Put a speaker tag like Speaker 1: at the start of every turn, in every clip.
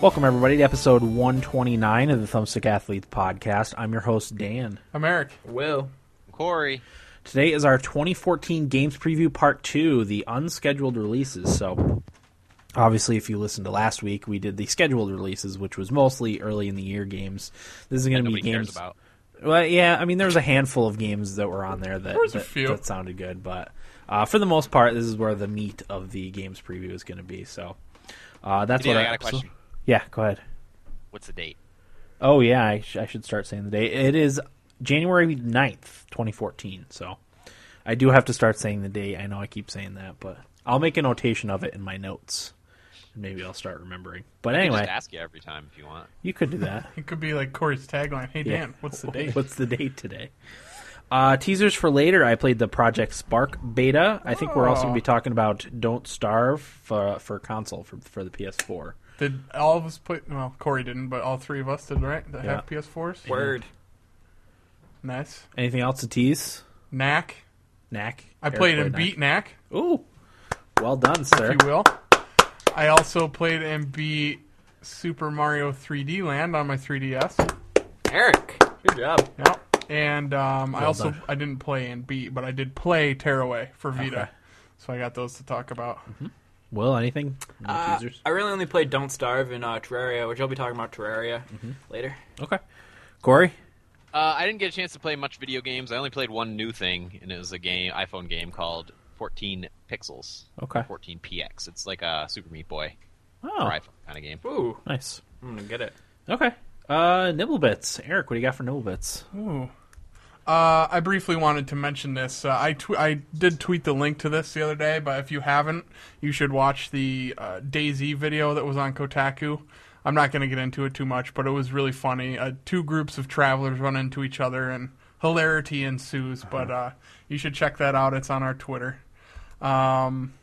Speaker 1: Welcome, everybody, to episode 129 of the Thumbstick Athletes podcast. I'm your host, Dan.
Speaker 2: I'm Eric.
Speaker 3: Will.
Speaker 4: Corey.
Speaker 1: Today is our 2014 Games Preview Part 2, the unscheduled releases. So, obviously, if you listened to last week, we did the scheduled releases, which was mostly early in the year games. This is going to be
Speaker 4: Nobody
Speaker 1: games.
Speaker 4: cares about.
Speaker 1: Well, yeah, I mean, there was a handful of games that were on there that,
Speaker 2: was a
Speaker 1: that,
Speaker 2: few.
Speaker 1: that sounded good, but uh, for the most part, this is where the meat of the games preview is going to be. So, uh, that's
Speaker 4: Dan,
Speaker 1: what
Speaker 4: I got a
Speaker 1: episode-
Speaker 4: question.
Speaker 1: Yeah, go ahead.
Speaker 4: What's the date?
Speaker 1: Oh yeah, I, sh- I should start saying the date. It is January 9th, 2014. So I do have to start saying the date. I know I keep saying that, but I'll make a notation of it in my notes. Maybe I'll start remembering. But
Speaker 4: I can
Speaker 1: anyway,
Speaker 4: just ask you every time if you want.
Speaker 1: you could do that.
Speaker 2: It could be like Corey's tagline. Hey
Speaker 1: Yeah.
Speaker 2: Dan, what's the date?
Speaker 1: What's the date today? Uh, teasers for later. I played the Project Spark beta. I think we're also going to be
Speaker 2: Oh.
Speaker 1: talking about Don't Starve for, for console for for the PS4.
Speaker 2: Did all of us play? Well, Corey didn't, but all three of us did, right? That have PS4s.
Speaker 3: Word.
Speaker 2: Nice.
Speaker 1: Anything else to tease?
Speaker 2: Knack.
Speaker 1: Knack.
Speaker 2: I
Speaker 1: Eric
Speaker 2: played and
Speaker 1: Knack.
Speaker 2: beat Knack,
Speaker 1: Ooh, well done, sir.
Speaker 2: if you will. I also played and beat Super Mario 3D Land on my 3DS.
Speaker 3: Eric, good job.
Speaker 2: Yep. And um, I also
Speaker 1: done.
Speaker 2: I didn't play and beat, but I did play Tearaway for Vita. So I got those to talk about.
Speaker 1: Will, anything? Any
Speaker 3: Uh,
Speaker 1: teasers?
Speaker 3: I really only played Don't Starve and uh, Terraria, which I'll be talking about Terraria later.
Speaker 1: Okay. Corey?
Speaker 4: Uh, I didn't get a chance to play much video games. I only played one new thing, and it was a game, iPhone game called 14 Pixels.
Speaker 1: Okay.
Speaker 4: 14 PX. It's like a Super Meat Boy
Speaker 1: Oh,
Speaker 4: or iPhone kind of game.
Speaker 3: Ooh,
Speaker 1: nice.
Speaker 3: I'm gonna get it.
Speaker 1: Okay. Uh, Nibblebits. Eric, what do you got for Nibblebits?
Speaker 2: Ooh. Uh, I briefly wanted to mention this. Uh, I tw- I did tweet the link to this the other day, but if you haven't, you should watch the uh, Daisy video that was on Kotaku. I'm not going to get into it too much, but it was really funny. Uh, two groups of travelers run into each other, and hilarity ensues. But uh, you should check that out. It's on our Twitter. Um,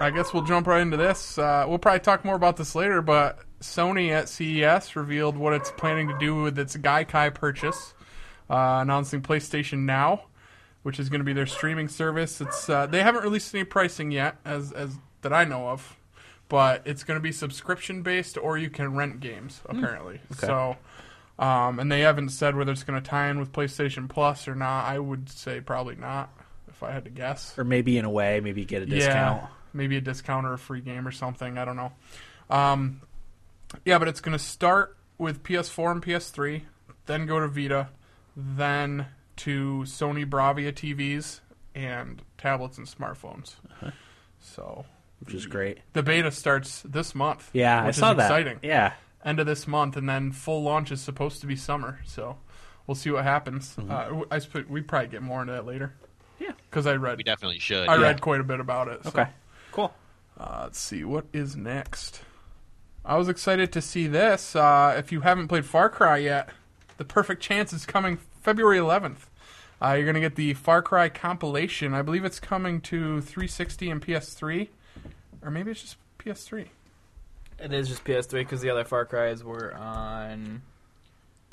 Speaker 2: I guess we'll jump right into this. Uh, we'll probably talk more about this later, but Sony at CES revealed what it's planning to do with its Gaikai purchase, uh, announcing PlayStation Now, which is going to be their streaming service. It's uh, they haven't released any pricing yet, as as that I know of, but it's going to be subscription based, or you can rent games apparently. So. Um, and they haven't said whether it's going to tie in with PlayStation Plus or not. I would say probably not, if I had to guess
Speaker 1: Or maybe in a way, maybe get a discount.
Speaker 2: maybe a discount or a free game or something. I don't know. Um, yeah, but it's going to start with PS4 and PS3, then go to Vita, then to Sony Bravia TVs and tablets and smartphones.
Speaker 1: Uh-huh.
Speaker 2: So
Speaker 1: Which is great.
Speaker 2: the beta starts this month.
Speaker 1: Yeah,
Speaker 2: which
Speaker 1: I saw
Speaker 2: is
Speaker 1: that.
Speaker 2: Exciting.
Speaker 1: Yeah.
Speaker 2: End of this month, and then full launch is supposed to be summer. So we'll see what happens. Uh, I sp- we probably get more into that later.
Speaker 1: Mm-hmm. Yeah.
Speaker 2: because I read
Speaker 4: We definitely should.
Speaker 2: I
Speaker 4: Yeah.
Speaker 2: read quite a bit about it. so.
Speaker 1: Okay. Cool.
Speaker 2: Let's see what is next. I was excited to see this. Uh, if you haven't played Far Cry yet, the perfect chance is coming February 11th. Uh, you're gonna get the Far Cry compilation. I believe it's coming to 360 and PS3, or maybe it's just PS3.
Speaker 3: It is just PS3 because the other Far Cry's were on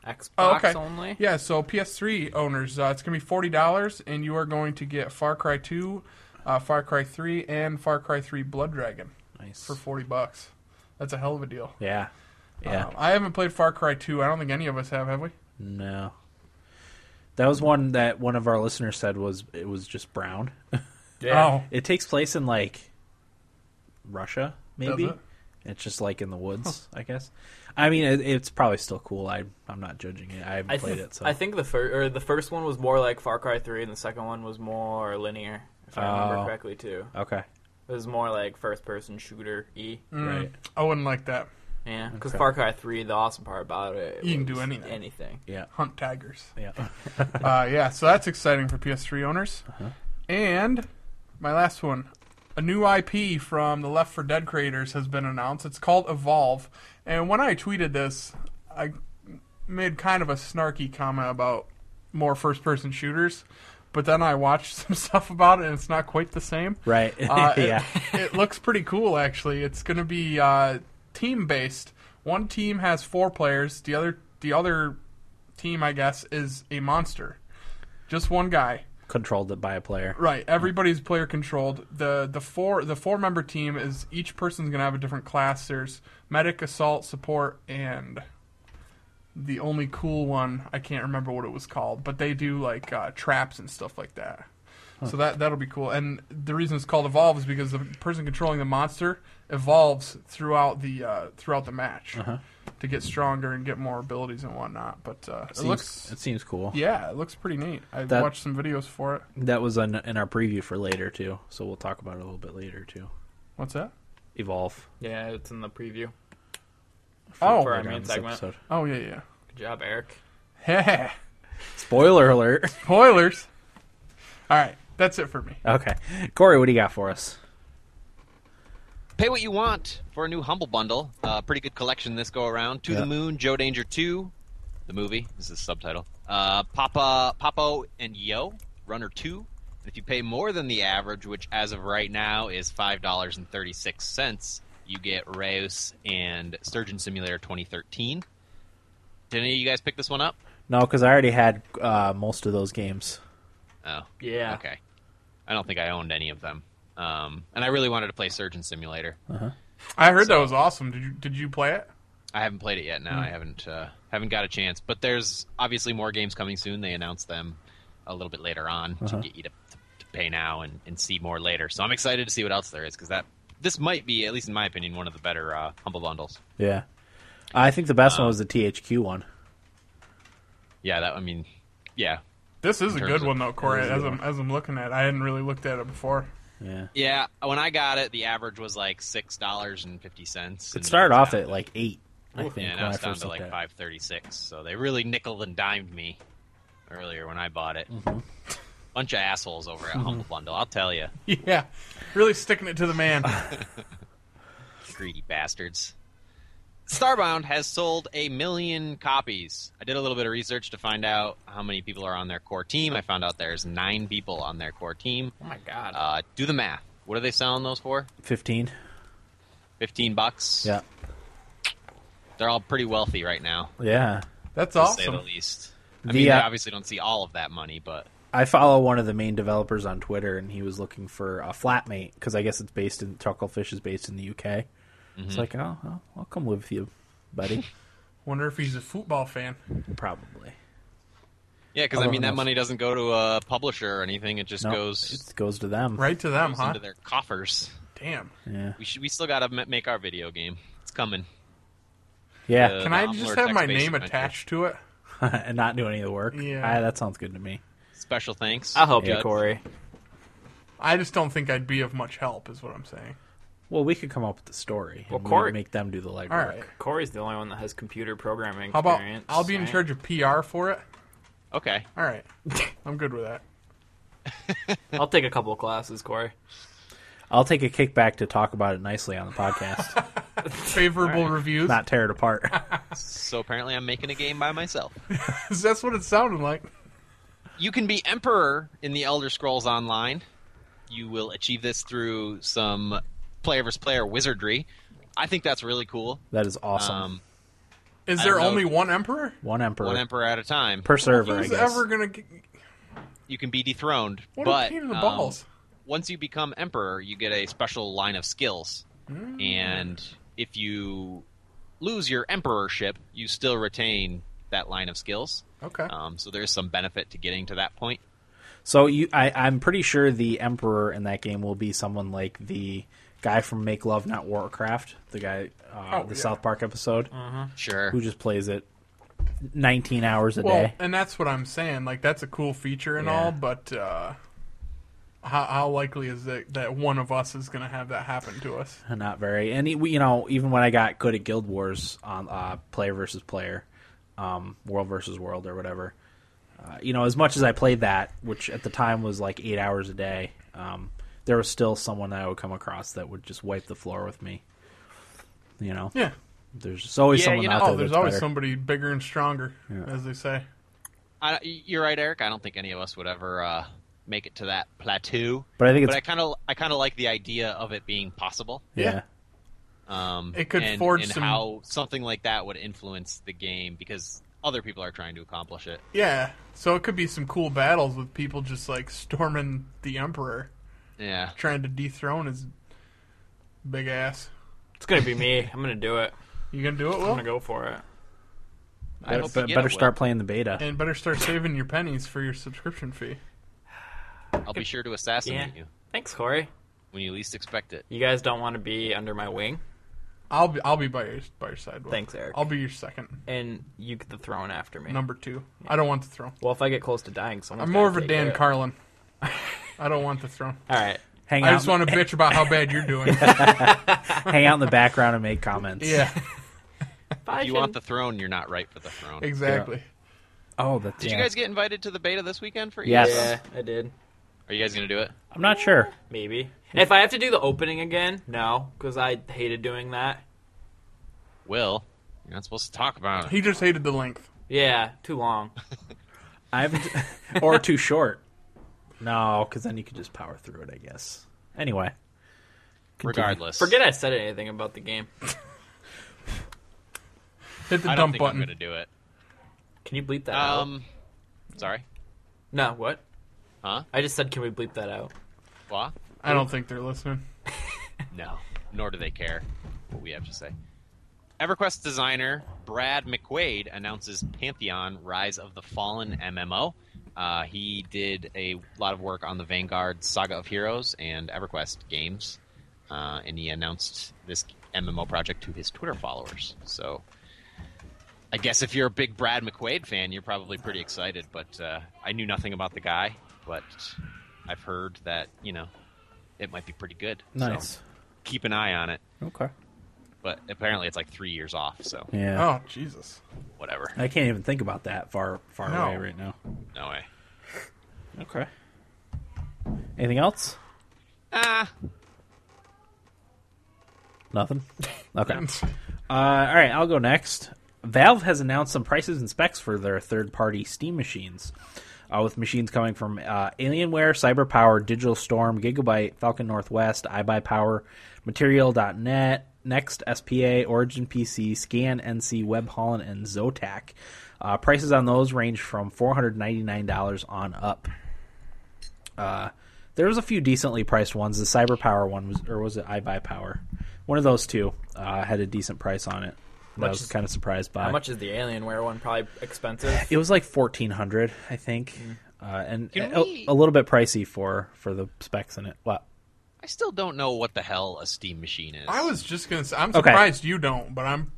Speaker 3: Xbox
Speaker 2: Oh, okay.
Speaker 3: only.
Speaker 2: Yeah, so PS3 owners, uh, it's gonna be forty dollars, and you are going to get Far Cry 2, uh, Far Cry 3, and Far Cry 3 Blood Dragon
Speaker 1: Nice.
Speaker 2: for forty bucks. That's a hell of a deal.
Speaker 1: Yeah. Yeah.
Speaker 2: Um, I haven't played Far Cry 2. I don't think any of us have, have we?
Speaker 1: no. That was one that one of our listeners said was it was just brown.
Speaker 3: Yeah.
Speaker 2: Oh,
Speaker 1: It takes place in like Russia, maybe.
Speaker 2: it?
Speaker 1: It's just like in the woods, I guess. I mean, it, it's probably still cool. I I'm not judging it. I haven't
Speaker 3: I,
Speaker 1: played
Speaker 3: th-
Speaker 1: it, so
Speaker 3: I think the first or the first one was more like Far Cry 3, and the second one was more linear, if I remember
Speaker 1: Oh.
Speaker 3: correctly too.
Speaker 1: okay,
Speaker 3: It was more like first person shooter e.
Speaker 2: Mm,
Speaker 1: right.
Speaker 2: I wouldn't like that.
Speaker 3: Yeah, because
Speaker 1: Okay.
Speaker 3: Far Cry 3, the awesome part about it,
Speaker 2: You can do
Speaker 3: was
Speaker 2: anything.
Speaker 3: Anything.
Speaker 1: Yeah,
Speaker 2: Hunt tigers.
Speaker 1: yeah.
Speaker 2: uh, yeah, so that's exciting for PS3 owners.
Speaker 1: Uh-huh.
Speaker 2: And my last one, a new IP from the Left for Dead creators has been announced. It's called Evolve. And when I tweeted this, I made kind of a snarky comment about more first-person shooters. But then I watched some stuff about it, and it's not quite the same.
Speaker 1: Right.
Speaker 2: Uh, it-
Speaker 1: yeah.
Speaker 2: it, looks pretty cool, actually. It's going to be uh, team based. One team has four players. The other, the other team, I guess, is a monster. Just one guy.
Speaker 1: controlled it by a player.
Speaker 2: Right. Everybody's player controlled. The the four the four member team is each person's gonna have a different class. There's medic, assault, support, and the only cool one I can't remember what it was called, but they do like uh, traps and stuff like that. So that that'll be cool. And the reason it's called evolve is because the person controlling the monster evolves throughout the uh, throughout the match
Speaker 1: Uh-huh.
Speaker 2: to get stronger and get more abilities and whatnot. But uh, it
Speaker 1: Seems-
Speaker 2: looks
Speaker 1: it seems cool.
Speaker 2: yeah, it looks pretty neat. I
Speaker 1: That-
Speaker 2: watched some videos for it.
Speaker 1: That was on, in our preview for later too, so we'll talk about it a little bit later too.
Speaker 2: What's that?
Speaker 1: Evolve.
Speaker 3: Yeah, it's in the preview.
Speaker 2: Oh.
Speaker 3: For our
Speaker 1: later on
Speaker 3: main
Speaker 1: this
Speaker 3: segment.
Speaker 1: episode.
Speaker 2: Oh yeah, yeah.
Speaker 3: Good job, Eric.
Speaker 2: Heh.
Speaker 1: Spoiler alert.
Speaker 2: Spoilers. All right, that's it for me.
Speaker 1: okay, Corey, what do you got for us?
Speaker 4: Pay what you want for a new Humble Bundle. Uh, pretty good collection this go around. To
Speaker 1: Yeah.
Speaker 4: the Moon, Joe Danger 2, the movie, this is the subtitle. Uh, Papa, Papo and Yo, Runner 2. And if you pay more than the average, which as of right now is $5.36, you get Reus and Sturgeon Simulator 2013. Did any of you guys pick this one up?
Speaker 1: No, because I already had uh, most of those games.
Speaker 4: Oh.
Speaker 3: Yeah.
Speaker 4: Okay. I don't think I owned any of them. Um, and I really wanted to play Surgeon Simulator.
Speaker 2: I heard that was awesome. Did you did you play it?
Speaker 4: I haven't played it yet.
Speaker 1: Hmm.
Speaker 4: No, I haven't uh, haven't got a chance. But there's obviously more games coming soon. They announced them a little bit later on
Speaker 1: Uh-huh.
Speaker 4: to get you to, to pay now and, and see more later. So I'm excited to see what else there is because that this might be, at least in my opinion, one of the better uh, humble bundles.
Speaker 1: Yeah, I think the best one was the THQ one.
Speaker 4: Yeah, that I mean, yeah,
Speaker 2: This is a
Speaker 4: terms
Speaker 2: good
Speaker 4: of-
Speaker 2: one though, Corey.
Speaker 1: It is a
Speaker 2: As
Speaker 1: good
Speaker 2: I'm as I'm looking at, it. I hadn't really looked at it before.
Speaker 1: Yeah,
Speaker 4: yeah. When I got it, the average was like six dollars and fifty cents.
Speaker 1: it started off at like eight. I think
Speaker 4: yeah,
Speaker 1: when
Speaker 4: now
Speaker 1: I
Speaker 4: it's down
Speaker 1: first
Speaker 4: to
Speaker 1: looked
Speaker 4: like
Speaker 1: at it.
Speaker 4: five thirty six. So they really nickel and dimed me earlier when I bought it.
Speaker 1: Mm-hmm.
Speaker 4: Bunch of assholes over at Humble Bundle, I'll tell you.
Speaker 2: Yeah, really sticking it to the man.
Speaker 4: greedy bastards. Starbound has sold a million copies. I did a little bit of research to find out how many people are on their core team. I found out there's nine people on their core team.
Speaker 3: Oh my god.
Speaker 4: Uh, do the math. What are they selling those for?
Speaker 1: Fifteen.
Speaker 4: Fifteen bucks.
Speaker 1: Yeah,
Speaker 4: they're all pretty wealthy right now,
Speaker 1: yeah.
Speaker 2: That's
Speaker 4: to say the
Speaker 2: awesome.
Speaker 4: least.
Speaker 1: The,
Speaker 4: I mean,
Speaker 1: uh,
Speaker 4: they obviously don't see all of that money, but
Speaker 1: I follow one of the main developers on Twitter, and he was looking for a flatmate because I guess it's based in Chucklefish is based in the UK. It's like, oh, I'll, I'll come live with you, buddy.
Speaker 2: Wonder if he's a football fan.
Speaker 1: Probably.
Speaker 4: yeah, because I
Speaker 1: Although
Speaker 4: mean,
Speaker 1: who
Speaker 4: that
Speaker 1: knows?
Speaker 4: money doesn't go to a publisher or anything. It just
Speaker 1: No,
Speaker 4: goes,
Speaker 1: it goes to them.
Speaker 2: Right to them,
Speaker 4: goes
Speaker 2: huh?
Speaker 4: into their coffers.
Speaker 2: Damn.
Speaker 1: Yeah.
Speaker 4: We should. We still gotta m- make our video game. It's coming.
Speaker 1: Yeah.
Speaker 4: Uh,
Speaker 2: Can
Speaker 4: the
Speaker 2: I
Speaker 4: Omelette
Speaker 2: just have my
Speaker 4: text-based
Speaker 2: name
Speaker 4: adventure.
Speaker 2: attached to it?
Speaker 1: and not do any of the work.
Speaker 2: Yeah.
Speaker 1: Ah, that sounds good to me.
Speaker 4: Special thanks.
Speaker 3: I'll help
Speaker 1: yeah.
Speaker 3: you, Corey.
Speaker 2: I just don't think I'd be of much help, is what I'm saying.
Speaker 1: Well, we could come up with the story.
Speaker 3: Well,
Speaker 1: and we
Speaker 3: Corey-
Speaker 1: would make them do the legwork.
Speaker 2: All right.
Speaker 3: Corey's the only one that has computer programming
Speaker 2: How about
Speaker 3: experience.
Speaker 2: I'll be in
Speaker 3: right?
Speaker 2: charge of PR for it?
Speaker 4: Okay.
Speaker 2: All right, I'm good with that.
Speaker 3: I'll take a couple of classes, Corey.
Speaker 1: I'll take a kickback to talk about it nicely on the podcast,
Speaker 2: Favorable reviews.
Speaker 1: not tear it apart.
Speaker 4: So apparently, I'm making a game by myself.
Speaker 2: That's what it sounded like.
Speaker 4: You can be emperor in the Elder Scrolls Online. You will achieve this through some player versus player wizardry. I think that's really cool.
Speaker 1: That is awesome.
Speaker 4: Um,
Speaker 2: Is
Speaker 4: I
Speaker 2: there
Speaker 4: don't know.
Speaker 2: only one emperor?
Speaker 1: one emperor
Speaker 4: one emperor at a time.
Speaker 1: per server. I
Speaker 2: Who's
Speaker 1: guess.
Speaker 2: ever gonna get?
Speaker 4: you can be dethroned,
Speaker 2: What
Speaker 4: but
Speaker 2: a pain in the
Speaker 4: um,
Speaker 2: balls.
Speaker 4: once you become emperor, you get a special line of skills,
Speaker 2: Mm.
Speaker 4: and if you lose your emperorship, you still retain that line of skills.
Speaker 2: Okay.
Speaker 4: Um, so there's some benefit to getting to that point.
Speaker 1: So you, I, I'm pretty sure the emperor in that game will be someone like the guy from Make Love Not Warcraft, the guy, uh,
Speaker 2: Oh,
Speaker 1: the
Speaker 2: yeah. Uh-huh.
Speaker 1: South Park episode,
Speaker 4: Sure.
Speaker 1: who just plays it 19 hours a
Speaker 2: Well,
Speaker 1: day.
Speaker 2: and that's what I'm saying. Like that's a cool feature and
Speaker 1: Yeah.
Speaker 2: all, but uh, how how likely is that that one of us is going to have that happen to us?
Speaker 1: Not very. And e- we- you know, even when I got good at Guild Wars on uh, player versus player, um, world versus world or whatever, uh, you know, as much as I played that, which at the time was like eight hours a day, um, there was still someone that I would come across that would just wipe the floor with me. You know,
Speaker 2: Yeah.
Speaker 1: there's just always
Speaker 4: Yeah,
Speaker 1: someone
Speaker 4: you know-
Speaker 1: out there.
Speaker 2: Oh, there's
Speaker 1: that's
Speaker 2: always
Speaker 1: better.
Speaker 2: somebody bigger and stronger,
Speaker 1: Yeah.
Speaker 2: as they say.
Speaker 4: I, you're right, Eric. I don't think any of us would ever uh, make it to that plateau.
Speaker 1: But I think
Speaker 4: But
Speaker 1: it's
Speaker 4: I kind of, I kind of like the idea of it being possible.
Speaker 1: yeah,
Speaker 4: Um,
Speaker 2: It could
Speaker 4: and,
Speaker 2: forge
Speaker 4: and
Speaker 2: some-
Speaker 4: how something like that would influence the game because other people are trying to accomplish it.
Speaker 2: Yeah. So it could be some cool battles with people just like storming the emperor,
Speaker 4: Yeah.
Speaker 2: trying to dethrone his big ass.
Speaker 3: It's gonna be me. I'm gonna do it.
Speaker 2: You gonna do it,
Speaker 3: I'm
Speaker 2: Will?
Speaker 3: gonna go for it.
Speaker 4: I
Speaker 1: Better,
Speaker 4: hope you
Speaker 1: be-
Speaker 4: get
Speaker 1: better
Speaker 4: it, Will.
Speaker 1: start playing the beta.
Speaker 2: And better start saving your pennies for your subscription fee.
Speaker 4: I'll be sure to assassinate
Speaker 3: Yeah.
Speaker 4: you
Speaker 3: Thanks, Corey.
Speaker 4: when you least expect it.
Speaker 3: You guys don't want to be under my wing.
Speaker 2: I'll be I'll be by your by your side. Will.
Speaker 3: Thanks, Eric.
Speaker 2: I'll be your second
Speaker 3: And you get the throne after me.
Speaker 2: number two. I don't want the throne.
Speaker 3: Well, if I get close to dying, someone.
Speaker 2: I'm more of a Dan Carlin. I don't want the throne.
Speaker 3: All right.
Speaker 1: Hang
Speaker 2: I
Speaker 1: out,
Speaker 2: just want to bitch about how bad you're doing.
Speaker 1: hang out in the background and make comments.
Speaker 2: yeah,
Speaker 4: If you want the throne, you're not right for the throne.
Speaker 2: exactly.
Speaker 1: Oh, that's.
Speaker 4: Did
Speaker 1: yeah.
Speaker 4: you guys get invited to the beta this weekend for?
Speaker 1: Yes.
Speaker 4: EA?
Speaker 3: Yeah, I did.
Speaker 4: Are you guys gonna do it?
Speaker 1: I'm not sure.
Speaker 3: Maybe. And if I have to do the opening again, no, because I hated doing that.
Speaker 4: Will, you're not supposed to talk about it.
Speaker 2: He just hated the length.
Speaker 3: Yeah, too long.
Speaker 1: I haven't, or too short. No, because then you could just power through it, I guess. Anyway, Continue.
Speaker 4: Regardless,
Speaker 3: Forget I said anything about the game.
Speaker 2: Hit the
Speaker 4: I don't
Speaker 2: dump
Speaker 4: think
Speaker 2: button.
Speaker 4: I'm gonna do it.
Speaker 3: Can you bleep that out?
Speaker 4: Um, sorry.
Speaker 3: No, what?
Speaker 4: Huh?
Speaker 3: I just said, can we bleep that out?
Speaker 4: Wah?
Speaker 2: I don't think they're listening.
Speaker 4: No. Nor do they care what we have to say. EverQuest designer Brad McQuaid announces Pantheon Rise of the Fallen MMO. Uh, he did a lot of work on the Vanguard Saga of Heroes and EverQuest games, uh, and he announced this MMO project to his Twitter followers. So, I guess if you're a big Brad McQuaid fan, you're probably pretty excited. But uh, I knew nothing about the guy, but I've heard that you know it might be pretty good. So
Speaker 1: Nice.
Speaker 4: keep an eye on it.
Speaker 1: Okay.
Speaker 4: But apparently, it's like three years off, so
Speaker 1: Yeah.
Speaker 2: Oh Jesus!
Speaker 4: whatever.
Speaker 1: I can't even think about that far far
Speaker 2: No.
Speaker 1: away right now.
Speaker 4: No way.
Speaker 1: Okay. Anything else?
Speaker 4: Ah,
Speaker 1: Nothing. Okay. Uh, all right, I'll go next. Valve has announced some prices and specs for their third-party Steam machines, uh, with machines coming from uh, Alienware, CyberPower, Digital Storm, Gigabyte, Falcon Northwest, iBuyPower, Material.net, Next SPA, Origin PC, Scan NC, Web Holland, and Zotac. Uh, prices on those range from four hundred ninety-nine dollars on up. Uh, there was a few decently priced ones. The CyberPower one was, or was it iBuyPower? One of those two uh, had a decent price on it. That I
Speaker 3: much
Speaker 1: was
Speaker 3: is-
Speaker 1: kind of surprised by.
Speaker 3: How much is the Alienware one? Probably expensive.
Speaker 1: It was like fourteen hundred, I think,
Speaker 3: Mm.
Speaker 1: uh, and
Speaker 4: Can
Speaker 1: a,
Speaker 4: we-
Speaker 1: a little bit pricey for for the specs in it. What?
Speaker 4: I still don't know what the hell a Steam machine is.
Speaker 2: I was just gonna. say, I'm
Speaker 1: Okay.
Speaker 2: surprised you don't, but I'm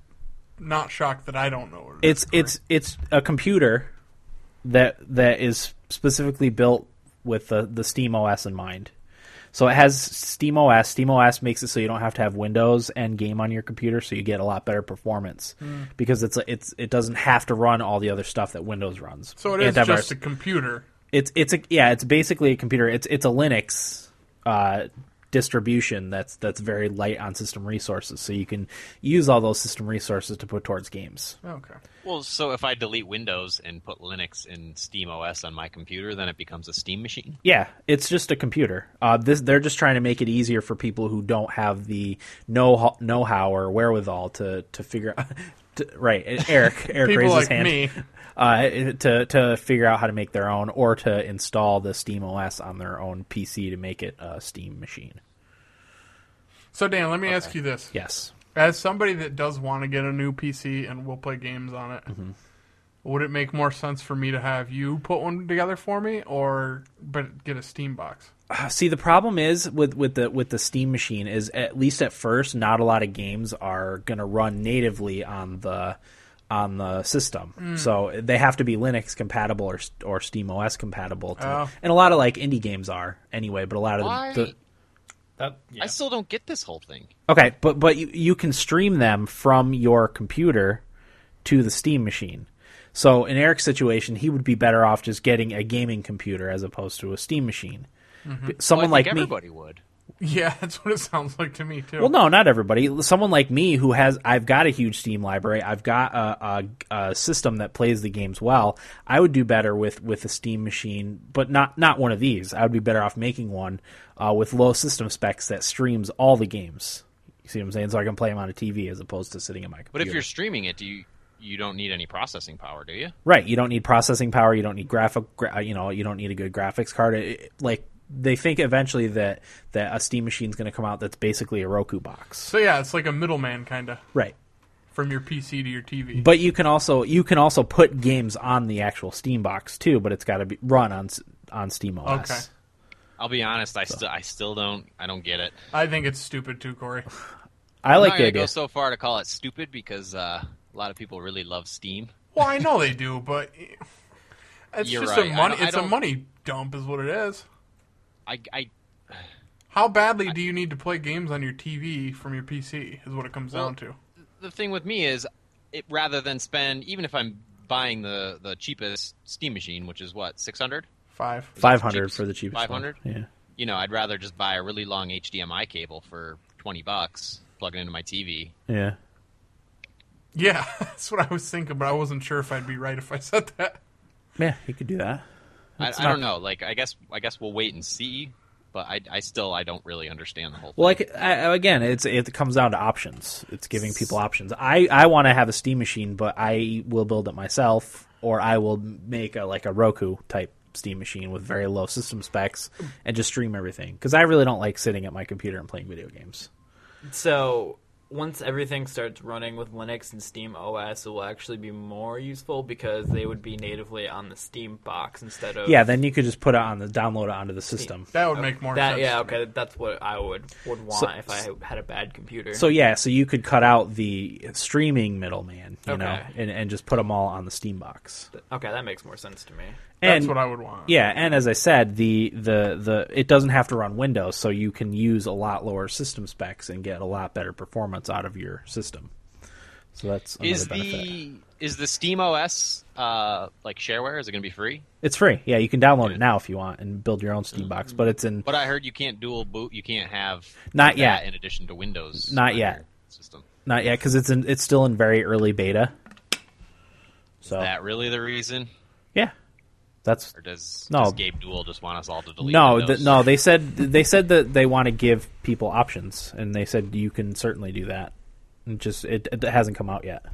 Speaker 2: not shocked that I don't know what it is.
Speaker 1: It's it's it's a computer that that is specifically built with the the Steam OS in mind. So it has Steam OS. Steam OS makes it so you don't have to have Windows and game on your computer, so you get a lot better performance
Speaker 2: Hmm.
Speaker 1: because it's a, it's it doesn't have to run all the other stuff that Windows runs.
Speaker 2: So it is
Speaker 1: Antivirus.
Speaker 2: just a computer.
Speaker 1: it's it's a yeah it's basically a computer it's it's a linux uh distribution that's that's very light on system resources so you can use all those system resources to put towards games
Speaker 2: Okay.
Speaker 4: well, so if I delete Windows and put Linux in Steam OS on my computer, then it becomes a Steam machine.
Speaker 1: yeah it's just a computer uh this they're just trying to make it easier for people who don't have the know know how or wherewithal to to figure out to, right E, eric eric
Speaker 2: People
Speaker 1: raises
Speaker 2: like
Speaker 1: hand
Speaker 2: me.
Speaker 1: uh, to to figure out how to make their own or to install the steam os on their own pc to make it a steam machine
Speaker 2: So Dan, let me ask you this:
Speaker 1: yes
Speaker 2: as somebody that does want to get a new PC and will play games on it,
Speaker 1: Mm-hmm.
Speaker 2: would it make more sense for me to have you put one together for me, or but get a Steam box?
Speaker 1: See, the problem is with with the with the Steam machine is at least at first, not a lot of games are going to run natively on the on the system.
Speaker 4: Hmm.
Speaker 1: So they have to be Linux compatible or or Steam OS compatible. To,
Speaker 2: Oh.
Speaker 1: And a lot of like indie games are anyway. But a lot
Speaker 4: Why?
Speaker 1: of the, the
Speaker 3: That, yeah.
Speaker 4: I still don't get this whole thing.
Speaker 1: okay, but but you, you can stream them from your computer to the Steam machine. So in Eric's situation, he would be better off just getting a gaming computer as opposed to a Steam machine.
Speaker 4: Mm-hmm. Well, I
Speaker 1: Someone
Speaker 4: think
Speaker 1: like me.
Speaker 4: everybody would.
Speaker 2: Yeah, that's what it sounds like to me too.
Speaker 1: Well, no, not everybody. Someone like me who has, I've got a huge Steam library. I've got a, a, a system that plays the games well. I would do better with with a Steam machine, but not not one of these. I would be better off making one uh, with low system specs that streams all the games. You see what I'm saying? So I can play them on a TV as opposed to sitting in my computer.
Speaker 4: But if you're streaming it, do you you don't need any processing power, do you?
Speaker 1: Right. You don't need processing power. You don't need graphic. Gra- uh, you know, you don't need a good graphics card. It- it- like they think eventually that that a Steam machine's going to come out that's basically a Roku box.
Speaker 2: So yeah, it's like a middleman kind of
Speaker 1: Right.
Speaker 2: from your PC to your TV.
Speaker 1: But you can also you can also put games on the actual Steam box too, but it's got to be run on s- on Steam OS.
Speaker 2: Okay.
Speaker 4: I'll be honest, I still I still don't I don't get it.
Speaker 2: I think it's stupid too, Corey.
Speaker 1: I
Speaker 4: I'm
Speaker 1: like
Speaker 4: not
Speaker 1: the
Speaker 4: gonna
Speaker 1: idea.
Speaker 4: go so far to call it stupid because uh, a lot of people really love Steam.
Speaker 2: Well, I know they do, but it's
Speaker 4: You're
Speaker 2: just
Speaker 4: right.
Speaker 2: a
Speaker 4: I
Speaker 2: money.
Speaker 4: don't- I
Speaker 2: It's a
Speaker 4: don't-
Speaker 2: money dump, is what it is.
Speaker 4: I, I
Speaker 2: How badly do you need to play games on your TV from your PC? Is what it comes down to.
Speaker 4: the thing with me is, it rather than spend even if I'm buying the the cheapest Steam machine, which is what six hundred.
Speaker 2: Five.
Speaker 1: Five hundred
Speaker 4: cheapest-
Speaker 1: for the cheapest. one.
Speaker 4: 500?
Speaker 1: Yeah.
Speaker 4: You know, I'd rather just buy a really long HDMI cable for twenty bucks, plug it into my TV.
Speaker 1: Yeah.
Speaker 2: Yeah, that's what I was thinking, but I wasn't sure if I'd be right if I said that.
Speaker 1: Yeah. You could do that.
Speaker 4: I,
Speaker 1: It's
Speaker 4: I
Speaker 1: not-
Speaker 4: don't know. Like, I guess I guess we'll wait and see. But I, I still I don't really understand the whole thing.
Speaker 1: Well, like I, I- again, it's it comes down to options. It's giving people options. I I want to have a Steam machine, but I will build it myself, or I will make a like a Roku type Steam machine with very low system specs and just stream everything because I really don't like sitting at my computer and playing video games.
Speaker 3: So once everything starts running with Linux and Steam OS, it will actually be more useful because they would be natively on the Steam box instead of
Speaker 1: Yeah, then you could just put it on the download it onto the system.
Speaker 2: That would make more
Speaker 3: That
Speaker 2: sense.
Speaker 3: yeah
Speaker 2: to me.
Speaker 3: okay that's what I would would want if I had a bad computer.
Speaker 1: So yeah, so you could cut out the streaming middleman, you know,
Speaker 3: Okay.
Speaker 1: and, and just put them all on the Steam box.
Speaker 3: okay, that makes more sense to me.
Speaker 2: That's
Speaker 1: And-
Speaker 2: what I would want.
Speaker 1: Yeah, and as I said, the the the it doesn't have to run Windows, so you can use a lot lower system specs and get a lot better performance out of your system. So that's another
Speaker 4: is
Speaker 1: benefit.
Speaker 4: the is the Steam OS uh, like shareware? Is it going to be free?
Speaker 1: It's free. Yeah, you can download it now if you want and build your own Steam box, but it's in
Speaker 4: But I heard you can't dual boot. You can't have
Speaker 1: Not
Speaker 4: that
Speaker 1: yet.
Speaker 4: In addition to Windows,
Speaker 1: Not
Speaker 4: on
Speaker 1: yet.
Speaker 4: your System.
Speaker 1: not yet cuz it's in it's still in very early beta. So
Speaker 4: That really the reason,
Speaker 1: yeah. That's
Speaker 4: or does,
Speaker 1: No.
Speaker 4: does Gabe Duel just want us all to delete?
Speaker 1: no,
Speaker 4: Windows?
Speaker 1: th- no. They said they said that they want to give people options, and they said you can certainly do that. It just it, it hasn't come out yet.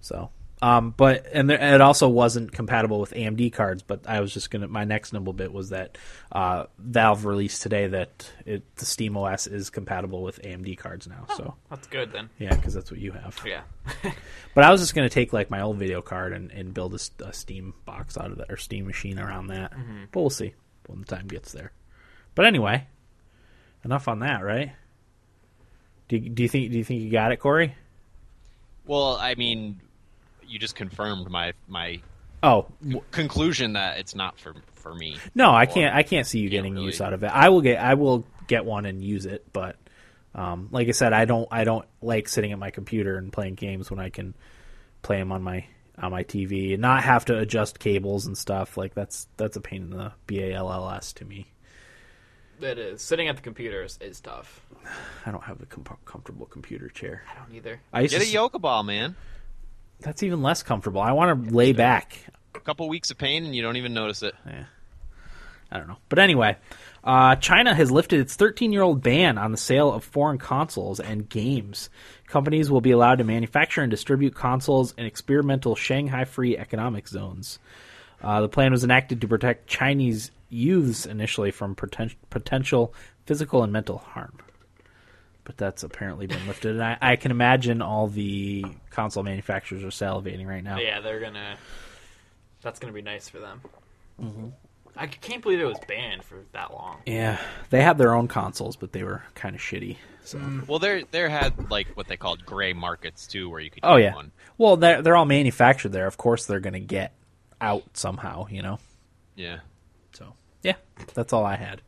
Speaker 1: So, um, but and there, it also wasn't compatible with AMD cards. But I was just gonna my next nimble bit was that uh, Valve released today that it the Steam OS is compatible with AMD cards now. So
Speaker 3: That's good then.
Speaker 1: yeah, because that's what you have.
Speaker 3: Yeah.
Speaker 1: But I was just gonna take like my old video card and, and build a, s- a Steam box out of that or Steam machine around that. But we'll see when the time gets there. But anyway, enough on that, right? Do you, do you think do you think you got it, Corey?
Speaker 4: Well, I mean, you just confirmed my my
Speaker 1: Oh w-
Speaker 4: conclusion that it's not for for me.
Speaker 1: no, I can't. I can't see you
Speaker 4: Can't
Speaker 1: getting
Speaker 4: really.
Speaker 1: use out of it. I will get. I will get one and use it. But um, like I said, I don't. I don't like sitting at my computer and playing games when I can play them on my on my TV and not have to adjust cables and stuff. Like that's that's a pain in the balls to me.
Speaker 3: It is. Sitting at the computers is tough.
Speaker 1: I don't have a com- comfortable computer chair.
Speaker 3: I don't either.
Speaker 1: I used
Speaker 4: Get a
Speaker 1: to-
Speaker 4: yoga ball, man.
Speaker 1: that's even less comfortable. I want to lay back.
Speaker 4: A couple weeks of pain and you don't even notice it.
Speaker 1: Eh, I don't know. But anyway, uh, China has lifted its 13 year old ban on the sale of foreign consoles and games. Companies will be allowed to manufacture and distribute consoles in experimental Shanghai free economic zones. Uh, the plan was enacted to protect Chinese youths initially from poten- potential physical and mental harm. But that's apparently been lifted. And I, I can imagine all the console manufacturers are salivating right now.
Speaker 3: Yeah, they're gonna. That's gonna be nice for them.
Speaker 1: Mm-hmm.
Speaker 3: I can't believe it was banned for that long.
Speaker 1: Yeah, they have their own consoles, but they were kind of shitty. So.
Speaker 4: Well, there there had like what they called gray markets too, where you could.
Speaker 1: Oh
Speaker 4: get
Speaker 1: yeah.
Speaker 4: one.
Speaker 1: Well, they're they're all manufactured there. Of course, they're going to get out somehow. You know.
Speaker 4: yeah.
Speaker 1: So yeah, that's all I had.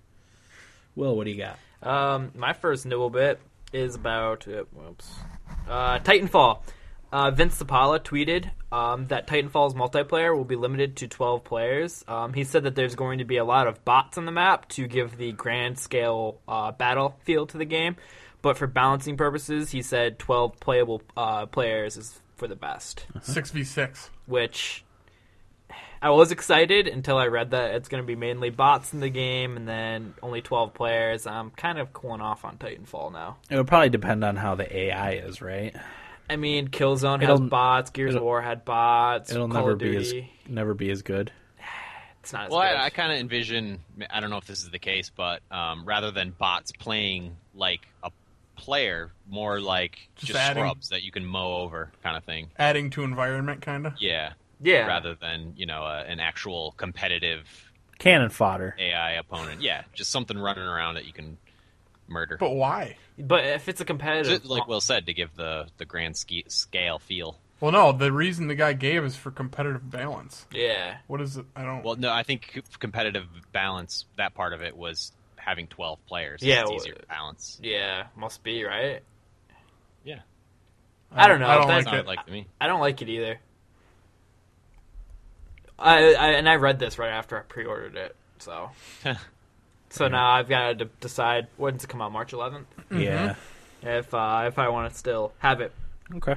Speaker 1: Will, what do you got?
Speaker 3: Um, my first nibble bit is about uh, whoops, uh, Titanfall. Uh, Vince Sapala tweeted um, that Titanfall's multiplayer will be limited to 12 players. Um, he said that there's going to be a lot of bots on the map to give the grand scale uh, battle feel to the game, but for balancing purposes, he said 12 playable uh, players is for the best
Speaker 2: Six v six.
Speaker 3: which I was excited until I read that it's going to be mainly bots in the game and then only 12 players. I'm kind of cooling off on Titanfall now.
Speaker 1: It would probably depend on how the AI is, right?
Speaker 3: I mean, Killzone has
Speaker 1: It'll-
Speaker 3: bots. Gears of
Speaker 1: it'll-
Speaker 3: War had bots.
Speaker 1: It'll
Speaker 3: Call
Speaker 1: never
Speaker 3: of
Speaker 1: be as
Speaker 3: Duty.
Speaker 1: never be as good.
Speaker 3: It's not as
Speaker 4: Well,
Speaker 3: good.
Speaker 4: I, I kind of envision. I don't know if this is the case, but um, rather than bots playing like a player, more like
Speaker 2: Just
Speaker 4: just,
Speaker 2: adding-
Speaker 4: scrubs that you can mow over, kind of thing.
Speaker 2: Adding to environment, kind of.
Speaker 4: Yeah.
Speaker 3: Yeah.
Speaker 4: Rather than you know uh, an actual competitive
Speaker 1: Cannon fodder.
Speaker 4: AI opponent. Yeah, just something running around that you can murder.
Speaker 2: But why?
Speaker 3: But if it's a competitive,
Speaker 4: Just like Will said, to give the the grand ski- scale feel.
Speaker 2: Well, no. The reason the guy gave is for competitive balance.
Speaker 3: yeah,
Speaker 2: What is it? I don't.
Speaker 4: Well, no, I think c- competitive balance. That part of it was having twelve players.
Speaker 3: Yeah,
Speaker 4: it's
Speaker 3: well,
Speaker 4: easier to balance.
Speaker 3: yeah, must be right.
Speaker 4: Yeah,
Speaker 3: I don't know.
Speaker 2: I don't like
Speaker 3: That's-
Speaker 4: sounded
Speaker 2: it.
Speaker 4: like to me.
Speaker 3: I don't like it either. I, I and I read this right after I pre-ordered it, so so now I've got to decide when to come out March 11th
Speaker 1: Yeah.
Speaker 3: if uh, if I want to still have it.
Speaker 1: Okay.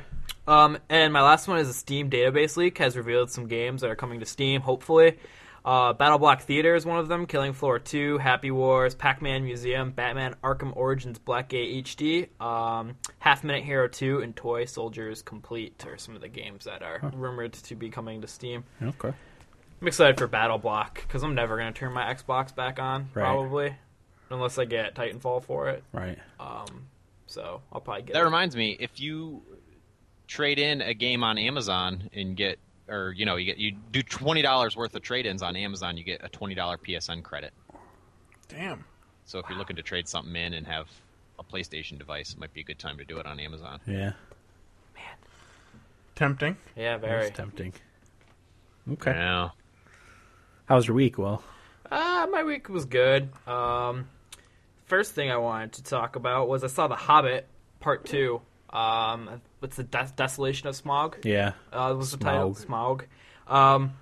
Speaker 3: Um, and my last one is a Steam database leak has revealed some games that are coming to Steam. Hopefully, uh, Battle Block Theater is one of them. Killing Floor Two, Happy Wars, Pac Man Museum, Batman Arkham Origins Blackgate HD, um, Half Minute Hero Two, and Toy Soldiers Complete are some of the games that are rumored to be coming to Steam.
Speaker 1: Okay.
Speaker 3: I'm excited for Battle Block because I'm never going to turn my Xbox back on
Speaker 1: Right.
Speaker 3: probably unless I get Titanfall for it.
Speaker 1: Right.
Speaker 3: Um, so I'll probably get
Speaker 4: That
Speaker 3: it.
Speaker 4: reminds me, if you trade in a game on Amazon and get, or you know, you get you do twenty dollars worth of trade-ins on Amazon, you get a twenty dollar PSN credit.
Speaker 2: Damn.
Speaker 4: So if you're looking to trade something in and have a PlayStation device, it might be a good time to do it on Amazon.
Speaker 1: Yeah.
Speaker 2: Tempting.
Speaker 3: yeah, very.
Speaker 1: That's tempting. Okay.
Speaker 4: Yeah.
Speaker 1: How was your week, Will?
Speaker 3: Uh, my week was good. Um, first thing I wanted to talk about was I saw The Hobbit Part Two. Um, what's the Des- Desolation of Smog?
Speaker 1: Yeah.
Speaker 3: Uh, was the title Smog. Um,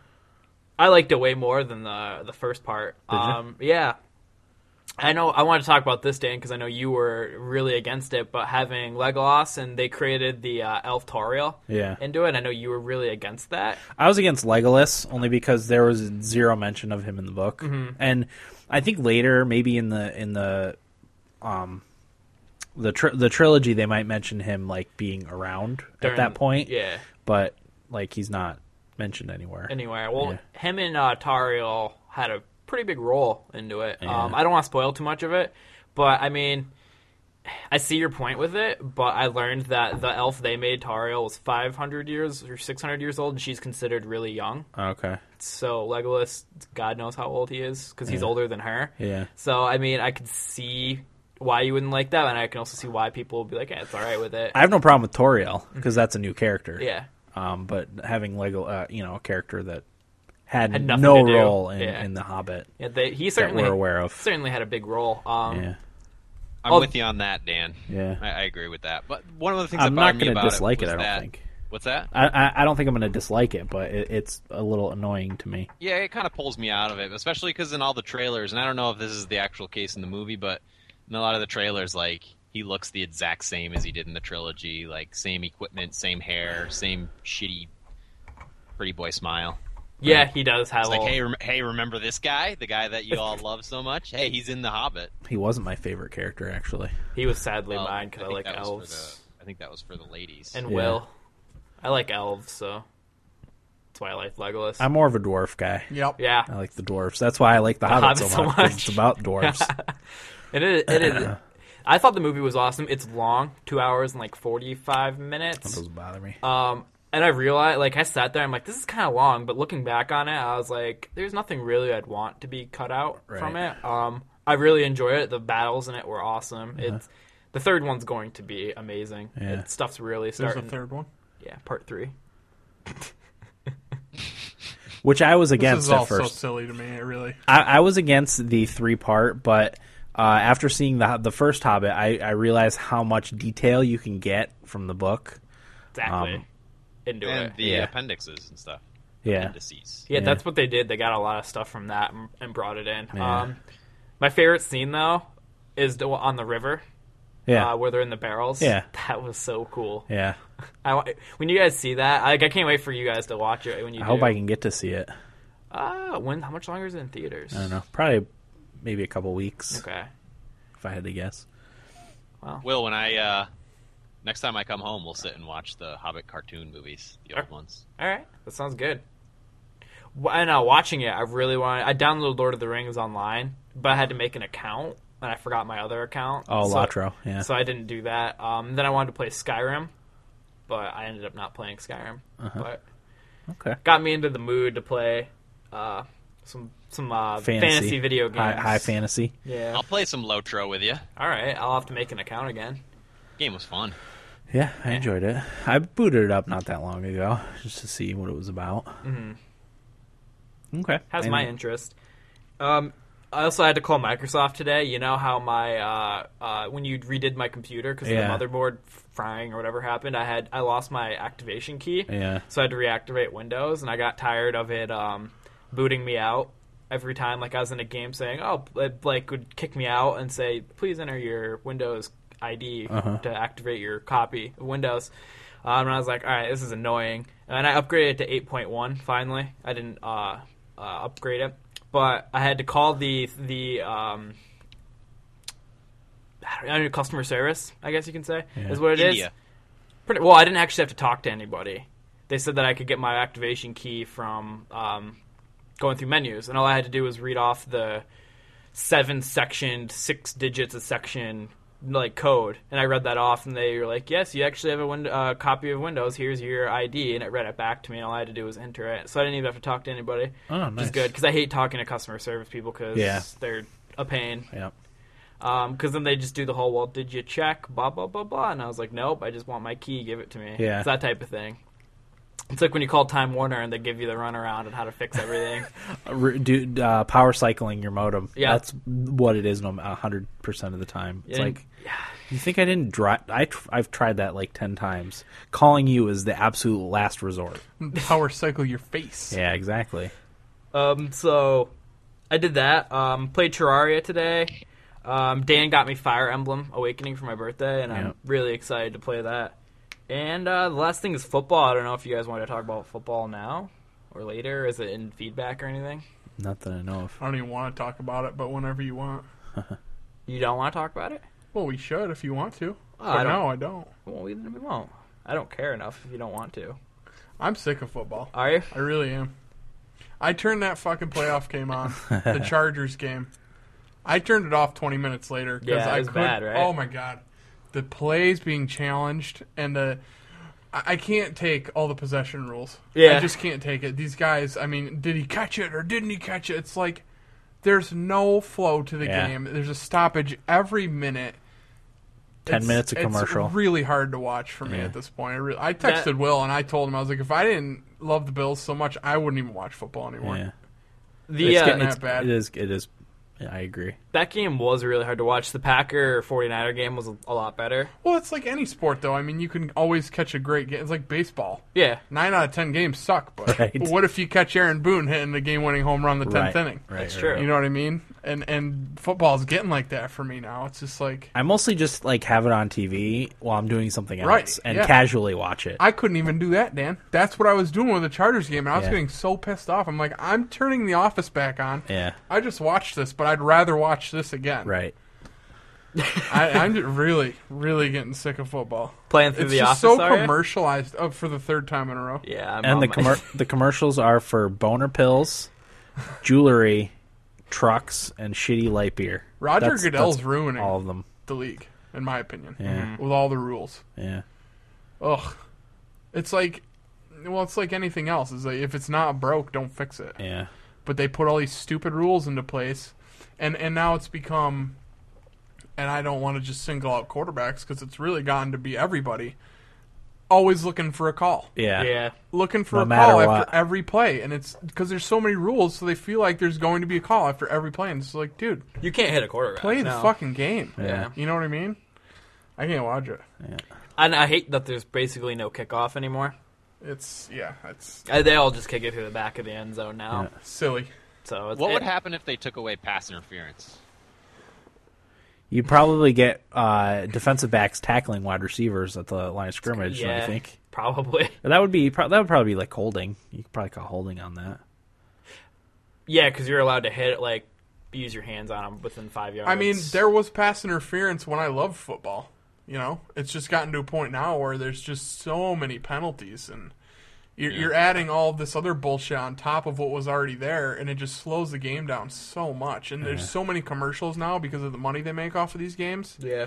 Speaker 3: I liked it way more than the the first part.
Speaker 1: Did you?
Speaker 3: Um, yeah. I know I wanted to talk about this, Dan, because I know you were really against it. But having Legolas and they created the uh, Elf Toriel
Speaker 1: Yeah.
Speaker 3: into it, I know you were really against that.
Speaker 1: I was against Legolas only because there was zero mention of him in the book, and I think later, maybe in the in the um the tr- the trilogy, they might mention him like being around
Speaker 3: during-
Speaker 1: at that point.
Speaker 3: yeah.
Speaker 1: but like he's not mentioned anywhere.
Speaker 3: anywhere. Well, him and uh, Tariel had a pretty big role into it. Um,
Speaker 1: Yeah.
Speaker 3: I don't want to spoil too much of it, but I mean, I see your point with it. But I learned that the elf they made Tariel was 500 years or 600 years old, and she's considered really young.
Speaker 1: Ah, Okay.
Speaker 3: So Legolas, God knows how old he is because he's
Speaker 1: Yeah.
Speaker 3: older than her.
Speaker 1: Yeah.
Speaker 3: So I mean, I could see why you wouldn't like that, and I can also see why people would be like, "Yeah, it's all right with it."
Speaker 1: I have no problem with Toriel because that's a new character.
Speaker 3: yeah.
Speaker 1: Um, but having Lego, uh, you know, a character that had,
Speaker 3: Had nothing
Speaker 1: no
Speaker 3: to do.
Speaker 1: role in,
Speaker 3: Yeah.
Speaker 1: in the Hobbit.
Speaker 3: Yeah, they, he certainly
Speaker 1: we're aware of.
Speaker 3: certainly had a big role. Um,
Speaker 1: Yeah.
Speaker 4: I'm
Speaker 3: Oh.
Speaker 4: with you on that, Dan.
Speaker 1: Yeah.
Speaker 4: I, I agree with that. But one of the things
Speaker 1: I'm
Speaker 4: that
Speaker 1: not
Speaker 4: bothered me
Speaker 1: going to
Speaker 4: about
Speaker 1: dislike it.
Speaker 4: was
Speaker 1: I don't
Speaker 4: that-
Speaker 1: think.
Speaker 4: What's that?
Speaker 1: I, I, I don't think I'm going to dislike it, but it, it's a little annoying to me.
Speaker 4: Yeah, it kind of pulls me out of it, especially because in all the trailers, and I don't know if this is the actual case in the movie, but in a lot of the trailers, like he looks the exact same as he did in the trilogy, like same equipment, same hair, same shitty pretty boy smile.
Speaker 3: yeah, he does have
Speaker 4: It's
Speaker 3: a
Speaker 4: like, hey, rem- hey, remember this guy, the guy that you all love so much? Hey, he's in The Hobbit.
Speaker 1: He wasn't my favorite character, actually.
Speaker 3: He was sadly
Speaker 4: Well,
Speaker 3: mine because I,
Speaker 4: Oh, think
Speaker 3: like
Speaker 4: that was
Speaker 3: elves
Speaker 4: For the, I think that was for the ladies.
Speaker 3: and
Speaker 1: Yeah.
Speaker 3: Will. I like elves, so that's why I like Legolas.
Speaker 1: I'm Oh. more of a dwarf guy.
Speaker 2: Yep.
Speaker 3: yeah,
Speaker 1: I like the dwarves. That's why I like the, Hobbit,
Speaker 3: Hobbit so
Speaker 1: so much. 'cause
Speaker 3: much.
Speaker 1: It's about dwarves.
Speaker 3: it is. It is. I thought the movie was awesome. It's long, two hours and like forty-five
Speaker 1: That
Speaker 3: minutes.
Speaker 1: doesn't bother me.
Speaker 3: Um, and I realized, like, I sat there. I'm like, this is kind of long. But looking back on it, I was like, there's nothing really I'd want to be cut out from
Speaker 1: Right.
Speaker 3: it. Um, I really enjoyed it. The battles in it were awesome. It's the third one's going to be amazing.
Speaker 1: Uh-huh. Yeah.
Speaker 3: It, stuff's really
Speaker 2: There's a
Speaker 3: starting.
Speaker 2: third one.
Speaker 3: Yeah, part three.
Speaker 1: Which I was
Speaker 2: This
Speaker 1: against
Speaker 2: is
Speaker 1: at
Speaker 2: all so
Speaker 1: first.
Speaker 2: silly to me. It really.
Speaker 1: I, I was against the three part, but uh, after seeing the the first Hobbit, I, I realized how much detail you can get from the book.
Speaker 3: Exactly.
Speaker 1: Um,
Speaker 3: Into
Speaker 4: And
Speaker 3: it.
Speaker 4: the
Speaker 1: Yeah.
Speaker 4: appendixes and stuff.
Speaker 1: Yeah,
Speaker 4: Appendices.
Speaker 3: Yeah,
Speaker 1: Yeah.
Speaker 3: that's what they did. They got a lot of stuff from that and, and brought it in.
Speaker 1: Yeah.
Speaker 3: Um, my favorite scene though is the, on the river
Speaker 1: yeah,
Speaker 3: uh, where they're in the barrels.
Speaker 1: Yeah.
Speaker 3: that was so cool.
Speaker 1: yeah.
Speaker 3: I wa- when you guys see that, like, I can't wait for you guys to watch it. When you
Speaker 1: I
Speaker 3: do.
Speaker 1: hope I can get to see it.
Speaker 3: Uh, when? How much longer is it in theaters?
Speaker 1: I don't know, probably maybe a couple weeks
Speaker 3: Okay.
Speaker 1: if I had to guess.
Speaker 4: Will, when I uh, Next time I come home, we'll sit and watch the Hobbit cartoon movies, the old ones.
Speaker 3: All right, that sounds good. Wh- And uh, watching it, I really wanted. I downloaded Lord of the Rings online, but I had to make an account, and I forgot my other account.
Speaker 1: Oh,
Speaker 3: so,
Speaker 1: Latro. Yeah.
Speaker 3: So I didn't do that. Um, then I wanted to play Skyrim, but I ended up not playing Skyrim. But
Speaker 1: Uh-huh. okay.
Speaker 3: got me into the mood to play uh, some some uh, fantasy.
Speaker 1: Fantasy.
Speaker 3: video games.
Speaker 1: High, high fantasy.
Speaker 3: Yeah.
Speaker 4: I'll play some Lotro with you.
Speaker 3: All right, I'll have to make an account again.
Speaker 4: Game was fun.
Speaker 1: Yeah, I enjoyed it. I booted it up not that long ago just to see what it was about. Mm-hmm. Okay.
Speaker 3: Has
Speaker 1: And-
Speaker 3: my interest. Um, I also had to call Microsoft today. You know how my uh, uh, when you redid my computer because
Speaker 1: Yeah.
Speaker 3: the motherboard frying or whatever happened, I had I lost my activation key.
Speaker 1: Yeah.
Speaker 3: So I had to reactivate Windows, and I got tired of it um, booting me out every time. Like I was in a game saying, "Oh," it, like would kick me out and say, "Please enter your Windows ID to activate your copy of Windows." Um, and I was like, "All right, this is annoying." And I upgraded it to 8.1 finally. I didn't uh, uh, upgrade it, but I had to call the the um, I don't know, customer service. I guess you can say is what it is.
Speaker 4: India.
Speaker 3: Pretty, well, I didn't actually have to talk to anybody. They said that I could get my activation key from um, going through menus, and all I had to do was read off the seven sectioned, six digits a section like code, and I read that off, and they were like, "Yes, you actually have a win- uh, copy of Windows. Here's your ID," and it read it back to me, and all I had to do was enter it, so I didn't even have to talk to anybody,
Speaker 1: Oh,
Speaker 3: which is
Speaker 1: nice.
Speaker 3: good because I hate talking to customer service people because
Speaker 1: Yeah.
Speaker 3: they're a pain
Speaker 1: Yeah.
Speaker 3: because then they just do the whole well did you check blah blah blah blah and i was like nope i just want my key give it to me
Speaker 1: Yeah.
Speaker 3: it's that type of thing it's like when you call time warner and they give you the runaround on how to fix everything
Speaker 1: Re- do, uh, power cycling your modem.
Speaker 3: Yeah.
Speaker 1: that's what it is. No, hundred percent of the time. It's
Speaker 3: Yeah.
Speaker 1: like you think I didn't dri I tr- I've tried that like ten times. Calling you is the absolute last resort.
Speaker 2: Power cycle your face.
Speaker 1: Yeah, exactly.
Speaker 3: um, so i did that um, played terraria today um, dan got me fire emblem awakening for my birthday and
Speaker 1: Yeah.
Speaker 3: i'm really excited to play that and uh, the last thing is football i don't know if you guys want to talk about football now or later is it in feedback or anything
Speaker 1: Not that I know of.
Speaker 2: I don't even want to talk about it, but whenever you want.
Speaker 3: you don't want to talk about it
Speaker 2: Well, we should if you want to.
Speaker 3: I
Speaker 2: But
Speaker 3: don't-
Speaker 2: no, I don't.
Speaker 3: well we, we won't i don't care enough if you don't want to
Speaker 2: I'm sick of football.
Speaker 3: Are you?
Speaker 2: I really am. I turned that fucking playoff game on, the Chargers game. I turned it off 20 minutes later because
Speaker 3: Yeah, it
Speaker 2: I
Speaker 3: was
Speaker 2: could.
Speaker 3: bad, right?
Speaker 2: Oh my god, the plays being challenged and the. I I can't take all the possession rules.
Speaker 3: Yeah.
Speaker 2: I just can't take it. These guys, I mean, did he catch it or didn't he catch it? It's like there's no flow to the
Speaker 1: Yeah.
Speaker 2: game. There's a stoppage every minute.
Speaker 1: Ten
Speaker 2: It's-
Speaker 1: minutes of commercial.
Speaker 2: It's really hard to watch for me
Speaker 1: Yeah.
Speaker 2: at this point. I, re- I texted
Speaker 3: That-
Speaker 2: Will and I told him I was like, if I didn't love the Bills so much, I wouldn't even watch football anymore.
Speaker 1: yeah,
Speaker 3: The
Speaker 1: it's
Speaker 3: uh,
Speaker 1: getting
Speaker 2: that
Speaker 1: it's-
Speaker 2: bad.
Speaker 1: It is. It is. yeah, I agree.
Speaker 3: that game was really hard to watch. The Packer 49er game was a, a lot better.
Speaker 2: Well, it's like any sport though. I mean, you can always catch a great game. It's like baseball.
Speaker 3: Yeah.
Speaker 2: Nine out of ten games suck, but
Speaker 1: Right.
Speaker 2: what if you catch Aaron Boone hitting the game-winning home run the tenth
Speaker 1: Right.
Speaker 2: inning?
Speaker 1: Right,
Speaker 3: That's
Speaker 1: right,
Speaker 3: true.
Speaker 1: right.
Speaker 2: You know what I mean? And and football's getting like that for me now. It's just like
Speaker 1: I mostly just like have it on TV while I'm doing something else
Speaker 2: Right,
Speaker 1: and
Speaker 2: yeah.
Speaker 1: casually watch it.
Speaker 2: I couldn't even do that, Dan. That's what I was doing with the Chargers game, and I was
Speaker 1: Yeah.
Speaker 2: getting so pissed off. I'm like, I'm turning the office back on.
Speaker 1: yeah.
Speaker 2: I just watched this, but I'd rather watch this again.
Speaker 1: Right.
Speaker 2: I, I'm just really, really getting sick of football.
Speaker 3: Playing through
Speaker 2: It's
Speaker 3: the
Speaker 2: just
Speaker 3: office.
Speaker 2: so
Speaker 3: are ya?
Speaker 2: commercialized uh, for the third time in a row.
Speaker 3: Yeah. I'm on
Speaker 1: and the
Speaker 3: my-
Speaker 1: commer- the commercials are for boner pills, jewelry, trucks, and shitty light beer.
Speaker 2: Roger
Speaker 1: That's-
Speaker 2: Goodell's
Speaker 1: that's
Speaker 2: ruining
Speaker 1: all of them.
Speaker 2: the league, in my opinion,
Speaker 1: Yeah.
Speaker 3: Mm-hmm.
Speaker 2: with all the rules.
Speaker 1: Yeah,
Speaker 2: Ugh, it's like, well, it's like anything else. Is like if it's not broke, don't fix it.
Speaker 1: yeah,
Speaker 2: But they put all these stupid rules into place, and and now it's become. And I don't want to just single out quarterbacks because it's really gotten to be everybody always looking for a call.
Speaker 1: yeah,
Speaker 3: yeah.
Speaker 2: looking for
Speaker 1: No
Speaker 2: a
Speaker 1: matter
Speaker 2: call
Speaker 1: what.
Speaker 2: after every play, and it's because there's so many rules, so they feel like there's going to be a call after every play, and it's like, dude,
Speaker 3: You can't hit a quarterback.
Speaker 2: play
Speaker 3: no.
Speaker 2: the fucking game.
Speaker 3: Yeah.
Speaker 2: you know what I mean? I can't watch it.
Speaker 3: And I hate that there's basically no kickoff anymore.
Speaker 2: It's yeah, it's
Speaker 3: Uh, They all just kick it through the back of the end zone now.
Speaker 2: silly.
Speaker 3: So it's,
Speaker 4: What
Speaker 3: it-
Speaker 4: would happen if they took away pass interference?
Speaker 1: You probably get uh, defensive backs tackling wide receivers at the line of scrimmage. don't you
Speaker 3: Yeah.
Speaker 1: think
Speaker 3: Probably.
Speaker 1: that would be pro- that would probably be like holding. You could probably call holding on that.
Speaker 3: Yeah, because you're allowed to hit it like use your hands on them within five yards.
Speaker 2: I mean, there was pass interference when I loved football. You know, it's just gotten to a point now where there's just so many penalties, and you're, you're adding all this other bullshit on top of what was already there, and it just slows the game down so much. And there's so many commercials now because of the money they make off of these games,
Speaker 3: Yeah.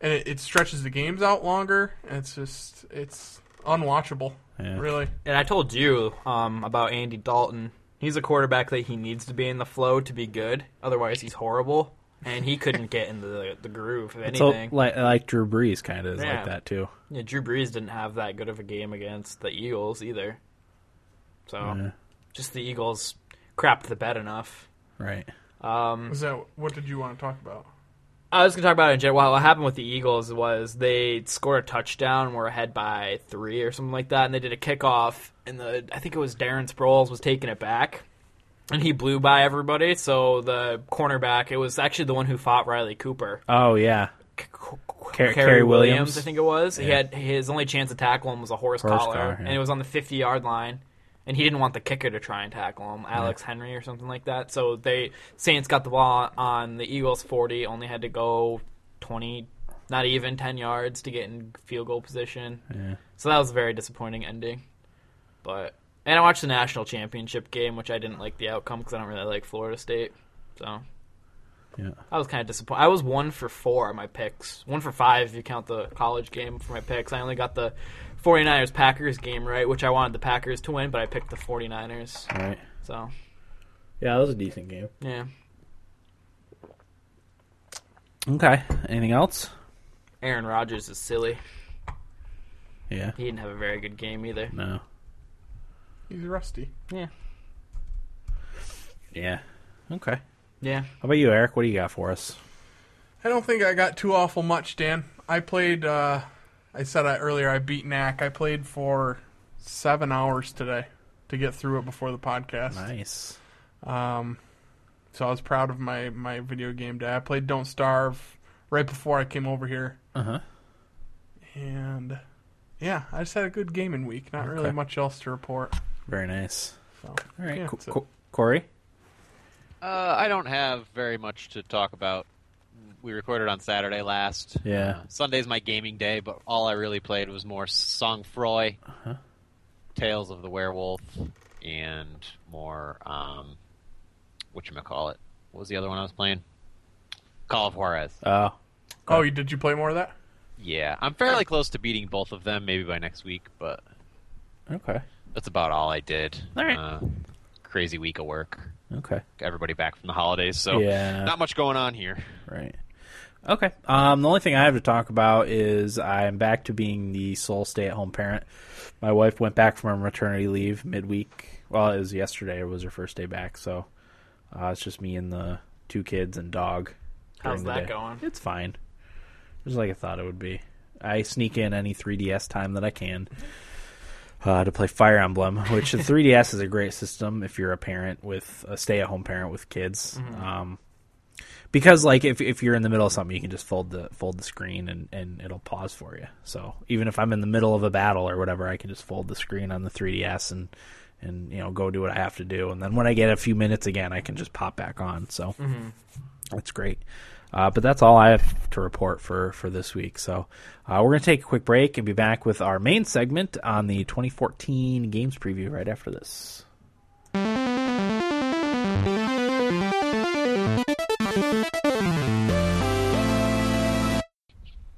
Speaker 2: and it, it stretches the games out longer. And it's just it's unwatchable,
Speaker 5: Yeah.
Speaker 2: really.
Speaker 3: And I told you um, about Andy Dalton. He's a quarterback that he needs to be in the flow to be good. Otherwise, he's horrible, and he couldn't get in the the groove of
Speaker 1: So
Speaker 3: anything.
Speaker 1: like like Drew Brees kind of is
Speaker 3: Yeah.
Speaker 1: like that too.
Speaker 3: Yeah, Drew Brees didn't have that good of a game against the Eagles either. So,
Speaker 1: Yeah.
Speaker 3: just the Eagles crapped the bed enough.
Speaker 1: Right.
Speaker 3: Um,
Speaker 2: Is that what did you want to talk about?
Speaker 3: I was going to talk about it in general. What happened with the Eagles was they scored a touchdown, were ahead by three or something like that, and they did a kickoff, and the I think it was Darren Sproles was taking it back, and he blew by everybody. So the cornerback, it was actually the one who fought Riley Cooper,
Speaker 1: Oh yeah.
Speaker 3: C- C-
Speaker 1: Car-
Speaker 3: Kerry
Speaker 1: Kerry Williams.
Speaker 3: I think it was. He had his only chance to tackle him was a horse,
Speaker 1: Horse
Speaker 3: collar,
Speaker 1: collar, yeah.
Speaker 3: and it was on the fifty yard line. And he didn't want the kicker to try and tackle him, Alex Henry or something like that. So they Saints got the ball on the Eagles forty, only had to go twenty, not even ten yards to get in field goal position.
Speaker 1: Yeah.
Speaker 3: So that was a very disappointing ending. But and I watched the national championship game, which I didn't like the outcome because I don't really like Florida State. So
Speaker 1: Yeah.
Speaker 3: I was kind of disappointed. I was one for four on my picks, one for five if you count the college game for my picks. I only got the 49ers Packers game right, which I wanted the Packers to win, but I picked the 49ers.
Speaker 1: All right.
Speaker 3: So
Speaker 1: Yeah, that was a decent game.
Speaker 3: yeah,
Speaker 1: Okay. Anything else?
Speaker 3: Aaron Rodgers is silly.
Speaker 1: Yeah.
Speaker 3: He didn't have a very good game either.
Speaker 1: No.
Speaker 2: He's rusty.
Speaker 3: Yeah,
Speaker 1: Yeah. Okay.
Speaker 3: yeah.
Speaker 1: How about you, Eric? What do you got for us?
Speaker 2: I don't think I got too awful much, Dan. I played. Uh, I said I, earlier I beat Knack. I played for seven hours today to get through it before the podcast.
Speaker 1: Nice.
Speaker 2: Um, so I was proud of my my video game day. I played Don't Starve right before I came over here,
Speaker 1: Uh huh.
Speaker 2: and yeah, I just had a good gaming week. Not really
Speaker 1: Okay.
Speaker 2: much else to report.
Speaker 1: Very nice.
Speaker 2: So
Speaker 1: All right.
Speaker 2: Yeah,
Speaker 1: Co-
Speaker 2: so-
Speaker 1: Co- Corey.
Speaker 4: Uh, I don't have very much to talk about. We recorded on Saturday last.
Speaker 1: Yeah.
Speaker 4: Uh, Sunday's my gaming day, but all I really played was more Songfroy,
Speaker 1: Uh-huh.
Speaker 4: Tales of the Werewolf, and more um, what you call it? What was the other one I was playing? Call of Juarez.
Speaker 1: Uh,
Speaker 2: oh, you, did you play more of that?
Speaker 4: Yeah, I'm fairly close to beating both of them, maybe by next week, but
Speaker 1: okay.
Speaker 4: that's about all I did.
Speaker 1: All right.
Speaker 4: Uh, crazy week of work.
Speaker 1: Okay.
Speaker 4: Everybody back from the holidays, so
Speaker 1: Yeah.
Speaker 4: not much going on here.
Speaker 1: Right. Okay. Um, the only thing I have to talk about is I'm back to being the sole stay-at-home parent. My wife went back from her maternity leave midweek. Well, it was yesterday. It was her first day back, so uh, it's just me and the two kids and dog. during
Speaker 3: How's
Speaker 1: the
Speaker 3: that
Speaker 1: day.
Speaker 3: going?
Speaker 1: It's fine. Just like I thought it would be. I sneak in any 3DS time that I can uh, to play Fire Emblem, which the 3DS is a great system if you're a parent with a stay-at-home parent with kids.
Speaker 3: Mm-hmm.
Speaker 1: Um, because like if if you're in the middle of something, you can just fold the fold the screen and and it'll pause for you. So even if I'm in the middle of a battle or whatever, I can just fold the screen on the 3DS and and you know go do what I have to do. And then when I get a few minutes again, I can just pop back on. So that's great. Uh, but that's all I have to report for, for this week. So uh, we're going to take a quick break and be back with our main segment on the 2014 games preview right after this.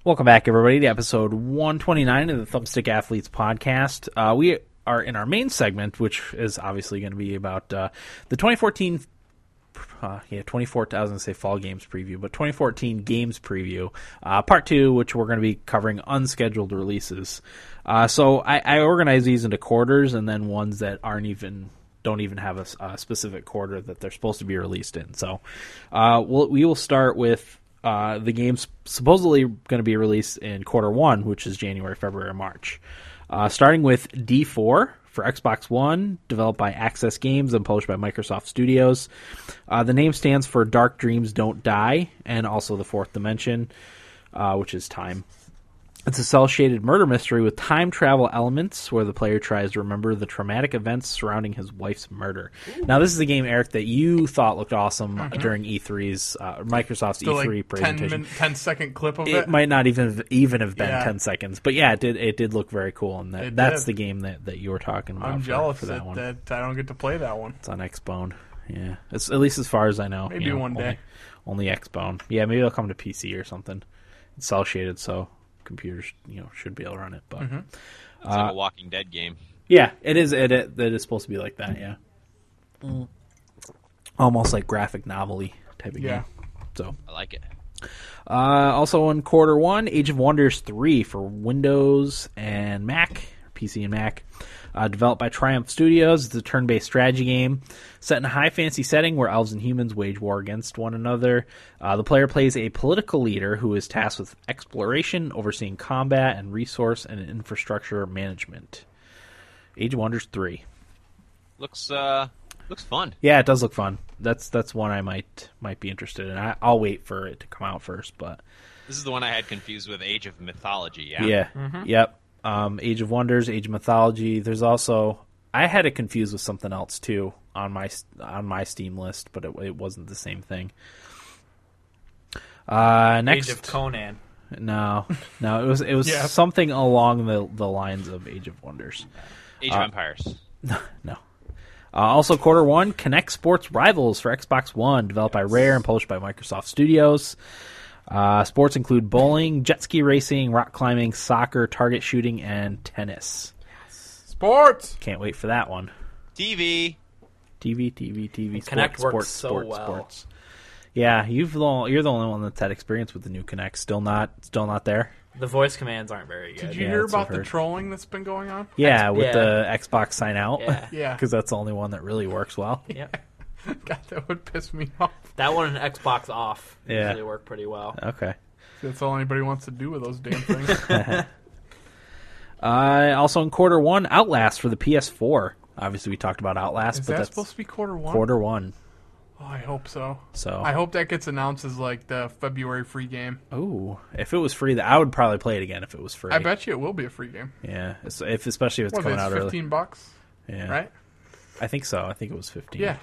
Speaker 1: Welcome back, everybody, to episode 129 of the Thumbstick Athletes podcast. Uh, we are in our main segment, which is obviously going to be about uh, the 2014 uh, yeah, 2014. I was going to say fall games preview, but 2014 games preview, uh, part two, which we're going to be covering unscheduled releases. Uh, so I, I organize these into quarters and then ones that aren't even don't even have a, s- a specific quarter that they're supposed to be released in. So uh, we'll, we will start with uh, the games supposedly going to be released in quarter one, which is January, February, and March. Uh, starting with D4 for Xbox One, developed by Access Games and published by Microsoft Studios. Uh, the name stands for Dark Dreams Don't Die, and also the fourth dimension, uh, which is time. It's a cell shaded murder mystery with time travel elements where the player tries to remember the traumatic events surrounding his wife's murder. Now, this is a game, Eric, that you thought looked awesome during E3's, uh, Microsoft's
Speaker 2: The
Speaker 1: E3
Speaker 2: Mm-hmm. like 10,
Speaker 1: presentation.
Speaker 2: min- 10 second clip of it.
Speaker 1: it might not even have, even have been
Speaker 2: Yeah.
Speaker 1: 10 seconds. But yeah, it did it did look very cool. And that,
Speaker 2: It
Speaker 1: that's
Speaker 2: did.
Speaker 1: the game that, that you were talking about
Speaker 2: I'm
Speaker 1: for,
Speaker 2: jealous
Speaker 1: for that
Speaker 2: that,
Speaker 1: one.
Speaker 2: that, I don't get to play that one.
Speaker 1: It's on Xbone. Yeah, it's at least as far as I know.
Speaker 2: Maybe
Speaker 1: you know,
Speaker 2: one day.
Speaker 1: Only, only Xbone. Yeah, maybe it'll come to PC or something. It's cell shaded, so computers you know should be able to run it. But
Speaker 2: Mm-hmm.
Speaker 4: It's
Speaker 1: Uh,
Speaker 4: like a Walking Dead game.
Speaker 1: yeah, it is. It, it it is supposed to be like that. Yeah,
Speaker 2: Mm.
Speaker 1: almost like graphic novelty type of
Speaker 2: Yeah.
Speaker 1: game. So
Speaker 4: I like it.
Speaker 1: uh, also in quarter one, Age of Wonders 3 for Windows and Mac, PC and Mac. Uh, developed by Triumph Studios, it's a turn based strategy game set in a high fantasy setting where elves and humans wage war against one another. Uh, the player plays a political leader who is tasked with exploration, overseeing combat, and resource and infrastructure management. Age of Wonders 3.
Speaker 4: Looks uh, looks fun.
Speaker 1: Yeah, it does look fun. That's that's one I might might be interested in. I, I'll wait for it to come out first, but
Speaker 4: This is the one I had confused with Age of Mythology. Yeah.
Speaker 1: Yeah.
Speaker 3: Mm-hmm.
Speaker 1: Yep. Um, Age of Wonders, Age of Mythology. There's also I had it confused with something else too on my on my Steam list, but it, it wasn't the same thing. Uh, next,
Speaker 3: Age of Conan.
Speaker 1: no, no, it was it was
Speaker 2: Yeah.
Speaker 1: something along the the lines of Age of Wonders.
Speaker 4: Age of Empires.
Speaker 1: No. Uh, also, quarter one, Connect Sports Rivals for Xbox One, developed by Rare and published by Microsoft Studios. Uh, sports include bowling, jet ski racing, rock climbing, soccer, target shooting, and tennis.
Speaker 2: Sports!
Speaker 1: Can't wait for that one.
Speaker 4: TV.
Speaker 1: TV, TV, TV. Sports,
Speaker 3: Kinect works
Speaker 1: sports,
Speaker 3: so
Speaker 1: sports,
Speaker 3: well.
Speaker 1: sports. Yeah, you've the, only- you're the only one that's had experience with the new Kinect. Still not, still not there.
Speaker 3: The voice commands aren't very good.
Speaker 2: Did you
Speaker 1: Yeah,
Speaker 2: hear
Speaker 1: that's what
Speaker 2: about
Speaker 1: I've
Speaker 2: the
Speaker 1: heard.
Speaker 2: trolling that's been going on?
Speaker 1: Yeah, with
Speaker 3: yeah.
Speaker 1: the Xbox sign out.
Speaker 3: Yeah.
Speaker 2: Yeah.
Speaker 1: because that's the only one that really works well.
Speaker 3: Yep.
Speaker 2: God, that would piss me off.
Speaker 3: That one and Xbox off
Speaker 1: Yeah.
Speaker 3: usually work pretty well.
Speaker 1: Okay.
Speaker 2: That's all anybody wants to do with those damn things.
Speaker 1: Uh, also in quarter one, Outlast for the PS4. Obviously, we talked about Outlast,
Speaker 2: Is
Speaker 1: but
Speaker 2: that
Speaker 1: that's
Speaker 2: supposed to be quarter one?
Speaker 1: quarter one.
Speaker 2: Oh, I hope so.
Speaker 1: So,
Speaker 2: I hope that gets announced as like the February free game.
Speaker 1: oh, if it was free, th- I would probably play it again if it was free.
Speaker 2: I bet you it will be a free game.
Speaker 1: Yeah, it's- if especially if it's
Speaker 2: What
Speaker 1: coming
Speaker 2: it's
Speaker 1: out early.
Speaker 2: fifteen bucks,
Speaker 1: Yeah,
Speaker 2: right?
Speaker 1: I think so. I think it was fifteen.
Speaker 2: Yeah,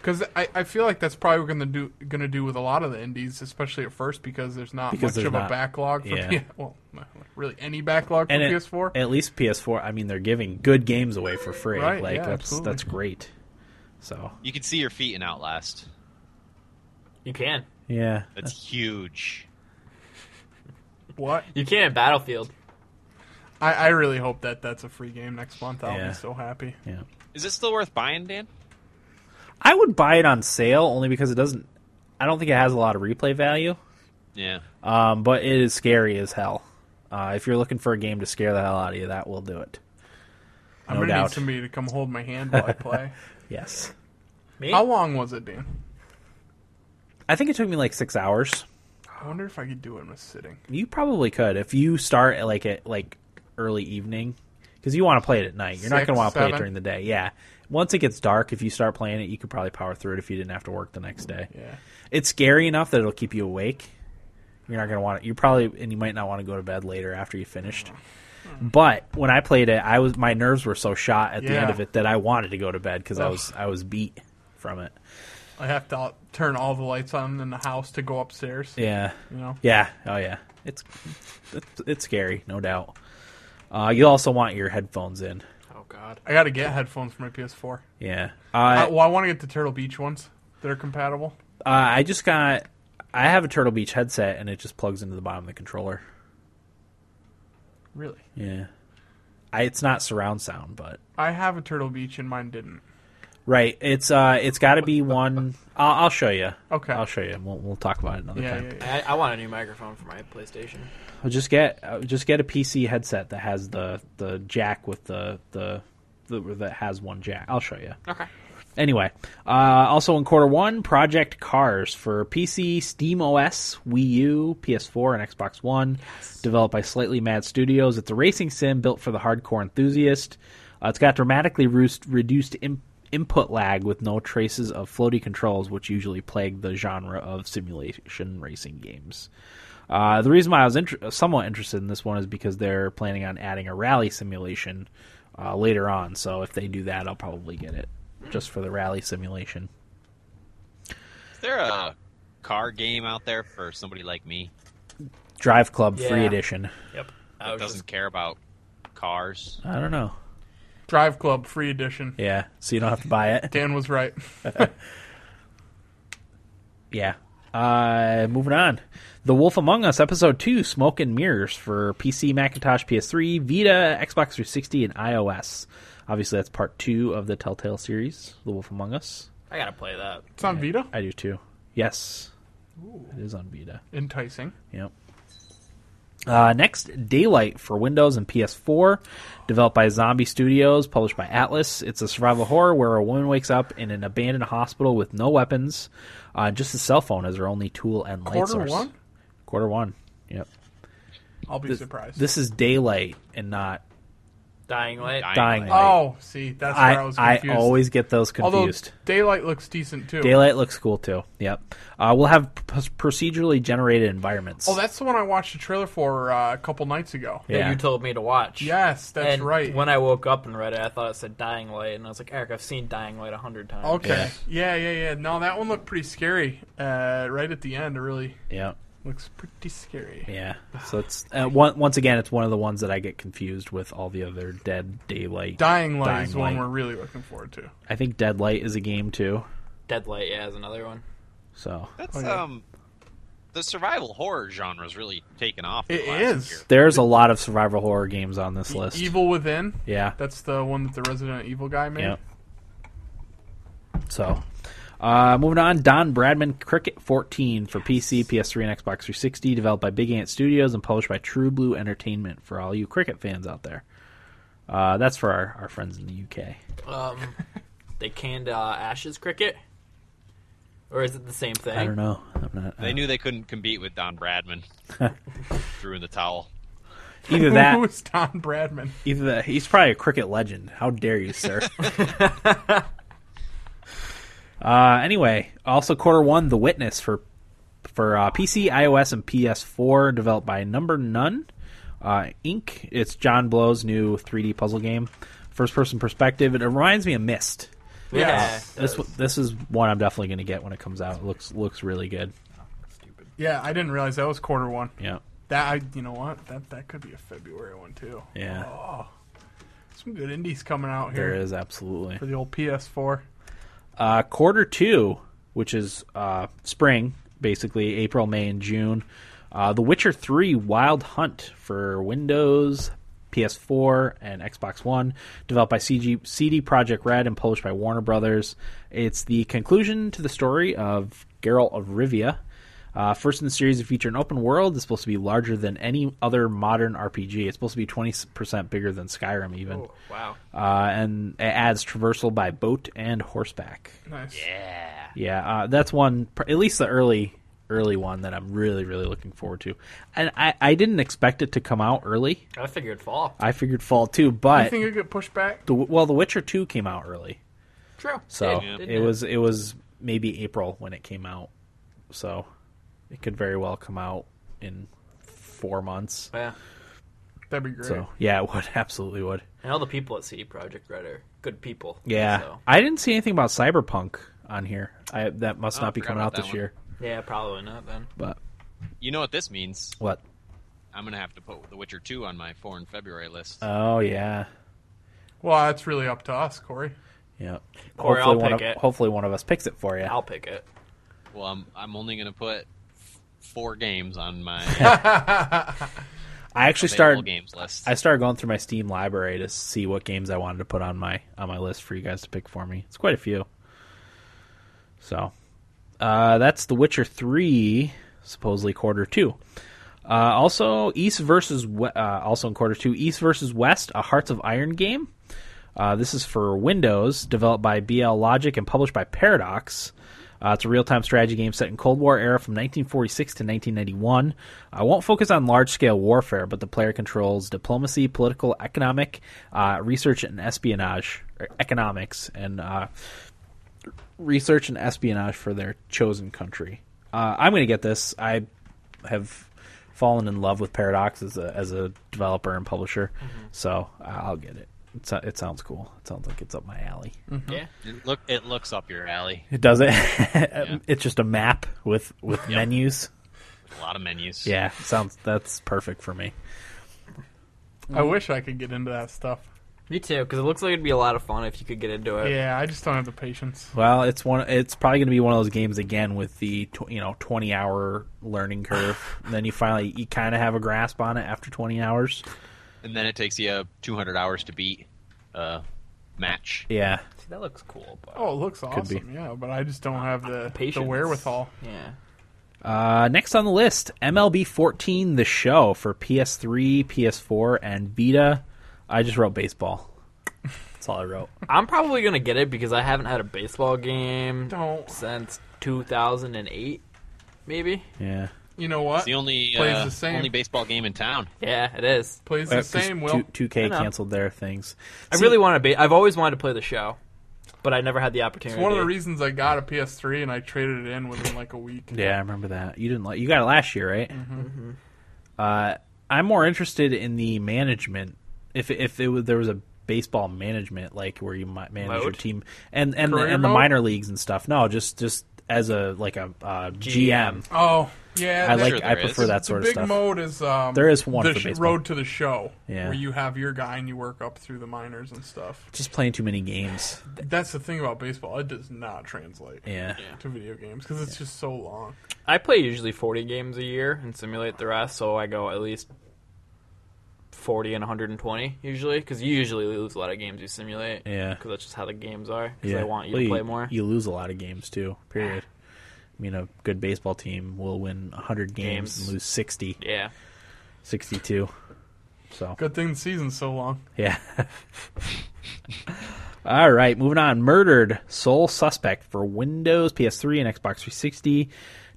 Speaker 2: because I, I feel like that's probably going to do going to do with a lot of the indies, especially at first, because there's not
Speaker 1: Because
Speaker 2: much
Speaker 1: there's
Speaker 2: of
Speaker 1: not-
Speaker 2: a backlog for
Speaker 1: yeah.
Speaker 2: P- well, not really any backlog for
Speaker 1: and it-
Speaker 2: PS4.
Speaker 1: At least PS4. I mean, they're giving good games away for free.
Speaker 2: Right,
Speaker 1: like
Speaker 2: yeah,
Speaker 1: that's
Speaker 2: absolutely.
Speaker 1: that's great. So
Speaker 4: You can see your feet in Outlast.
Speaker 3: You can.
Speaker 1: yeah,
Speaker 4: That's huge.
Speaker 2: what?
Speaker 3: You can in Battlefield.
Speaker 2: I, I really hope that that's a free game next month. I'll
Speaker 1: Yeah.
Speaker 2: be so happy.
Speaker 1: yeah.
Speaker 4: Is it still worth buying, Dan?
Speaker 1: I would buy it on sale only because it doesn't. I don't think it has a lot of replay value.
Speaker 4: Yeah.
Speaker 1: Um, but it is scary as hell. Uh, if you're looking for a game to scare the hell out of you, that will do it.
Speaker 2: I'm
Speaker 1: No
Speaker 2: gonna
Speaker 1: doubt.
Speaker 2: need somebody to come hold my hand while I play.
Speaker 1: Yes.
Speaker 3: Me?
Speaker 2: How long was it, Dan?
Speaker 1: I think it took me like six hours.
Speaker 2: I wonder if I could do it in a sitting.
Speaker 1: You probably could if you start at like at like early evening because you want to play it at night. You're not
Speaker 2: Six,
Speaker 1: going to want to play it
Speaker 2: seven?
Speaker 1: during the day. Yeah. Once it gets dark, if you start playing it, you could probably power through it if you didn't have to work the next day.
Speaker 2: Yeah.
Speaker 1: It's scary enough that it'll keep you awake. You're not going to want it. You probably and you might not want to go to bed later after you finished.
Speaker 2: Hmm.
Speaker 1: But when I played it, I was my nerves were so shot at the end
Speaker 2: Yeah.
Speaker 1: of it that I wanted to go to bed because I
Speaker 2: Ugh.
Speaker 1: was I was beat from it.
Speaker 2: I have to turn all the lights on in the house to go upstairs.
Speaker 1: Yeah.
Speaker 2: You know,
Speaker 1: Yeah. Oh yeah. It's it's, it's scary, no doubt. Uh, you also want your headphones in.
Speaker 3: Oh God.
Speaker 2: I got to get headphones for my PS4.
Speaker 1: Yeah.
Speaker 2: I,
Speaker 1: Uh,
Speaker 2: well, I want to get the Turtle Beach ones that are compatible.
Speaker 1: uh, I just got. I have a Turtle Beach headset and it just plugs into the bottom of the controller.
Speaker 2: Really?
Speaker 1: Yeah. I, it's not surround sound, but
Speaker 2: I have a Turtle Beach and mine didn't.
Speaker 1: right. It's uh, it's got to be one. I'll, I'll show you.
Speaker 2: Okay.
Speaker 1: I'll show you. We'll we'll talk about it another
Speaker 2: Yeah,
Speaker 1: time.
Speaker 2: yeah, yeah.
Speaker 3: I, I want a new microphone for my PlayStation.
Speaker 1: I'll just get uh, just get a PC headset that has the the jack with the the, the that has one jack. I'll show you.
Speaker 3: Okay.
Speaker 1: Anyway, uh, also in quarter one, Project Cars for PC, Steam OS, Wii U, PS4, and Xbox One. Developed by Slightly Mad Studios, it's a racing sim built for the hardcore enthusiast. Uh, it's got dramatically roos- reduced imp- input lag with no traces of floaty controls, which usually plague the genre of simulation racing games. Uh, the reason why I was inter- somewhat interested in this one is because they're planning on adding a rally simulation uh, later on. So if they do that, I'll probably get it just for the rally simulation.
Speaker 4: Is there a car game out there for somebody like me
Speaker 1: Drive Club Free
Speaker 3: Yeah.
Speaker 1: Edition.
Speaker 3: Yep. I
Speaker 4: that
Speaker 3: was
Speaker 4: doesn't
Speaker 3: just,
Speaker 4: care about cars?
Speaker 1: I don't know.
Speaker 2: Drive Club Free Edition.
Speaker 1: Yeah, so you don't have to buy it.
Speaker 2: Dan was right.
Speaker 1: Yeah. Uh, moving on. The Wolf Among Us Episode 2 Smoke and Mirrors for PC, Macintosh, PS3, Vita, Xbox 360, and iOS. Obviously, that's part two of the Telltale series, The Wolf Among Us.
Speaker 3: I gotta play that.
Speaker 2: It's on Vita.
Speaker 1: I do too. Yes. It is on Vita.
Speaker 2: Enticing.
Speaker 1: Yep. Uh, next, Daylight for Windows and PS4, developed by Zombie Studios, published by Atlas. It's a survival horror where a woman wakes up in an abandoned hospital with no weapons, uh, just a cell phone as her only tool and light
Speaker 2: Quarter
Speaker 1: source.
Speaker 2: one?
Speaker 1: Quarter one. Yep.
Speaker 2: I'll be
Speaker 1: This,
Speaker 2: surprised.
Speaker 1: this is Daylight and not
Speaker 3: Dying Light.
Speaker 1: Dying Light.
Speaker 2: oh, see, that's where I, was
Speaker 1: I,
Speaker 2: confused.
Speaker 1: I always get those
Speaker 2: Although
Speaker 1: confused.
Speaker 2: Daylight looks decent too.
Speaker 1: Daylight looks cool too. Yep. Uh, we'll have p- procedurally generated environments.
Speaker 2: Oh, that's the one I watched a trailer for uh, a couple nights ago.
Speaker 3: That you told me to watch.
Speaker 2: Yes, that's
Speaker 3: and
Speaker 2: right.
Speaker 3: When I woke up and read it, I thought it said Dying Light, and I was like, Eric, I've seen Dying Light a hundred times.
Speaker 2: Okay. Yeah. yeah, yeah, No, that one looked pretty scary. Uh, right at the end, it really
Speaker 1: yeah.
Speaker 2: looks pretty scary.
Speaker 1: Yeah. So it's uh, one, once again, it's one of the ones that I get confused with all the other Dead Daylight.
Speaker 2: Dying Light
Speaker 1: Dying
Speaker 2: is one
Speaker 1: Light.
Speaker 2: we're really looking forward to.
Speaker 1: I think Deadlight is a game too.
Speaker 3: Deadlight, yeah, is another one.
Speaker 1: So
Speaker 4: That's
Speaker 2: Oh, yeah.
Speaker 4: um, the survival horror genre is really taken off. in
Speaker 2: It
Speaker 4: the last
Speaker 2: is.
Speaker 4: year.
Speaker 1: there's a lot of survival horror games on this list.
Speaker 2: E- Evil Within.
Speaker 1: Yeah.
Speaker 2: That's the one that the Resident Evil guy made.
Speaker 1: Yeah. So, uh, moving on, Don Bradman Cricket 14 for PC, PS3, and Xbox 360, developed by Big Ant Studios and published by True Blue Entertainment for all you cricket fans out there. Uh, that's for our, our friends in the UK.
Speaker 3: Um, they canned uh, Ashes Cricket, or is it the same thing?
Speaker 1: I don't know. I'm not. uh,
Speaker 4: They knew they couldn't compete with Don Bradman. Threw in the towel.
Speaker 1: Either that
Speaker 2: Who is Don Bradman?
Speaker 1: Either that, he's probably a cricket legend. How dare you, sir? uh, anyway, also quarter one, The Witness for for uh, PC, iOS, and PS4, developed by Number None uh, Inc. It's John Blow's new 3D puzzle game, first person perspective. It reminds me of Mist.
Speaker 3: Yeah,
Speaker 2: Yes.
Speaker 3: it
Speaker 1: This
Speaker 3: does.
Speaker 1: this is one I'm definitely going to get when it comes out. It looks looks really good.
Speaker 2: Yeah, I didn't realize that was quarter one.
Speaker 1: Yeah,
Speaker 2: That I, you know what? That that could be a February one too.
Speaker 1: yeah,
Speaker 2: Some good indies coming out here
Speaker 1: there is absolutely.
Speaker 2: for the old PS4.
Speaker 1: Uh, quarter two, which is uh, spring, basically April, May, and June. Uh, the Witcher 3 Wild Hunt for Windows, PS4, and Xbox One, developed by CG, CD Projekt Red and published by Warner Brothers. It's the conclusion to the story of Geralt of Rivia. Uh, first in the series to feature an open world that's supposed to be larger than any other modern RPG. It's supposed to be 20% bigger than Skyrim, even.
Speaker 3: Oh, wow.
Speaker 1: Uh, and it adds traversal by boat and horseback.
Speaker 2: Nice.
Speaker 4: Yeah.
Speaker 1: Yeah, uh, that's one. pr- At least the early, early one that I'm really, really looking forward to. And I, I didn't expect it to come out early.
Speaker 3: I figured fall.
Speaker 1: I figured fall too,
Speaker 2: You
Speaker 1: but
Speaker 2: think it get pushed back?
Speaker 1: the, well, The Witcher two came out early,
Speaker 3: True.
Speaker 1: so
Speaker 3: Did-
Speaker 1: it,
Speaker 3: did
Speaker 1: was it was maybe April when it came out. So it could very well come out in four months.
Speaker 3: Yeah.
Speaker 2: That'd be great.
Speaker 1: So yeah, it would absolutely would.
Speaker 3: And all the people at CD Project Red are good people.
Speaker 1: Yeah,
Speaker 3: So.
Speaker 1: I didn't see anything about Cyberpunk on here. I that must
Speaker 4: Oh, I
Speaker 1: not be
Speaker 4: forgot
Speaker 1: coming
Speaker 4: about
Speaker 1: out
Speaker 4: that
Speaker 1: this
Speaker 4: one.
Speaker 1: year.
Speaker 3: Yeah, probably not then.
Speaker 1: But
Speaker 4: You know what this means?
Speaker 1: what?
Speaker 4: I'm gonna have to put The Witcher 2 on my four in February list.
Speaker 1: Oh yeah.
Speaker 2: Well, that's really up to us, Corey.
Speaker 1: Yeah. hopefully
Speaker 3: Corey, I'll
Speaker 1: one
Speaker 3: pick
Speaker 1: of,
Speaker 3: it.
Speaker 1: Hopefully one of us picks it for you.
Speaker 3: I'll pick it.
Speaker 4: well, I'm I'm only gonna put f- four games on my
Speaker 1: I actually
Speaker 4: available
Speaker 1: started
Speaker 4: games list.
Speaker 1: I started going through my Steam library to see what games I wanted to put on my on my list for you guys to pick for me. It's quite a few. So, uh, that's The Witcher 3 supposedly quarter 2. Uh, also East versus we- uh, also in quarter 2 East versus West, a Hearts of Iron game. Uh, this is for Windows, developed by BL Logic and published by Paradox. Uh, Uh, it's a real time strategy game set in Cold War era from 1946 to 1991. I won't focus on large scale warfare, but the player controls diplomacy, political, economic, uh, research, and espionage, or economics, and uh, research and espionage for their chosen country. Uh, I'm going to get this. I have fallen in love with Paradox as a as a developer and publisher, so I'll get it. It's, it sounds cool. It sounds like it's up my alley.
Speaker 3: Yeah.
Speaker 4: It look, it looks up your alley.
Speaker 1: It does it. It's just a map with with menus.
Speaker 4: A lot of menus.
Speaker 1: Yeah, sounds that's perfect for me.
Speaker 2: I
Speaker 1: Mm.
Speaker 2: wish I could get into that stuff.
Speaker 3: Me too, because it looks like it'd be a lot of fun if you could get into it.
Speaker 2: Yeah, I just don't have the patience.
Speaker 1: Well, it's one. It's probably going to be one of those games again with the tw- you know twenty hour learning curve. and then you finally you kind of have a grasp on it after twenty hours.
Speaker 4: And then it takes you 200 hours to beat a match.
Speaker 1: Yeah,
Speaker 3: See, that looks cool. But...
Speaker 2: Oh, it looks
Speaker 1: be.
Speaker 2: awesome. Yeah, but I just don't have the the
Speaker 3: Patience.
Speaker 2: wherewithal.
Speaker 3: Yeah.
Speaker 1: Uh, next on the list, MLB 14, the show for PS3, PS4, and Vita. I just wrote baseball. That's all I wrote.
Speaker 3: I'm probably gonna get it because I haven't had a baseball game
Speaker 2: Don't.
Speaker 3: since 2008, maybe.
Speaker 1: Yeah.
Speaker 2: You know what?
Speaker 4: It's the only
Speaker 2: Plays
Speaker 4: uh,
Speaker 2: the same.
Speaker 4: only baseball game in town.
Speaker 3: Yeah, it is.
Speaker 2: Plays
Speaker 1: Uh,
Speaker 2: the
Speaker 1: 'cause
Speaker 2: same. Will
Speaker 1: two- 2K
Speaker 3: I know.
Speaker 1: canceled their things.
Speaker 3: I
Speaker 1: See,
Speaker 3: really want to be. I've always wanted to play the show, but I never had the
Speaker 2: it's
Speaker 3: opportunity.
Speaker 2: one of the reasons I got a PS3 and I traded it in within like a week.
Speaker 1: Yeah, I remember that. You didn't like you got it last year, right?
Speaker 2: Mm-hmm.
Speaker 1: Mm-hmm. Uh, I'm more interested in the management. If if it was, there was a baseball management like where you might manage your
Speaker 3: Mode?
Speaker 1: team and and
Speaker 2: Career
Speaker 1: and the
Speaker 2: mode?
Speaker 1: minor leagues and stuff. No, just just as a like a uh, GM.
Speaker 2: Oh, yeah.
Speaker 1: I
Speaker 2: that-
Speaker 1: like
Speaker 4: sure
Speaker 1: I
Speaker 4: there is.
Speaker 1: prefer that
Speaker 2: the
Speaker 1: sort
Speaker 2: big
Speaker 1: of stuff.
Speaker 2: mode is um,
Speaker 1: There is one
Speaker 2: the
Speaker 1: for
Speaker 2: sh-
Speaker 1: baseball.
Speaker 2: road to the show
Speaker 1: Yeah.
Speaker 2: where you have your guy and you work up through the minors and stuff.
Speaker 1: Just playing too many games.
Speaker 2: That's the thing about baseball; it does not translate
Speaker 1: Yeah.
Speaker 2: to video games because it's just so long.
Speaker 3: I play usually 40 games a year and simulate the rest, so I go at least 40 and 120 usually, because you usually lose a lot of games you simulate.
Speaker 1: Yeah.
Speaker 3: Because that's just how the games are. Because
Speaker 1: yeah.
Speaker 3: they want you
Speaker 1: Well,
Speaker 3: to play more.
Speaker 1: You lose a lot of games too. Period. I mean, a good baseball team will win 100 games,
Speaker 3: Games.
Speaker 1: and lose 60,
Speaker 3: yeah.
Speaker 1: 62. So
Speaker 2: Good thing the season's so long.
Speaker 1: yeah. All right, moving on. Murdered Sole Suspect for Windows, PS3, and Xbox 360.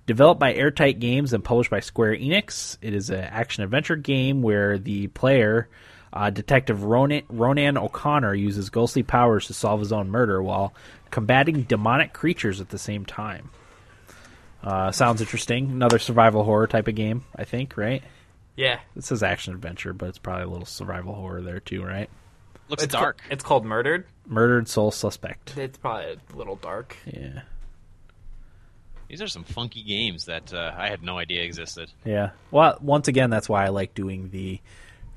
Speaker 1: Developed by Airtight Games and published by Square Enix, it is an action adventure game where the player, uh, Detective Ronan, Ronan O'Connor, uses ghostly powers to solve his own murder while combating demonic creatures at the same time. Uh, sounds interesting. Another survival horror type of game, I think, right?
Speaker 3: Yeah.
Speaker 1: It says action adventure, but it's probably a little survival horror there too, right?
Speaker 4: Looks dark.
Speaker 3: It's called Murdered.
Speaker 1: Murdered Soul Suspect.
Speaker 3: It's probably a little dark.
Speaker 1: Yeah.
Speaker 4: These are some funky games that uh, I had no idea existed.
Speaker 1: Yeah. Well, once again, that's why I like doing the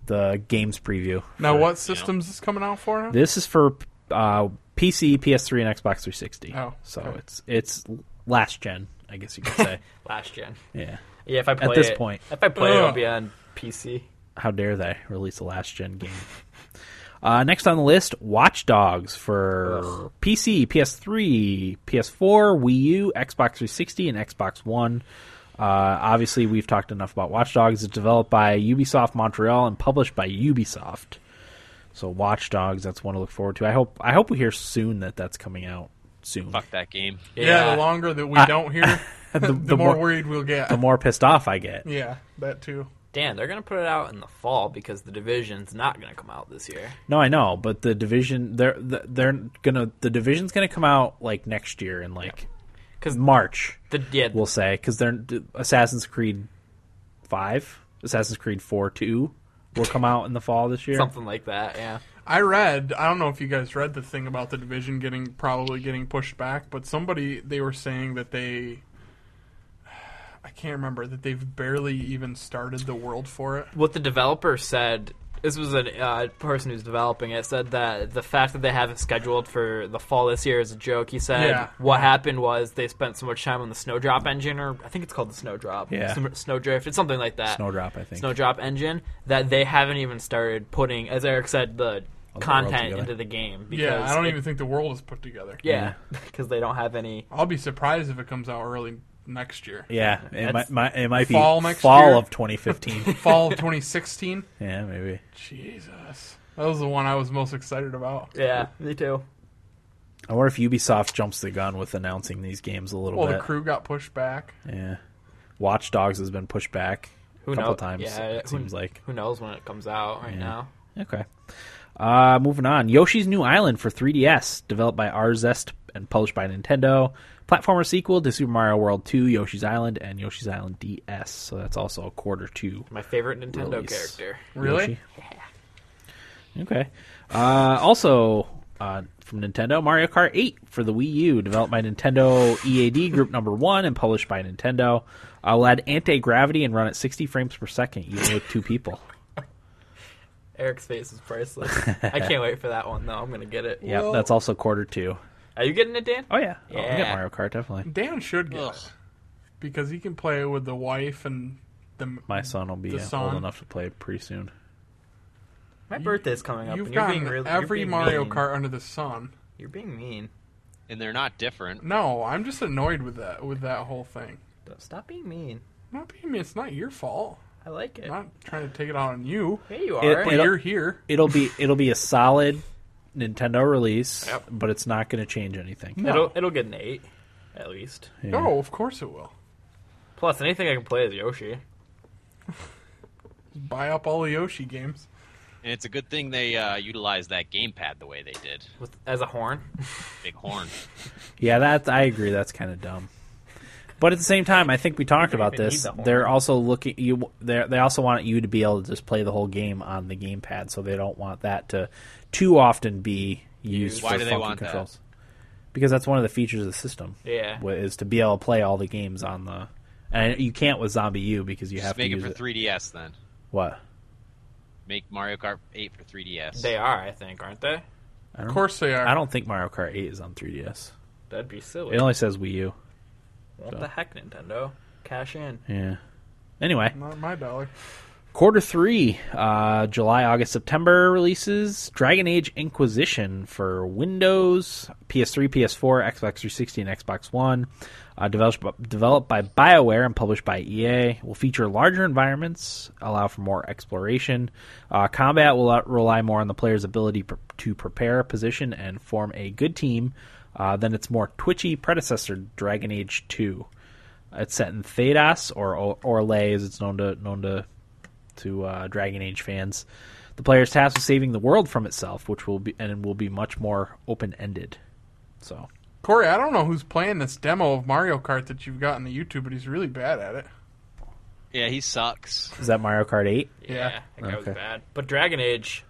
Speaker 1: the games preview.
Speaker 2: Now,
Speaker 1: for-
Speaker 2: what systems is coming out for? Now?
Speaker 1: This is for uh, PC, PS3, and Xbox 360.
Speaker 2: Oh,
Speaker 1: so
Speaker 2: okay.
Speaker 1: it's it's last gen, I guess you could say.
Speaker 3: Last gen.
Speaker 1: yeah.
Speaker 3: Yeah, if I play
Speaker 1: this
Speaker 3: it-
Speaker 1: point.
Speaker 3: If I play it, it'll
Speaker 2: Ugh.
Speaker 3: be on PC.
Speaker 1: How dare they release a last gen game? Uh, next on the list, Watch Dogs for PC, PS3, PS4, Wii U, Xbox 360, and Xbox One. Uh, obviously, we've talked enough about Watch Dogs. It's developed by Ubisoft Montreal and published by Ubisoft. So, Watch Dogs, that's one to look forward to. I hope I hope we hear soon that that's coming out soon.
Speaker 4: Fuck that game.
Speaker 2: yeah. the longer that we
Speaker 1: I-
Speaker 2: don't hear, the,
Speaker 1: the
Speaker 2: more,
Speaker 1: more-
Speaker 2: worried we'll get.
Speaker 1: The more pissed off I get.
Speaker 2: yeah, that too.
Speaker 3: Damn, they're gonna put it out in the fall because the division's not gonna come out this year.
Speaker 1: No, I know, but the division they're they're gonna the division's gonna come out like next year in like
Speaker 3: 'Cause-
Speaker 1: March.
Speaker 3: The yeah,
Speaker 1: we'll say because they're Assassin's Creed Five, Assassin's Creed Four, Two will come out in the fall this year.
Speaker 3: something like that. Yeah,
Speaker 2: I read. I don't know if you guys read the thing about the division getting probably getting pushed back, but somebody they were saying that they. I can't remember that they've barely even started the world for it.
Speaker 3: what the developer said. This was a uh, person who's developing it said that the fact that they have it scheduled for the fall this year is a joke. He said
Speaker 2: Yeah.
Speaker 3: what happened was they spent so much time on the Snowdrop engine, or I think it's called the Snowdrop,
Speaker 1: Yeah.
Speaker 3: Snow- Snowdrift, it's something like that.
Speaker 1: Snowdrop, I think.
Speaker 3: Snowdrop engine that they haven't even started putting, as Eric said, the content
Speaker 1: together.
Speaker 3: into the game. Because
Speaker 2: Yeah, I don't
Speaker 3: it-
Speaker 2: even think the world is put together.
Speaker 3: Yeah, because they don't have any.
Speaker 2: I'll be surprised if it comes out early next year.
Speaker 1: yeah, it might,
Speaker 3: That's-
Speaker 1: might it might be
Speaker 2: Fall next
Speaker 1: fall
Speaker 2: year?
Speaker 1: of 2015.
Speaker 2: Fall of 2016.
Speaker 1: yeah, maybe.
Speaker 2: Jesus, that was the one I was most excited about.
Speaker 3: Yeah, me too.
Speaker 1: I wonder if Ubisoft jumps the gun with announcing these games a little
Speaker 2: Well, the
Speaker 1: bit.
Speaker 2: crew got pushed back.
Speaker 1: yeah, Watch Dogs has been pushed back
Speaker 3: Who
Speaker 1: a couple
Speaker 3: knows?
Speaker 1: times.
Speaker 3: Yeah,
Speaker 1: it
Speaker 3: who-
Speaker 1: seems like
Speaker 3: Who knows when it comes out right now?
Speaker 1: okay. Uh, moving on, Yoshi's New Island for 3DS, developed by RZest and published by Nintendo. Platformer sequel to Super Mario World 2, Yoshi's Island, and Yoshi's Island DS. So that's also a quarter two
Speaker 3: My favorite Nintendo
Speaker 1: Release.
Speaker 3: character.
Speaker 2: Really?
Speaker 1: Yoshi. Okay. Uh, also uh, from Nintendo, Mario Kart 8 for the Wii U, developed by Nintendo EAD Group Number One and published by Nintendo. I will add anti gravity and run at 60 frames per second, even with two people.
Speaker 3: Eric's face is priceless. I can't wait for that one though. I'm gonna get it.
Speaker 1: Yeah,
Speaker 2: Well-
Speaker 1: that's also quarter two.
Speaker 3: Are you getting it, Dan?
Speaker 1: Oh yeah, Oh, we got
Speaker 3: Yeah.
Speaker 1: Mario Kart definitely.
Speaker 2: Dan should get
Speaker 4: Ugh.
Speaker 2: it because he can play with the wife and the.
Speaker 1: My son will be
Speaker 2: The
Speaker 1: uh, old
Speaker 2: song.
Speaker 1: enough to play pretty soon.
Speaker 3: My birthday's coming up.
Speaker 2: You've
Speaker 3: and you're
Speaker 2: gotten
Speaker 3: being really, you're
Speaker 2: every
Speaker 3: being
Speaker 2: Mario
Speaker 3: mean.
Speaker 2: Kart under the sun.
Speaker 3: You're being mean.
Speaker 4: and they're not different.
Speaker 2: No, I'm just annoyed with that with that whole thing.
Speaker 3: Stop being mean.
Speaker 2: Not being it's not your fault.
Speaker 3: I like it.
Speaker 2: I'm not trying to take it out on you.
Speaker 3: Here you
Speaker 1: It-
Speaker 3: are.
Speaker 2: But
Speaker 1: It'll-
Speaker 2: you're here.
Speaker 1: It'll be it'll be a solid Nintendo release,
Speaker 3: Yep.
Speaker 1: but it's not going to change anything.
Speaker 2: No.
Speaker 3: It'll it'll get an eight, at least.
Speaker 1: Yeah.
Speaker 2: No, Oh, of course it will.
Speaker 3: Plus, anything I can play as Yoshi.
Speaker 2: Just buy up all the Yoshi games.
Speaker 4: And it's a good thing they uh, utilized that gamepad the way they did.
Speaker 3: with as a horn.
Speaker 4: Big horn.
Speaker 1: Yeah, that I agree. That's kind of dumb. But at the same time, I think we talked
Speaker 3: don't
Speaker 1: about
Speaker 3: even
Speaker 1: this.
Speaker 3: need the horn.
Speaker 1: They're also looking you. They they also want you to be able to just play the whole game on the gamepad, so they don't want that to too often be used
Speaker 4: Why
Speaker 1: for
Speaker 4: do they
Speaker 1: funky
Speaker 4: want that?
Speaker 1: controls. Because that's one of the features of the system.
Speaker 3: Yeah.
Speaker 1: wa- is to be able to play all the games on the. And you can't with Zombie U because you have
Speaker 4: Just
Speaker 1: to
Speaker 4: make
Speaker 1: use
Speaker 4: it for 3DS then.
Speaker 1: What?
Speaker 4: Make Mario Kart 8 for 3DS.
Speaker 3: They are, I think, aren't they?
Speaker 1: I don't,
Speaker 2: Of course they are.
Speaker 1: I don't think Mario Kart 8 is on 3DS.
Speaker 3: That'd be silly.
Speaker 1: It only says Wii U.
Speaker 3: what the heck, Nintendo? Cash in.
Speaker 1: Yeah. Anyway,
Speaker 2: Not my dollar.
Speaker 1: Quarter three, uh, July, August, September releases Dragon Age Inquisition for Windows, PS3, PS4, Xbox 360, and Xbox One. Uh, developed, developed by BioWare and published by EA. Will feature larger environments, allow for more exploration. Uh, combat will out- rely more on the player's ability pr- to prepare, position, and form a good team uh, than its more twitchy predecessor, Dragon Age 2. It's set in Thedas or or- Orlais, as it's known to known to to uh, Dragon Age fans. The player's task is saving the world from itself, which will be and will be much more open ended. So
Speaker 2: Corey, I don't know who's playing this demo of Mario Kart that you've got on the YouTube, but he's really bad at it.
Speaker 4: Yeah, he sucks.
Speaker 1: is that Mario Kart Eight?
Speaker 3: Yeah,
Speaker 2: Yeah.
Speaker 3: I think that
Speaker 1: Okay.
Speaker 3: was bad. But Dragon Age,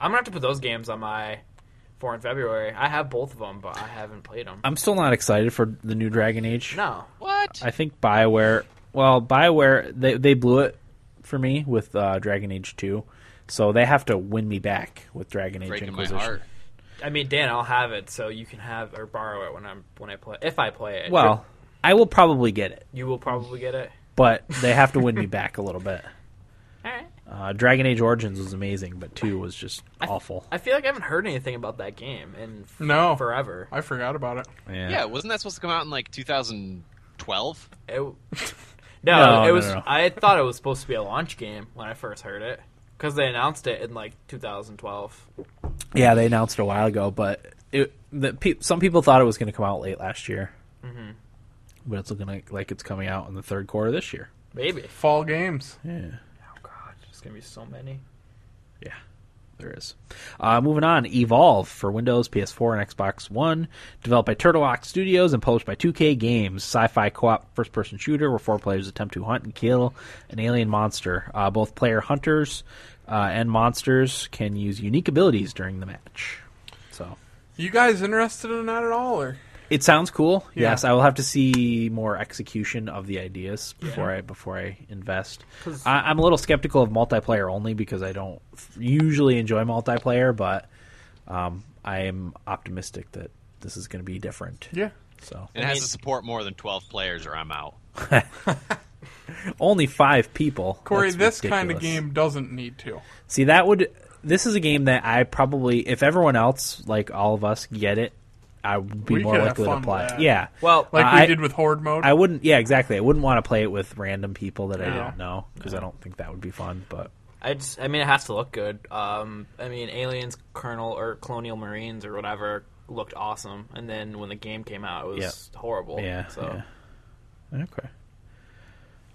Speaker 3: I'm gonna have to put those games on my four in February. I have both of them, but I haven't played them.
Speaker 1: I'm still not excited for the new Dragon Age.
Speaker 3: No,
Speaker 4: What?
Speaker 1: I think Bioware. Well, Bioware they they blew it for me with uh, Dragon Age Two, so they have to win me back with Dragon Age
Speaker 4: Breaking my
Speaker 1: Inquisition.
Speaker 4: heart.
Speaker 3: I mean Dan, I'll have it, so you can have or borrow it when I'm when I play. If I play it,
Speaker 1: Well, I will probably get it,
Speaker 3: you will probably get it.
Speaker 1: but they have to win me back a little bit.
Speaker 3: All right.
Speaker 1: Uh, Dragon Age Origins was amazing, but two was just awful.
Speaker 3: I feel like I haven't heard anything about that game in f-
Speaker 2: No.
Speaker 3: forever.
Speaker 2: I forgot about it.
Speaker 4: Yeah, wasn't that supposed to come out in like 2012?
Speaker 3: It, no,
Speaker 1: No,
Speaker 3: it
Speaker 1: no,
Speaker 3: was.
Speaker 1: no.
Speaker 3: I thought it was supposed to be a launch game when I first heard it because they announced it in like 2012.
Speaker 1: Yeah, they announced it a while ago, but it the, pe- some people thought it was going to come out late last year. But it's looking like, like it's coming out in the third quarter this year.
Speaker 3: Maybe.
Speaker 2: Fall games.
Speaker 1: Yeah.
Speaker 3: Oh God, there's gonna be so many.
Speaker 1: Yeah, there is. Uh, moving on, Evolve for Windows, PS4, and Xbox One, developed by Turtle Rock Studios and published by 2K Games. Sci-fi co-op first-person shooter where four players attempt to hunt and kill an alien monster. Uh, both player hunters uh, and monsters can use unique abilities during the match. So
Speaker 2: You guys interested in that at all? Or
Speaker 1: It sounds cool.
Speaker 2: Yeah.
Speaker 1: Yes, I will have to see more execution of the ideas before I before I invest.
Speaker 3: 'Cause-
Speaker 1: I, I'm a little skeptical of multiplayer only because I don't usually enjoy multiplayer, but um, I am optimistic that this is going to be different.
Speaker 2: yeah,
Speaker 1: So
Speaker 4: It has to support more than 12 players or I'm out.
Speaker 1: only five people.
Speaker 2: Corey,
Speaker 1: That's
Speaker 2: this kind of
Speaker 1: ridiculous.
Speaker 2: game doesn't need to.
Speaker 1: See, that would. This is a game that I probably, if everyone else, like all of us, get it, I would be
Speaker 2: We
Speaker 1: more
Speaker 2: could have
Speaker 1: likely to
Speaker 2: fun with
Speaker 1: play. it.
Speaker 2: that.
Speaker 1: Yeah.
Speaker 3: Well,
Speaker 2: Like
Speaker 1: I-
Speaker 2: we did with Horde mode.
Speaker 1: I wouldn't. Yeah, exactly. I wouldn't want to play it with random people that I
Speaker 2: No.
Speaker 1: don't know because I don't think that would be fun. But
Speaker 3: I just, I mean, it has to look good. Um, I mean, aliens, Colonel or Colonial Marines or whatever looked awesome, and then when the game came out, it was horrible.
Speaker 1: Yeah.
Speaker 3: So
Speaker 1: yeah. Okay.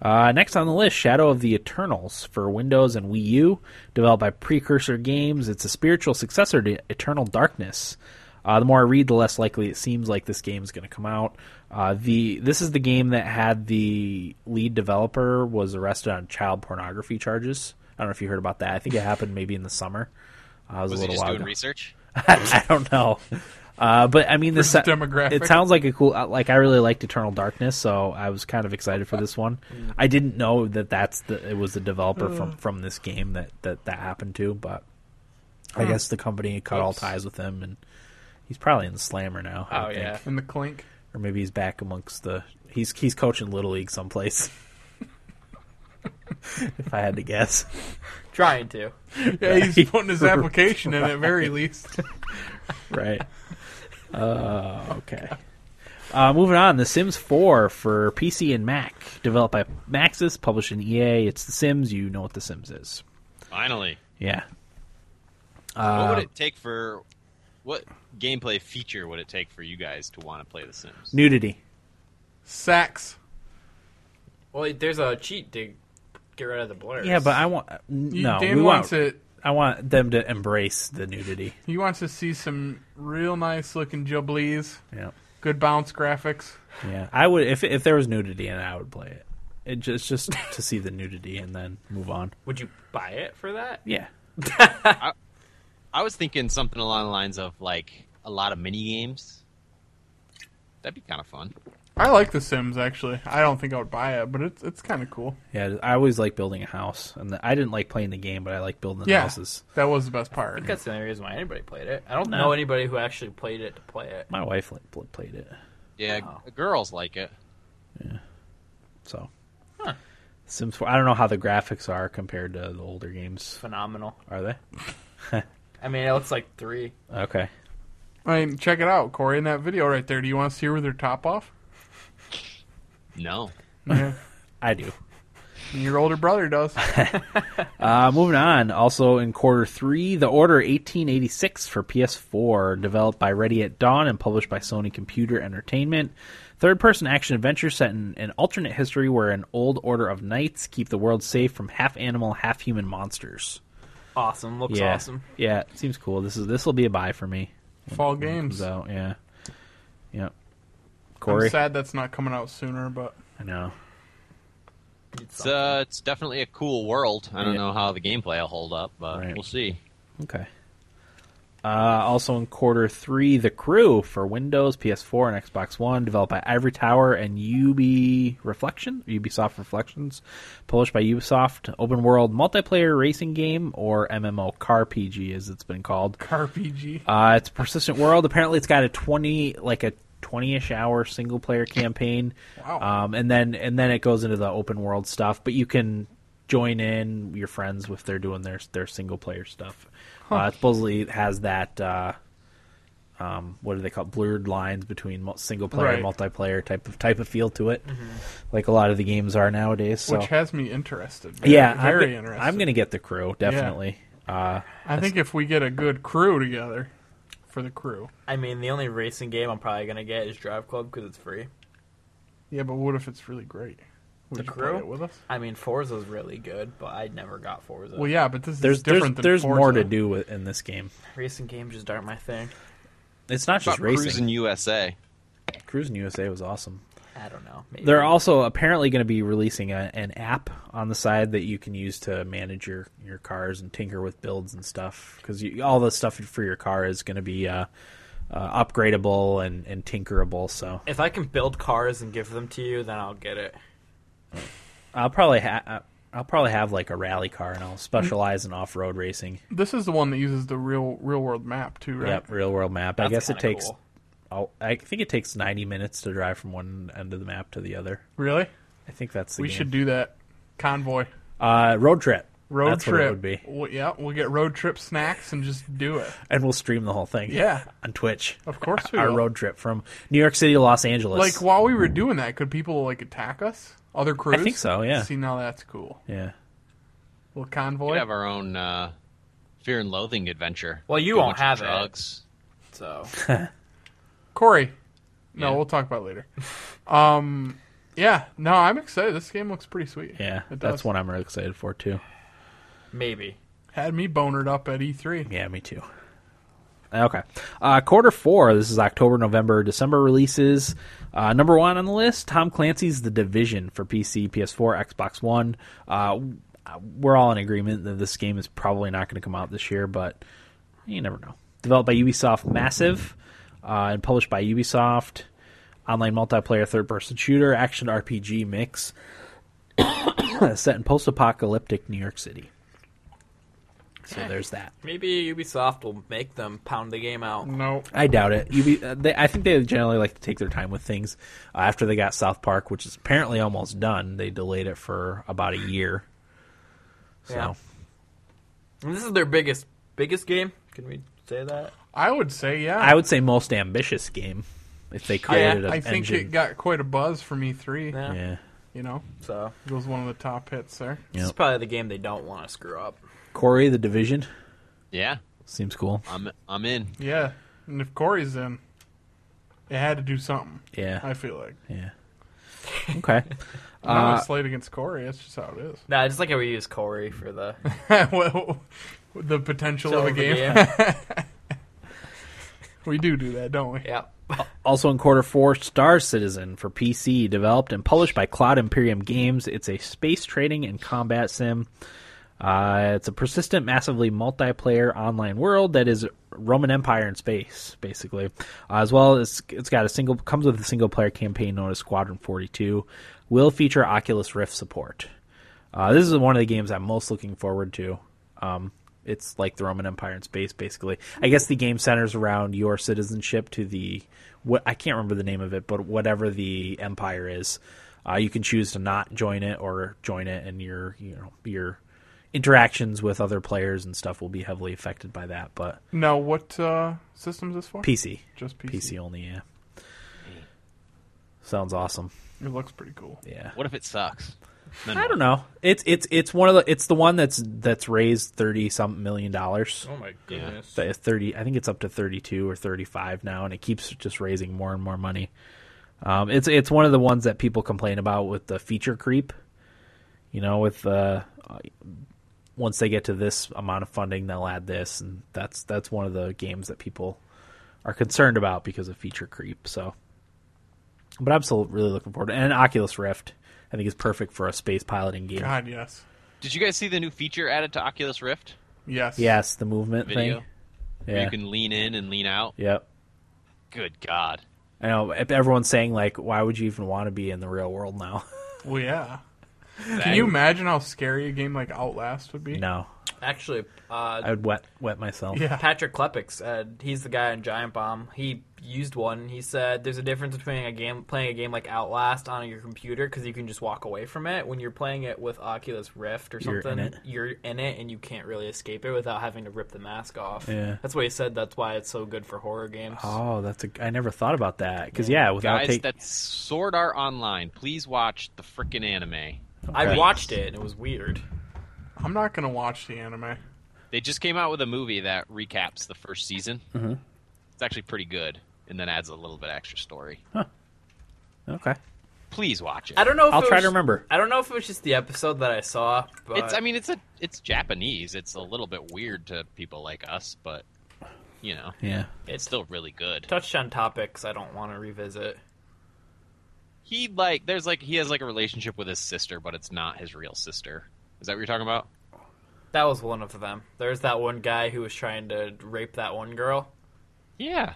Speaker 1: Uh, next on the list, Shadow of the Eternals for Windows and Wii U, developed by Precursor Games. It's a spiritual successor to Eternal Darkness. Uh, the more I read, the less likely it seems like this game is going to come out. Uh, the this is the game that had the lead developer was arrested on child pornography charges. I don't know if you heard about that. I think it happened maybe in the summer. Uh, it was,
Speaker 4: Was
Speaker 1: a
Speaker 4: he
Speaker 1: little
Speaker 4: just
Speaker 1: while
Speaker 4: doing
Speaker 1: ago.
Speaker 4: research?
Speaker 1: I don't know. Uh, but I mean, this
Speaker 2: Versus demographic.
Speaker 1: It sounds like a cool. uh, Like I really liked Eternal Darkness, so I was kind of excited for this one. I didn't know that that's the it was the developer from from this game that that that happened to, but I guess the company cut all
Speaker 3: Oops.
Speaker 1: ties with him, and he's probably in the Slammer now. I
Speaker 3: Oh,
Speaker 1: would
Speaker 3: yeah.
Speaker 2: in the clink.
Speaker 1: or maybe he's back amongst the he's he's coaching Little League someplace. if I had to guess.
Speaker 3: trying to.
Speaker 2: Yeah, he's
Speaker 1: Right.
Speaker 2: putting his application in at very least.
Speaker 1: right. Uh, okay. Uh, moving on, The Sims 4 for PC and Mac, developed by Maxis, published in EA. It's The Sims. You know what The Sims is.
Speaker 4: Finally.
Speaker 1: Yeah. Uh,
Speaker 4: what would it take for what gameplay feature would it take for you guys to want to play The Sims?
Speaker 1: Nudity.
Speaker 2: Sacks.
Speaker 3: Well, there's a cheat to get rid of the blurs.
Speaker 1: Yeah, but I want
Speaker 2: You-
Speaker 1: Uh, no.
Speaker 2: Dan
Speaker 1: we
Speaker 2: wants
Speaker 1: want,
Speaker 2: it.
Speaker 1: I want them to embrace the nudity.
Speaker 2: He wants to see some real nice looking jubblies,
Speaker 1: Yeah,
Speaker 2: good bounce graphics.
Speaker 1: yeah. I would if if there was nudity, and I would play it. It just just to see the nudity and then move on.
Speaker 3: would you buy it for that?
Speaker 1: Yeah,
Speaker 4: I was thinking something along the lines of like a lot of mini games. That'd be kind of fun.
Speaker 2: I like The Sims actually. I don't think I would buy it, but it's it's kind of cool.
Speaker 1: yeah. I always like building a house, and I didn't like playing the game, but I like building the
Speaker 2: Yeah,
Speaker 1: houses.
Speaker 2: that was the best
Speaker 3: I
Speaker 2: part.
Speaker 3: think that's the only reason why anybody played it. I don't
Speaker 1: No.
Speaker 3: know anybody who actually played it to play it.
Speaker 1: My wife like, pl- played it.
Speaker 4: Yeah,
Speaker 3: Wow.
Speaker 4: g- girls like it.
Speaker 1: So, Sims 4. I don't know how the graphics are compared to the older games.
Speaker 3: Phenomenal.
Speaker 1: Are they?
Speaker 3: I mean, it looks like three.
Speaker 1: Okay.
Speaker 2: I mean, check it out, Corey, in that video right there. Do you want to see her with her top off?
Speaker 4: No.
Speaker 2: Yeah,
Speaker 1: I do.
Speaker 2: your older brother does.
Speaker 1: Uh, moving on. Also in quarter three, The Order 1886 for PS4, developed by Ready at Dawn and published by Sony Computer Entertainment. Third person action adventure set in an alternate history where an old order of knights keep the world safe from half animal, half human monsters.
Speaker 3: Awesome. Looks
Speaker 1: yeah.
Speaker 3: awesome.
Speaker 1: Yeah, it seems cool. This is this will be a buy for me.
Speaker 2: Fall
Speaker 1: Comes
Speaker 2: games.
Speaker 1: out, yeah. Yep.
Speaker 2: I'm
Speaker 1: Corey.
Speaker 2: sad that's not coming out sooner, but
Speaker 1: I know.
Speaker 4: It's uh, it's definitely a cool world. I don't
Speaker 1: Yeah.
Speaker 4: know how the gameplay will hold up, but
Speaker 1: Right.
Speaker 4: we'll see.
Speaker 1: Okay. Uh, also in quarter three, The Crew for Windows, PS4, and Xbox One, developed by Ivory Tower and UB Reflection, Ubisoft Reflections, published by Ubisoft. Open world multiplayer racing game, or MMO Car PG as it's been called.
Speaker 2: RPG.
Speaker 1: Uh, it's a persistent world. Apparently, it's got a twenty, like a twenty-ish hour single-player campaign.
Speaker 2: Wow.
Speaker 1: Um, and then and then it goes into the open world stuff. But you can join in your friends if they're doing their their single-player stuff. Uh, it supposedly has that. Uh, um, what do they call it? blurred lines between mul- single-player and
Speaker 2: Right. Mm-hmm.
Speaker 1: multiplayer type of type of feel to it, like a lot of the games are nowadays. So.
Speaker 2: Which has me interested. Very,
Speaker 1: yeah,
Speaker 2: very
Speaker 1: I'm,
Speaker 2: interested.
Speaker 1: I'm going to get the crew definitely. Uh,
Speaker 2: I think if we get a good crew together for the crew.
Speaker 3: I mean, the only racing game I'm probably gonna get is Drive Club because it's free.
Speaker 2: Yeah, but what if it's really great? Would
Speaker 3: The
Speaker 2: you
Speaker 3: crew?
Speaker 2: play it with us?
Speaker 3: I mean, Forza's really good, but I never got Forza.
Speaker 2: Well, yeah, but this
Speaker 1: there's
Speaker 2: is
Speaker 1: there's
Speaker 2: different than
Speaker 1: there's more
Speaker 2: Forza.
Speaker 1: to do with, in this game.
Speaker 3: Racing games just aren't my thing.
Speaker 1: It's not just
Speaker 4: About
Speaker 1: racing.
Speaker 4: Cruising USA.
Speaker 1: Cruising USA was awesome.
Speaker 3: I don't know. Maybe.
Speaker 1: They're also apparently going to be releasing a, an app on the side that you can use to manage your, your cars and tinker with builds and stuff. Because all the stuff for your car is going to be uh, uh, upgradable and, and tinkerable. So
Speaker 3: If I can build cars and give them to you, then I'll get it.
Speaker 1: I'll probably ha- uh, I'll probably have like a rally car and I'll specialize in off road racing.
Speaker 2: This is the one that uses the real real world map too, right?
Speaker 1: Yep, real world map. I
Speaker 3: That's
Speaker 1: guess it
Speaker 3: kinda
Speaker 1: takes.
Speaker 3: cool.
Speaker 1: I'll, I think it takes ninety minutes to drive from one end of the map to the other.
Speaker 2: Really?
Speaker 1: I think that's the
Speaker 2: We
Speaker 1: game.
Speaker 2: should do that. Convoy.
Speaker 1: uh, road trip.
Speaker 2: Road
Speaker 1: That's
Speaker 2: trip.
Speaker 1: what it would be,
Speaker 2: Well, yeah, we'll get road trip snacks and just do it.
Speaker 1: and we'll stream the whole thing.
Speaker 2: Yeah.
Speaker 1: on Twitch.
Speaker 2: Of course we
Speaker 1: our
Speaker 2: will.
Speaker 1: road trip from New York City to Los Angeles.
Speaker 2: Like while we were doing that, could people like attack us? Other crews?
Speaker 1: think so, yeah.
Speaker 2: See now that's cool.
Speaker 1: yeah,
Speaker 2: Little convoy.
Speaker 4: We have our own uh, fear and loathing adventure.
Speaker 3: Well, you
Speaker 4: Do a
Speaker 3: won't
Speaker 4: bunch
Speaker 3: have
Speaker 4: of
Speaker 3: it.
Speaker 4: drugs.
Speaker 3: So
Speaker 2: Corey. No,
Speaker 4: Yeah.
Speaker 2: we'll talk about it later. Um, yeah, no, I'm excited. This game looks pretty sweet.
Speaker 1: Yeah,
Speaker 2: It
Speaker 1: that's
Speaker 2: does.
Speaker 1: what I'm really excited for too.
Speaker 3: Maybe.
Speaker 2: had me bonered up at E E3.
Speaker 1: Yeah, me too. Okay. Uh, quarter four, this is October, November, December releases. Uh, number one on the list, Tom Clancy's The Division for PC, PS4, Xbox One. Uh, we're all in agreement that this game is probably not going to come out this year, but you never know. Developed by Ubisoft Massive uh, and published by Ubisoft. Online multiplayer third person shooter, action RPG mix set in post apocalyptic New York City. So there's that.
Speaker 3: Maybe Ubisoft will make them pound the game out.
Speaker 2: No,
Speaker 1: I doubt it. You be, uh, they, I think they generally like to take their time with things. Uh, after they got South Park, which is apparently almost done, they delayed it for about a year. So
Speaker 3: Yeah. And this is their biggest biggest game. Can we say that?
Speaker 2: I would say yeah.
Speaker 1: I would say most ambitious game if they created an
Speaker 2: Oh, I think
Speaker 1: engine.
Speaker 2: it got quite a buzz from E3.
Speaker 3: Yeah.
Speaker 1: yeah.
Speaker 2: You know,
Speaker 3: So
Speaker 2: it was one of the top hits there.
Speaker 3: this is
Speaker 1: Yep.
Speaker 3: probably the game they don't want to screw up.
Speaker 1: Corey, the division
Speaker 4: Yeah,
Speaker 1: seems cool.
Speaker 4: I'm I'm in.
Speaker 2: Yeah, and if Corey's in, it had to do something.
Speaker 1: Yeah.
Speaker 2: I feel like
Speaker 1: yeah. Okay.
Speaker 2: I'm not
Speaker 1: Uh,
Speaker 2: gonna slate against Corey. That's just how it is.
Speaker 3: Nah, just like how we use Corey for the
Speaker 2: well, the potential
Speaker 3: Show
Speaker 2: of a
Speaker 3: of the
Speaker 2: game. we do do that, don't we?
Speaker 3: Yep.
Speaker 1: Also in quarter four, Star Citizen for PC, developed and published by Cloud Imperium Games. It's a space trading and combat sim. Uh, it's a persistent, massively multiplayer online world that is Roman Empire in space, basically. Uh, as well as it's got a single comes with a single player campaign known as Squadron Forty Two. Will feature Oculus Rift support. Uh, this is one of the games I'm most looking forward to. Um, it's like the Roman Empire in space, basically. I guess the game centers around your citizenship to the what I can't remember the name of it, but whatever the empire is, uh, you can choose to not join it or join it, and your you know your interactions with other players and stuff will be heavily affected by that. But
Speaker 2: No, what uh, system is this for?
Speaker 1: PC,
Speaker 2: Just PC.
Speaker 1: PC only, yeah. Sounds awesome.
Speaker 2: It looks pretty cool.
Speaker 1: Yeah.
Speaker 4: What if it sucks? Then
Speaker 1: I don't know. It's it's it's one of the it's the one that's that's raised thirty some million dollars.
Speaker 3: Oh my
Speaker 4: goodness.
Speaker 1: Th- thirty I think it's up to thirty two or thirty five now, and it keeps just raising more and more money. Um, it's it's one of the ones that people complain about with the feature creep. You know, with uh, uh, once they get to this amount of funding, they'll add this, and that's that's one of the games that people are concerned about because of feature creep. So, but I'm still really looking forward to and Oculus Rift. I think is perfect for a space piloting game.
Speaker 2: God, yes,
Speaker 4: Did you guys see the new feature added to Oculus Rift?
Speaker 2: yes,
Speaker 1: Yes, the movement
Speaker 4: Video.
Speaker 1: thing.
Speaker 4: Where
Speaker 1: Yeah.
Speaker 4: you can lean in and lean out.
Speaker 1: Yep.
Speaker 4: Good God.
Speaker 1: I know if everyone's saying like, why would you even want to be in the real world now?
Speaker 2: Well, yeah.
Speaker 4: That-
Speaker 2: Can you imagine how scary a game like Outlast would be?
Speaker 1: no,
Speaker 3: Actually,
Speaker 1: I
Speaker 3: uh,
Speaker 1: would wet wet myself.
Speaker 2: Yeah.
Speaker 3: Patrick Klepek said he's the guy in Giant Bomb. He used one. He said there's a difference between a game playing a game like Outlast on your computer because you can just walk away from it. When you're playing it with Oculus Rift or
Speaker 1: You're in
Speaker 3: something,
Speaker 1: it.
Speaker 3: you're in it and you can't really escape it without having to rip the mask off.
Speaker 1: Yeah.
Speaker 3: That's what he said. That's why it's so good for horror games.
Speaker 1: Oh, that's a. I never thought about that because yeah. without
Speaker 4: Guys,
Speaker 1: taking
Speaker 4: that's Sword Art Online. Please watch the frickin' anime.
Speaker 3: I
Speaker 1: Okay.
Speaker 3: watched it and it was weird.
Speaker 2: I'm not gonna watch the anime.
Speaker 4: They just came out with a movie that recaps the first season. Mm-hmm. It's actually pretty good, and then adds a little bit extra story.
Speaker 1: okay,
Speaker 4: Please watch it.
Speaker 3: I don't know. if
Speaker 1: I'll
Speaker 3: it
Speaker 1: try
Speaker 3: was-
Speaker 1: to remember.
Speaker 3: I don't know if it was just the episode that I saw. But
Speaker 4: It's. I mean, it's a. It's Japanese. It's a little bit weird to people like us, but you know,
Speaker 1: Yeah,
Speaker 4: it's still really good.
Speaker 3: touched on topics I don't want to revisit.
Speaker 4: He like. There's like. He has like a relationship with his sister, but it's not his real sister. Is that what you're talking about?
Speaker 3: That was one of them. There's that one guy who was trying to rape that one girl.
Speaker 4: Yeah.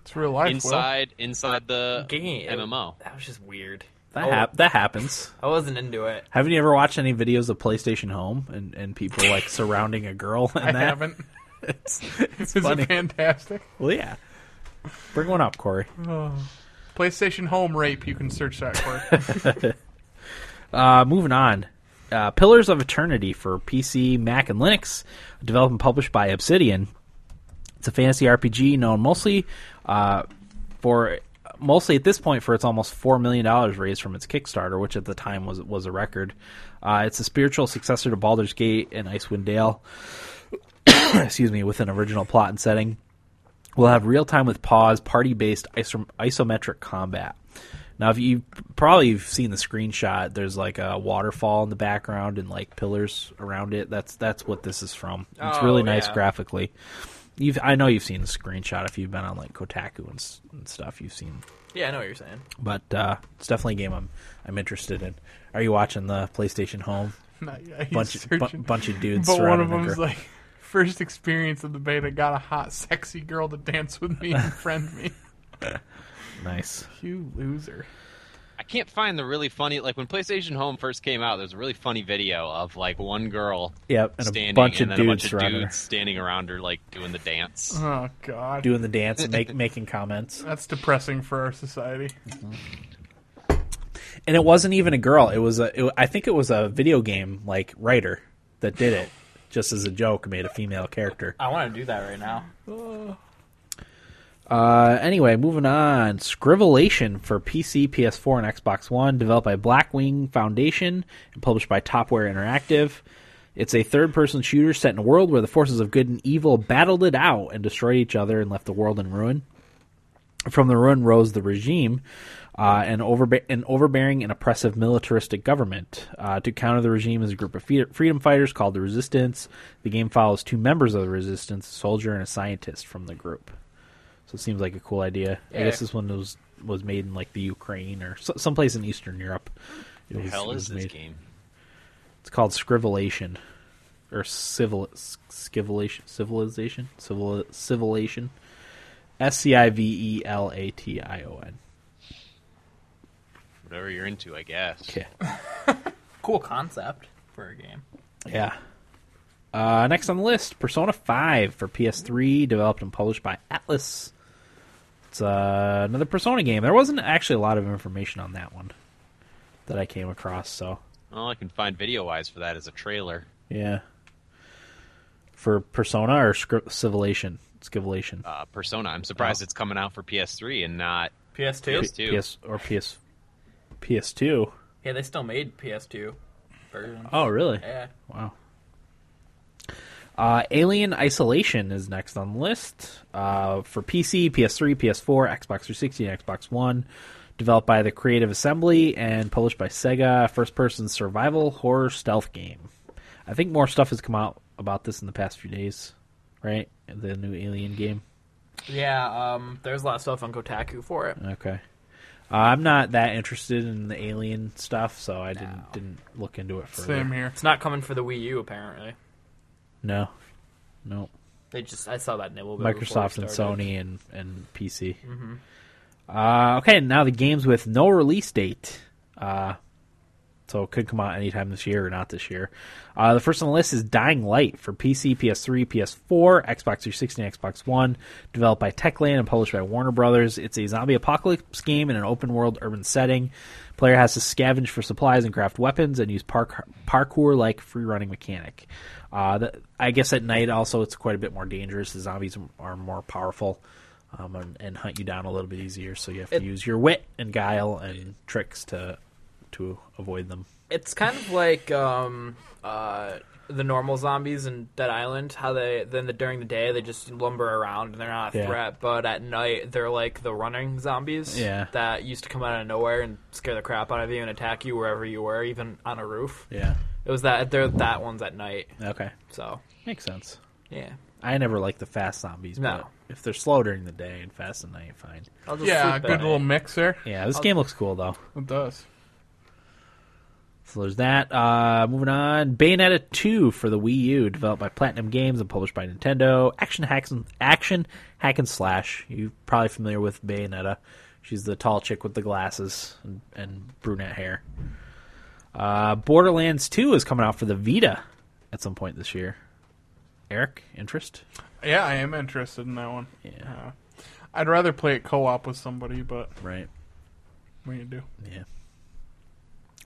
Speaker 2: It's real life.
Speaker 4: Inside. Inside the
Speaker 3: Game.
Speaker 4: MMO.
Speaker 3: That was just weird.
Speaker 1: that
Speaker 3: Oh.
Speaker 1: hap- that happens.
Speaker 3: I wasn't into it.
Speaker 1: Haven't you ever watched any videos of PlayStation Home and, and people like surrounding a girl? And
Speaker 2: Will. I
Speaker 1: that?
Speaker 2: haven't.
Speaker 1: It's, it's
Speaker 2: Is
Speaker 1: funny.
Speaker 2: it fantastic?
Speaker 1: well, yeah. Bring one up, Corey.
Speaker 2: PlayStation Home rape. You can search that for.
Speaker 1: Uh, moving on. Uh, Pillars of Eternity for PC, Mac, and Linux, developed and published by Obsidian. It's a fantasy RPG known mostly uh, for mostly at this point for its almost four million dollars raised from its Kickstarter, which at the time was was a record. Uh, it's a spiritual successor to Baldur's Gate and Icewind Dale. Excuse me, with an original plot and setting. We'll have real time with pause, party based isom- isometric combat. Now, if you probably you've seen the screenshot, there's like a waterfall in the background and like pillars around it. That's that's what this is from. It's
Speaker 3: Oh,
Speaker 1: really nice
Speaker 3: yeah.
Speaker 1: graphically. You've, I know you've seen the screenshot if you've been on like Kotaku and, s- and stuff. You've seen,
Speaker 3: Yeah, I know what you're saying.
Speaker 1: but uh, it's definitely a game I'm I'm interested in. Are you watching the PlayStation Home?
Speaker 2: Not yet. He's
Speaker 1: Bunch of, bu-
Speaker 2: searching.
Speaker 1: bunch of dudes.
Speaker 2: but one
Speaker 1: surrounding
Speaker 2: of
Speaker 1: a
Speaker 2: them's
Speaker 1: girl.
Speaker 2: like, first experience of the beta got a hot, sexy girl to dance with me and friend me.
Speaker 1: nice.
Speaker 2: You loser.
Speaker 4: I can't find the really funny like when PlayStation Home first came out. There's a really funny video of like one girl
Speaker 1: Yep, and
Speaker 4: standing
Speaker 1: a bunch
Speaker 4: and
Speaker 1: of
Speaker 4: then
Speaker 1: dudes
Speaker 4: a bunch of
Speaker 1: surrounding her.
Speaker 4: dudes standing around her like doing the dance.
Speaker 2: Oh God,
Speaker 1: doing the dance and make, making comments.
Speaker 2: that's depressing for our society.
Speaker 1: And it wasn't even a girl. It was a. It, wa- I think it was a video game like writer that did it, just as a joke, made a female character.
Speaker 3: I want to do that right now.
Speaker 1: Uh, anyway, moving on. Scrivelation for PC, PS4, and Xbox One, developed by Blackwing Foundation and published by Topware Interactive. It's a third-person shooter set in a world where the forces of good and evil battled it out and destroyed each other and left the world in ruin. From the ruin rose the regime, uh, an, overbe- an overbearing and oppressive militaristic government. Uh, to counter the regime is a group of fe- freedom fighters called the Resistance. The game follows two members of the Resistance, a soldier and a scientist from the group. So it seems like a cool idea. I
Speaker 3: Yeah.
Speaker 1: guess this one was was made in like the Ukraine or so- someplace in Eastern Europe. It
Speaker 4: The
Speaker 1: was- it
Speaker 4: hell is
Speaker 1: was
Speaker 4: this
Speaker 1: made-
Speaker 4: game?
Speaker 1: It's called Scrivelation, or civil Scivilation Civilization Civil Civilation, S C I V E L A T I O N.
Speaker 4: Whatever you're into, I guess.
Speaker 1: Okay.
Speaker 3: Cool concept for a game.
Speaker 1: Yeah. Uh, next on the list, Persona 5 for PS3, developed and published by Atlas. It's uh, another Persona game. There wasn't actually a lot of information on that one that I came across, so
Speaker 4: All I can find video wise for that is a trailer.
Speaker 1: yeah. For Persona or Scri- Civilization? Civilization.
Speaker 4: Uh, Persona. I'm surprised it's coming out for PS3 and not
Speaker 3: PS2.
Speaker 4: PS2.
Speaker 1: PS or PS PS2.
Speaker 3: Yeah, they still made PS2 version.
Speaker 1: Oh, really?
Speaker 3: Yeah.
Speaker 1: Wow. Uh, Alien Isolation is next on the list uh, for PC, PS3, PS4, Xbox 360, and Xbox One. Developed by the Creative Assembly and published by Sega, first person survival horror stealth game. I think more stuff has come out about this in the past few days, right? The new Alien game.
Speaker 3: Yeah, um, there's a lot of stuff on Kotaku for it.
Speaker 1: Okay. Uh, I'm not that interested in the Alien stuff, so I didn't didn't look into it further.
Speaker 2: Same here.
Speaker 3: It's not coming for the Wii U, apparently.
Speaker 1: No. No.
Speaker 3: They just, I saw that nibble. bit before we
Speaker 1: Microsoft and
Speaker 3: started. Mm-hmm.
Speaker 1: Sony and and PC. Uh, okay, now the games with no release date, uh, so it could come out anytime this year or not this year. Uh, the first on the list is Dying Light for PC, PS3, PS4, Xbox 360, and Xbox One. Developed by Techland and published by Warner Brothers, it's a zombie apocalypse game in an open world urban setting. Player has to scavenge for supplies and craft weapons and use park- parkour like free running mechanic. Uh, the, I guess at night also it's quite a bit more dangerous. The zombies are more powerful um, and, and hunt you down a little bit easier. So you have to
Speaker 3: It-
Speaker 1: use your wit and guile and tricks to to avoid them.
Speaker 3: It's kind of like um, uh, the normal zombies in Dead Island. How they then the, during the day they just lumber around and they're not a
Speaker 1: Yeah.
Speaker 3: threat, but at night they're like the running zombies
Speaker 1: Yeah.
Speaker 3: that used to come out of nowhere and scare the crap out of you and attack you wherever you were, even on a roof.
Speaker 1: Yeah.
Speaker 3: It was that they're that ones at night.
Speaker 1: Okay.
Speaker 3: So
Speaker 1: Makes sense.
Speaker 3: yeah,
Speaker 1: I never like the fast zombies,
Speaker 3: No.
Speaker 1: but if they're slow during the day and fast at night, fine.
Speaker 3: I'll just
Speaker 2: Yeah,
Speaker 3: sleep at
Speaker 2: good
Speaker 3: night.
Speaker 2: little mix there.
Speaker 1: Yeah, this game looks cool though.
Speaker 2: It does.
Speaker 1: So there's that. Uh, moving on, Bayonetta 2 for the Wii U, developed by Platinum Games and published by Nintendo. Action hacks and action hack and slash. You're probably familiar with Bayonetta. She's the tall chick with the glasses and, and brunette hair. Uh, Borderlands 2 is coming out for the Vita at some point this year. Eric, interest?
Speaker 2: Yeah, I am interested in that one.
Speaker 1: Yeah.
Speaker 2: Uh, I'd rather play it co-op with somebody, but
Speaker 1: Right.
Speaker 2: what do you do?
Speaker 1: Yeah.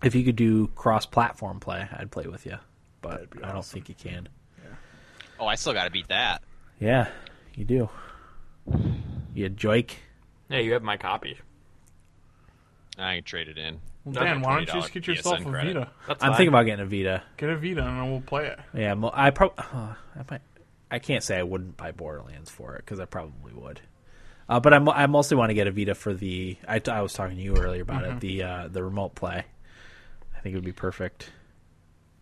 Speaker 1: If you could do cross-platform play, I'd play with you, but
Speaker 2: That'd be
Speaker 1: I don't
Speaker 2: awesome.
Speaker 1: think you can.
Speaker 4: Oh, I still got to beat that.
Speaker 1: Yeah, you do. You joik.
Speaker 3: Yeah, you have my copy.
Speaker 4: I can trade it in.
Speaker 2: Well,
Speaker 3: That'd
Speaker 2: Dan,
Speaker 3: be
Speaker 2: why don't you just
Speaker 4: $20
Speaker 2: get yourself
Speaker 4: PSN
Speaker 2: a
Speaker 4: credit.
Speaker 2: Vita?
Speaker 3: That's
Speaker 1: I'm
Speaker 3: fine.
Speaker 1: thinking about getting a Vita.
Speaker 2: Get a Vita, and then we'll play it.
Speaker 1: uh, Yeah, mo- I probably. I can't say I wouldn't buy Borderlands for it because I probably would. Uh, but I'm, I mostly want to get a Vita for the. I, I was talking to you earlier about it. The uh, the remote play. I think it would be perfect.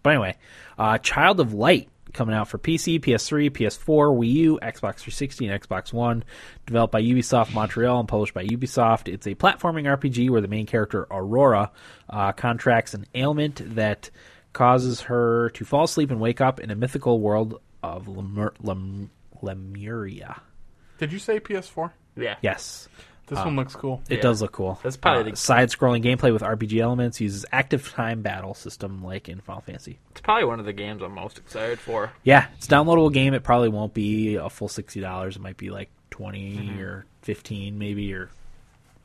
Speaker 1: But anyway, uh, Child of Light coming out for PC, PS3, PS4, Wii U, Xbox 360, and Xbox One. Developed by Ubisoft Montreal and published by Ubisoft. It's a platforming RPG where the main character Aurora uh, contracts an ailment that causes her to fall asleep and wake up in a mythical world of Lemur- Lem- Lemuria.
Speaker 2: Did you say PS4?
Speaker 3: Yeah.
Speaker 1: Yes.
Speaker 2: This
Speaker 3: Uh,
Speaker 2: one looks cool.
Speaker 1: It
Speaker 3: Yeah.
Speaker 1: does look cool. Uh,
Speaker 3: That's probably the-
Speaker 1: side-scrolling gameplay with RPG elements. Uses active time battle system like in Final Fantasy.
Speaker 3: It's probably one of the games I'm most excited for.
Speaker 1: Yeah, it's a downloadable game. It probably won't be a full sixty dollars. It might be like 20 or fifteen, maybe, or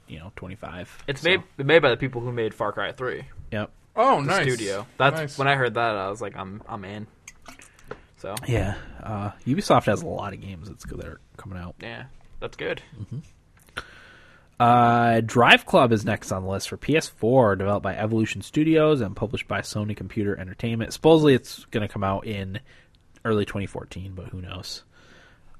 Speaker 1: you know, twenty five.
Speaker 3: It's made made by the people who made Far Cry 3,
Speaker 1: Yep.
Speaker 2: Oh,
Speaker 3: the
Speaker 2: nice
Speaker 3: studio. That's
Speaker 2: Nice.
Speaker 3: when I heard that I was like I'm I'm in. So,
Speaker 1: Yeah. Uh, Ubisoft has a lot of games that's that are coming out.
Speaker 3: yeah. That's good.
Speaker 1: Uh, Drive Club is next on the list for PS4, developed by Evolution Studios and published by Sony Computer Entertainment. Supposedly, it's going to come out in early 2014, but who knows?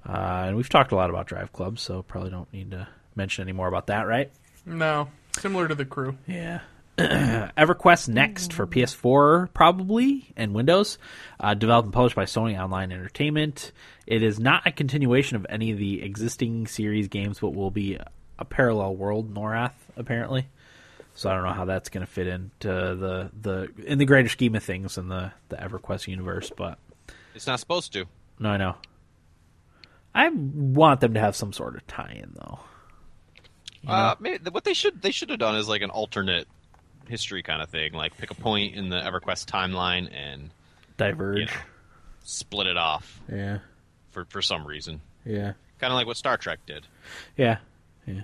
Speaker 1: Uh, and we've talked a lot about Drive Club, so probably don't need to mention any more about that, right?
Speaker 2: No, similar to the crew.
Speaker 1: Yeah. EverQuest Next for PS4, probably, and Windows, uh, developed and published by Sony Online Entertainment. It is not a continuation of any of the existing series games, but will be a parallel world, Norath, apparently. So I don't know how that's going to fit into the, the in the greater scheme of things in the, the EverQuest universe, but
Speaker 4: It's not supposed to.
Speaker 1: no, I know. I want them to have some sort of tie-in, though.
Speaker 4: Uh, maybe th- what they should they should have done is like an alternate history kind of thing. Like pick a point in the EverQuest timeline and
Speaker 1: Diverge.
Speaker 4: split it off
Speaker 1: Yeah.
Speaker 4: for for some reason.
Speaker 1: Yeah.
Speaker 4: Kind of like what Star Trek did.
Speaker 1: Yeah, yeah.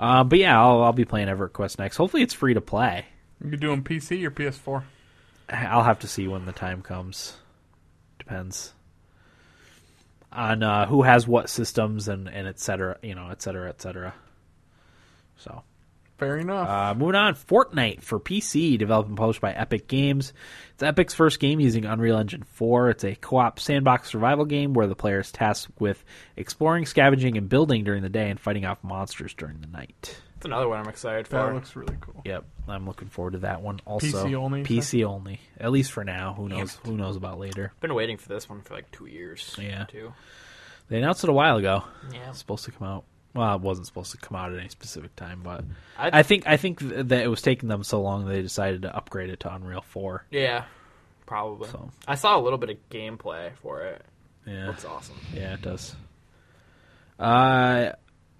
Speaker 1: Uh, but yeah, I'll, I'll be playing EverQuest next. Hopefully, it's free to play.
Speaker 2: You doing PC or PS4?
Speaker 1: I'll have to see when the time comes. Depends on uh, who has what systems and and et cetera, you know, et cetera, et cetera. So.
Speaker 2: Fair enough.
Speaker 1: Uh, moving on, Fortnite for PC, developed and published by Epic Games. It's Epic's first game using Unreal Engine 4. It's a co op sandbox survival game where the player is tasked with exploring, scavenging, and building during the day and fighting off monsters during the night.
Speaker 3: It's another one I'm excited
Speaker 2: that
Speaker 3: for.
Speaker 2: looks really cool.
Speaker 1: Yep, I'm looking forward to that one. Also,
Speaker 2: PC only, you
Speaker 1: PC only, at least for now. Who knows? Who knows about later?
Speaker 3: Been waiting for this one for like 2 years.
Speaker 1: Yeah.
Speaker 3: Too.
Speaker 1: They announced it a while ago.
Speaker 3: Yeah.
Speaker 1: It's supposed to come out. Well, it wasn't supposed to come out at any specific time, but
Speaker 3: I-
Speaker 1: I, think I think th- that it was taking them so long they decided to upgrade it to Unreal Four.
Speaker 3: Yeah. Probably.
Speaker 1: So.
Speaker 3: I saw a little bit of gameplay for it.
Speaker 1: Yeah,
Speaker 3: Looks awesome.
Speaker 1: yeah, it does. Uh,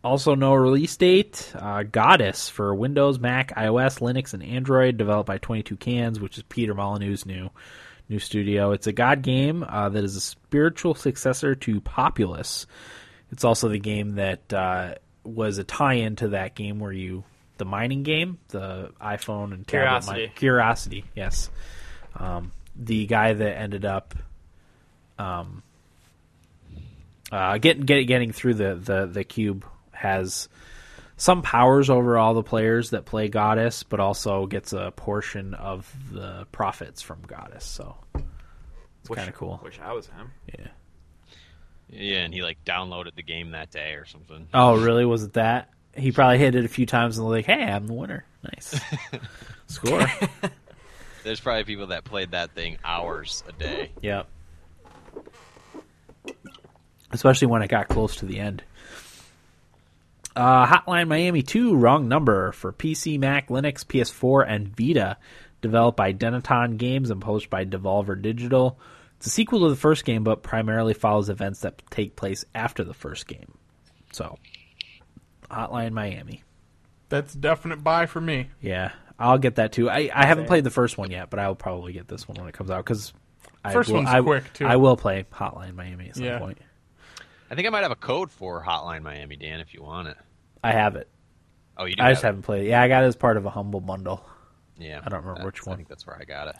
Speaker 1: also no release date. Uh, Goddess for Windows, Mac, iOS, Linux, and Android, developed by 22 Cans, which is Peter Molyneux's new new studio. It's a god game uh, that is a spiritual successor to Populous. It's also the game that uh, was a tie-in to that game where you the mining game, the iPhone and tablet
Speaker 3: Curiosity.
Speaker 1: mi- Curiosity, yes. Um, the guy that ended up um, uh, getting get, getting through the, the, the cube has some powers over all the players that play Goddess, but also gets a portion of the profits from Goddess. So it's
Speaker 3: Wish-
Speaker 1: kind of cool.
Speaker 3: Wish I was him.
Speaker 1: Yeah.
Speaker 4: Yeah, and he like downloaded the game that day or something.
Speaker 1: Oh, really? Was it that? He probably hit it a few times and like, hey, I'm the winner. Nice score.
Speaker 4: There's probably people that played that thing hours a day.
Speaker 1: yep. Especially when it got close to the end. Uh, Hotline Miami 2, wrong number for PC, Mac, Linux, PS4, and Vita. Developed by Denaton Games and published by Devolver Digital. It's a sequel to the first game, but primarily follows events that take place after the first game. So, Hotline Miami.
Speaker 2: That's definite buy for me.
Speaker 1: Yeah, I'll get that too. I, I haven't played the first one yet, but I will probably get this one when it comes out because
Speaker 2: First
Speaker 1: I will,
Speaker 2: one's
Speaker 1: I,
Speaker 2: quick, too.
Speaker 1: I will play Hotline Miami at some
Speaker 2: Yeah.
Speaker 1: point.
Speaker 4: I think I might have a code for Hotline Miami, Dan, if you want it.
Speaker 1: I have it.
Speaker 4: Oh, you do.
Speaker 1: I just
Speaker 4: have
Speaker 1: haven't played it. Yeah, I got it as part of a humble bundle.
Speaker 4: it. Yeah,
Speaker 1: I don't remember which
Speaker 4: that's-
Speaker 1: one.
Speaker 4: I think that's where I got it.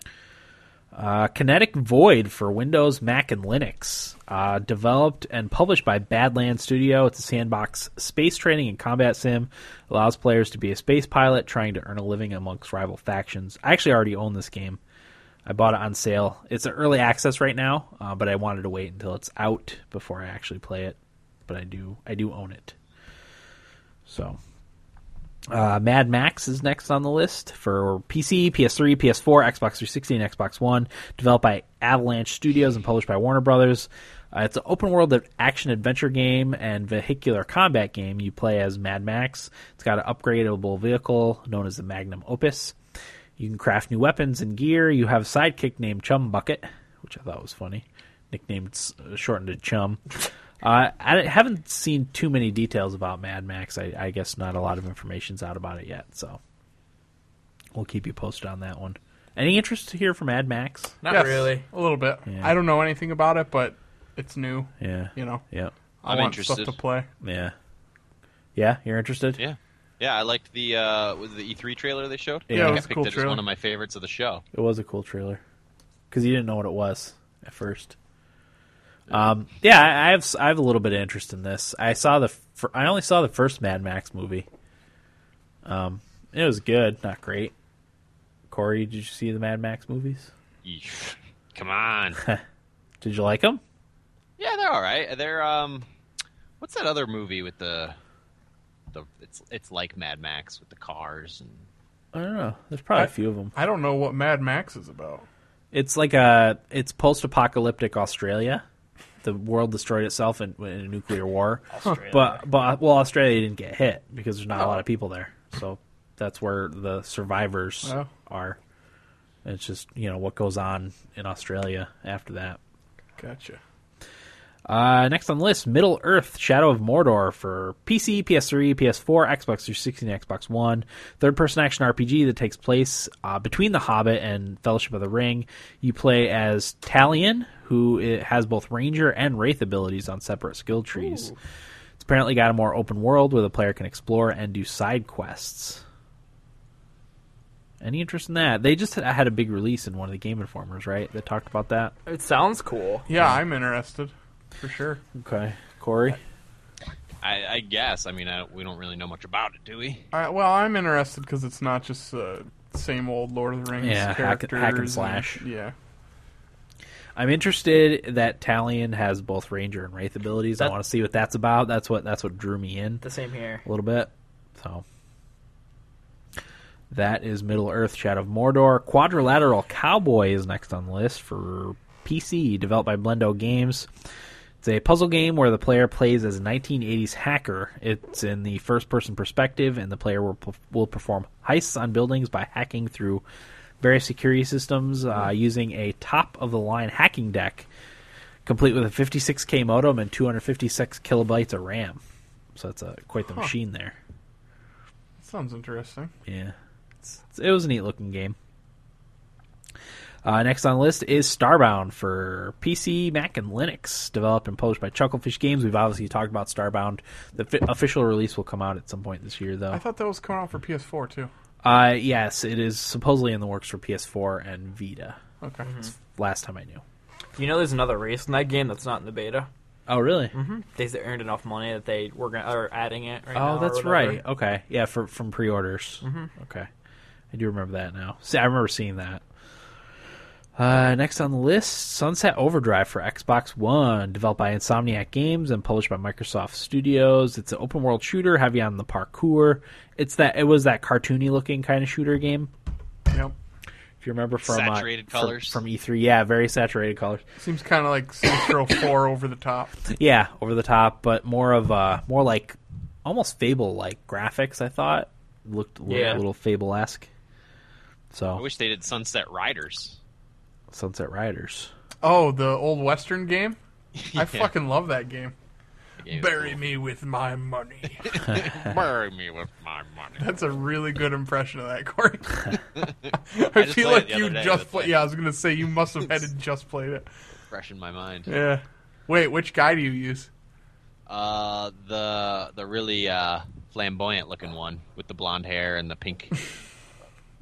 Speaker 1: Uh, Kinetic Void for Windows, Mac, and Linux. Uh, developed and published by Badland Studio. It's a sandbox space training and combat sim. Allows players to be a space pilot trying to earn a living amongst rival factions. I actually already own this game. I bought it on sale. It's an early access right now, uh, but I wanted to wait until it's out before I actually play it. But I do, I do own it. So, uh, Mad Max is next on the list for PC, PS3, PS4, Xbox 360, and Xbox One. Developed by Avalanche Studios and published by Warner Brothers. Uh, it's an open world action adventure game and vehicular combat game. You play as Mad Max. It's got an upgradable vehicle known as the Magnum Opus. You can craft new weapons and gear. You have a sidekick named Chum Bucket, which I thought was funny, nicknamed s- uh, shortened to Chum. Uh, I d- haven't seen too many details about Mad Max. I, I guess not a lot of information's out about it yet, so we'll keep you posted on that one. Any interest to hear from Mad Max?
Speaker 3: Not
Speaker 2: Yes,
Speaker 3: really.
Speaker 2: A little bit.
Speaker 1: Yeah.
Speaker 2: I don't know anything about it, but it's new.
Speaker 1: Yeah.
Speaker 2: You know,
Speaker 1: Yeah.
Speaker 2: I
Speaker 4: I'm
Speaker 2: want
Speaker 4: interested.
Speaker 2: stuff to play.
Speaker 1: Yeah. Yeah, you're interested?
Speaker 4: Yeah, yeah. I liked the uh, was it the E3 trailer they showed.
Speaker 1: Yeah, it
Speaker 4: I,
Speaker 1: was
Speaker 2: a
Speaker 4: picked
Speaker 2: cool
Speaker 4: it as
Speaker 2: trailer.
Speaker 4: one of my favorites of the show.
Speaker 1: It was a cool trailer because you didn't know what it was at first. Um, yeah, I I have s- I have a little bit of interest in this. I saw the fir- I only saw the first Mad Max movie. Um, it was good, not great. Corey, did you see the Mad Max movies?
Speaker 4: Yeesh. Come on.
Speaker 1: Did you like them?
Speaker 4: yeah, they're all right. They're um, what's that other movie with the the it's it's like Mad Max with the cars and
Speaker 1: I don't know. There's probably a
Speaker 2: I-
Speaker 1: few of them.
Speaker 2: I don't know what Mad Max is about.
Speaker 1: It's like a it's post-apocalyptic Australia. The world destroyed itself in, in a nuclear war. But but well, Australia didn't get hit because there's not a lot of people there, so that's where the survivors
Speaker 2: Oh.
Speaker 1: are. And It's just you know what goes on in Australia after that.
Speaker 2: Gotcha.
Speaker 1: Uh, next on the list, Middle Earth: Shadow of Mordor for PC, PS3, PS4, Xbox 360, and Xbox One. Third-person action RPG that takes place uh, between The Hobbit and Fellowship of the Ring. You play as Talion, who i- has both Ranger and Wraith abilities on separate skill trees. It's apparently got a more open world where the player can explore and do side quests. Any interest in that? They just had- had a big release in one of the Game Informers, right? That talked about that.
Speaker 3: It sounds cool.
Speaker 2: Yeah, I'm interested for sure.
Speaker 1: Okay, Corey.
Speaker 4: I, I guess I mean I, we don't really know much about it, do we?
Speaker 2: I, well, I'm interested because it's not just uh, same old Lord of the Rings
Speaker 1: Yeah, hack- hack and
Speaker 2: characters.
Speaker 1: slash.
Speaker 2: yeah,
Speaker 1: I'm interested that Talion has both Ranger and Wraith abilities. I
Speaker 3: That-
Speaker 1: want to see what that's about. That's what that's what drew me in
Speaker 3: The same here.
Speaker 1: a little bit. So that is Middle Earth: Shadow of Mordor. Quadrilateral Cowboy is next on the list for PC, developed by Blendo Games. It's a puzzle game where the player plays as a 1980s hacker. It's in the first-person perspective, and the player will, will perform heists on buildings by hacking through various security systems uh, using a top-of-the-line hacking deck, complete with a 56k modem and 256 kilobytes of RAM. So that's a, quite the machine there.
Speaker 2: sounds interesting.
Speaker 1: Yeah. It's, it's- it was a neat looking game. Uh, next on the list is Starbound for PC, Mac, and Linux, developed and published by Chucklefish Games. We've obviously talked about Starbound. The fi- official release will come out at some point this year,
Speaker 2: I
Speaker 1: though.
Speaker 2: thought that was coming out for PS4 too.
Speaker 1: Uh, yes, it is supposedly in the works for PS4 and Vita.
Speaker 2: Okay,
Speaker 1: Last time I knew.
Speaker 3: You know, there's another race in that game that's not in the beta.
Speaker 1: Oh, really?
Speaker 3: Mm-hmm. They s- earned enough money that they were gonna, are adding it. Right now
Speaker 1: Oh,
Speaker 3: or
Speaker 1: that's
Speaker 3: whatever.
Speaker 1: right. Okay, yeah, for, from pre-orders. Mm-hmm. Okay, I do remember that now. See, I remember seeing that. Uh, next on the list, Sunset Overdrive for Xbox One, developed by Insomniac Games and published by Microsoft Studios. It's an open-world shooter, heavy on the parkour. It's that it was that cartoony-looking kind of shooter game.
Speaker 2: yep.
Speaker 1: If you remember from uh,
Speaker 4: Saturated
Speaker 1: from-
Speaker 4: colors.
Speaker 1: from E3, yeah, very saturated colors.
Speaker 2: Seems kind of like Saints Row 4 over the top.
Speaker 1: Yeah, over the top, but more of uh more like almost fable like graphics. I thought looked a little,
Speaker 3: Yeah.
Speaker 1: fable esque.
Speaker 4: I
Speaker 1: So
Speaker 4: wish they did Sunset Riders.
Speaker 1: Sunset Riders.
Speaker 2: Oh, the old Western game. I
Speaker 4: Yeah.
Speaker 2: fucking love that game.
Speaker 4: Yeah,
Speaker 2: Bury me with my money.
Speaker 4: bury me with my money.
Speaker 2: That's a really good impression of that, Corey. I,
Speaker 4: just
Speaker 2: feel
Speaker 4: played it
Speaker 2: like
Speaker 4: the other
Speaker 2: you
Speaker 4: day
Speaker 2: just
Speaker 4: with
Speaker 2: played.
Speaker 4: my-
Speaker 2: Yeah, I was gonna say you must have had it just played it.
Speaker 4: Fresh in my mind.
Speaker 2: Yeah. Wait, which guy do you use?
Speaker 4: Uh, the the really uh, flamboyant looking one with the blonde hair and the pink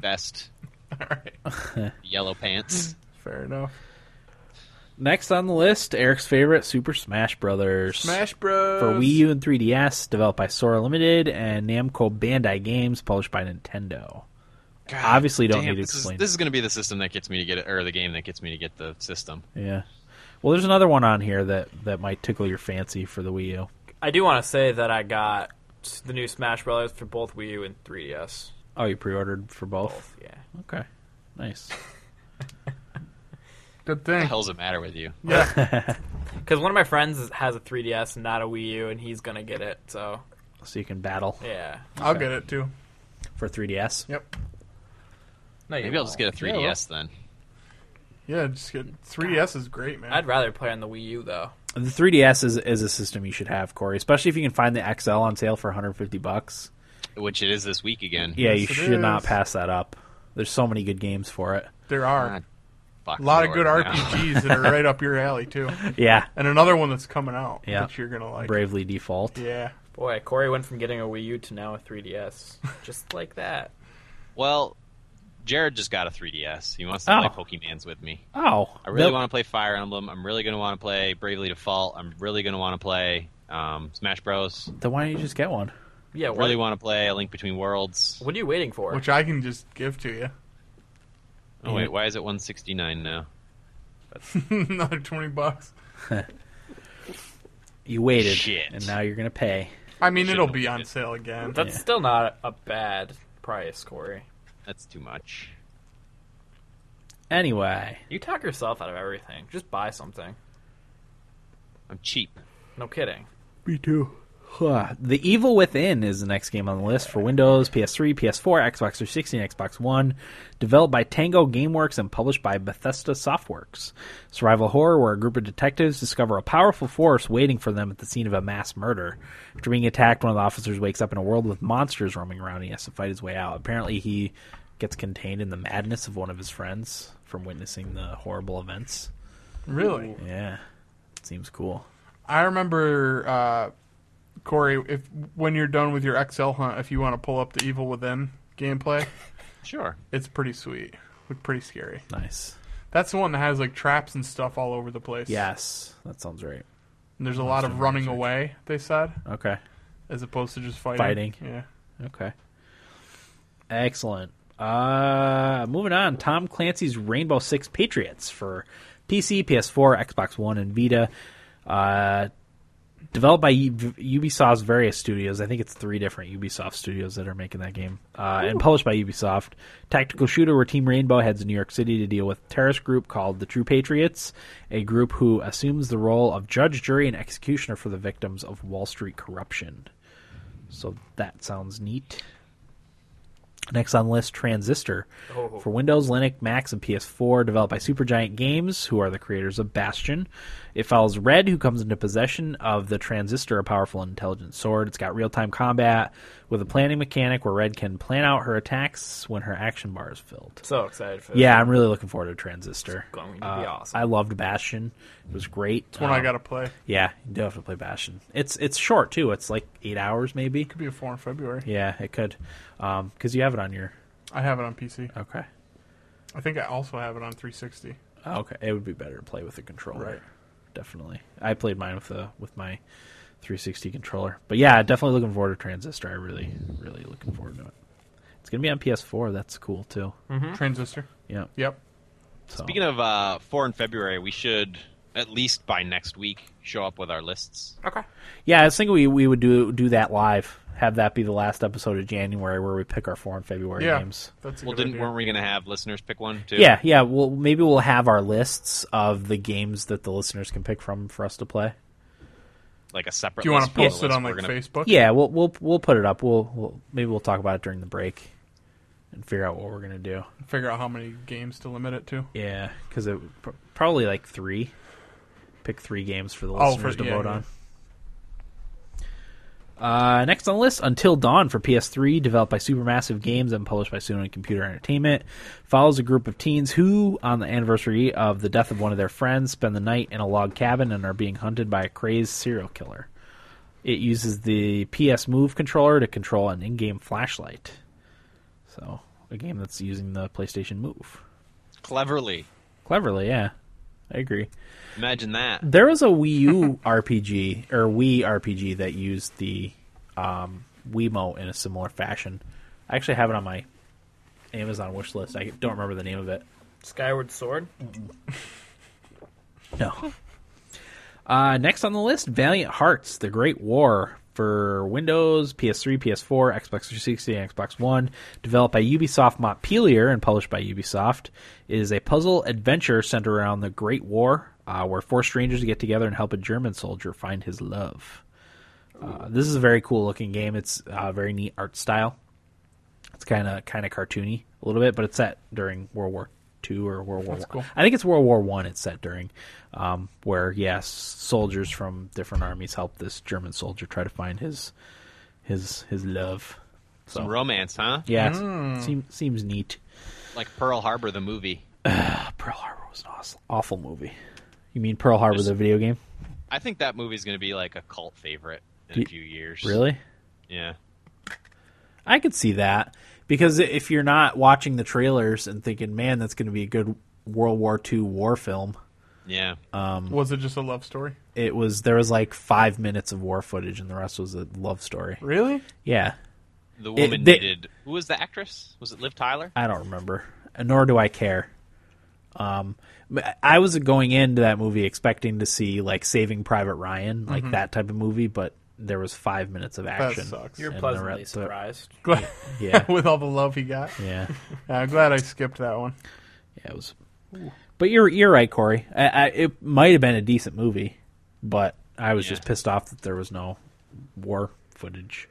Speaker 4: vest,
Speaker 2: All right.
Speaker 4: yellow
Speaker 2: Mm.
Speaker 4: pants.
Speaker 2: Fair enough.
Speaker 1: Next on the list, Eric's favorite Super Smash Brothers.
Speaker 2: Smash Bros.
Speaker 1: for Wii U and 3DS, developed by Sora Limited and Namco Bandai Games, published by Nintendo.
Speaker 4: God
Speaker 1: Obviously don't
Speaker 4: damn,
Speaker 1: need to
Speaker 4: this is-
Speaker 1: explain.
Speaker 4: This is going to be the system that gets me to get it, or the game that gets me to get the system.
Speaker 1: Yeah. Well, there's another one on here that that might tickle your fancy for the Wii U.
Speaker 3: I do want to say that I got the new Smash Brothers for both Wii U and 3DS.
Speaker 1: Oh, you pre-ordered for both?
Speaker 3: Both, yeah.
Speaker 1: Okay, nice.
Speaker 2: Good
Speaker 4: the
Speaker 2: thing.
Speaker 4: hell's the matter with you?
Speaker 2: Yeah.
Speaker 3: Because one of my friends is- has a 3DS and not a Wii U, and he's gonna get it. So
Speaker 1: So you can battle
Speaker 3: yeah.
Speaker 2: I'll get it too.
Speaker 1: for 3DS.
Speaker 2: Yep.
Speaker 3: No, you
Speaker 4: Maybe I'll just get a
Speaker 3: won't.
Speaker 4: 3DS then.
Speaker 2: Yeah, just get 3DS is great, man.
Speaker 3: I'd rather play on the Wii U though.
Speaker 1: The 3DS is, is a system you should have, Corey, especially if you can find the XL on sale for 150 bucks.
Speaker 4: Which it is this week again.
Speaker 1: Yeah,
Speaker 2: Yes,
Speaker 1: you
Speaker 2: it
Speaker 1: should not
Speaker 2: is.
Speaker 1: pass that up. There's so many good games for it.
Speaker 2: there are
Speaker 4: God, fuck
Speaker 2: a lot of
Speaker 4: Lord,
Speaker 2: good
Speaker 4: no.
Speaker 2: RPGs that are right up your alley too,
Speaker 1: Yeah,
Speaker 2: and another one that's coming out
Speaker 1: Yeah.
Speaker 2: that you're gonna like.
Speaker 1: Bravely Default.
Speaker 2: Yeah.
Speaker 3: Boy, Corey went from getting a Wii U to now a 3DS, just like that.
Speaker 4: Well, Jared just got a 3DS. He wants to
Speaker 1: Oh.
Speaker 4: play Pokemans with me.
Speaker 1: Oh,
Speaker 4: I really
Speaker 1: that-
Speaker 4: want to play Fire Emblem. I'm really going to want to play Bravely Default. I'm really going to want to play um, Smash Bros.
Speaker 1: Then why don't you just get one?
Speaker 3: Yeah,
Speaker 4: I
Speaker 3: what,
Speaker 4: really want to play A Link Between Worlds.
Speaker 3: what are you waiting for?
Speaker 2: Which I can just give to you.
Speaker 4: Oh wait, why is it 169 now?
Speaker 2: Another twenty bucks.
Speaker 1: You waited,
Speaker 4: Shit.
Speaker 1: and now you're gonna pay.
Speaker 2: I mean,
Speaker 4: Shouldn't
Speaker 2: it'll
Speaker 4: have
Speaker 2: be on
Speaker 4: waited.
Speaker 2: sale again.
Speaker 3: That's
Speaker 1: Yeah.
Speaker 3: still not a bad price, Corey.
Speaker 4: That's too much.
Speaker 1: Anyway,
Speaker 3: You talk yourself out of everything. Just buy something.
Speaker 4: I'm cheap.
Speaker 3: No kidding.
Speaker 2: Me too.
Speaker 1: Huh. The Evil Within is the next game on the list for Windows, PS3, PS4, Xbox 360, and Xbox One. Developed by Tango Gameworks and published by Bethesda Softworks. Survival horror where a group of detectives discover a powerful force waiting for them at the scene of a mass murder. After being attacked, one of the officers wakes up in a world with monsters roaming around and he has to fight his way out. Apparently, he gets contained in the madness of one of his friends from witnessing the horrible events.
Speaker 2: Really?
Speaker 1: Yeah. Seems cool.
Speaker 2: I remember uh, Corey, if when you're done with your XL hunt, if you want to pull up the Evil Within gameplay,
Speaker 4: Sure.
Speaker 2: it's pretty sweet. Look pretty scary.
Speaker 1: Nice.
Speaker 2: That's the one that has like traps and stuff all over the place.
Speaker 1: Yes, that sounds right.
Speaker 2: And there's a lot of running away, they said,
Speaker 1: Okay.
Speaker 2: as opposed to just fighting.
Speaker 1: Fighting.
Speaker 2: Yeah.
Speaker 1: Okay. Excellent. Uh, moving on. Tom Clancy's Rainbow Six Patriots for PC, PS4, Xbox One, and Vita. Uh, developed by U- Ubisoft's various studios. I think it's three different Ubisoft studios that are making that game, uh, and published by Ubisoft. Tactical shooter where Team Rainbow heads to New York City to deal with a terrorist group called the True Patriots, a group who assumes the role of judge, jury, and executioner for the victims of Wall Street corruption. So that sounds neat. Next on the list, Transistor
Speaker 3: Oh.
Speaker 1: for Windows, Linux, Macs, and PS4, developed by Supergiant Games, who are the creators of Bastion. It follows Red, who comes into possession of the Transistor, a powerful and intelligent sword. It's got real time combat with a planning mechanic where Red can plan out her attacks when her action bar is filled.
Speaker 3: So excited for this.
Speaker 1: Yeah, I'm really looking forward to Transistor. Uh,
Speaker 3: It's going to be awesome.
Speaker 1: I loved Bastion; it was great. Uh,
Speaker 2: That's one I got to play.
Speaker 1: Yeah, you do have to play Bastion. It's it's short too. It's like eight hours maybe.
Speaker 2: Could be a 4 in February.
Speaker 1: Yeah, it could. Because you have it on your.
Speaker 2: I have it on PC.
Speaker 1: Okay.
Speaker 2: I think I also have it on 360.
Speaker 1: Okay. It would be better to play with a controller.
Speaker 2: Right.
Speaker 1: Definitely. I played mine with the with my 360 controller. But yeah, definitely looking forward to Transistor. I really, really looking forward to it. It's gonna be on PS4. That's cool too.
Speaker 2: Hmm.
Speaker 4: Mm-hmm.
Speaker 2: Transistor.
Speaker 1: Yeah.
Speaker 2: Yep.
Speaker 1: So.
Speaker 4: Speaking of uh, four in February, we should at least by next week show up with our lists.
Speaker 3: Okay.
Speaker 1: yeah, I was thinking we, we would do do that live. Have that be the last episode of January where we pick our four in February
Speaker 2: Yeah.
Speaker 1: games.
Speaker 2: That's a
Speaker 4: Well,
Speaker 2: good
Speaker 4: didn't
Speaker 2: idea.
Speaker 4: weren't we going to have listeners pick one too?
Speaker 1: Yeah, yeah. Well, maybe we'll have our lists of the games that the listeners can pick from for us to play.
Speaker 4: like a separate.
Speaker 2: Do you want to
Speaker 4: list for the
Speaker 2: post it
Speaker 4: list
Speaker 2: on
Speaker 4: we're
Speaker 2: like
Speaker 4: gonna-
Speaker 2: Facebook?
Speaker 1: Yeah, we'll we'll we'll put it up. We'll, we'll maybe we'll talk about it during the break and figure out what we're gonna do.
Speaker 2: Figure out how many games to limit it to.
Speaker 1: Yeah, because it pr- probably like three. Pick three games for the
Speaker 2: Oh,
Speaker 1: listeners
Speaker 2: for-
Speaker 1: to
Speaker 2: yeah,
Speaker 1: vote
Speaker 2: yeah.
Speaker 1: on. Uh, next on the list, Until Dawn for PS3, developed by Supermassive Games and published by Suno Computer Entertainment, follows a group of teens who, on the anniversary of the death of one of their friends, spend the night in a log cabin and are being hunted by a crazed serial killer. It uses the PS Move controller to control an in-game flashlight. So, a game that's using the PlayStation Move.
Speaker 4: Cleverly,
Speaker 1: Cleverly, yeah. I agree.
Speaker 4: imagine that.
Speaker 1: There was a Wii U RPG or Wii RPG that used the um, Wiimote in a similar fashion. I actually have it on my Amazon wish list. I don't remember the name of it.
Speaker 3: Skyward Sword.
Speaker 1: No. Uh, next on the list, Valiant Hearts: The Great War for Windows, PS3, PS4, Xbox 360, and Xbox One. Developed by Ubisoft Montpelier and published by Ubisoft, it is a puzzle adventure centered around the Great War, uh, where four strangers get together and help a German soldier find his love. Uh, this is a very cool looking game. It's uh, very neat art style. It's kind of kind of cartoony a little bit, but it's set during World War Two or World War.
Speaker 2: That's
Speaker 1: I.
Speaker 2: cool.
Speaker 1: I think it's World War One. It's set during, um, where yes, soldiers from different armies help this German soldier try to find his his his love.
Speaker 4: Some
Speaker 1: So
Speaker 4: romance, huh?
Speaker 1: yeah, it's-
Speaker 2: Hmm.
Speaker 1: seem, seems neat.
Speaker 4: Like Pearl Harbor, the movie.
Speaker 1: Pearl Harbor was an awful, awful movie. You mean Pearl Harbor,
Speaker 4: There's-
Speaker 1: the video game?
Speaker 4: I think that movie's going to be like a cult favorite in
Speaker 1: Ye-
Speaker 4: a few years.
Speaker 1: Really?
Speaker 4: Yeah.
Speaker 1: I could see that because i- if you're not watching the trailers and thinking, "Man, that's going to be a good World War II war film,"
Speaker 4: Yeah.
Speaker 1: Uh,
Speaker 2: Was it just a love story?
Speaker 1: it was there was like five minutes of war footage, and the rest was a love story.
Speaker 2: Really?
Speaker 1: Yeah,
Speaker 4: the woman
Speaker 1: they-
Speaker 4: needed. Who was the actress? Was it Liv Tyler?
Speaker 1: I don't remember, and nor do I care. Um, but I was going into that movie expecting to see like Saving Private Ryan, like that type of movie, but there was five minutes of action.
Speaker 2: sucks.
Speaker 3: You're
Speaker 1: and the
Speaker 3: pleasantly
Speaker 1: rest of it-
Speaker 3: surprised.
Speaker 2: Glad-
Speaker 1: Yeah,
Speaker 2: with all the love he got.
Speaker 1: yeah.
Speaker 2: Yeah, I'm glad I skipped that one.
Speaker 1: Yeah, it was. But you're you're right, Corey. I, I, it might have been a decent movie, but I was
Speaker 4: Yeah.
Speaker 1: just pissed off that there was no war footage.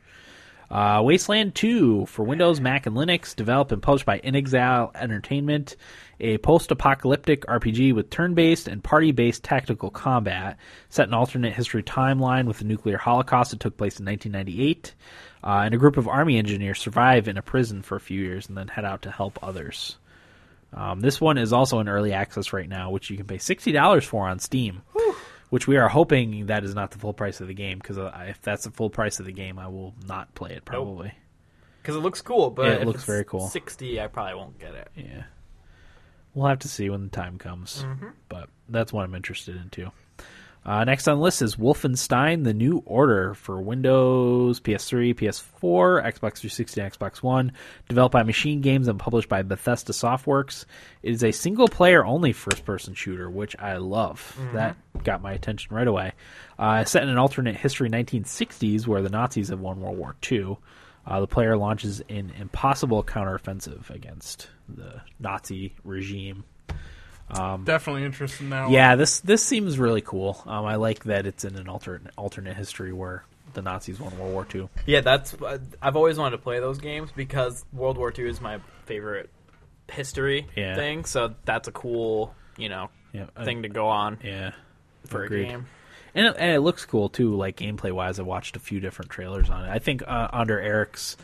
Speaker 1: Uh, Wasteland 2 for Windows, Mac, and Linux, developed and published by InXile Entertainment, a post-apocalyptic RPG with turn-based and party-based tactical combat, set in alternate history timeline with the nuclear holocaust that took place in 1998, uh, and a group of army engineers survive in a prison for a few years and then head out to help others. Um, this one is also in early access right now, which you can pay sixty dollars for on Steam. Which we are hoping that is not the full price of the game, because if that's the full price of the game, I will not play it probably.
Speaker 3: Because it looks cool, but
Speaker 1: Yeah, it
Speaker 3: if
Speaker 1: looks
Speaker 3: it's
Speaker 1: very cool.
Speaker 3: Sixty, I probably won't get it.
Speaker 1: Yeah, we'll have to see when the time comes, but that's what I'm interested in too. Uh, next on the list is Wolfenstein: The New Order for Windows, PS3, PS4, Xbox 360, and Xbox One. Developed by Machine Games and published by Bethesda Softworks, it is a single-player-only first-person shooter, which I love. That got my attention right away. Uh, set in an alternate history 1960s where the Nazis have won World War II, uh, the player launches an impossible counteroffensive against the Nazi regime.
Speaker 2: Definitely interested in that one.
Speaker 1: Um, Yeah, this this seems really cool. Um, I like that it's in an alternate alternate history where the Nazis won World War II.
Speaker 3: Yeah, that's. uh, I've always wanted to play those games because World War II is my favorite history
Speaker 1: Yeah.
Speaker 3: thing. So that's a cool, you know,
Speaker 1: Yeah, I-
Speaker 3: thing to go on
Speaker 1: Yeah,
Speaker 3: for
Speaker 1: agreed.
Speaker 3: a game.
Speaker 1: and it, and it looks cool too. Like gameplay wise, I watched a few different trailers on it. I think uh, under Eric's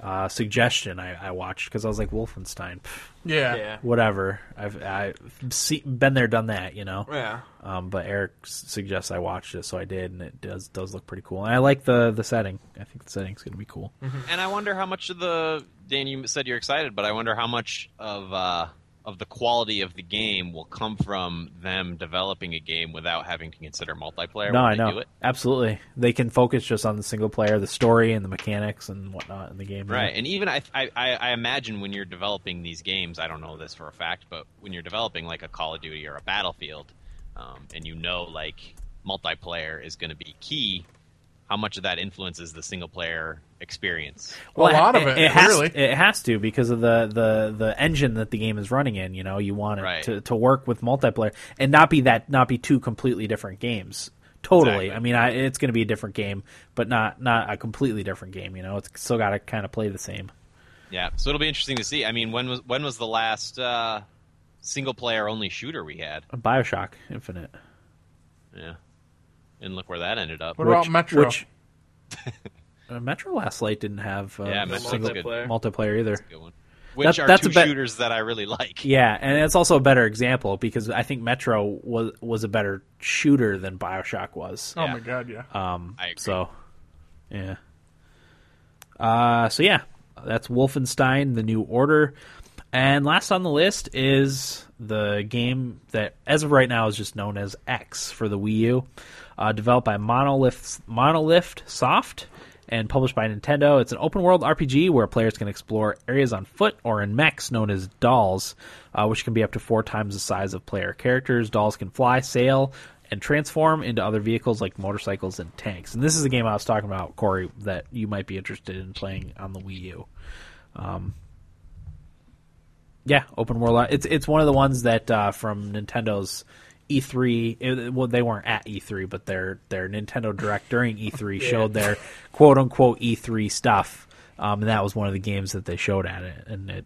Speaker 1: uh, suggestion, I, I watched because I was like Wolfenstein, pff,
Speaker 2: Yeah.
Speaker 3: Yeah.
Speaker 1: whatever. I've I've see, been there, done that, you know.
Speaker 3: Yeah.
Speaker 1: Um, but Eric s- suggests I watched it, so I did, and it does does look pretty cool. And I like the the setting. I think the setting's gonna be cool.
Speaker 4: And I wonder how much of the Dan, you said you're excited, but I wonder how much of uh, of the quality of the game will come from them developing a game without having to consider multiplayer.
Speaker 1: No,
Speaker 4: when
Speaker 1: I
Speaker 4: they
Speaker 1: know.
Speaker 4: do it.
Speaker 1: Absolutely, they can focus just on the single player, the story, and the mechanics and whatnot in the game.
Speaker 4: Right, and even I, I, I I imagine when you're developing these games, I don't know this for a fact, but when you're developing like a Call of Duty or a Battlefield, um, and you know like multiplayer is going to be key, how much of that influences the single player experience?
Speaker 2: A lot of it,
Speaker 1: has,
Speaker 2: really.
Speaker 1: It has to because of the, the the engine that the game is running in. You know, you want it
Speaker 4: Right.
Speaker 1: to, to work with multiplayer and not be that not be two completely different games. Totally.
Speaker 4: Exactly.
Speaker 1: I mean, I, it's going to be a different game, but not not a completely different game. You know, it's still got to kind of play the same.
Speaker 4: Yeah, so it'll be interesting to see. I mean, when was when was the last uh, single player only shooter we had?
Speaker 1: Bioshock Infinite.
Speaker 4: Yeah, and look where that ended up.
Speaker 2: What about Metro?
Speaker 1: Which, uh, Metro Last Light didn't have uh,
Speaker 4: Yeah,
Speaker 1: no
Speaker 4: Metro's
Speaker 1: single
Speaker 4: good.
Speaker 1: multiplayer either.
Speaker 4: Good one. Which are
Speaker 1: that's a
Speaker 4: two
Speaker 1: bet-
Speaker 4: shooters that I really like.
Speaker 1: Yeah, and it's also a better example because I think Metro was was a better shooter than Bioshock was.
Speaker 2: Oh
Speaker 4: Yeah.
Speaker 2: my god, yeah.
Speaker 1: Um,
Speaker 4: I agree.
Speaker 1: so, yeah. Uh, so yeah, that's Wolfenstein: The New Order, and last on the list is the game that, as of right now, is just known as X for the Wii U, uh, developed by Monolith Monolith Soft. And published by Nintendo, it's an open-world RPG where players can explore areas on foot or in mechs known as dolls, uh, which can be up to four times the size of player characters. Dolls can fly, sail, and transform into other vehicles like motorcycles and tanks. And this is a game I was talking about, Corey, that you might be interested in playing on the Wii U. Um, yeah, open world. It's it's one of the ones that uh, from Nintendo's E3. It, well, they weren't at E3, but their their Nintendo Direct during E3 showed their quote unquote E3 stuff, um, and that was one of the games that they showed at it, and it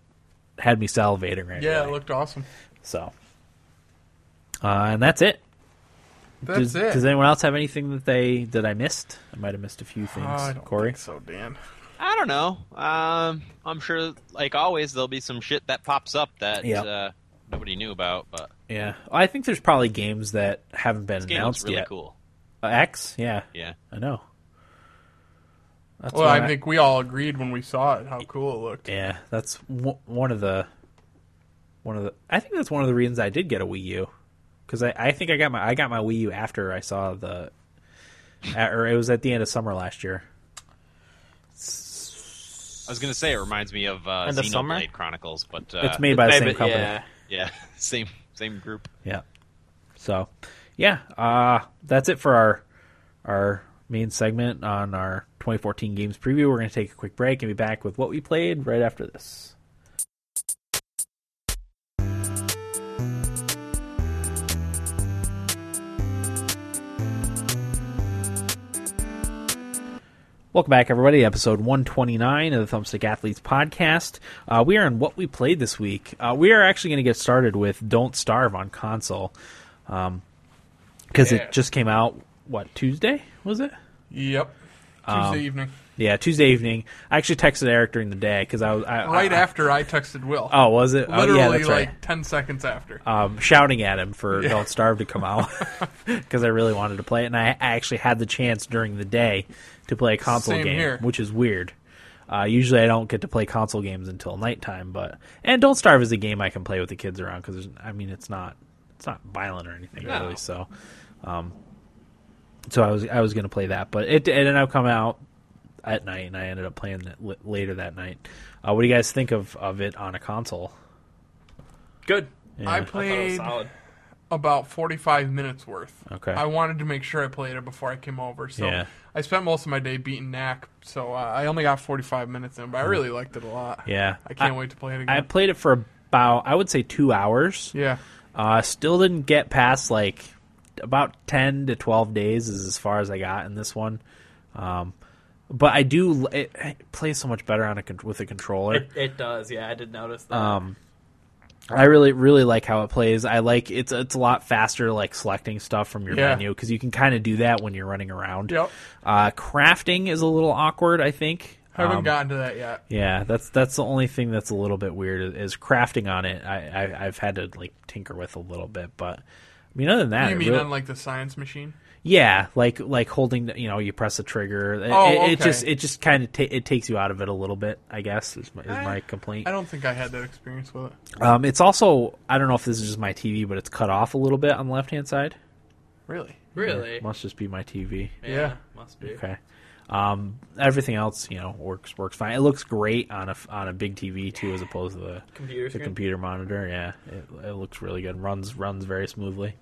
Speaker 1: had me salivating right
Speaker 2: Yeah, it
Speaker 1: away.
Speaker 2: looked awesome.
Speaker 1: So, uh, and that's it.
Speaker 2: That's
Speaker 1: does,
Speaker 2: it.
Speaker 1: Does anyone else have anything that they that I missed? I might have missed a few things.
Speaker 2: Oh, I don't
Speaker 1: Corey,
Speaker 2: think so, Dan.
Speaker 4: I don't know. Um, I'm sure, like always, there'll be some shit that pops up that
Speaker 1: Yeah.
Speaker 4: uh, nobody knew about, but
Speaker 1: yeah, I think there's probably games that haven't been
Speaker 4: this game
Speaker 1: announced
Speaker 4: looks really
Speaker 1: yet.
Speaker 4: cool.
Speaker 1: Uh, X, yeah,
Speaker 4: Yeah.
Speaker 1: I know. That's
Speaker 2: Well,
Speaker 1: one
Speaker 2: I think we all agreed when we saw it how cool it looked.
Speaker 1: yeah, that's w- one of the one of the. I think that's one of the reasons I did get a Wii U because I, I think I got my I got my Wii U after I saw the, at, or it was at the end of summer last year.
Speaker 4: I was gonna say it reminds me of uh,
Speaker 3: And the summer?
Speaker 4: Xenoblade Chronicles, but uh,
Speaker 1: It's made by the
Speaker 3: Maybe-
Speaker 1: same company.
Speaker 3: Yeah.
Speaker 4: Yeah, same same group.
Speaker 1: Yeah. So, yeah, uh, that's it for our our main segment on our 2014 games preview. We're going to take a quick break and be back with what we played right after this. Welcome back, everybody. Episode 129 of the Thumbstick Athletes podcast. Uh, we are on what we played this week. Uh, we are actually going to get started with Don't Starve on console because
Speaker 2: Yeah.
Speaker 1: it just came out, what, Tuesday, was it?
Speaker 2: Yep. Tuesday
Speaker 1: Um,
Speaker 2: evening,
Speaker 1: Yeah, Tuesday evening. I actually texted Eric during the day because I was I,
Speaker 2: right
Speaker 1: I-
Speaker 2: after I texted Will,
Speaker 1: Oh, was it? Oh,
Speaker 2: literally
Speaker 1: yeah, that's
Speaker 2: like
Speaker 1: right.
Speaker 2: ten seconds after.
Speaker 1: Um, shouting at him for "Don't Starve" to come out because I really wanted to play it, and I I actually had the chance during the day to play a console
Speaker 2: Same
Speaker 1: game,
Speaker 2: here.
Speaker 1: which is weird. Uh, usually, I don't get to play console games until nighttime, but and "Don't Starve" is a game I can play with the kids around because I mean it's not it's not violent or anything
Speaker 4: No.
Speaker 1: really, so. Um, so I was I was gonna play that, but it, it ended up coming out at night, and I ended up playing it l- later that night. Uh, what do you guys think of, of it on a console?
Speaker 3: Good.
Speaker 2: I
Speaker 3: I thought it was
Speaker 2: played
Speaker 3: solid.
Speaker 2: about 45 minutes worth.
Speaker 1: Okay.
Speaker 2: I wanted to make sure I played it before I came over, so
Speaker 1: Yeah.
Speaker 2: I spent most of my day beating Knack, so uh, I only got 45 minutes in, but I really liked it a lot.
Speaker 1: Hmm. Yeah,
Speaker 2: I can't wait to play it
Speaker 1: I
Speaker 2: again.
Speaker 1: played it for about I would say two hours.
Speaker 2: yeah.
Speaker 1: Uh, still didn't get past like about ten to twelve days is as far as I got in this one. Um, but I do it, it plays so much better on a con- with a controller.
Speaker 3: It, it does. Yeah, I did notice that.
Speaker 1: Uh. I really really like how it plays. I like it's it's a lot faster like selecting stuff from your
Speaker 2: Yeah.
Speaker 1: menu because you can kind of do that when you're running around.
Speaker 2: Yep.
Speaker 1: Uh, crafting is a little awkward, I think.
Speaker 2: Haven't
Speaker 1: Um,
Speaker 2: gotten to that yet.
Speaker 1: Yeah, that's that's the only thing that's a little bit weird is crafting on it. I, I I've had to like tinker with a little bit, but I mean, other than that,
Speaker 2: You
Speaker 1: it
Speaker 2: mean
Speaker 1: really-
Speaker 2: unlike the science machine?
Speaker 1: yeah, like like holding, the, you know, you press a trigger. It,
Speaker 2: Oh,
Speaker 1: it, it
Speaker 2: okay.
Speaker 1: just it just kind of ta- it takes you out of it a little bit. I guess is my, is my complaint.
Speaker 2: Eh, I don't think I had that experience with it.
Speaker 1: Um, it's also I don't know if this is just my TV, but it's cut off a little bit on the left hand side.
Speaker 2: Really?
Speaker 3: really?
Speaker 1: Must just be my TV.
Speaker 2: Yeah.
Speaker 3: Must be.
Speaker 1: Okay. Um, everything else, you know, works works fine. It looks great on a f- on a big TV too, as opposed to the
Speaker 3: Computer
Speaker 1: the
Speaker 3: screen?
Speaker 1: computer monitor. Yeah, it, it looks really good. Runs runs very smoothly.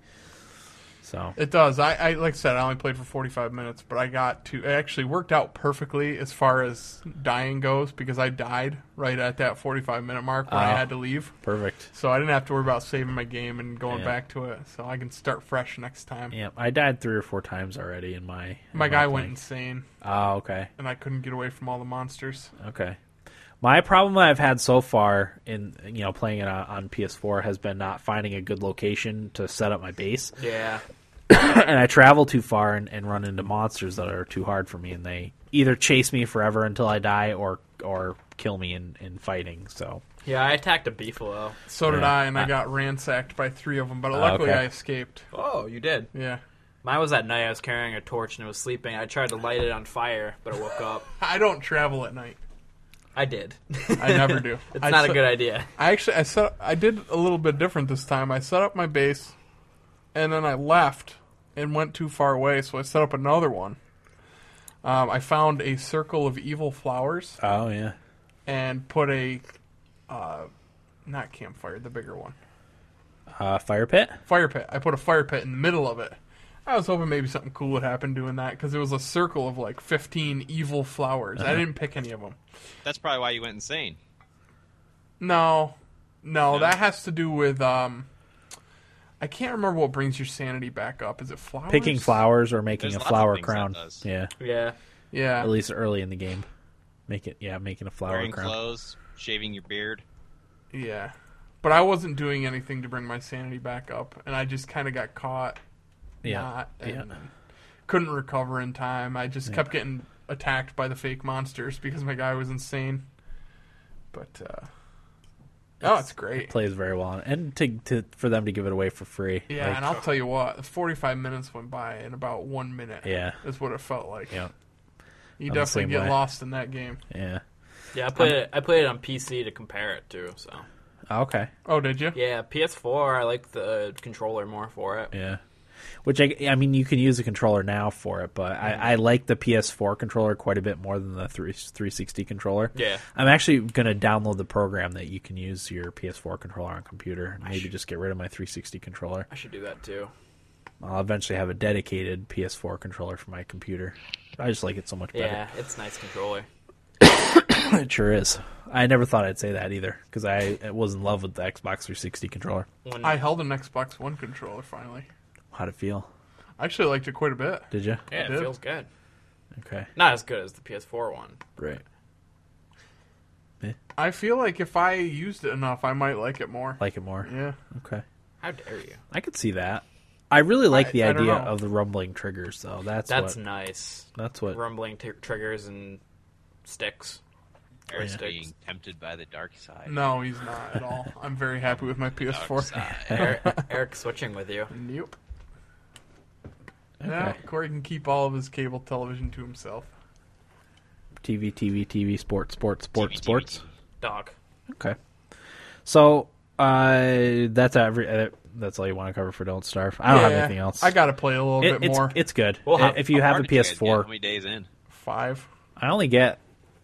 Speaker 1: So
Speaker 2: It does. I, I like I said, I only played for 45 minutes, but I got to. It actually worked out perfectly as far as dying goes because I died right at that 45 minute mark when I
Speaker 1: Oh.
Speaker 2: had to leave.
Speaker 1: perfect.
Speaker 2: So I didn't have to worry about saving my game and going
Speaker 1: Yeah.
Speaker 2: back to it. So I can start fresh next time.
Speaker 1: Yeah, I died three or four times already in my in
Speaker 2: My guy went
Speaker 1: playing.
Speaker 2: insane,
Speaker 1: Oh, okay,
Speaker 2: and I couldn't get away from all the monsters.
Speaker 1: okay. My problem that I've had so far in you know playing it on, on PS4 has been not finding a good location to set up my base.
Speaker 3: Yeah.
Speaker 1: and I travel too far and, and run into monsters that are too hard for me, and they either chase me forever until I die or or kill me in, in fighting. So
Speaker 3: Yeah, I attacked a beefalo.
Speaker 2: So did
Speaker 1: Yeah.
Speaker 2: I, and I got ransacked by three of them.
Speaker 3: Ah,
Speaker 2: But luckily,
Speaker 1: okay.
Speaker 2: I escaped.
Speaker 3: Oh, you did.
Speaker 2: Yeah,
Speaker 3: Mine was at night. I was carrying a torch and it was sleeping. I tried to light it on fire, but it woke up.
Speaker 2: I don't travel at night.
Speaker 3: I did.
Speaker 2: I never do.
Speaker 3: it's
Speaker 2: I
Speaker 3: not
Speaker 2: se-
Speaker 3: a good idea.
Speaker 2: I actually, I set, I did a little bit different this time. I set up my base, and then I left and went too far away. So I set up another one. Um, I found a circle of evil flowers
Speaker 1: oh yeah,
Speaker 2: and put a, uh, not campfire, the bigger one.
Speaker 1: uh, fire pit.
Speaker 2: fire pit. I put a fire pit in the middle of it. I was hoping maybe something cool would happen doing that because it was a circle of like 15 evil flowers. I didn't pick any of them.
Speaker 4: That's probably why you went insane.
Speaker 2: No, no,
Speaker 4: No?
Speaker 2: that has to do with um. I can't remember what brings your sanity back up. Is it flowers?
Speaker 1: Picking flowers or making
Speaker 4: There's
Speaker 1: a
Speaker 4: lots of
Speaker 1: flower
Speaker 4: things that
Speaker 1: crown.
Speaker 4: does.
Speaker 1: Yeah,
Speaker 3: Yeah.
Speaker 2: Yeah.
Speaker 1: at least early in the game. Make it, yeah, making a flower
Speaker 4: Wearing
Speaker 1: crown.
Speaker 4: clothes, shaving your beard.
Speaker 2: Yeah. But I wasn't doing anything to bring my sanity back up, and I just kind of got caught
Speaker 1: Yeah,
Speaker 2: not
Speaker 1: yeah.
Speaker 2: and couldn't recover in time. I just kept getting attacked by the fake monsters because my guy was insane. But uh Oh, it's great.
Speaker 1: plays very well, and to, to for them to give it away for free.
Speaker 2: Yeah,
Speaker 1: like,
Speaker 2: and I'll tell you what, 45 minutes went by in about 1 minute.
Speaker 1: Yeah.
Speaker 2: Is what it felt like.
Speaker 1: yeah,
Speaker 2: You
Speaker 1: I'm the same
Speaker 2: definitely get
Speaker 1: way.
Speaker 2: lost in that game.
Speaker 1: yeah.
Speaker 3: Yeah, I played it I played it on PC to compare it to, so.
Speaker 1: Okay,
Speaker 2: Oh, did you?
Speaker 3: Yeah, PS4 I like the controller more for it.
Speaker 1: yeah. Which I, I mean, you can use a controller now for it, but I, I like the PS4 controller quite a bit more than the 3, 360 controller.
Speaker 3: Yeah.
Speaker 1: I'm actually gonna download the program that you can use your PS4 controller on computer. and Maybe just get rid of my 360 controller.
Speaker 3: I should do that too.
Speaker 1: I'll eventually have a dedicated PS4 controller for my computer. I just like it so much better.
Speaker 3: Yeah, it's a nice controller.
Speaker 1: It sure is. I never thought I'd say that either because I was in love with the Xbox 360 controller.
Speaker 3: When,
Speaker 2: I held an Xbox One controller finally.
Speaker 1: How'd it feel?
Speaker 2: I actually liked it quite a bit.
Speaker 1: Did you?
Speaker 3: yeah, it
Speaker 2: did.
Speaker 3: feels good.
Speaker 1: Okay.
Speaker 3: Not as good as the PS4 one.
Speaker 1: Right.
Speaker 2: I feel like if I used it enough, I might like it more.
Speaker 1: Like it more.
Speaker 2: Yeah.
Speaker 1: Okay.
Speaker 3: How dare you?
Speaker 1: I could see that. I really like
Speaker 2: I-
Speaker 1: the
Speaker 2: I don't
Speaker 1: idea
Speaker 2: know.
Speaker 1: of the rumbling triggers, though. That's
Speaker 3: That's
Speaker 1: what.
Speaker 3: nice.
Speaker 1: That's what.
Speaker 3: Rumbling t- triggers and sticks. Air
Speaker 4: Eric's
Speaker 3: sticks.
Speaker 4: being tempted by the dark
Speaker 1: Mm.
Speaker 4: side.
Speaker 2: No, he's not at all. I'm very happy with my
Speaker 4: Dark
Speaker 2: PS4.
Speaker 4: side.
Speaker 3: Eric, Eric switching with you.
Speaker 2: Nope. Now
Speaker 1: Okay.
Speaker 2: Corey can keep all of his cable television to himself.
Speaker 1: TV, TV, TV, sports, sports, sports,
Speaker 4: TV,
Speaker 1: sports.
Speaker 3: Dog.
Speaker 1: Okay. So uh, that's every. Uh, that's all you want to cover for Don't Starve. I don't have
Speaker 2: Yeah,
Speaker 1: anything else.
Speaker 2: I gotta play a little
Speaker 1: It-
Speaker 2: bit more.
Speaker 1: It's, it's good.
Speaker 3: Well, how-
Speaker 1: if you
Speaker 4: How
Speaker 1: have
Speaker 4: far
Speaker 1: a
Speaker 4: did you guys get?
Speaker 1: PS4,
Speaker 4: How many days in?
Speaker 2: Five.
Speaker 1: I only get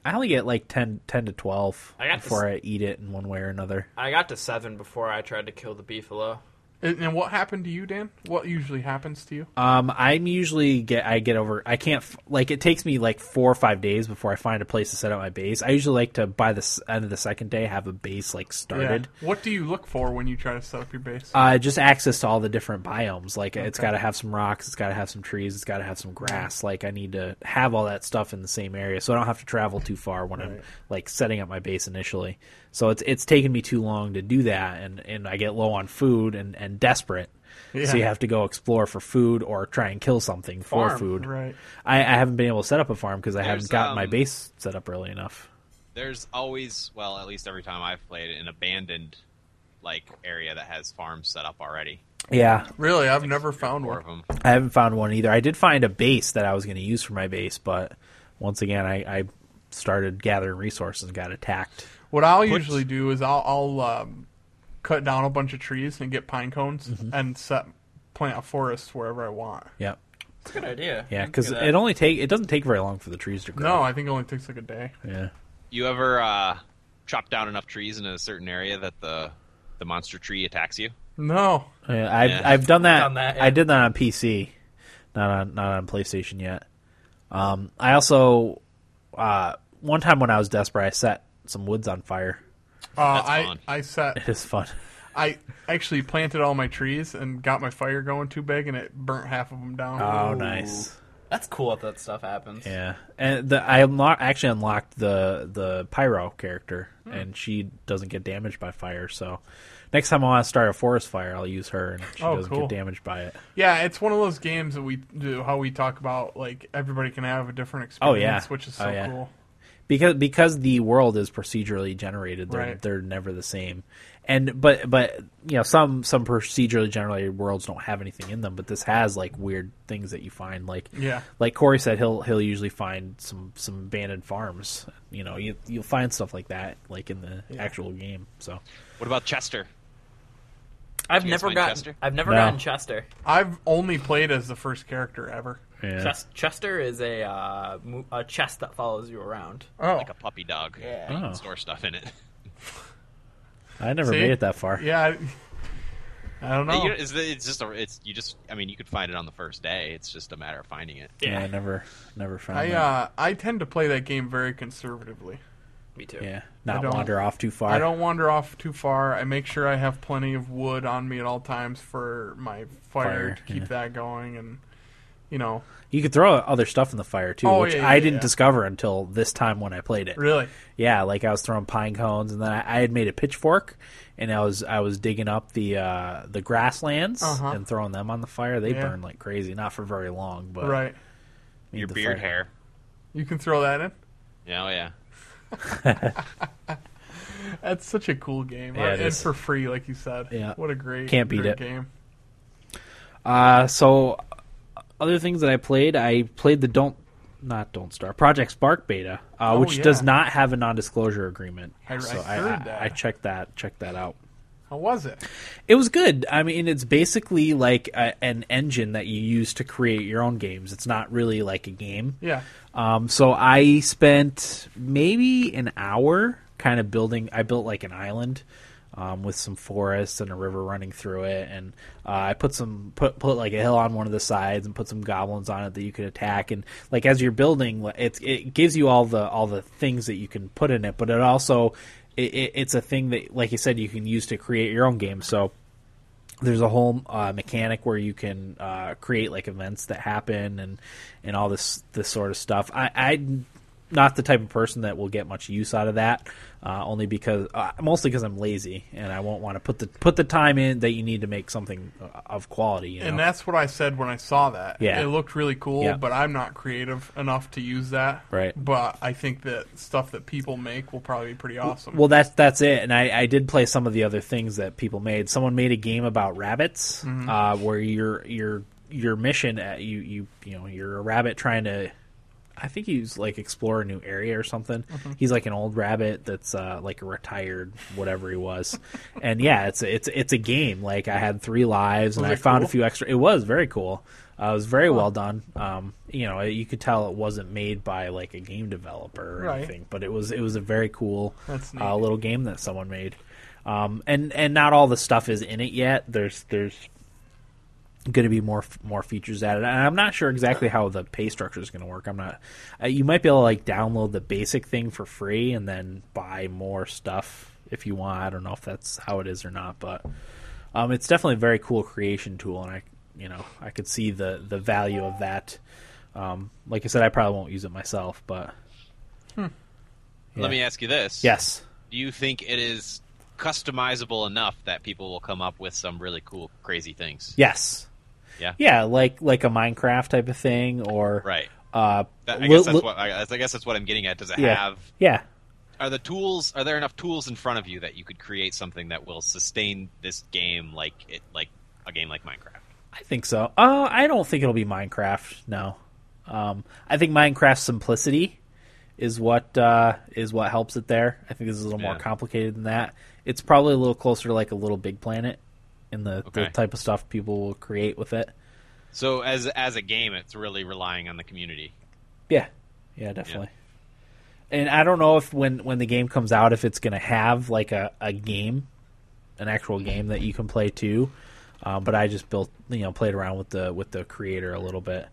Speaker 1: I only get like 10, 10 to twelve
Speaker 3: I got
Speaker 1: before I eat it in one way or another.
Speaker 3: I got to seven before I tried to kill the beefalo.
Speaker 2: And and what happened to you, Dan? What usually happens to you?
Speaker 1: Um, I'm usually get I get over I can't f- like it takes me like four or five days before I find a place to set up my base. I usually like to by the s- end of the second day have a base like started.
Speaker 2: Yeah. What do you look for when you try to set up your base?
Speaker 1: Uh, just access to all the different biomes. Like it's got to have some rocks, it's got to have some trees, it's got to have some grass. Like I need to have all that stuff in the same area, so I don't have to travel too far when I'm like setting up my base initially. So it's it's taken me too long to do that, and and I get low on food and and desperate.
Speaker 2: Yeah.
Speaker 1: So you have to go explore for food or try and kill something for
Speaker 2: Farm,
Speaker 1: food.
Speaker 2: right.
Speaker 1: I, I haven't been able to set up a farm because I haven't
Speaker 4: There's,
Speaker 1: gotten my
Speaker 4: um,
Speaker 1: base set up early enough.
Speaker 4: There's always, well, at least every time I've played, an abandoned like area that has farms set up already.
Speaker 1: Yeah,
Speaker 2: Really, I've never found one.
Speaker 4: Four of them.
Speaker 1: I haven't found one either. I did find a base that I was going to use for my base, but once again, I, I started gathering resources and got attacked.
Speaker 2: What I'll usually do is I'll, I'll um, cut down a bunch of trees and get pine cones
Speaker 1: Mm-hmm.
Speaker 2: and set plant a forest wherever I want.
Speaker 1: Yep.
Speaker 3: It's a good idea.
Speaker 1: Yeah, because it only take it doesn't take very long for the trees to
Speaker 2: No,
Speaker 1: grow.
Speaker 2: I think it only takes like a day.
Speaker 1: Yeah.
Speaker 4: You ever uh, chop down enough trees in a certain area that the the monster tree attacks you?
Speaker 2: No,
Speaker 1: Yeah, I've
Speaker 4: Yeah.
Speaker 1: I've done that.
Speaker 3: Done that, yeah.
Speaker 1: I did that on PC, not on not on PlayStation yet. Um, I also uh, one time when I was desperate, I set some woods on fire.
Speaker 2: uh, I
Speaker 4: fun.
Speaker 2: I set
Speaker 1: It is fun.
Speaker 2: I actually planted all my trees and got my fire going too big, and it burnt half of them down.
Speaker 1: Oh, nice.
Speaker 3: That's cool if that stuff happens.
Speaker 1: Yeah, and the I unlo- actually unlocked the the pyro character,
Speaker 2: Hmm.
Speaker 1: and she doesn't get damaged by fire. So next time I want to start a forest fire, I'll use her, and she
Speaker 2: Oh,
Speaker 1: doesn't
Speaker 2: cool.
Speaker 1: get damaged by it.
Speaker 2: Yeah, it's one of those games that we do how we talk about like everybody can have a different
Speaker 1: Oh,
Speaker 2: experience,
Speaker 1: yeah.
Speaker 2: which is
Speaker 1: Oh,
Speaker 2: so
Speaker 1: yeah.
Speaker 2: cool.
Speaker 1: because because the world is procedurally generated they're,
Speaker 2: Right.
Speaker 1: they're never the same and but but you know some some procedurally generated worlds don't have anything in them but this has like weird things that you find like
Speaker 2: Yeah.
Speaker 1: like corey said he'll he'll usually find some some abandoned farms you know you, you'll find stuff like that like in the actual game so
Speaker 4: What about Chester?
Speaker 3: I've
Speaker 4: you guys
Speaker 3: never
Speaker 4: find
Speaker 3: gotten
Speaker 4: Chester?
Speaker 3: I've never
Speaker 1: No.
Speaker 3: gotten Chester.
Speaker 2: I've only played as the first character ever.
Speaker 1: yeah.
Speaker 3: Chest, Chester is a uh, mo- a chest that follows you around.
Speaker 2: Oh,
Speaker 4: Like a puppy dog.
Speaker 3: Yeah.
Speaker 4: You can
Speaker 1: Oh.
Speaker 4: Store stuff in it.
Speaker 1: i never
Speaker 2: See?
Speaker 1: made it that far
Speaker 2: yeah. I- I don't know.
Speaker 4: You know, it's, it's just a, it's you just I mean you could find it on the first day. It's just a matter of finding it.
Speaker 1: Yeah, I never never found
Speaker 2: I
Speaker 1: that.
Speaker 2: uh, I tend to play that game very conservatively.
Speaker 3: Me too.
Speaker 1: yeah,
Speaker 2: I
Speaker 1: not
Speaker 2: don't-
Speaker 1: wander off too far.
Speaker 2: I don't wander off too far. I make sure I have plenty of wood on me at all times for my
Speaker 1: Fire,
Speaker 2: fire, to keep
Speaker 1: yeah.
Speaker 2: that going, and you know,
Speaker 1: You could throw other stuff in the fire too,
Speaker 2: Oh,
Speaker 1: which
Speaker 2: yeah, yeah,
Speaker 1: I didn't
Speaker 2: yeah.
Speaker 1: discover until this time when I played it.
Speaker 2: really,
Speaker 1: Yeah, like I was throwing pine cones, and then I, I had made a pitchfork, and I was I was digging up the uh, the grasslands
Speaker 2: Uh-huh.
Speaker 1: and throwing them on the fire. They
Speaker 2: Yeah.
Speaker 1: burned like crazy, not for very long, but
Speaker 2: right?
Speaker 1: made
Speaker 4: Your
Speaker 1: the
Speaker 4: beard
Speaker 1: fire-
Speaker 4: hair.
Speaker 2: You can throw that in.
Speaker 4: Oh yeah.
Speaker 2: That's such a cool game,
Speaker 1: Yeah, it
Speaker 2: and
Speaker 1: is.
Speaker 2: for free, like you said.
Speaker 1: Yeah.
Speaker 2: what a great
Speaker 1: Can't beat
Speaker 2: great
Speaker 1: it.
Speaker 2: game.
Speaker 1: Uh, so other things that I played, I played the don't not don't star Project Spark beta, uh,
Speaker 2: Oh,
Speaker 1: which does
Speaker 2: yeah.
Speaker 1: not have a non disclosure agreement.
Speaker 2: I- I
Speaker 1: so
Speaker 2: heard that.
Speaker 1: I checked that checked that out.
Speaker 2: How was it?
Speaker 1: It was good. I mean, it's basically like a, an engine that you use to create your own games. It's not really like a game.
Speaker 2: Yeah,
Speaker 1: Um, so I spent maybe an hour kind of building. I built like an island um, with some forests and a river running through it, and uh, I put some put put like a hill on one of the sides and put some goblins on it that you could attack. And like as you're building, like, it it gives you all the all the things that you can put in it, but it also it, it, it's a thing that, like you said, you can use to create your own game. So there's a whole uh, mechanic where you can uh, create like events that happen and and all this this sort of stuff. I, I'm not the type of person that will get much use out of that, uh, only because uh, mostly because I'm lazy and I won't want to put the put the time in that you need to make something uh, of quality. You know?
Speaker 2: and that's what I said when I saw that.
Speaker 1: Yeah.
Speaker 2: it looked really cool,
Speaker 1: Yeah.
Speaker 2: but I'm not creative enough to use that.
Speaker 1: Right.
Speaker 2: but I think that stuff that people make will probably be pretty awesome.
Speaker 1: Well, that's that's it. And I, I did play some of the other things that people made. Someone made a game about rabbits, uh, where your your your mission uh you you you know you're a rabbit trying to. I think he's like explore a new area or something. He's like an old rabbit that's uh, like a retired whatever he was, and yeah, it's a, it's it's a game. Like I had three lives and
Speaker 2: Was
Speaker 1: I
Speaker 2: it
Speaker 1: found a
Speaker 2: cool?
Speaker 1: few extra. It was very cool. Uh, it was very well done. Um, you know, you could tell it wasn't made by like a game developer or
Speaker 2: Right.
Speaker 1: anything, but it was it was a very cool
Speaker 2: That's
Speaker 1: uh,
Speaker 2: neat.
Speaker 1: little game that someone made. Um, and and not all the stuff is in it yet. There's there's going to be more f- more features added. And I'm not sure exactly how the pay structure is going to work. I'm not. Uh, you might be able to like download the basic thing for free and then buy more stuff if you want. I don't know if that's how it is or not, but um, it's definitely a very cool creation tool, and I you know I could see the the value of that. Um, like I said, I probably won't use it myself, but Yeah.
Speaker 4: Let me ask you this.
Speaker 1: yes,
Speaker 4: Do you think it is customizable enough that people will come up with some really cool, crazy things?
Speaker 1: yes,
Speaker 4: Yeah.
Speaker 1: yeah, like like a Minecraft type of thing, or
Speaker 4: Right.
Speaker 1: Uh,
Speaker 4: That, I,
Speaker 1: li-
Speaker 4: guess that's
Speaker 1: li-
Speaker 4: what, I, I guess that's what I'm getting at. Does it
Speaker 1: yeah,
Speaker 4: have?
Speaker 1: yeah,
Speaker 4: Are the tools? Are there enough tools in front of you that you could create something that will sustain this game, like it, like a game like Minecraft?
Speaker 1: I think so. Uh, I don't think it'll be Minecraft. No, um, I think Minecraft's simplicity is what uh, is what helps it there. I think this is a little more
Speaker 4: Yeah.
Speaker 1: complicated than that. It's probably a little closer to like a little big planet in the, the
Speaker 4: Okay.
Speaker 1: type of stuff people will create with it.
Speaker 4: So as as a game, it's really relying on the community.
Speaker 1: Yeah, yeah, definitely. And I don't know if when when the game comes out, if it's going to have like a, a game, an actual game that you can play too. Um, but I just built, you know, played around with the with the creator a little bit.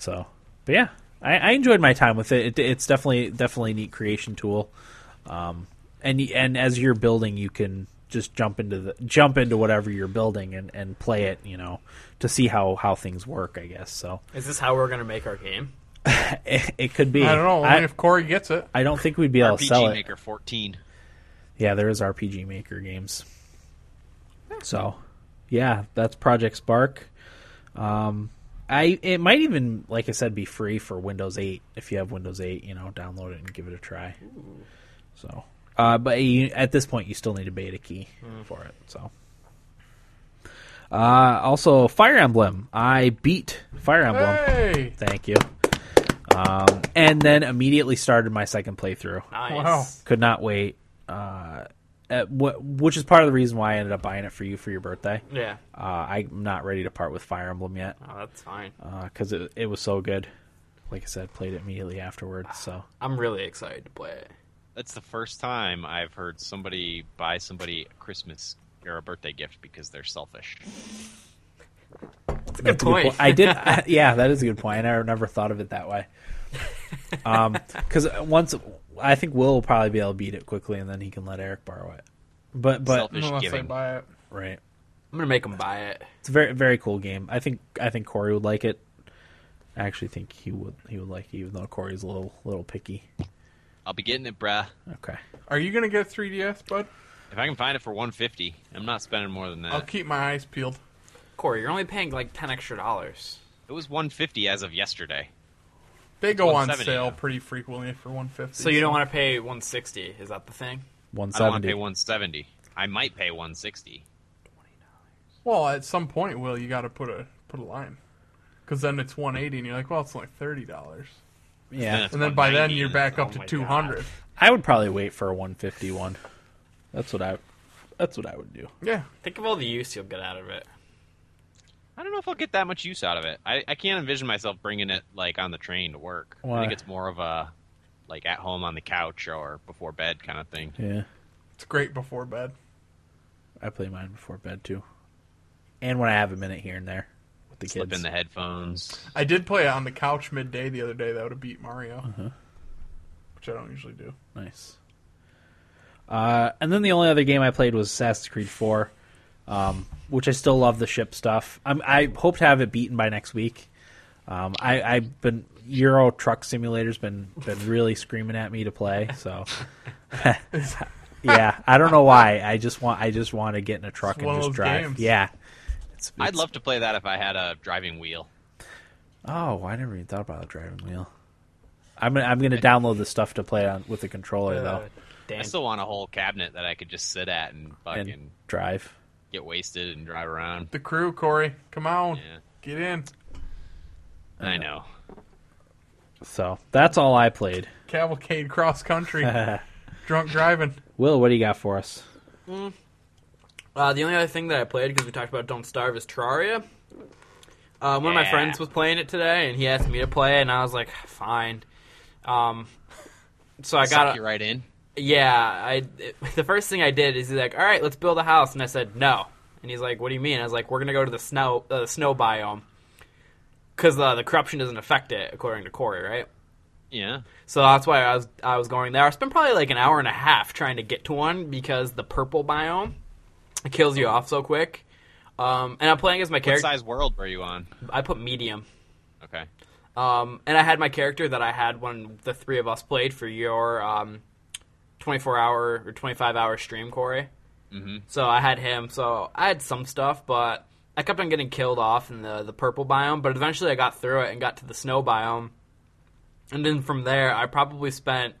Speaker 1: So, but yeah, I, I enjoyed my time with it. it. It's definitely definitely a neat creation tool. Um, and y- and as you're building, you can just jump into the jump into whatever you're building and, and play it, you know, to see how how things work. I guess so.
Speaker 3: Is this how we're gonna make our game?
Speaker 1: It, it could be.
Speaker 2: I don't know.
Speaker 1: I-
Speaker 2: only if Corey gets it,
Speaker 1: I don't think we'd be able to
Speaker 4: RPG
Speaker 1: sell it.
Speaker 4: Maker 14.
Speaker 1: Yeah, there is RPG Maker games. So, yeah, that's Project Spark. Um, I it might even, like I said, be free for Windows 8 if you have Windows 8. You know, download it and give it a try. So, uh, but you, at this point, you still need a beta key for it. So. Uh, also, Fire Emblem. I beat Fire Emblem.
Speaker 2: hey,
Speaker 1: Thank you. Um, and then immediately started my second playthrough
Speaker 3: Nice.
Speaker 2: wow.
Speaker 1: could not wait. Uh, at what, which is part of the reason why I ended up buying it for you for your birthday.
Speaker 3: Yeah.
Speaker 1: Uh, I'm not ready to part with Fire Emblem yet
Speaker 3: Oh, that's fine.
Speaker 1: because it it was so good. Like I said, played it immediately afterwards. So
Speaker 3: I'm really excited to play it.
Speaker 4: That's the first time I've heard somebody buy somebody a Christmas or a birthday gift because they're selfish.
Speaker 3: That's a good point.
Speaker 1: I did. I, yeah, that is a good point. I never, never thought of it that way. Because once I think Will will probably be able to beat it quickly, and then he can let Eric borrow it. But but
Speaker 4: Selfish
Speaker 2: unless I
Speaker 4: giving.
Speaker 2: buy it.
Speaker 1: right,
Speaker 3: I'm gonna make him buy it.
Speaker 1: it's a very very cool game. I think I think Corey would like it. I actually think he would he would like it, even though Corey's a little little picky.
Speaker 4: I'll be getting it, bruh.
Speaker 1: Okay,
Speaker 2: Are you gonna get a 3ds, bud?
Speaker 4: If I can find it for 150, I'm not spending more than that.
Speaker 1: Uh,
Speaker 2: I'll keep my eyes peeled.
Speaker 3: Corey, you're only paying like ten extra dollars.
Speaker 4: It was 150 as of yesterday.
Speaker 2: They go on
Speaker 4: 170
Speaker 2: sale
Speaker 4: now.
Speaker 2: pretty frequently for 150.
Speaker 3: So you don't want to pay 160? Is that the thing?
Speaker 1: one
Speaker 4: I don't want to
Speaker 1: seventy.
Speaker 4: pay 170. I might pay 160.
Speaker 2: Well, at some point, Will, you got to put a put a line, because then it's 180, and you're like, well, it's only thirty dollars,
Speaker 1: Yeah,
Speaker 4: It's
Speaker 2: and then by then
Speaker 4: 190,
Speaker 2: you're
Speaker 4: and
Speaker 2: back
Speaker 4: it's-
Speaker 2: up
Speaker 3: oh
Speaker 2: to
Speaker 3: my
Speaker 2: 200.
Speaker 3: God.
Speaker 1: I would probably wait for a one fifty one. That's what I. That's what I would do.
Speaker 2: Yeah,
Speaker 3: Think of all the use you'll get out of it.
Speaker 4: I don't know if I'll get that much use out of it. I, I can't envision myself bringing it like on the train to work. I
Speaker 1: Why?
Speaker 4: think it's more of a like at home on the couch or before bed kind of thing.
Speaker 1: Yeah.
Speaker 2: it's great before bed.
Speaker 1: I play mine before bed too, and when I have a minute here and there with the
Speaker 4: Slip
Speaker 1: kids.
Speaker 4: in the headphones.
Speaker 2: I did play it on the couch midday the other day. That would have beat Mario,
Speaker 1: Uh-huh.
Speaker 2: which I don't usually do.
Speaker 1: Nice. Uh, and then the only other game I played was Assassin's Creed Four, um, which I still love the ship stuff. I'm, I hope to have it beaten by next week. Um, I, I've been Euro Truck Simulator's been been really screaming at me to play. So, yeah, I don't know why. I just want I just want to get in a truck
Speaker 2: It's
Speaker 1: and
Speaker 2: one of
Speaker 1: just
Speaker 2: those
Speaker 1: drive.
Speaker 2: games.
Speaker 1: Yeah. It's,
Speaker 4: I'd
Speaker 1: it's-
Speaker 4: love to play that if I had a driving wheel.
Speaker 1: Oh, I never even thought about a driving wheel. I'm gonna, I'm gonna download the stuff to play on with the controller though
Speaker 3: Uh, damn.
Speaker 4: I still want a whole cabinet that I could just sit at and
Speaker 1: and
Speaker 4: fucking
Speaker 1: drive.
Speaker 4: get wasted and drive around.
Speaker 2: The crew, Corey, come on,
Speaker 4: Yeah.
Speaker 2: get in.
Speaker 4: I know.
Speaker 1: So that's all I played.
Speaker 2: Cavalcade cross country, drunk driving.
Speaker 1: Will, what do you got for us?
Speaker 3: Uh, the only other thing that I played because we talked about Don't Starve is Terraria. Uh, one of my
Speaker 4: Yeah.
Speaker 3: friends was playing it today, and he asked me to play, it, and I was like, fine. Um, so I
Speaker 4: Suck
Speaker 3: got
Speaker 4: you right in.
Speaker 3: Yeah, I it- the first thing I did is he's like, "All right, let's build a house," and I said, "No," and he's like, "What do you mean?" I was like, "We're gonna go to the snow uh, snow biome because uh, the corruption doesn't affect it, according to Corey, right?"
Speaker 4: Yeah.
Speaker 3: So that's why I was I was going there. I spent probably like an hour and a half trying to get to one because the purple biome it kills you off so quick. Um, and I'm playing as my
Speaker 4: What
Speaker 3: character.
Speaker 4: size world were you on?
Speaker 3: I put medium.
Speaker 4: Okay.
Speaker 3: Um, and I had my character that I had when the three of us played for your um, 24 hour or 25 hour stream, Corey. Mm-hmm. So I had him. So I had some stuff, but I kept on getting killed off in the, the purple biome. But eventually I got through it and got to the snow biome. And then from there, I probably spent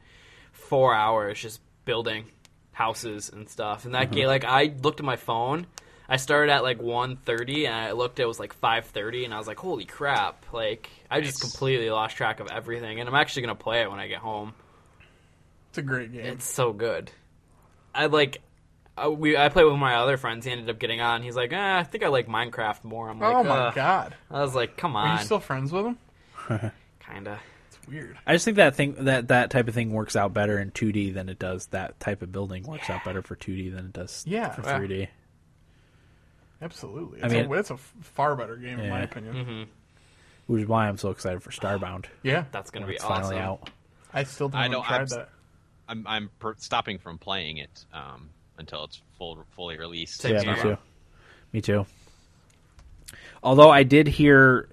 Speaker 3: four hours just building houses and stuff. And that
Speaker 2: Uh-huh.
Speaker 3: game, like, I looked at my phone. I started at like 1.30 and I looked, it was like 5.30 and I was like, holy crap. Like, I just
Speaker 4: Nice.
Speaker 3: completely lost track of everything. And I'm actually going to play it when I get home.
Speaker 2: It's a great game.
Speaker 3: It's so good. I like. I, we, I played with my other friends. He ended up getting on. He's like, eh, I think I like Minecraft more. I'm like,
Speaker 2: oh my
Speaker 3: "Ugh."
Speaker 2: god,
Speaker 3: I was like, come
Speaker 2: are
Speaker 3: on,
Speaker 2: you still friends with him?
Speaker 3: kinda.
Speaker 2: It's weird.
Speaker 1: I just think that thing that that type of thing works out better in 2D than it does that type of building works out better for 2D than it does
Speaker 2: Yeah,
Speaker 1: for
Speaker 2: well,
Speaker 1: 3D.
Speaker 2: Absolutely.
Speaker 1: I
Speaker 2: It's,
Speaker 1: mean-
Speaker 2: a, it's a f- far better game in my
Speaker 1: Yeah.
Speaker 2: opinion.
Speaker 3: Mm-hmm.
Speaker 1: Which is why I'm so excited for Starbound.
Speaker 2: Yeah,
Speaker 3: That's gonna
Speaker 1: when
Speaker 3: be
Speaker 1: it's
Speaker 3: awesome.
Speaker 1: finally out.
Speaker 2: I still
Speaker 4: I
Speaker 2: haven't
Speaker 4: don't-
Speaker 2: tried
Speaker 4: I'm s-
Speaker 2: that.
Speaker 4: I'm I'm per- stopping from playing it um, until it's full fully released.
Speaker 3: Same
Speaker 1: Yeah,
Speaker 3: here.
Speaker 1: me too. Me too. Although I did hear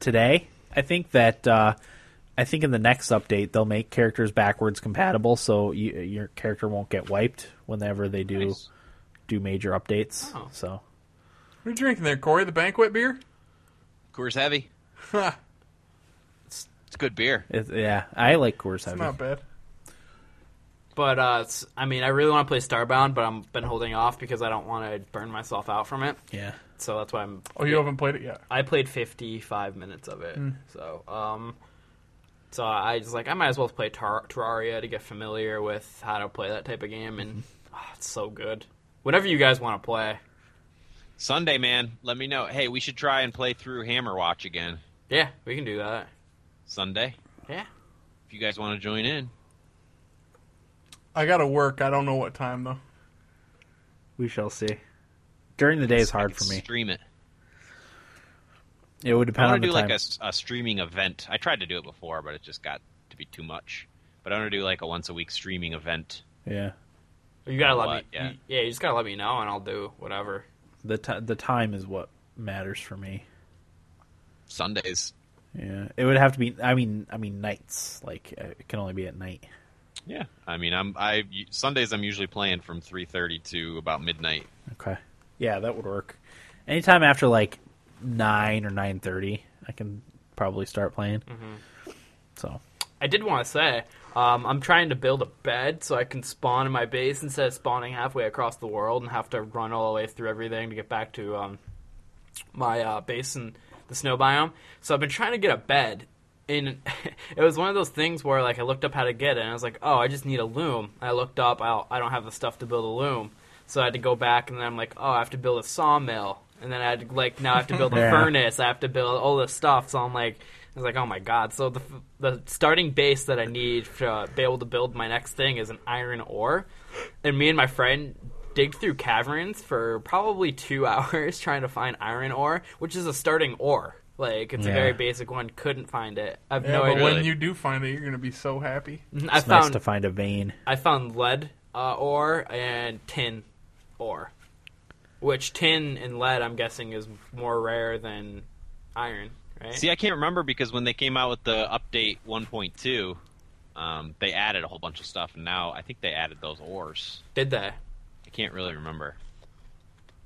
Speaker 1: today, I think that uh, I think in the next update they'll make characters backwards compatible, so you, your character won't get wiped whenever they do
Speaker 4: Nice.
Speaker 1: do major updates.
Speaker 3: Oh.
Speaker 1: So
Speaker 2: What are you drinking there, Corey? The banquet beer?
Speaker 4: Coors Heavy.
Speaker 2: Ha,
Speaker 4: It's good beer.
Speaker 1: it, yeah, I like Coors Heavy.
Speaker 2: not bad.
Speaker 3: But uh, it's, I mean, I really want to play Starbound, but I've been holding off because I don't want to burn myself out from it.
Speaker 1: Yeah,
Speaker 3: So that's why I'm.
Speaker 2: Oh, you haven't played it yet.
Speaker 3: I played 55 minutes of it. So, um, so I just like I might as well play Tar- Terraria to get familiar with how to play that type of game, and ah, it's so good. Whenever you guys want to play,
Speaker 4: Sunday, man. Let me know. Hey, we should try and play through Hammer Watch again
Speaker 3: yeah, we can do that.
Speaker 4: Sunday.
Speaker 3: Yeah,
Speaker 4: If you guys want to join in,
Speaker 2: I gotta work. I don't know what time though.
Speaker 1: we shall see. during the day is
Speaker 4: I
Speaker 1: hard
Speaker 4: could
Speaker 1: for me.
Speaker 4: Stream it.
Speaker 1: It would
Speaker 4: I
Speaker 1: depend on
Speaker 4: want
Speaker 1: the
Speaker 4: to do
Speaker 1: time.
Speaker 4: like a, s- a streaming event. I tried to do it before, but it just got to be too much. But I want to do like a once a week streaming event.
Speaker 1: yeah,
Speaker 3: You gotta let
Speaker 4: What?
Speaker 3: me.
Speaker 4: Yeah.
Speaker 3: Yeah. you just gotta let me know, and I'll do whatever.
Speaker 1: the t- the time is what matters for me.
Speaker 4: Sundays.
Speaker 1: Yeah, it would have to be. I mean, I mean nights. Like uh, it can only be at night.
Speaker 4: Yeah, I mean, I'm I Sundays. I'm usually playing from three thirty to about midnight.
Speaker 1: Okay. Yeah, that would work. Anytime after like nine or nine thirty, I can probably start playing.
Speaker 4: Mm-hmm.
Speaker 1: So
Speaker 3: I did want to say, um, I'm trying to build a bed so I can spawn in my base instead of spawning halfway across the world and have to run all the way through everything to get back to um, my uh, base in the snow biome. So I've been trying to get a bed. And it was one of those things where like I looked up how to get it, and I was like, oh, I just need a loom. I looked up, I I don't have the stuff to build a loom, so I had to go back, and then I'm like, oh, I have to build a sawmill, and then I had to like now I have to build a
Speaker 1: Yeah.
Speaker 3: furnace, I have to build all this stuff. So I'm like, I was like, oh my god. So the f- the starting base that I need to be able to build my next thing is an iron ore, and me and my friend digged through caverns for probably two hours trying to find iron ore, which is a starting ore. Like it's a
Speaker 1: Yeah.
Speaker 3: very basic one. Couldn't find it. I've
Speaker 2: Yeah,
Speaker 3: no
Speaker 2: but
Speaker 3: idea.
Speaker 2: when
Speaker 4: Really?
Speaker 2: you do find it, you're gonna be so happy.
Speaker 3: I
Speaker 1: it's nice
Speaker 3: found
Speaker 1: to find a vein.
Speaker 3: I found lead uh, ore and tin ore, which tin and lead I'm guessing is more rare than iron. Right?
Speaker 4: See, I can't remember because when they came out with the update one point two, um, they added a whole bunch of stuff. And now I think they added those ores.
Speaker 3: Did they?
Speaker 4: I can't really remember.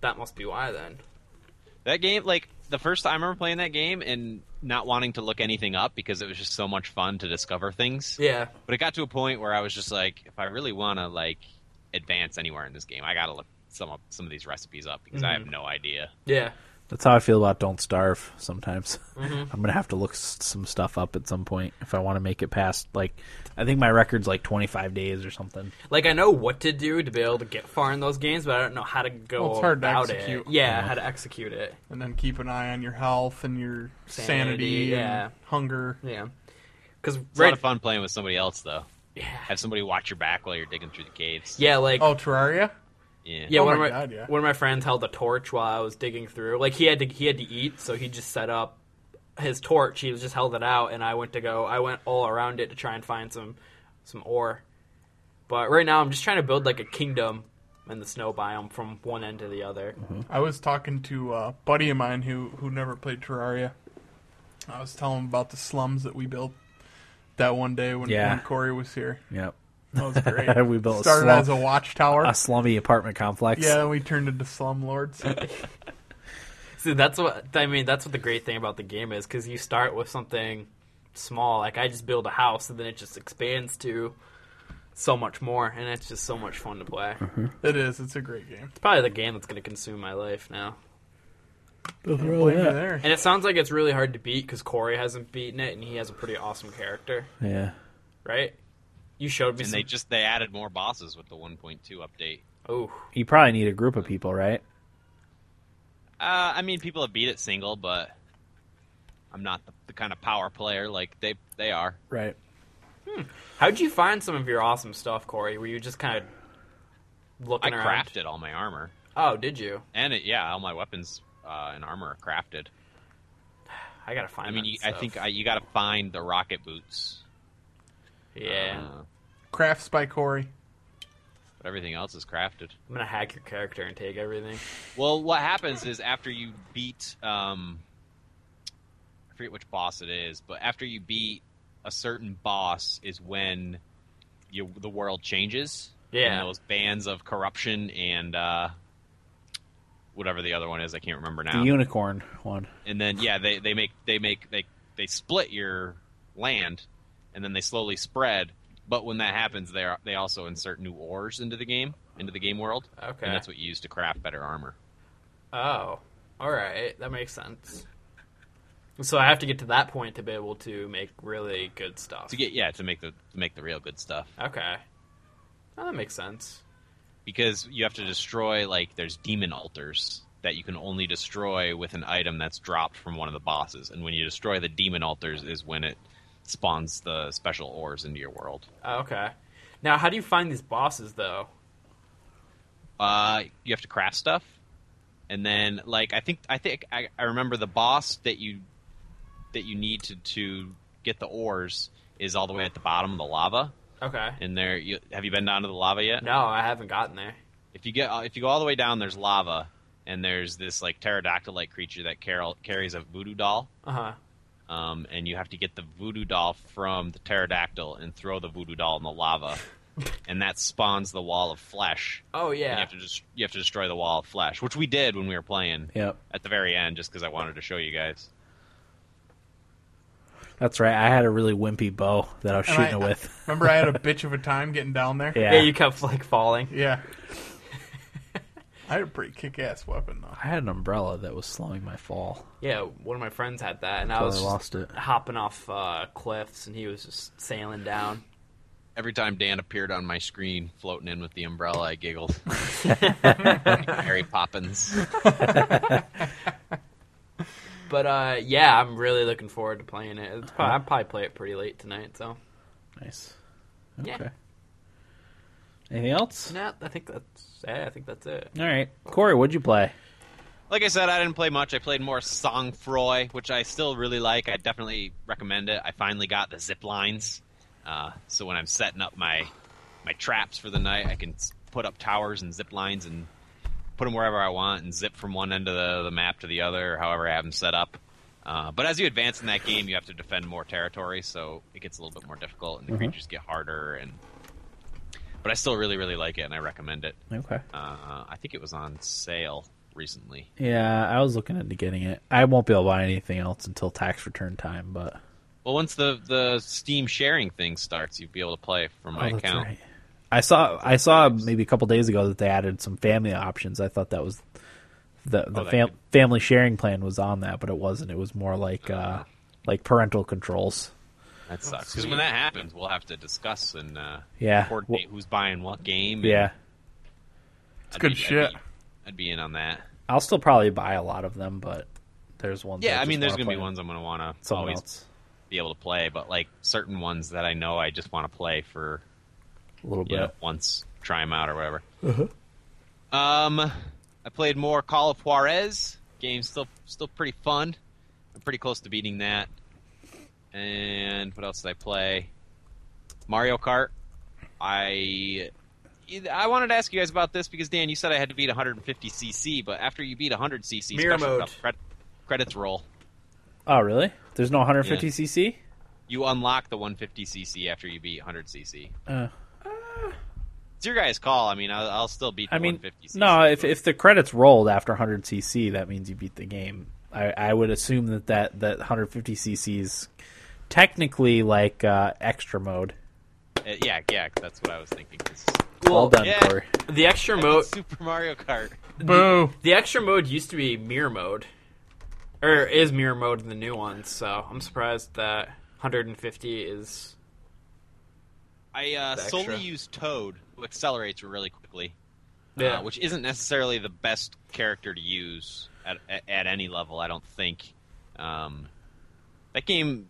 Speaker 3: That must be why then.
Speaker 4: That game, like the first time I remember playing that game and not wanting to look anything up because it was just so much fun to discover things.
Speaker 3: Yeah.
Speaker 4: But it got to a point where I was just like, if I really want to like advance anywhere in this game, I got to look some of some of these recipes up because
Speaker 3: Mm-hmm.
Speaker 4: I have no idea.
Speaker 3: Yeah.
Speaker 1: That's how I feel about Don't Starve. Sometimes I'm gonna have to look s- some stuff up at some point if I want to make it past. Like I think my record's like 25 days or something.
Speaker 3: Like I know what to do to be able to get far in those games, but I don't know how to go
Speaker 2: Well, it's hard to
Speaker 3: about
Speaker 2: execute.
Speaker 3: it. Yeah, how to execute it.
Speaker 2: And then keep an eye on your health and your
Speaker 3: Sanity,
Speaker 2: sanity,
Speaker 3: yeah.
Speaker 2: and hunger.
Speaker 3: Yeah. Because
Speaker 4: It's a lot
Speaker 3: right,
Speaker 4: of fun playing with somebody else though. Yeah. Have somebody watch your back while you're digging through the caves.
Speaker 3: yeah, like
Speaker 2: Oh, Terraria.
Speaker 4: Yeah.
Speaker 3: yeah,
Speaker 2: Oh
Speaker 3: one
Speaker 2: my
Speaker 3: of my
Speaker 2: God, yeah.
Speaker 3: one of my friends held a torch while I was digging through. Like he had to he had to eat, so he just set up his torch. He was just held it out, and I went to go. I went all around it to try and find some some ore. But right now, I'm just trying to build like a kingdom in the snow biome from one end to the other.
Speaker 2: I was talking to a buddy of mine who who never played Terraria. I was telling him about the slums that we built that one day when,
Speaker 1: Yeah.
Speaker 2: when Corey was here.
Speaker 1: Yep.
Speaker 2: That was great.
Speaker 1: We built a
Speaker 2: started
Speaker 1: slum-
Speaker 2: as a watchtower.
Speaker 1: A slummy apartment complex.
Speaker 2: yeah, then we turned into slum lords.
Speaker 3: See, that's what I mean. That's what the great thing about the game is because you start with something small. Like I just build a house, and then it just expands to so much more, and it's just so much fun to play.
Speaker 2: it is. It's a great game.
Speaker 3: It's probably the game that's going to consume my life now.
Speaker 2: Blame you there.
Speaker 3: And it sounds like it's really hard to beat because Corey hasn't beaten it, and he has a pretty awesome character,
Speaker 1: Yeah.
Speaker 3: right? You showed me
Speaker 4: And
Speaker 3: some.
Speaker 4: they just they added more bosses with the 1.2 update.
Speaker 3: Oh,
Speaker 1: You probably need a group of people, right?
Speaker 4: Uh, I mean, people have beat it single, but I'm not the, the kind of power player like they they are.
Speaker 1: Right.
Speaker 3: how'd you find some of your awesome stuff, Corey? Were you just kind of
Speaker 4: I
Speaker 3: looking around?
Speaker 4: crafted all my armor,
Speaker 3: Oh, did you?
Speaker 4: and it, yeah, all my weapons uh, and armor are crafted.
Speaker 3: I gotta find.
Speaker 4: I mean,
Speaker 3: that
Speaker 4: you, I
Speaker 3: stuff.
Speaker 4: think I, you got to find the rocket boots.
Speaker 3: yeah,
Speaker 4: Uh,
Speaker 2: Crafts by Corey.
Speaker 4: but everything else is crafted.
Speaker 3: I'm gonna hack your character and take everything.
Speaker 4: Well, what happens is after you beat, um, I forget which boss it is, but after you beat a certain boss is when you, the world changes.
Speaker 3: Yeah.
Speaker 4: And those bands of corruption and uh, whatever the other one is, I can't remember now.
Speaker 1: The unicorn one.
Speaker 4: and then yeah, they, they make they make they they split your land, and then they slowly spread. But when that happens, they are, they also insert new ores into the game, into the game world.
Speaker 3: Okay.
Speaker 4: And that's what you use to craft better armor.
Speaker 3: Oh, all right, that makes sense. So I have to get to that point to be able to make really good stuff.
Speaker 4: to get yeah to make the to make the real good stuff
Speaker 3: okay, oh, that makes sense.
Speaker 4: because you have to destroy like there's demon altars that you can only destroy with an item that's dropped from one of the bosses and when you destroy the demon altars is when it spawns the special ores into your world
Speaker 3: Oh, okay, now how do you find these bosses though?
Speaker 4: uh, you have to craft stuff and then like I think I think I, I remember the boss that you that you need to to get the ores is all the way at the bottom of the lava.
Speaker 3: Okay.
Speaker 4: And there, you, have you been down to the lava yet?
Speaker 3: No, I haven't gotten there.
Speaker 4: If you get uh, if you go all the way down, there's lava, and there's this like pterodactyl-like creature that carol, carries a voodoo doll.
Speaker 3: Uh huh.
Speaker 4: Um, and you have to get the voodoo doll from the pterodactyl and throw the voodoo doll in the lava, and that spawns the wall of flesh.
Speaker 3: Oh
Speaker 4: And
Speaker 3: yeah.
Speaker 4: you have to just you have to destroy the wall of flesh, which we did when we were playing
Speaker 1: Yep.
Speaker 4: at the very end, just because I wanted to show you guys.
Speaker 1: That's right. I had a really wimpy bow that I was
Speaker 2: And
Speaker 1: shooting it
Speaker 2: I-
Speaker 1: with.
Speaker 2: Remember, I had a bitch of a time getting down there.
Speaker 1: Yeah.
Speaker 3: yeah. You kept like falling.
Speaker 2: Yeah. I had a pretty kick-ass weapon though.
Speaker 1: I had an umbrella that was slowing my fall.
Speaker 3: Yeah, one of my friends had that, and I
Speaker 1: Totally
Speaker 3: was just
Speaker 1: lost it.
Speaker 3: hopping off uh, cliffs, and he was just sailing down.
Speaker 4: Every time Dan appeared on my screen, floating in with the umbrella, I giggled. Harry Poppins.
Speaker 3: But uh, yeah, I'm really looking forward to playing it. It's probably, I'll probably play it pretty late tonight. So
Speaker 1: Nice. Okay.
Speaker 3: Yeah.
Speaker 1: Anything else?
Speaker 3: no, I think that's yeah, I think that's it.
Speaker 1: All right, Corey, what'd you play?
Speaker 4: Like I said, I didn't play much. I played more Songfroy, which I still really like. I definitely recommend it. I finally got the zip lines, uh, so when I'm setting up my my traps for the night, I can s- put up towers and zip lines and put them wherever I want and zip from one end of the, the map to the other, or however I have them set up. Uh, but as you advance in that game, you have to defend more territory, so it gets a little bit more difficult, and the creatures get harder. And but I still really, really like it, and I recommend it.
Speaker 1: Okay.
Speaker 4: Uh, I think it was on sale recently.
Speaker 1: Yeah, I was looking into getting it. I won't be able to buy anything else until tax return time, but
Speaker 4: Well, once the the Steam sharing thing starts, you'll be able to play from my
Speaker 1: Oh, that's
Speaker 4: account.
Speaker 1: right. I saw I saw maybe a couple days ago that they added some family options. I thought that was the the
Speaker 4: Oh, that
Speaker 1: fam-
Speaker 4: could-
Speaker 1: family sharing plan was on that, but it wasn't. It was more like
Speaker 4: Uh-huh.
Speaker 1: uh, like parental controls.
Speaker 4: That sucks. Because when that happens, we'll have to discuss and uh,
Speaker 1: Yeah.
Speaker 4: coordinate who's buying what game. and
Speaker 1: Yeah,
Speaker 4: I'd
Speaker 2: good
Speaker 4: be- I'd
Speaker 2: shit.
Speaker 4: be- I'd be in on that.
Speaker 1: I'll still probably buy a lot of them, but there's ones.
Speaker 4: Yeah,
Speaker 1: I
Speaker 4: I mean,
Speaker 1: just
Speaker 4: there's
Speaker 1: wanna
Speaker 4: gonna be
Speaker 1: play
Speaker 4: ones I'm gonna wanna
Speaker 1: with someone
Speaker 4: always
Speaker 1: else
Speaker 4: be able to play, but like certain ones that I know I just want to play for
Speaker 1: a little
Speaker 4: you know,
Speaker 1: bit.
Speaker 4: once, try them out or whatever. Um, I played more Call of Juarez. Game's still still pretty fun. I'm pretty close to beating that. And what else did I play? Mario Kart. I I wanted to ask you guys about this because Dan, you said I had to beat 150 cc, but after you beat 100 cc,
Speaker 3: Mirror
Speaker 4: special
Speaker 3: mode.
Speaker 4: cred- credits roll.
Speaker 1: Oh, really? There's no 150
Speaker 4: Yeah.
Speaker 1: cc.
Speaker 4: You unlock the 150 cc after you beat 100 cc.
Speaker 1: Uh,
Speaker 4: It's your guys' call. I mean, I'll, I'll still beat. The
Speaker 1: I mean,
Speaker 4: 150
Speaker 1: no. If if the credits rolled after 100 cc, that means you beat the game. I, I would assume that that that 150 cc is technically like uh, extra mode.
Speaker 4: Uh, yeah, yeah, that's what I was thinking. 'cause
Speaker 1: well done,
Speaker 4: yeah.
Speaker 1: Corey.
Speaker 3: The extra mode,
Speaker 4: Super Mario Kart.
Speaker 2: Boo.
Speaker 3: the extra mode used to be mirror mode, or is mirror mode in the new one? So I'm surprised that 150 is.
Speaker 4: I uh,
Speaker 3: The
Speaker 4: solely
Speaker 3: extra.
Speaker 4: use Toad, who accelerates really quickly, uh,
Speaker 3: Yeah.
Speaker 4: which isn't necessarily the best character to use at, at, at any level. I don't think. Um, that game,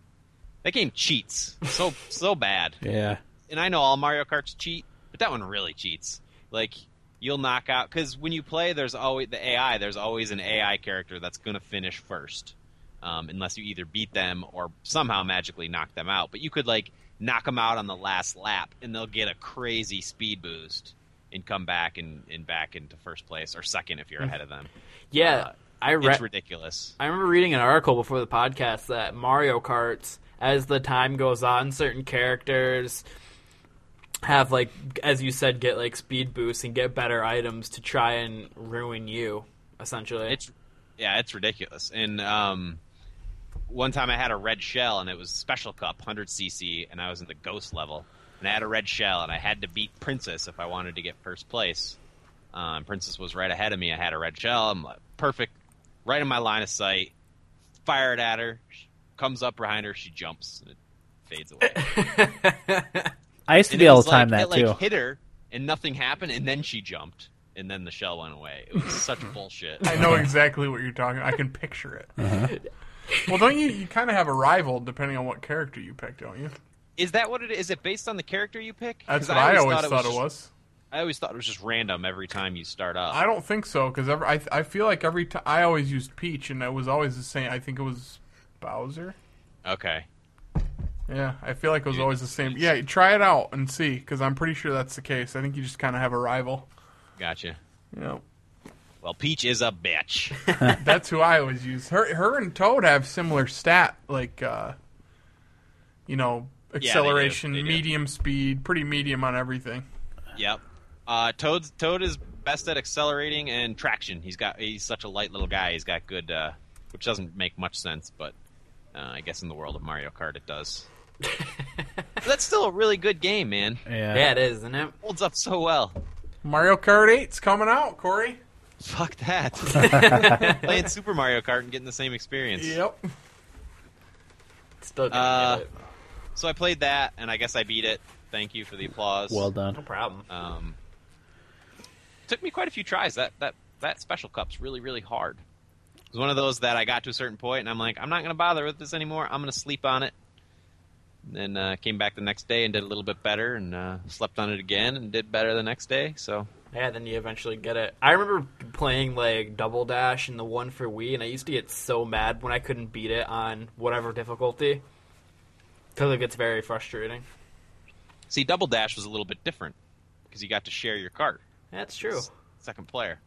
Speaker 4: that game cheats so so bad.
Speaker 1: Yeah.
Speaker 4: and I know all Mario Karts cheat, but that one really cheats. Like you'll knock out because when you play, there's always the AI. There's always an AI character that's gonna finish first, um, unless you either beat them or somehow magically knock them out. But you could like knock them out on the last lap, and they'll get a crazy speed boost and come back and, and back into first place or second if you're ahead of them.
Speaker 3: yeah,
Speaker 4: uh,
Speaker 3: I read.
Speaker 4: It's ridiculous.
Speaker 3: I remember reading an article before the podcast that Mario Karts, as the time goes on, certain characters have like, as you said, get like speed boosts and get better items to try and ruin you, essentially.
Speaker 4: It's yeah, it's ridiculous. And um, one time I had a red shell and it was special cup, hundred cc, and I was in the ghost level, and I had a red shell and I had to beat Princess if I wanted to get first place. Um, Princess was right ahead of me. I had a red shell. I'm like, perfect, right in my line of sight. Fired at her. She comes up behind her. She jumps and it fades away.
Speaker 1: I used to
Speaker 4: And
Speaker 1: be
Speaker 4: it
Speaker 1: able
Speaker 4: was
Speaker 1: to time
Speaker 4: like,
Speaker 1: that
Speaker 4: it,
Speaker 1: too.
Speaker 4: Like, hit her and nothing happened, and then she jumped, and then the shell went away. It was such bullshit.
Speaker 2: I know exactly what you're talking. I can picture it.
Speaker 1: Uh-huh.
Speaker 2: Well, don't you? You kind of have a rival depending on what character you pick, don't you?
Speaker 4: Is that what it is? Is it based on the character you pick?
Speaker 2: That's
Speaker 4: 'Cause
Speaker 2: what I always,
Speaker 4: thought it
Speaker 2: thought it was.
Speaker 4: was. I always thought it was just random every time you start up.
Speaker 2: I don't think so because I I feel like every time I always used Peach and it was always the same. I think it was Bowser.
Speaker 4: Okay.
Speaker 2: Yeah, I feel like it was
Speaker 4: You-
Speaker 2: always the same. Yeah, try it out and see because I'm pretty sure that's the case. I think you just kind of have a rival.
Speaker 4: Gotcha.
Speaker 2: You know,
Speaker 4: Well, Peach is a bitch.
Speaker 2: that's who I always use. Her her and Toad have similar stat like uh, you know
Speaker 4: do.
Speaker 2: acceleration,
Speaker 4: They do.
Speaker 2: medium speed, pretty medium on everything.
Speaker 4: yep. Uh, Toad's Toad is best at accelerating and traction. He's got he's such a light little guy. He's got good, uh, which doesn't make much sense, but uh, I guess in the world of Mario Kart it does. But that's still a really good game, man.
Speaker 1: Yeah.
Speaker 3: Yeah, it is, isn't it?
Speaker 4: Holds up so well.
Speaker 2: Mario Kart 8's coming out, Corey.
Speaker 4: Fuck that. Playing Super Mario Kart and getting the same experience.
Speaker 2: Yep.
Speaker 3: Still gonna
Speaker 4: Uh,
Speaker 3: get it.
Speaker 4: So I played that, and I guess I beat it. Thank you for the applause.
Speaker 1: Well
Speaker 3: No
Speaker 1: done.
Speaker 3: problem.
Speaker 4: Um, took me quite a few tries. That that that special cup's really really hard. It was one of those that I got to a certain point, and I'm like, I'm not going to bother with this anymore. I'm going to sleep on it. And then uh, came back the next day and did a little bit better, and uh, slept on it again and did better the next day. So
Speaker 3: Yeah, then you eventually get it. I remember playing like Double Dash and the one for Wii, and I used to get so mad when I couldn't beat it on whatever difficulty because it gets very frustrating.
Speaker 4: see, Double Dash was a little bit different because you got to share your cart,
Speaker 3: That's true.
Speaker 4: second player.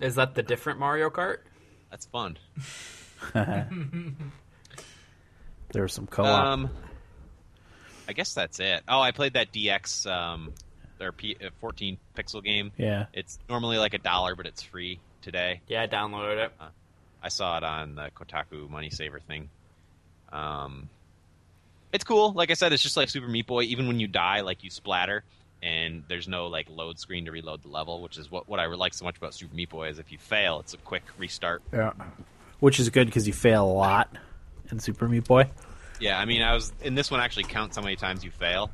Speaker 3: Is that the different Mario Kart?
Speaker 4: That's fun.
Speaker 1: There was some co-op.
Speaker 4: Um, I guess that's it. Oh, I played that DX um, their P- uh, 14 pixel game.
Speaker 1: yeah.
Speaker 4: It's normally like a dollar, but it's free today.
Speaker 3: Yeah, I downloaded it.
Speaker 4: Uh, I saw it on the Kotaku Money Saver thing. Um, it's cool. Like I said, it's just like Super Meat Boy. Even when you die, like you splatter, and there's no like load screen to reload the level, which is what what I like so much about Super Meat Boy is if you fail, it's a quick restart.
Speaker 1: Yeah. Which is good because you fail a lot in Super Meat Boy.
Speaker 4: Yeah, I mean, I was in this one actually counts how many times you fail.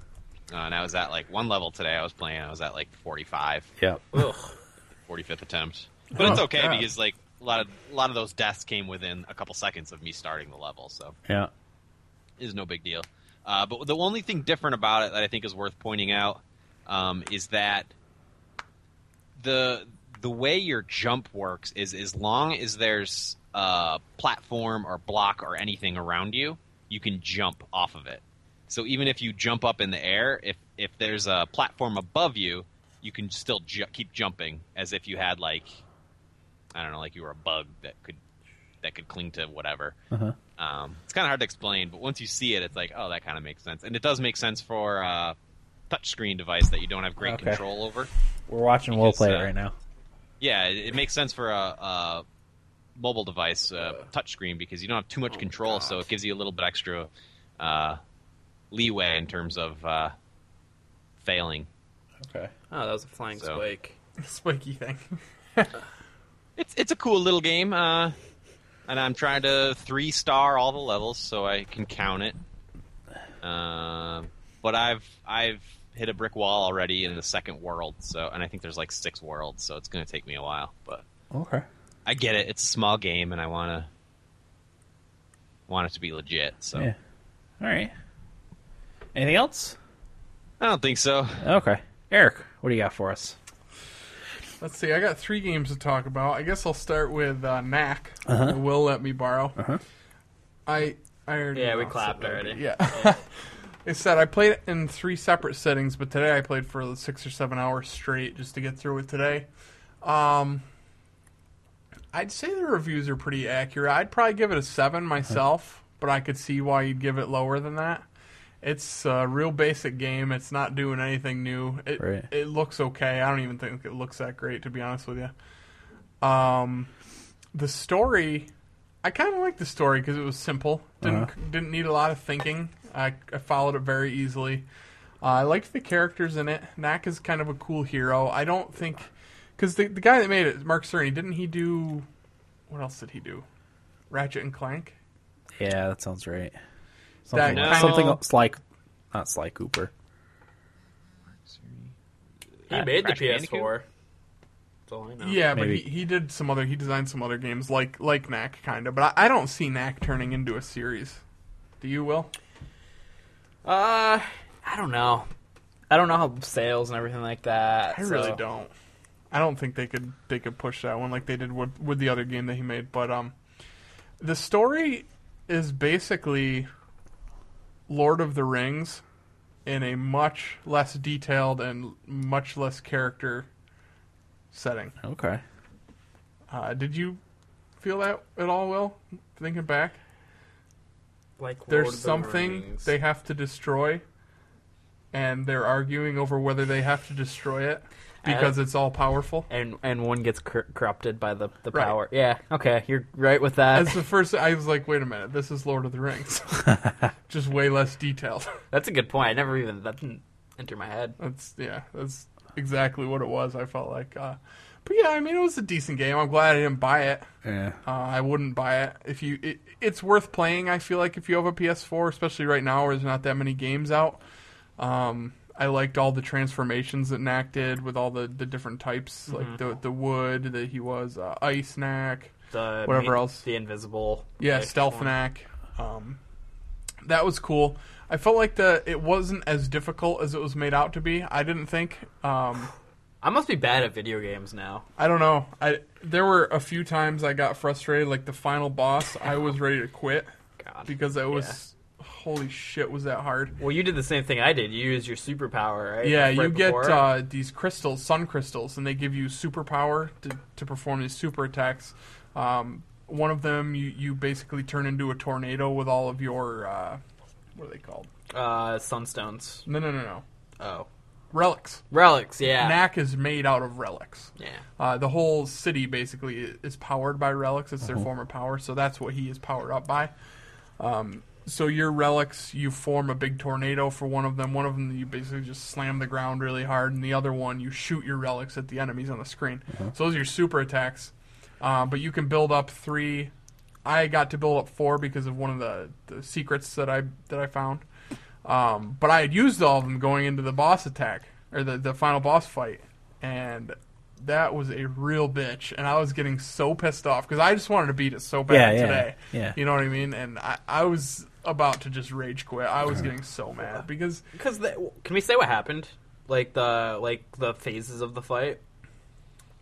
Speaker 4: Uh, and I was at like one level today. I was playing. I was at like 45,
Speaker 1: Yep.
Speaker 3: Ugh.
Speaker 4: 45th attempt. But it's
Speaker 2: Oh,
Speaker 4: okay
Speaker 2: God.
Speaker 4: because like a lot of a lot of those deaths came within a couple seconds of me starting the level, so
Speaker 1: Yeah.
Speaker 4: it is no big deal. Uh, but the only thing different about it that I think is worth pointing out um, is that the the way your jump works is as long as there's a platform or block or anything around you, you can jump off of it. So even if you jump up in the air, if if there's a platform above you, you can still ju- keep jumping as if you had like I don't know, like you were a bug that could that could cling to whatever. Um, it's kind of hard to explain, but once you see it, it's like, oh, that kind of makes sense, and it does make sense for a touchscreen device that you don't have great
Speaker 1: Okay.
Speaker 4: control over.
Speaker 1: We're watching Will
Speaker 4: Because,
Speaker 1: play it
Speaker 4: uh,
Speaker 1: right now.
Speaker 4: Yeah, it, it makes sense for a, a mobile device, a touchscreen, because you don't have too much control, so it gives you a little bit extra uh, leeway in terms of uh, failing.
Speaker 1: Okay.
Speaker 3: Oh, that was a flying
Speaker 4: So.
Speaker 3: spike.
Speaker 2: Spiky thing.
Speaker 4: It's it's a cool little game, uh, and I'm trying to three star all the levels so I can count it. Uh, but I've I've hit a brick wall already in the second world, so and I think there's like six worlds, so it's going to take me a while, but.
Speaker 1: Okay.
Speaker 4: I get it. It's a small game, and I want to want it to be legit. So
Speaker 1: Yeah. All right. Anything else?
Speaker 4: I don't think so.
Speaker 1: Okay. Eric, what do you got for us?
Speaker 2: Let's see. I got three games to talk about. I guess I'll start with uh, Knack. that Will let me borrow. I I already
Speaker 3: Yeah, we
Speaker 2: announced
Speaker 3: clapped
Speaker 2: it
Speaker 3: already.
Speaker 2: Yeah. I said I played it in three separate settings, but today I played for six or seven hours straight just to get through it today. Um, I'd say the reviews are pretty accurate. I'd probably give it a seven myself, but I could see why you'd give it lower than that. It's a real basic game. It's not doing anything new. It,
Speaker 1: Right.
Speaker 2: it looks okay. I don't even think it looks that great, to be honest with you. Um, the story, I kind of liked the story because it was simple. Didn't didn't need a lot of thinking. I, I followed it very easily. Uh, I liked the characters in it. Knack is kind of a cool hero. I don't think because the the guy that made it, Mark Cerny, didn't he do? What else did he do? Ratchet and Clank.
Speaker 1: Yeah, that sounds right. Something,
Speaker 2: That
Speaker 1: like, something
Speaker 4: kind of-
Speaker 1: else like, not Sly Cooper.
Speaker 3: He
Speaker 4: Uh,
Speaker 3: made the
Speaker 4: Crash
Speaker 3: PS4.
Speaker 4: Bandicoot?
Speaker 3: That's all I know.
Speaker 2: Yeah,
Speaker 1: Maybe.
Speaker 2: but he, he did some other. He designed some other games like like Knack kind of. But I, I don't see Knack turning into a series. Do you, Will?
Speaker 3: Uh, I don't know. I don't know how sales and everything like that.
Speaker 2: I really
Speaker 3: so-
Speaker 2: don't. I don't think they could they could push that one like they did with with the other game that he made. But um, the story is basically Lord of the Rings in a much less detailed and much less character setting.
Speaker 1: Okay.
Speaker 2: Uh, did you feel that at all, Will? Thinking back,
Speaker 3: Like
Speaker 2: there's
Speaker 3: Lord of the
Speaker 2: something
Speaker 3: Rings.
Speaker 2: they have to destroy, and they're arguing over whether they have to destroy it because it's all powerful.
Speaker 3: and and one gets cor- corrupted by the the
Speaker 2: Right.
Speaker 3: power. Yeah. Okay, you're right with that.
Speaker 2: That's the first. I was like, wait a minute, this is Lord of the Rings, just way less detailed.
Speaker 3: That's a good point. I never even that didn't enter my head.
Speaker 2: That's yeah, that's exactly what it was. I felt like, uh, but yeah, I mean, it was a decent game. I'm glad I didn't buy it.
Speaker 1: Yeah.
Speaker 2: Uh, I wouldn't buy it if you. It, it's worth playing. I feel like if you have a PS4, especially right now, where there's not that many games out. Um, I liked all the transformations that Knack did with all the, the different types, like the the wood that he was, uh, ice Knack,
Speaker 3: The
Speaker 2: Whatever
Speaker 3: me-
Speaker 2: else.
Speaker 3: The invisible.
Speaker 2: yeah,
Speaker 3: ish
Speaker 2: stealth
Speaker 3: one.
Speaker 2: knack. Um, that was cool. I felt like the it wasn't as difficult as it was made out to be. I didn't think. Um,
Speaker 3: I must be bad at video games now.
Speaker 2: I don't know. I there were a few times I got frustrated. Like the final boss, I was ready to quit
Speaker 3: God.
Speaker 2: because I was holy shit was that hard.
Speaker 3: Well, you did the same thing I did. You used your superpower, right?
Speaker 2: Yeah,
Speaker 3: Like,
Speaker 2: you
Speaker 3: right
Speaker 2: get
Speaker 3: before?
Speaker 2: uh, these crystals, sun crystals, and they give you superpower to, to perform these super attacks. Um, one of them, you, you basically turn into a tornado with all of your uh, what are they called?
Speaker 3: uh, sunstones.
Speaker 2: No, no, no, no.
Speaker 3: Oh,
Speaker 2: relics.
Speaker 3: relics. Yeah.
Speaker 2: Knack is made out of relics.
Speaker 3: yeah.
Speaker 2: Uh, the whole city basically i- is powered by relics. It's their form of power, so that's what he is powered up by. Um, so your relics, you form a big tornado for one of them. One of them, you basically just slam the ground really hard, and the other one, you shoot your relics at the enemies on the screen. So those are your super attacks. Uh, but you can build up three. I got to build up four because of one of the, the secrets that I that I found. Um, but I had used all of them going into the boss attack or the, the final boss fight, and that was a real bitch. And I was getting so pissed off because I just wanted to beat it so bad
Speaker 1: Yeah, yeah,
Speaker 2: today.
Speaker 1: yeah.
Speaker 2: You know what I mean? And I, I was about to just rage quit. I
Speaker 1: Uh-huh.
Speaker 2: was getting so mad because
Speaker 3: Because can we say what happened? Like the like the phases of the fight.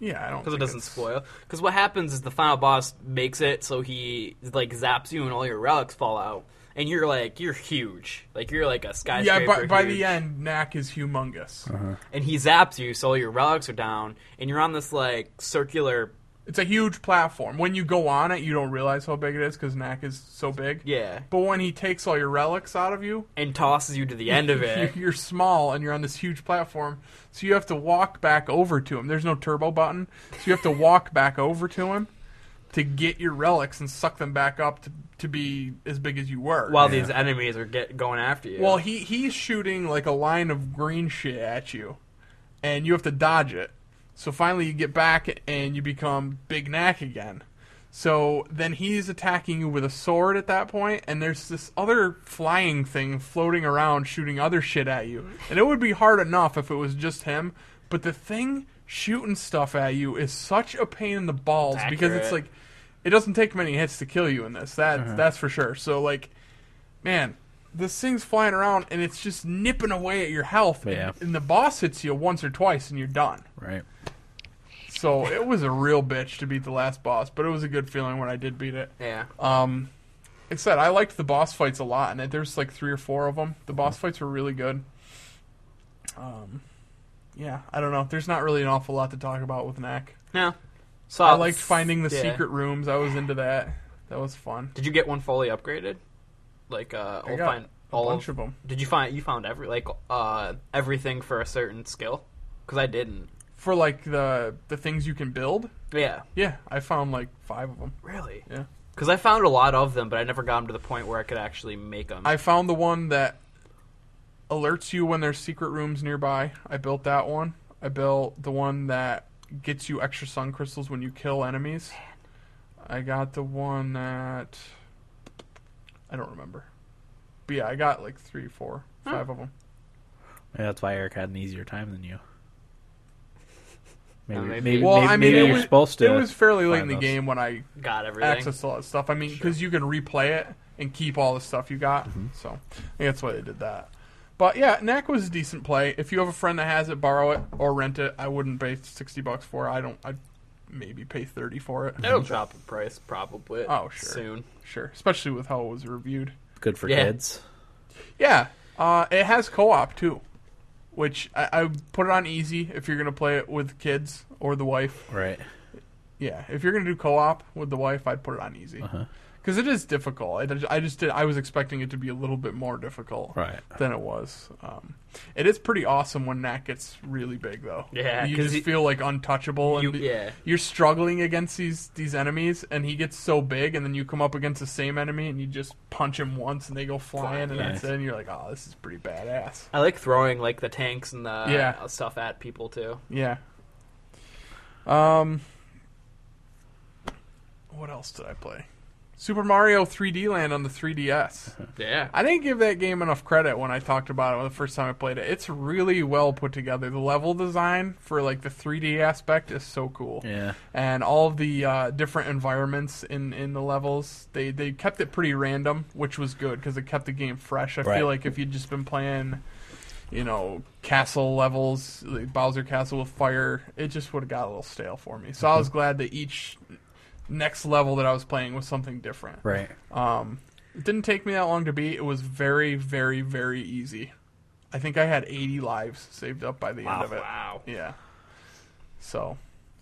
Speaker 2: yeah, I don't
Speaker 3: because it
Speaker 2: think
Speaker 3: doesn't
Speaker 2: it's-
Speaker 3: spoil. Because what happens is the final boss makes it so he like zaps you and all your relics fall out, and you're like you're huge, like you're like a skyscraper.
Speaker 2: Yeah, by, by
Speaker 3: huge.
Speaker 2: the end, Knack is humongous.
Speaker 1: Uh-huh.
Speaker 3: and he zaps you, so all your relics are down, and you're on this like circular.
Speaker 2: It's a huge platform. When you go on it, you don't realize how big it is because Knack is so big.
Speaker 3: Yeah,
Speaker 2: But when he takes all your relics out of you,
Speaker 3: and tosses you to the end of it.
Speaker 2: You- You're small and you're on this huge platform, so you have to walk back over to him. There's no turbo button, so you have to walk back over to him to get your relics and suck them back up to, to be as big as you were.
Speaker 3: While these enemies are get going after you.
Speaker 2: well, he he's shooting like a line of green shit at you, and you have to dodge it. So finally, you get back and you become Big Knack again. So then he's attacking you with a sword at that point, and there's this other flying thing floating around shooting other shit at you. And it would be hard enough if it was just him, but the thing shooting stuff at you is such a pain in the balls
Speaker 3: It's
Speaker 2: because it's
Speaker 3: accurate.
Speaker 2: like it doesn't take many hits to kill you in this. That that's for sure. So like, man, this thing's flying around and it's just nipping away at your health.
Speaker 1: Yeah.
Speaker 2: And, and the boss hits you once or twice and you're done.
Speaker 1: Right.
Speaker 2: So it was a real bitch to beat the last boss, but it was a good feeling when I did beat it.
Speaker 3: yeah,
Speaker 2: Um, like I said, I liked the boss fights a lot, and there's like three or four of them. The boss fights were really good. Um, yeah, I don't know. There's not really an awful lot to talk about with Knack.
Speaker 3: no. So
Speaker 2: I liked finding the
Speaker 3: Oh, yeah.
Speaker 2: secret rooms. I was into that. That was fun.
Speaker 3: Did you get one fully upgraded? Like uh, all
Speaker 2: got
Speaker 3: find
Speaker 2: A
Speaker 3: all
Speaker 2: bunch of them.
Speaker 3: Did you find you found every like uh everything for a certain skill? Because I didn't.
Speaker 2: For like the the things you can build.
Speaker 3: Yeah,
Speaker 2: Yeah, I found like five of them.
Speaker 3: really.
Speaker 2: Yeah.
Speaker 3: Because I found a lot of them, but I never got them to the point where I could actually make them.
Speaker 2: I found the one that alerts you when there's secret rooms nearby. I built that one. I built the one that gets you extra sun crystals when you kill enemies. I got the one that I don't remember. But yeah, I got like three, four, five of them.
Speaker 1: Maybe that's why Eric had an easier time than you. Maybe,
Speaker 3: Uh, maybe-
Speaker 1: maybe,
Speaker 2: Well,
Speaker 1: maybe,
Speaker 2: I mean,
Speaker 1: maybe
Speaker 2: it
Speaker 1: you're
Speaker 2: was,
Speaker 1: supposed to.
Speaker 2: It was fairly late in
Speaker 1: find
Speaker 2: the
Speaker 1: those.
Speaker 2: game when I
Speaker 3: got everything.
Speaker 2: accessed all that stuff. I mean, because you can replay it and keep all the stuff you got. So I think that's why they did that. But yeah, Knack was a decent play. If you have a friend that has it, borrow it or rent it. I wouldn't pay sixty bucks for. it. I don't. I'd maybe pay thirty for it.
Speaker 3: It'll drop in price probably.
Speaker 2: Oh, sure.
Speaker 3: Soon.
Speaker 2: Sure, especially with how it was reviewed.
Speaker 1: Good for
Speaker 3: Yeah.
Speaker 1: kids.
Speaker 2: Yeah, uh, it has co-op too, which I, I would put it on easy if you're gonna play it with kids or the wife.
Speaker 1: Right.
Speaker 2: Yeah, if you're gonna do co-op with the wife, I'd put it on easy
Speaker 3: Uh-huh.
Speaker 2: because is difficult. I, I just did. I was expecting it to be a little bit more difficult
Speaker 1: Right.
Speaker 2: than it was. Um, it is pretty awesome when Knack gets really big though.
Speaker 3: Yeah,
Speaker 2: you
Speaker 3: 'cause
Speaker 2: just
Speaker 3: he-
Speaker 2: feel like untouchable.
Speaker 3: You-
Speaker 2: and
Speaker 3: yeah.
Speaker 2: you're struggling against these these enemies, and he gets so big, and then you come up against the same enemy, and you just punch him once, and they go flying, and
Speaker 1: Yeah.
Speaker 2: that's it. And you're like, oh, this is pretty badass.
Speaker 3: I like throwing like the tanks and the
Speaker 2: Yeah.
Speaker 3: uh, stuff at people too.
Speaker 2: Yeah. Um. What else did I play? Super Mario 3D Land on the 3DS.
Speaker 3: Yeah.
Speaker 2: I didn't give that game enough credit when I talked about it the first time I played it. It's really well put together. The level design for like the 3D aspect is so cool.
Speaker 1: Yeah.
Speaker 2: And all of the uh, different environments in, in the levels, they, they kept it pretty random, which was good because it kept the game fresh. I
Speaker 1: Right.
Speaker 2: feel like if you'd just been playing, you know, castle levels, like Bowser Castle with fire, it just would have got a little stale for me. So I
Speaker 1: Mm-hmm.
Speaker 2: was glad that each next level that I was playing was something different.
Speaker 1: Right.
Speaker 2: Um, it didn't take me that long to beat. It was very, very, very easy. I think I had 80 lives saved up by the end of it.
Speaker 3: Wow.
Speaker 2: Yeah. So,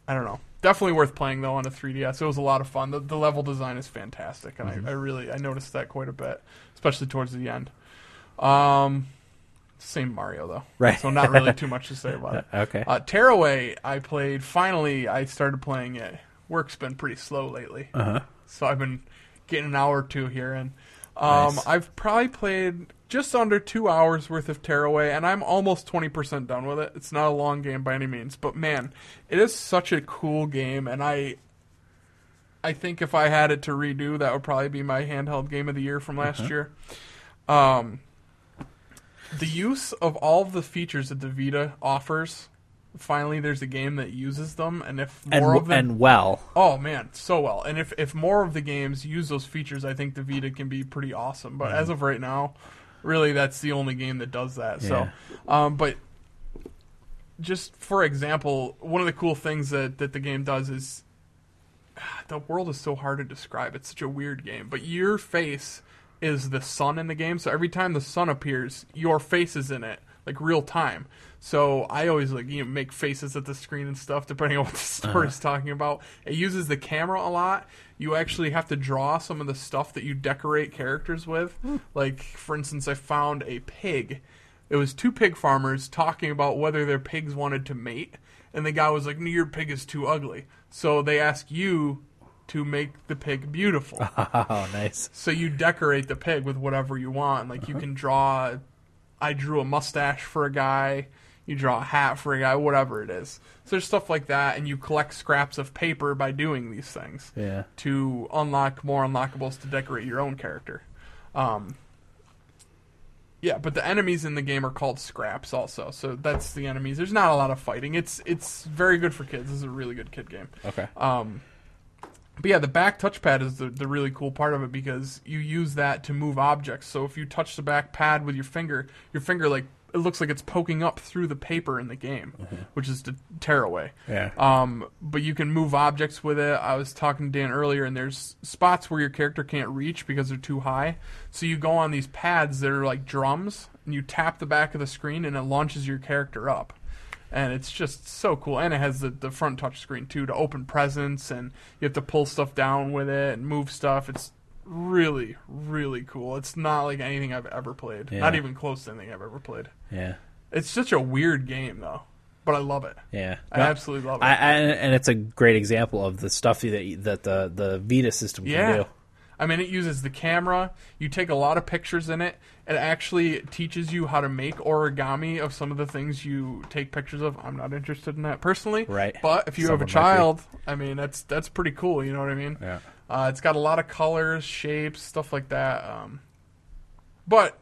Speaker 2: I don't know. Definitely worth playing though on a 3DS. It was a lot of fun. The, the level design is fantastic, and I, I really I noticed that quite a bit, especially towards the end. Um, same Mario though,
Speaker 1: Right.
Speaker 2: So not really too much to say about it.
Speaker 1: Okay.
Speaker 2: Uh, Tearaway, I played. Finally, I started playing it. Work's been pretty slow lately,
Speaker 1: Uh-huh.
Speaker 2: so I've been getting an hour or two here, and um,
Speaker 1: Nice.
Speaker 2: I've probably played just under two hours worth of Tearaway, and I'm almost twenty percent done with it. It's not a long game by any means, but man, it is such a cool game, and I. I think if I had it to redo, that would probably be my handheld game of the year from last
Speaker 1: Uh-huh.
Speaker 2: year. Um, the use of all of the features that the Vita offers, finally, there's a game that uses them, and if
Speaker 1: And
Speaker 2: more of them,
Speaker 1: and well.
Speaker 2: oh man, so well. And if if more of the games use those features, I think the Vita can be pretty awesome. But
Speaker 1: Mm-hmm.
Speaker 2: as of right now, really, that's the only game that does that. So, um, but just for example, one of the cool things that that the game does is the world is so hard to describe. It's such a weird game. But your face is the sun in the game, so every time the sun appears, your face is in it, like real time. So I always like you know, make faces at the screen and stuff, depending on what the story's talking about. It uses the camera a lot. You actually have to draw some of the stuff that you decorate characters with. Like for instance, I found a pig it was two pig farmers talking about whether their pigs wanted to mate and the guy was like no your pig is too ugly so they ask you to make the pig beautiful
Speaker 1: Oh, nice.
Speaker 2: so you decorate the pig with whatever you want like you can draw i drew a mustache for a guy you draw a hat for a guy whatever it is so there's stuff like that and you collect scraps of paper by doing these things
Speaker 1: Yeah.
Speaker 2: to unlock more unlockables to decorate your own character. Um, yeah, but the enemies in the game are called scraps also, so that's the enemies. There's not a lot of fighting. It's it's very good for kids. This is a really good kid game.
Speaker 1: Okay.
Speaker 2: Um, but yeah, the back touchpad is the, the really cool part of it because you use that to move objects. So if you touch the back pad with your finger, your finger like it looks like it's poking up through the paper in the game, which is to tear away.
Speaker 1: Yeah.
Speaker 2: Um, but you can move objects with it. I was talking to Dan earlier, and there's spots where your character can't reach because they're too high. So you go on these pads that are like drums, and you tap the back of the screen, and it launches your character up. And it's just so cool. And it has the, the front touch screen, too, to open presents, and you have to pull stuff down with it and move stuff. It's really, really cool. It's not like anything I've ever played,
Speaker 1: Yeah.
Speaker 2: not even close to anything I've ever played.
Speaker 1: yeah.
Speaker 2: It's such a weird game, though, but I love it.
Speaker 1: Yeah.
Speaker 2: I
Speaker 1: No,
Speaker 2: absolutely love it.
Speaker 1: I, I, and it's a great example of the stuff that you- that the the Vita system can
Speaker 2: Yeah.
Speaker 1: do.
Speaker 2: I mean, it uses the camera. You take a lot of pictures in it. It actually teaches you how to make origami of some of the things you take pictures of. I'm not interested in that personally.
Speaker 1: Right.
Speaker 2: But if you have
Speaker 1: Someone might
Speaker 2: a
Speaker 1: be.
Speaker 2: child, I mean, that's that's pretty cool. You know what I mean?
Speaker 1: Yeah.
Speaker 2: Uh, it's got a lot of colors, shapes, stuff like that. Um, but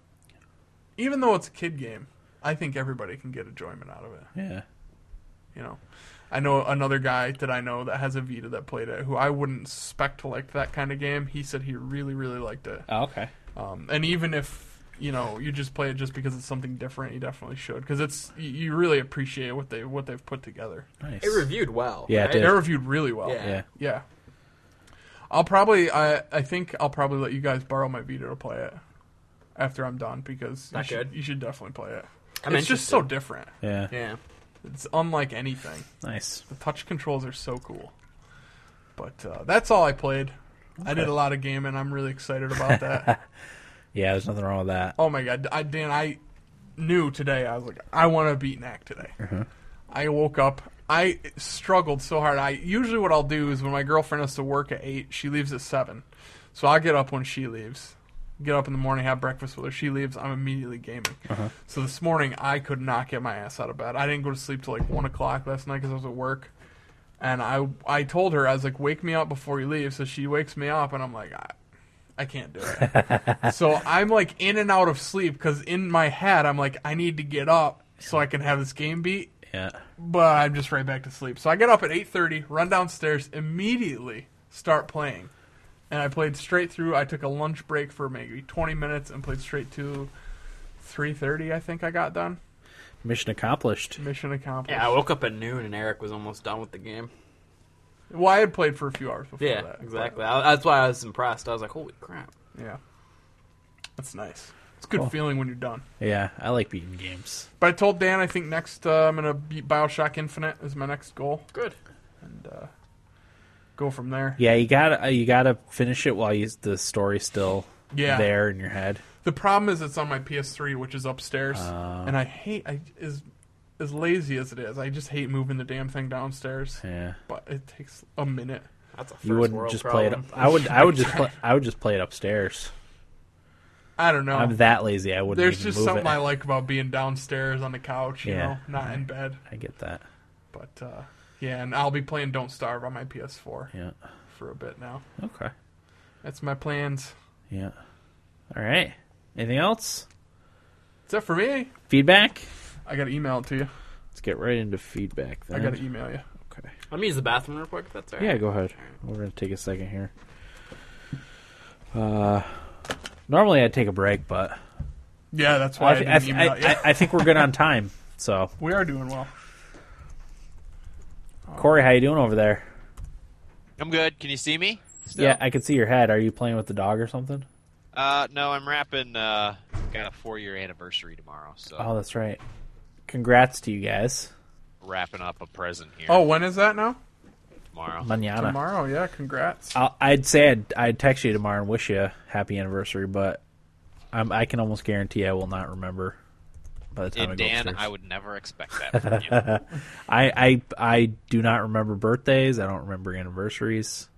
Speaker 2: even though it's a kid game, I think everybody can get enjoyment out of it
Speaker 1: Yeah.
Speaker 2: you know i know another guy that i know that has a vita that played it who i wouldn't expect to like that kind of game he said he really really liked it
Speaker 1: Oh, okay.
Speaker 2: um, and even if you know you just play it just because it's something different. You definitely should because it's you- you really appreciate what they what they've put together.
Speaker 1: Nice.
Speaker 3: It reviewed well.
Speaker 1: Yeah, it
Speaker 3: right?
Speaker 1: did.
Speaker 2: They're reviewed really well.
Speaker 3: Yeah.
Speaker 1: Yeah.
Speaker 2: Yeah. I'll probably I I think I'll probably let you guys borrow my Vita to play it after I'm done because you
Speaker 3: Not
Speaker 2: should,
Speaker 3: good.
Speaker 2: you should definitely play it.
Speaker 3: I'm
Speaker 2: it's just
Speaker 3: interested.
Speaker 2: so different.
Speaker 1: Yeah.
Speaker 3: Yeah.
Speaker 2: It's unlike anything.
Speaker 1: Nice.
Speaker 2: The touch controls are so cool. But uh, that's all I played. I did a lot of gaming. I'm really excited about that.
Speaker 1: Yeah, there's nothing wrong with that.
Speaker 2: oh my god, I, Dan, I knew today. I was like, I want to beat Knack today. I woke up. I struggled so hard. I usually what I'll do is when my girlfriend has to work at eight, she leaves at seven, so I get up when she leaves. Get up in the morning, have breakfast with her. She leaves. I'm immediately gaming. So this morning I could not get my ass out of bed. I didn't go to sleep till like one o'clock last night because I was at work. And I I told her I was like, wake me up before you leave. So she wakes me up, and I'm like, I, I can't do it. so I'm like in and out of sleep because in my head I'm like, I need to get up so I can have this game beat.
Speaker 1: Yeah.
Speaker 2: But I'm just right back to sleep. So I get up at 8:30, run downstairs, immediately start playing, and I played straight through. I took a lunch break for maybe 20 minutes and played straight to 3:30. I think I got done.
Speaker 1: Mission accomplished.
Speaker 2: Mission accomplished.
Speaker 3: Yeah, I woke up at noon and Eric was almost done with the game.
Speaker 2: Well, I had played for a few hours before
Speaker 3: Yeah,
Speaker 2: that. but-
Speaker 3: exactly. I, that's why I was impressed. I was like, holy crap.
Speaker 2: Yeah. That's nice. It's a good
Speaker 1: Cool.
Speaker 2: feeling when you're done.
Speaker 1: Yeah, I like beating games.
Speaker 2: But I told Dan I think next uh, I'm gonna beat Bioshock Infinite is my next goal
Speaker 3: Good.
Speaker 2: and uh, go from there.
Speaker 1: Yeah, you got to you got to finish it while you, the story's still
Speaker 2: Yeah.
Speaker 1: there in your head.
Speaker 2: The problem is it's on my PS3, which is upstairs,
Speaker 1: Ah.
Speaker 2: and I hate I is as lazy as it is. I just hate moving the damn thing downstairs.
Speaker 1: Yeah.
Speaker 2: But it takes a minute.
Speaker 3: That's a first
Speaker 1: You wouldn't
Speaker 3: world
Speaker 1: just play
Speaker 3: problem.
Speaker 1: it. I would. I would just. Play, I would just play it upstairs.
Speaker 2: I don't know.
Speaker 1: I'm that lazy. I wouldn't.
Speaker 2: There's
Speaker 1: even
Speaker 2: just
Speaker 1: move
Speaker 2: something
Speaker 1: it.
Speaker 2: I like about being downstairs on the couch, you
Speaker 1: Yeah.
Speaker 2: know, not in bed.
Speaker 1: I get that.
Speaker 2: But uh, yeah, and I'll be playing Don't Starve on my PS4
Speaker 1: Yeah.
Speaker 2: for a bit now.
Speaker 1: Okay.
Speaker 2: That's my plans.
Speaker 1: Yeah. All right. Anything else?
Speaker 2: Is that for me?
Speaker 1: Feedback.
Speaker 2: I gotta email it to you.
Speaker 1: Let's get right into feedback. Then.
Speaker 2: I gotta email you.
Speaker 1: Okay.
Speaker 3: Let me use the bathroom real quick. if That's all right.
Speaker 1: Yeah, go ahead. We're gonna take a second here. Uh, normally I'd take a break, but
Speaker 2: Yeah, that's why
Speaker 1: I,
Speaker 2: I,
Speaker 1: thi-
Speaker 2: didn't
Speaker 1: I, thi-
Speaker 2: email
Speaker 1: I,
Speaker 2: you.
Speaker 1: I- I think we're good on time. So,
Speaker 2: we are doing well.
Speaker 1: Corey, how you doing over there?
Speaker 4: I'm good. Can you see me? Still?
Speaker 1: Yeah, I can see your head. Are you playing with the dog or something?
Speaker 4: Uh, no, I'm wrapping. Uh, got a four-year anniversary tomorrow, so
Speaker 1: Oh, that's right. Congrats to you guys.
Speaker 4: wrapping up a present here
Speaker 2: Oh, when is that now?
Speaker 4: tomorrow.
Speaker 1: Manana.
Speaker 2: Tomorrow. Yeah, congrats.
Speaker 1: I'll, I'd say I'd, I'd text you tomorrow and wish you happy anniversary, but I'm, I can almost guarantee I will not remember by the time
Speaker 4: And
Speaker 1: I go
Speaker 4: Dan,
Speaker 1: upstairs.
Speaker 4: I would never expect that from you.
Speaker 1: I, I I do not remember birthdays. I don't remember anniversaries.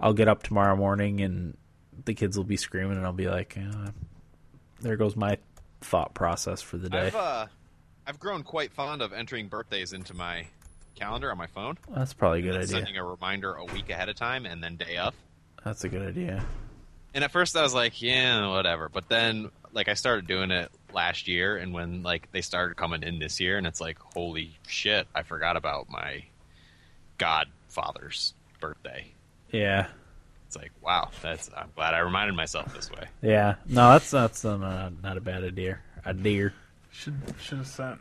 Speaker 1: I'll get up tomorrow morning and the kids will be screaming, and I'll be like, "Yeah, "There goes my thought process for the day."
Speaker 4: I've uh, I've grown quite fond of entering birthdays into my calendar on my phone,
Speaker 1: That's probably a good idea.
Speaker 4: sending a reminder a week ahead of time, and then day of.
Speaker 1: That's a good idea.
Speaker 4: And at first, I was like, yeah, whatever. But then, like, I started doing it last year, and when like they started coming in this year, and it's like, holy shit, I forgot about my godfather's birthday.
Speaker 1: Yeah,
Speaker 4: It's like, wow, that's. I'm glad I reminded myself this way.
Speaker 1: yeah. No, that's that's uh, not not a bad idea. A deer.
Speaker 2: Should should have sent.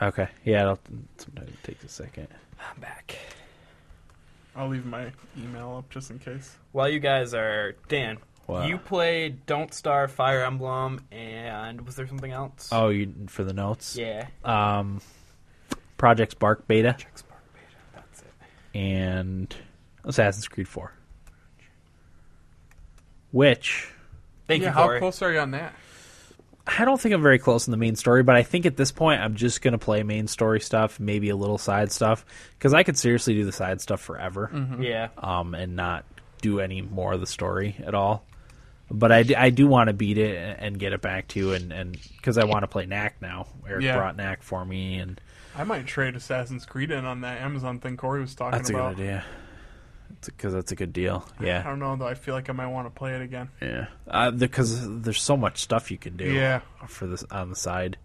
Speaker 1: Okay. Yeah. It'll, sometimes it takes a second.
Speaker 3: I'm back.
Speaker 2: I'll leave my email up just in case.
Speaker 3: While you guys are Dan,
Speaker 1: Wow.
Speaker 3: you played Don't Star, Fire Emblem, and was there something else?
Speaker 1: Oh, you for the notes.
Speaker 3: yeah.
Speaker 2: Uh,
Speaker 1: Um, Project Spark beta
Speaker 3: Spark Beta. That's it.
Speaker 1: and Assassin's Creed Four, which
Speaker 3: Thank
Speaker 2: yeah,
Speaker 3: you,
Speaker 2: how
Speaker 3: Corey.
Speaker 2: close are you on that?
Speaker 1: I don't think I'm very close in the main story, but I think at this point I'm just gonna play main story stuff, maybe a little side stuff, because I could seriously do the side stuff forever,
Speaker 3: Yeah.
Speaker 2: Uh.
Speaker 1: um, and not do any more of the story at all. But I, d- I do want to beat it and, and get it back to you, and and because I want to play Knack now. Eric
Speaker 2: Yeah.
Speaker 1: brought Knack for me, and
Speaker 2: I might trade Assassin's Creed in on that Amazon thing Corey was talking
Speaker 1: that's a
Speaker 2: about.
Speaker 1: good idea. Because that's a good deal.
Speaker 2: I
Speaker 1: Yeah,
Speaker 2: don't know though. I feel like I might want to play it again.
Speaker 1: yeah. Uh, because there's so much stuff you can do.
Speaker 2: Yeah.
Speaker 1: for this on the side.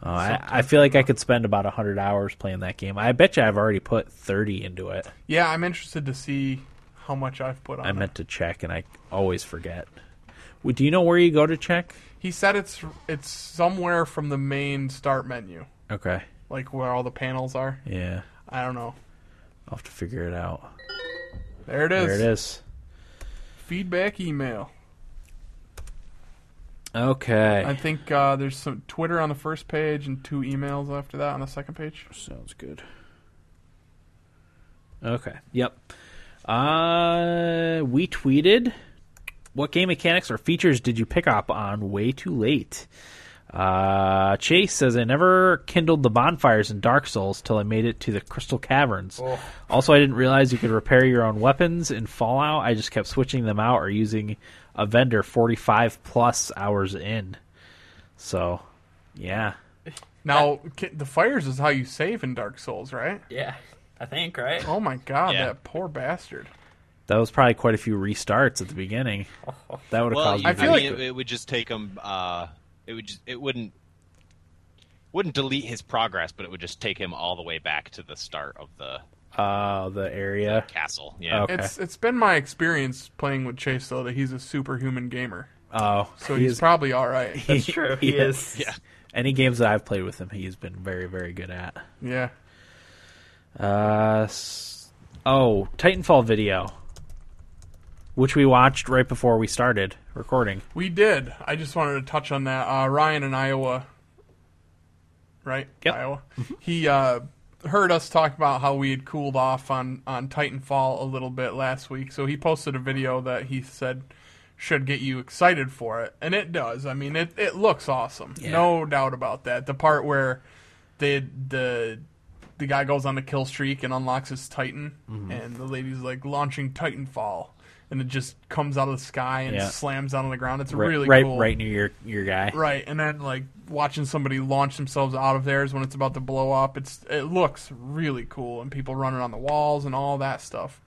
Speaker 1: Uh, I, I feel like I could spend about hundred hours playing that game. I bet you I've already put thirty into it.
Speaker 2: Yeah, I'm interested to see how much I've put on.
Speaker 1: I meant to check, and I always forget. Well, Do you know where you go to check?
Speaker 2: He said it's it's somewhere from the main start menu,
Speaker 1: Okay.
Speaker 2: like where all the panels are.
Speaker 1: Yeah.
Speaker 2: I don't know.
Speaker 1: I'll have to figure it out.
Speaker 2: There it is.
Speaker 1: There it is.
Speaker 2: Feedback email.
Speaker 1: Okay.
Speaker 2: I think uh, there's some Twitter on the first page and two emails after that on the second page.
Speaker 1: Sounds good. Okay. Yep. Uh, we tweeted. What game mechanics or features did you pick up on way too late? Uh, Chase says I never kindled the bonfires in Dark Souls till I made it to the Crystal Caverns.
Speaker 3: Oh.
Speaker 1: Also, I didn't realize you could repair your own weapons in Fallout. I just kept switching them out or using a vendor 45 plus hours in. So, yeah.
Speaker 2: Now ki- the fires is how you save in Dark Souls, right?
Speaker 3: Yeah, I think right.
Speaker 2: Oh my god,
Speaker 4: Yeah.
Speaker 2: that poor bastard.
Speaker 1: That was probably quite a few restarts at the beginning. That would have
Speaker 4: Well,
Speaker 1: caused.
Speaker 4: you,
Speaker 1: me
Speaker 4: I
Speaker 2: I feel
Speaker 1: to-
Speaker 2: like-
Speaker 4: mean, it, it would just take him. Uh, it would. Just, it wouldn't. Wouldn't delete his progress, but it would just take him all the way back to the start of the
Speaker 1: uh, the area.
Speaker 4: castle. Yeah.
Speaker 1: Okay.
Speaker 2: It's it's been my experience playing with Chase though that he's a superhuman gamer,
Speaker 1: Oh,
Speaker 2: so
Speaker 1: he
Speaker 2: he's
Speaker 1: is-
Speaker 2: probably all right.
Speaker 3: That's true. He
Speaker 1: Yeah.
Speaker 3: is.
Speaker 4: Yeah.
Speaker 1: Any games that I've played with him, he's been very, very good at.
Speaker 2: yeah.
Speaker 1: Uh, s- oh, Titanfall video, which we watched right before we started recording.
Speaker 2: We did. I just wanted to touch on that. Uh, Ryan in Iowa, right?
Speaker 1: Yep. Mm-hmm.
Speaker 2: Iowa. He uh, heard us talk about how we had cooled off on on Titanfall a little bit last week, so he posted a video that he said should get you excited for it, and it does. I mean, it it looks awesome, no doubt about that. The part where the the the guy goes on the kill streak and unlocks his Titan,
Speaker 1: Mm-hmm.
Speaker 2: and the lady's like launching Titanfall. And it just comes out of the sky and
Speaker 1: Yeah.
Speaker 2: slams down on the ground. It's
Speaker 1: Right,
Speaker 2: really
Speaker 1: right,
Speaker 2: cool.
Speaker 1: right near your your guy.
Speaker 2: Right, and then like watching somebody launch themselves out of theirs when it's about to blow up, it's it looks really cool, and people running on the walls and all that stuff.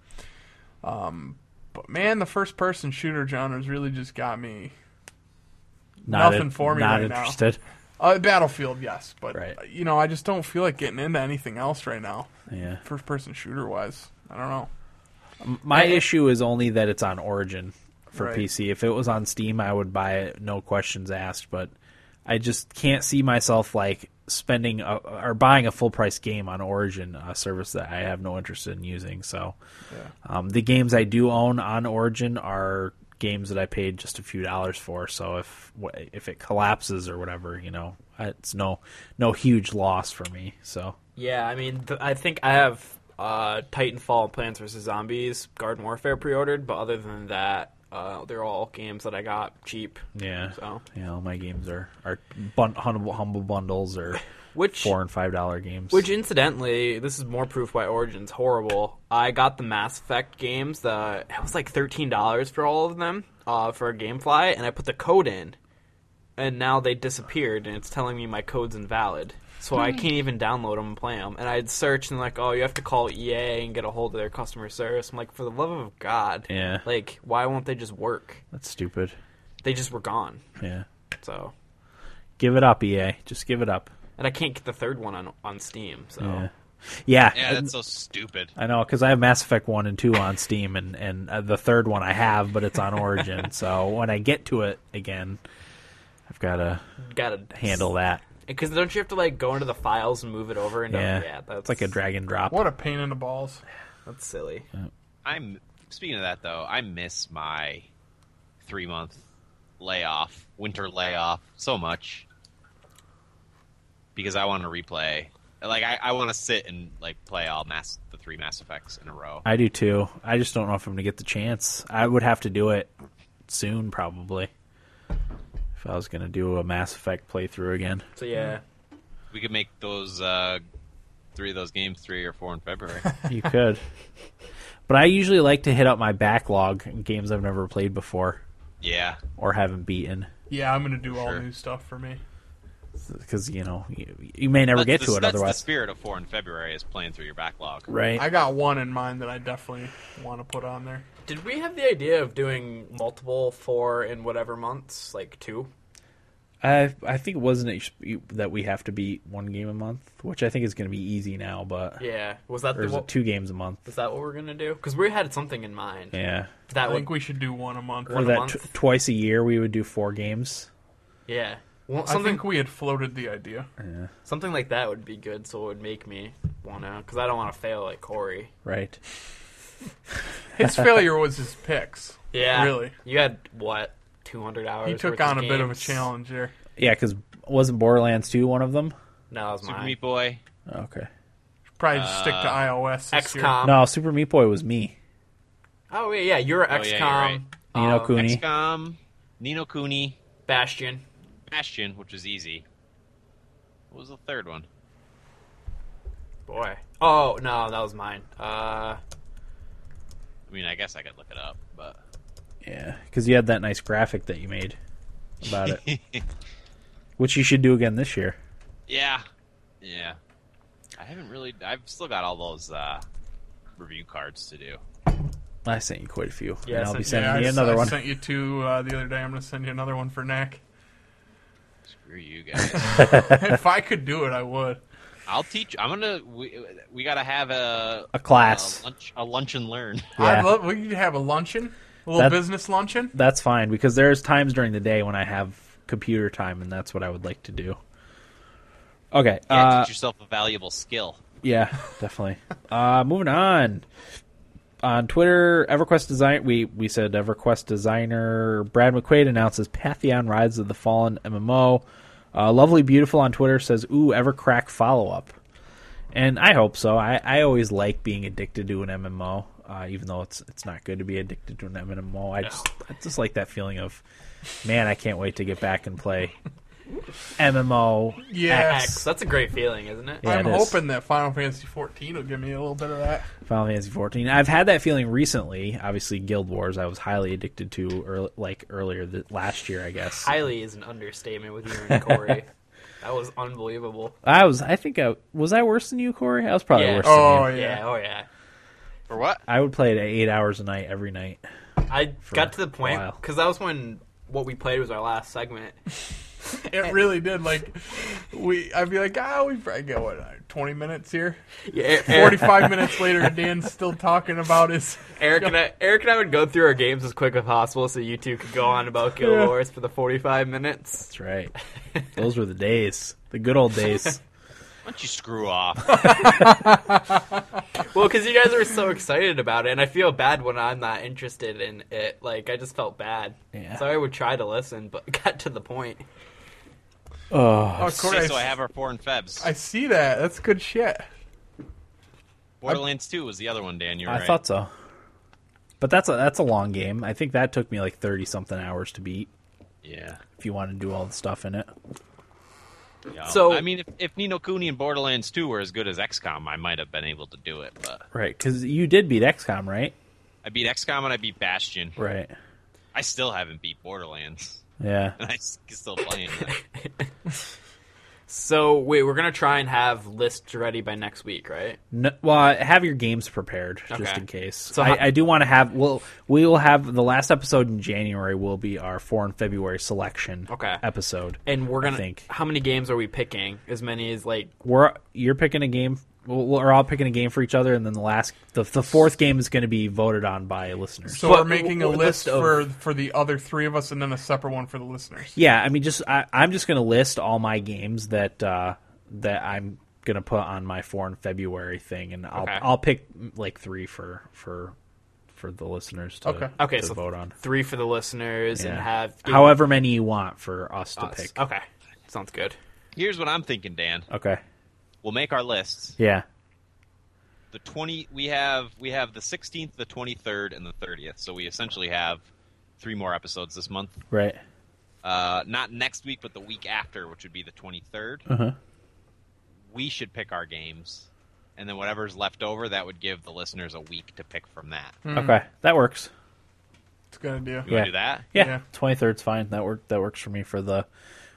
Speaker 2: Um, but man, the first person shooter genre's really just got me.
Speaker 1: Not
Speaker 2: Nothing
Speaker 1: in-
Speaker 2: for me
Speaker 1: Not
Speaker 2: right now.
Speaker 1: interested.
Speaker 2: Uh, Battlefield, yes, but uh,
Speaker 1: Right.
Speaker 2: you know, I just don't feel like getting into anything else right now.
Speaker 1: Yeah.
Speaker 2: First person shooter wise, I don't know.
Speaker 1: My issue is only that it's on Origin for
Speaker 2: Right.
Speaker 1: PC. If it was on Steam, I would buy it, no questions asked. But I just can't see myself like spending a, or buying a full price game on Origin, a service that I have no interest in using. So, um, the games I do own on Origin are games that I paid just a few dollars for. So if if it collapses or whatever, you know, it's no no huge loss for me. So
Speaker 3: Yeah, I mean, th- I think I have uh, Titanfall and Plants vs Zombies Garden Warfare pre-ordered, but other than that, uh, they're all games that I got cheap.
Speaker 1: yeah,
Speaker 3: So.
Speaker 1: yeah, all my games are are bun- humble, humble bundles or.
Speaker 3: Which
Speaker 1: four and five dollar games.
Speaker 3: Which, incidentally, this is more proof why Origin's horrible. I got the Mass Effect games. The it was like thirteen dollars for all of them uh, for a GameFly, and I put the code in, and now they disappeared, and it's telling me my code's invalid. So I can't even download them and play them. And I'd search and like, oh, you have to call EA and get a hold of their customer service. I'm like, for the love of God,
Speaker 1: Yeah.
Speaker 3: Like, why won't they just work?
Speaker 1: that's stupid.
Speaker 3: They just were gone.
Speaker 1: Yeah,
Speaker 3: So,
Speaker 1: give it up, EA. Just give it up.
Speaker 3: and I can't get the third one on on Steam. So.
Speaker 1: Yeah, yeah.
Speaker 4: yeah, that's so stupid.
Speaker 1: I know because I have Mass Effect one and two on Steam, and and uh, the third one I have, but it's on Origin. so when I get to it again, I've got to
Speaker 3: Gotta
Speaker 1: handle that.
Speaker 3: Because don't you have to like go into the files and move it over? And
Speaker 1: Yeah,
Speaker 3: yeah, yeah that's
Speaker 1: it's like a drag and drop.
Speaker 2: What a pain in the balls.
Speaker 3: That's silly.
Speaker 4: I'm speaking of that though. I miss my three month layoff, winter layoff, so much because I want to replay. Like I, I want to sit and like play all mass the three Mass Effects in a row.
Speaker 1: I do too. I just don't know if I'm gonna get the chance. I would have to do it soon, probably. If I was gonna do a Mass Effect playthrough again,
Speaker 3: So yeah,
Speaker 4: We could make those uh, three of those games three or four in February.
Speaker 1: you could. But I usually like to hit up my backlog in games I've never played before.
Speaker 4: yeah,
Speaker 1: or haven't beaten
Speaker 2: Yeah, I'm gonna do all
Speaker 4: Sure.
Speaker 2: new stuff for me.
Speaker 1: because you know you, you may never get
Speaker 4: That's
Speaker 1: to
Speaker 4: the-
Speaker 1: it
Speaker 4: that's The
Speaker 1: otherwise
Speaker 4: spirit of four in February is playing through your backlog.
Speaker 1: right
Speaker 2: I got one in mind that I definitely want to put on there.
Speaker 3: did we have the idea of doing multiple four in whatever months, like two?
Speaker 1: I I think wasn't it you- that we have to beat one game a month, which I think is going to be easy now, but
Speaker 3: Yeah, was that
Speaker 1: or
Speaker 3: the,
Speaker 1: is
Speaker 3: what,
Speaker 1: it two games a month?
Speaker 3: was that what we're gonna do? Because we had something in mind.
Speaker 1: Yeah,
Speaker 3: That
Speaker 2: I
Speaker 3: would,
Speaker 2: think we should do one a month.
Speaker 1: or
Speaker 3: a
Speaker 1: that
Speaker 3: month?
Speaker 1: t- twice a year we would do four games.
Speaker 3: yeah, well,
Speaker 2: I
Speaker 3: something
Speaker 2: think we had floated the idea.
Speaker 3: something like that would be good. So it would make me wanna, because I don't want to fail like Corey.
Speaker 1: Right.
Speaker 2: His failure was his picks.
Speaker 3: Yeah,
Speaker 2: Really?
Speaker 3: You had what two hundred hours?
Speaker 2: He took
Speaker 3: worth of
Speaker 2: on a bit of a
Speaker 3: games?
Speaker 2: challenge here.
Speaker 1: Yeah, because wasn't Borderlands two one of them?
Speaker 3: No, that was
Speaker 4: Super
Speaker 3: mine.
Speaker 4: Meat Boy.
Speaker 1: Okay.
Speaker 2: Probably just stick to
Speaker 4: Uh,
Speaker 2: iOS. this year.
Speaker 3: XCOM.
Speaker 1: No, Super Meat Boy was me.
Speaker 3: Oh yeah, yeah, you're
Speaker 4: yeah,
Speaker 3: XCOM.
Speaker 4: you're right.
Speaker 1: You know,
Speaker 3: um,
Speaker 1: Coon- Cooney.
Speaker 4: XCOM, Nino Cooney,
Speaker 3: Bastion.
Speaker 4: Bastion, which was easy. What was the third one?
Speaker 3: Boy. Oh no, that was mine. Uh,
Speaker 4: I mean, I guess I could look it up, but
Speaker 1: Yeah, because you had that nice graphic that you made about it, which you should do again this year.
Speaker 4: yeah, yeah. I haven't really. I've still got all those uh, review cards to do.
Speaker 1: I sent you quite a few,
Speaker 3: Yeah, I
Speaker 1: and I'll be
Speaker 3: sent-
Speaker 1: sending
Speaker 2: yeah, I,
Speaker 1: you
Speaker 2: s-
Speaker 1: another
Speaker 2: I
Speaker 1: one.
Speaker 2: sent you two uh, the other day. I'm going to send you another one for Nick.
Speaker 4: Screw you guys.
Speaker 2: if I could do it, I would.
Speaker 4: I'll teach. I'm gonna. We, we gotta have a
Speaker 1: A class.
Speaker 4: a lunch, a lunch and learn.
Speaker 1: Yeah.
Speaker 2: I'd love. We could have a luncheon, a little
Speaker 1: That-
Speaker 2: business luncheon.
Speaker 1: That's fine because there's times during the day when I have computer time, and that's what I would like to do. Okay.
Speaker 4: Yeah,
Speaker 1: uh,
Speaker 4: teach yourself a valuable skill.
Speaker 1: Yeah, definitely. uh, moving on. On Twitter, EverQuest Design, we, we said EverQuest designer Brad McQuaid announces Pantheon Rides of the Fallen MMO. Uh, Lovely Beautiful on Twitter says, Ooh, Evercrack follow up. And I hope so. I, I always like being addicted to an MMO, uh, even though it's it's not good to be addicted to an MMO. I just, I just like that feeling of, man, I can't wait to get back and play MMO.
Speaker 3: X.
Speaker 2: Yes.
Speaker 3: That's a great feeling, isn't it?
Speaker 1: Yeah,
Speaker 2: I'm
Speaker 1: it is.
Speaker 2: hoping that Final Fantasy 14 will give me a little bit of that.
Speaker 1: Final Fantasy 14. I've had that feeling recently. Obviously, Guild Wars. I was highly addicted to, earl like earlier th- last year, I guess. I,
Speaker 3: Highly is an understatement with you and Corey. that was unbelievable.
Speaker 1: was. I think I was. I worse than you, Corey. I was probably
Speaker 3: Yeah.
Speaker 1: worse
Speaker 2: Oh
Speaker 1: than you.
Speaker 2: yeah.
Speaker 3: Yeah. Oh yeah.
Speaker 4: For what?
Speaker 1: I would play it at eight hours a night every night.
Speaker 3: I got to the point
Speaker 1: while.
Speaker 3: because that was when what we played was our last segment.
Speaker 2: it really did. Like we, I'd be like, ah, we probably get what uh, 20 minutes here.
Speaker 3: Yeah, Eric,
Speaker 2: 45 minutes later, Dan's still talking about his.
Speaker 3: Eric and I, Eric and I would go through our games as quick as possible so you two could go on about Guild
Speaker 2: Yeah.
Speaker 3: Wars for the forty-five minutes.
Speaker 1: That's right. Those were the days. The good old days.
Speaker 4: Why don't you screw off?
Speaker 3: Well, because you guys were so excited about it, and I feel bad when I'm not interested in it. Like I just felt bad,
Speaker 1: Yeah.
Speaker 3: so I would try to listen, but got to the point.
Speaker 1: oh,
Speaker 2: Of course,
Speaker 4: Okay, so I
Speaker 2: I,
Speaker 4: have our foreign febs.
Speaker 2: I see that. That's good shit.
Speaker 4: Borderlands 2 was the other one, Dan. You were
Speaker 1: I
Speaker 4: right.
Speaker 1: thought so. But that's a that's a long game. I think that took me like thirty something hours to beat.
Speaker 4: Yeah.
Speaker 1: If you want to do all the stuff in it,
Speaker 4: Yeah.
Speaker 3: So-
Speaker 4: I mean, if, if Nino Cooney and Borderlands 2 were as good as XCOM, I might have been able to do it. But
Speaker 1: right? Because you did beat XCOM, right?
Speaker 4: I beat XCOM and I beat Bastion.
Speaker 1: Right.
Speaker 4: I still haven't beat Borderlands,
Speaker 1: Yeah.
Speaker 4: and I'm still playing. That.
Speaker 3: So wait, we're gonna try and have lists ready by next week, right?
Speaker 1: No, well, have your games prepared just
Speaker 3: Okay.
Speaker 1: in case. So
Speaker 3: So ho-
Speaker 1: I, I do want to have. Well, we will have the last episode in January. Will be our four in February selection
Speaker 3: Okay.
Speaker 1: episode.
Speaker 3: And we're
Speaker 1: I
Speaker 3: gonna.
Speaker 1: think.
Speaker 3: How many games are we picking? As many as like
Speaker 1: We're you're picking a game. We'll, we're all picking a game for each other, and then the last, the, the fourth game is going to be voted on by listeners.
Speaker 2: So
Speaker 3: But
Speaker 2: we're making a
Speaker 3: w- w-
Speaker 2: list
Speaker 3: list of-
Speaker 2: for for the other three of us, and then a separate one for the listeners.
Speaker 1: Yeah, I mean, just I, I'm just going to list all my games that uh, that I'm going to put on my four in February thing, and I'll
Speaker 3: Okay.
Speaker 1: I'll pick like three for for for the listeners to
Speaker 2: Okay.
Speaker 3: Okay,
Speaker 1: to
Speaker 3: so
Speaker 1: vote on.
Speaker 3: three for the listeners and
Speaker 1: Yeah.
Speaker 3: have
Speaker 1: however many you want for us to
Speaker 3: us.
Speaker 1: pick.
Speaker 3: Okay, sounds good.
Speaker 4: Here's what I'm thinking, Dan.
Speaker 1: Okay.
Speaker 4: We'll make our lists.
Speaker 1: Yeah.
Speaker 4: The 20 we have we have the 16th, the 23rd, and the 30th. So we essentially have three more episodes this month.
Speaker 1: Right.
Speaker 4: Uh, not next week, but the week after, which would be the 23rd.
Speaker 1: Uh-huh.
Speaker 4: We should pick our games, and then whatever's left over, that would give the listeners a week to pick from that.
Speaker 3: Mm-hmm.
Speaker 1: Okay. That works.
Speaker 2: It's a good idea.
Speaker 4: You
Speaker 1: Yeah.
Speaker 4: want to do that?
Speaker 1: Yeah.
Speaker 2: Yeah.
Speaker 1: Twenty third's fine. That work that works for me for the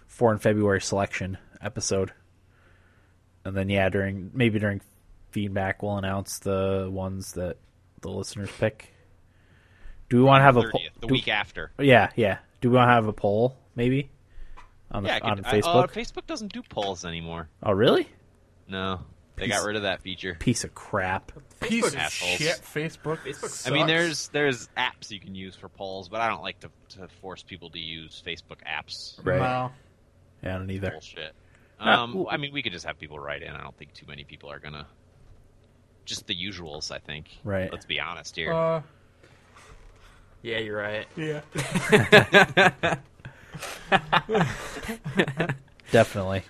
Speaker 1: four in February selection episode. And then yeah, during maybe during feedback we'll announce the ones that the listeners pick. Do we want to have a
Speaker 4: 30th,
Speaker 1: poll?
Speaker 4: the
Speaker 1: do-
Speaker 4: week after.
Speaker 1: Yeah, yeah. Do we want to have a poll? Maybe on the,
Speaker 4: Yeah, I
Speaker 1: on
Speaker 4: could, I-
Speaker 1: Facebook.
Speaker 4: uh, Facebook doesn't do polls anymore.
Speaker 1: oh, really?
Speaker 4: No, they
Speaker 1: Piece-
Speaker 4: got rid of that feature.
Speaker 1: Piece of crap.
Speaker 2: Piece of
Speaker 4: assholes.
Speaker 2: shit, Facebook.
Speaker 3: Facebook
Speaker 4: I mean, there's there's apps you can use for polls, but I don't like to, to force people to use Facebook apps.
Speaker 1: Right.
Speaker 2: No.
Speaker 1: Yeah, I don't either.
Speaker 4: Bullshit.
Speaker 1: Ah,
Speaker 4: Um,
Speaker 1: ooh.
Speaker 4: I mean, we could just have people write in. I don't think too many people are gonna. Just the usuals, I think.
Speaker 1: Right.
Speaker 4: Let's be honest here.
Speaker 2: Uh,
Speaker 3: Yeah, you're right.
Speaker 2: yeah.
Speaker 1: Definitely.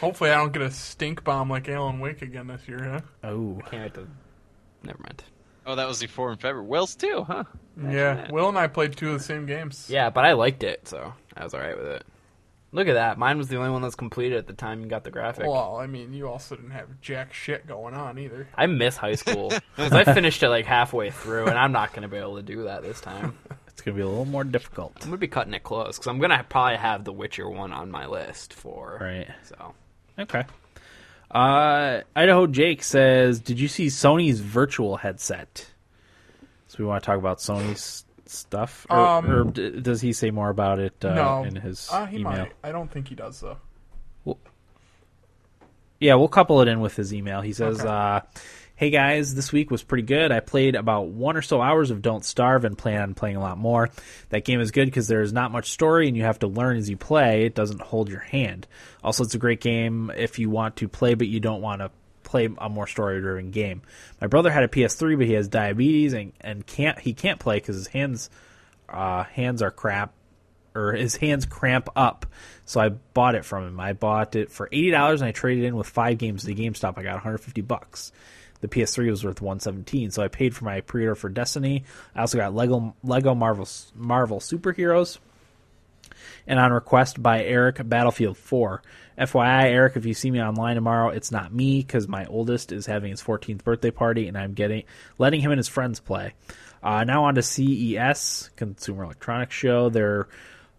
Speaker 2: Hopefully, I don't get a stink bomb like Alan Wake again this year, huh?
Speaker 1: Oh,
Speaker 3: Can't wait to. Never mind.
Speaker 4: Oh, that was before in February. Wills too, huh?
Speaker 2: Yeah. Will and I played two of the same games.
Speaker 3: Yeah, but I liked it, so I was all right with it. Look at that. Mine was the only one that's completed at the time you got the graphic.
Speaker 2: Well, I mean, you also didn't have jack shit going on either.
Speaker 3: I miss high school because I finished it like halfway through, and I'm not going to be able to do that this time.
Speaker 1: it's gonna be a little more difficult.
Speaker 3: I'm going to be cutting it close because I'm going to probably have The Witcher one on my list for.
Speaker 1: Right.
Speaker 3: So
Speaker 1: Okay. Uh, Idaho Jake says, "Did you see Sony's virtual headset?" So we want to talk about Sony's stuff, or,
Speaker 2: Um,
Speaker 1: or d- does he say more about it uh,
Speaker 2: no.
Speaker 1: in his
Speaker 2: uh, he
Speaker 1: email?
Speaker 2: might. I don't think he does though.
Speaker 1: Yeah, we'll couple it in with his email. He says,
Speaker 2: Okay.
Speaker 1: uh, "Hey guys, this week was pretty good. I played about one or so hours of Don't Starve and plan on playing a lot more. That game is good because there is not much story and you have to learn as you play. It doesn't hold your hand. Also, it's a great game if you want to play but you don't want to play a more story-driven game. My brother had a PS3, but he has diabetes and, and can't he can't play because his hands uh, hands are crap or his hands cramp up. So I bought it from him. I bought it for eighty dollars and I traded in with five games to GameStop. I got one hundred fifty bucks. The PS3 was worth one seventeen, so I paid for my pre-order for Destiny. I also got Lego Lego Marvel Marvel Superheroes. And on request by Eric, Battlefield 4. FYI, Eric, if you see me online tomorrow, it's not me because my oldest is having his 14th birthday party, and I'm getting letting him and his friends play. Uh, now on to CES, Consumer Electronics Show. There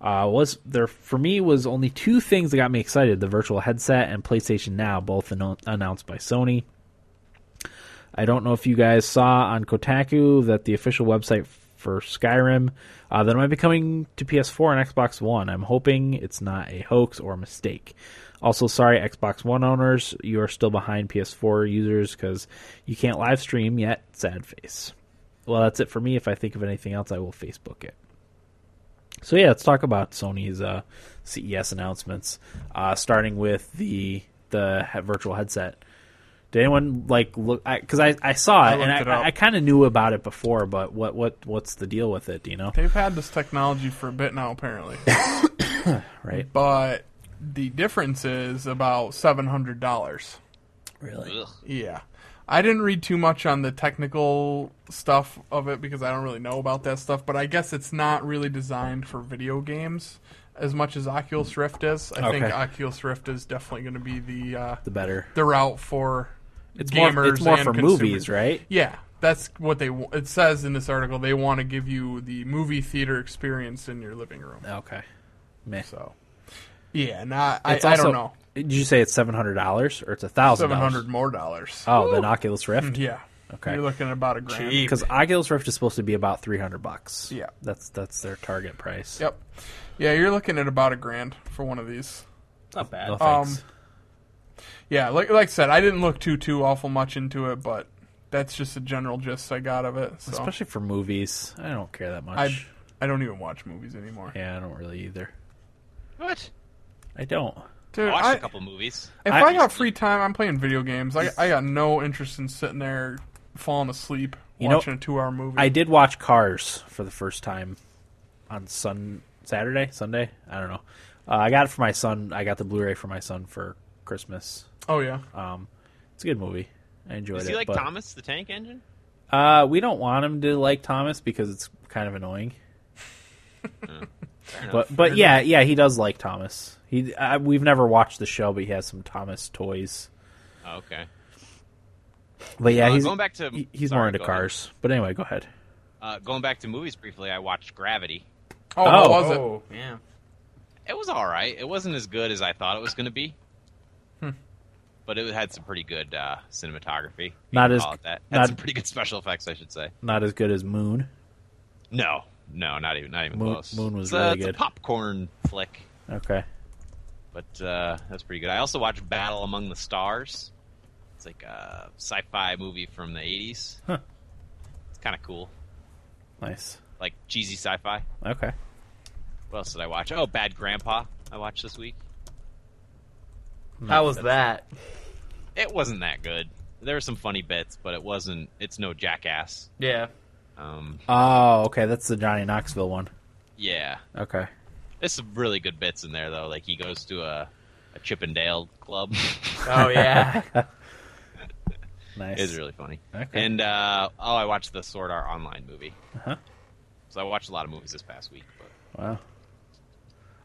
Speaker 1: uh, was there for me was only two things that got me excited: the virtual headset and PlayStation Now, both anno- announced by Sony. I don't know if you guys saw on Kotaku that the official website for Skyrim uh, that might be coming to PS4 and Xbox One. I'm hoping it's not a hoax or mistake. Also, sorry, Xbox One owners, you are still behind PS4 users because you can't live stream yet. Sad face. Well, that's it for me. If I think of anything else, I will Facebook it. So yeah, let's talk about Sony's uh, CES announcements, uh, starting with the the he- virtual headset. Did anyone like look? Because I, I, saw it
Speaker 2: I
Speaker 1: and I,
Speaker 2: looked it up.
Speaker 1: I, kind of knew about it before, but what what what's the deal with it? Do you know?
Speaker 2: They've had this technology for a bit now, apparently.
Speaker 1: Right?
Speaker 2: but the difference is about seven hundred dollars.
Speaker 1: Really?
Speaker 4: Ugh.
Speaker 2: Yeah. I didn't read too much on the technical stuff of it because I don't really know about that stuff, but I guess it's not really designed for video games as much as Oculus Rift is. I think
Speaker 1: Okay.
Speaker 2: Oculus Rift is definitely going to be the uh,
Speaker 1: The better.
Speaker 2: the route for
Speaker 1: It's
Speaker 2: gamers
Speaker 1: more. It's more
Speaker 2: and
Speaker 1: for
Speaker 2: consumers.
Speaker 1: movies, right?
Speaker 2: Yeah, that's what they. wa- It says in this article they want to give you the movie theater experience in your living room.
Speaker 1: Okay. Meh.
Speaker 2: So, yeah, not. I,
Speaker 1: It's
Speaker 2: I
Speaker 1: also-
Speaker 2: don't know.
Speaker 1: Did you say it's seven hundred dollars or it's a thousand?
Speaker 2: Seven hundred more dollars.
Speaker 1: Oh, then Oculus Rift.
Speaker 2: yeah.
Speaker 1: Okay.
Speaker 2: You're looking at about a grand.
Speaker 3: Cheap.
Speaker 1: Because Oculus Rift is supposed to be about three hundred bucks.
Speaker 2: Yeah.
Speaker 1: that's that's their target price.
Speaker 2: Yep. Yeah, you're looking at about a grand for one of these.
Speaker 3: it's not bad.
Speaker 1: No
Speaker 2: Um,
Speaker 1: thanks.
Speaker 2: Yeah, like like I said, I didn't look too too awful much into it, but that's just a general gist I got of it. So
Speaker 1: Especially for movies, I don't care that much.
Speaker 2: I I don't even watch movies anymore.
Speaker 1: Yeah, I don't really either.
Speaker 4: What?
Speaker 1: I don't.
Speaker 2: Dude,
Speaker 4: Watched
Speaker 2: I,
Speaker 4: a couple movies.
Speaker 2: if
Speaker 1: I-
Speaker 2: I, got free time, I'm playing video games. I I got no interest in sitting there falling asleep
Speaker 1: You know,
Speaker 2: watching a two hour movie.
Speaker 1: I did watch Cars for the first time on Sun Saturday, Sunday. I don't know. Uh, I got it for my son. I got the Blu-ray for my son for Christmas.
Speaker 2: oh yeah,
Speaker 1: Um, it's a good movie. I enjoyed
Speaker 4: Is
Speaker 1: it.
Speaker 4: he like
Speaker 1: but,
Speaker 4: Thomas the Tank Engine?
Speaker 1: Uh, we don't want him to like Thomas because it's kind of annoying. but but yeah yeah he does like Thomas. He I, we've never watched the show, but he has some Thomas toys.
Speaker 4: Oh, okay.
Speaker 1: But yeah,
Speaker 4: Uh,
Speaker 1: he's
Speaker 4: going back to
Speaker 1: he- he's
Speaker 4: sorry,
Speaker 1: more into
Speaker 4: go ahead.
Speaker 1: cars. But anyway, go ahead.
Speaker 4: Uh, going back to movies briefly, I watched Gravity.
Speaker 2: oh, how
Speaker 1: Oh.
Speaker 2: was it?
Speaker 3: Oh, yeah.
Speaker 4: It was all right. It wasn't as good as I thought it was going to be,
Speaker 1: Hmm.
Speaker 4: but it had some pretty good uh, cinematography. if you
Speaker 1: Not
Speaker 4: can
Speaker 1: as-
Speaker 4: call it that.
Speaker 1: not-
Speaker 4: Had some pretty good special effects, I should say.
Speaker 1: Not as good as Moon.
Speaker 4: No, no, not even, not even
Speaker 1: Moon-
Speaker 4: close.
Speaker 1: Moon was
Speaker 4: It's a-
Speaker 1: really
Speaker 4: it's a
Speaker 1: good.
Speaker 4: popcorn flick.
Speaker 1: Okay.
Speaker 4: But uh, that's pretty good. I also watched Battle Among the Stars. It's like a sci-fi movie from the '80s.
Speaker 1: Huh.
Speaker 4: It's kind of cool,
Speaker 1: Nice.
Speaker 4: like cheesy sci-fi.
Speaker 1: Okay.
Speaker 4: What else did I watch? Oh, Bad Grandpa. I watched this week.
Speaker 3: How was that?
Speaker 4: It wasn't that good. There were some funny bits, but it wasn't. It's no Jackass.
Speaker 3: Yeah.
Speaker 4: Um,
Speaker 1: Oh, okay. That's the Johnny Knoxville one.
Speaker 4: yeah,
Speaker 1: Okay.
Speaker 4: there's some really good bits in there though. Like he goes to a, a Chippendale club.
Speaker 3: Oh yeah.
Speaker 1: Nice.
Speaker 4: It was really funny.
Speaker 1: Okay.
Speaker 4: And uh, oh, I watched the Sword Art Online movie.
Speaker 1: Uh-huh.
Speaker 4: So I watched a lot of movies this past week. But
Speaker 1: Wow.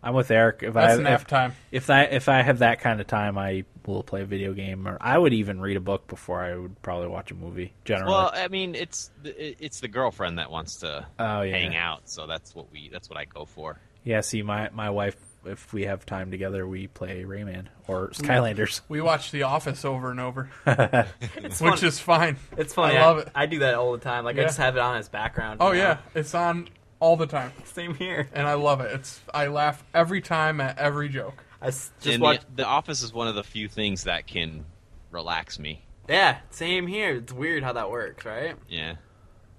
Speaker 1: I'm with Eric. If Oh,
Speaker 2: That's
Speaker 1: I
Speaker 2: an
Speaker 1: if,
Speaker 2: half time.
Speaker 1: if I if I have that kind of time, I will play a video game, or I would even read a book before I would probably watch a movie. Generally.
Speaker 4: well, I mean, it's the, it- it's the girlfriend that wants to
Speaker 1: oh yeah.
Speaker 4: hang out, so that's what we that's what I go for.
Speaker 1: Yeah. See, my my wife, if we have time together, we play Rayman or Skylanders.
Speaker 2: We watch The Office over and over,
Speaker 3: It's
Speaker 2: which
Speaker 3: funny.
Speaker 2: is fine.
Speaker 3: It's funny.
Speaker 2: I love it.
Speaker 3: do that all the time. Like I
Speaker 2: Yeah.
Speaker 3: just have it on as background.
Speaker 2: Oh
Speaker 3: now.
Speaker 2: yeah, it's on all the time,
Speaker 3: Same here.
Speaker 2: and I love it. It's I laugh every time at every joke.
Speaker 3: I s- just
Speaker 4: and
Speaker 3: watch.
Speaker 4: the, the Office is one of the few things that can relax me.
Speaker 3: Yeah. Same here. It's weird how that works, right?
Speaker 4: Yeah,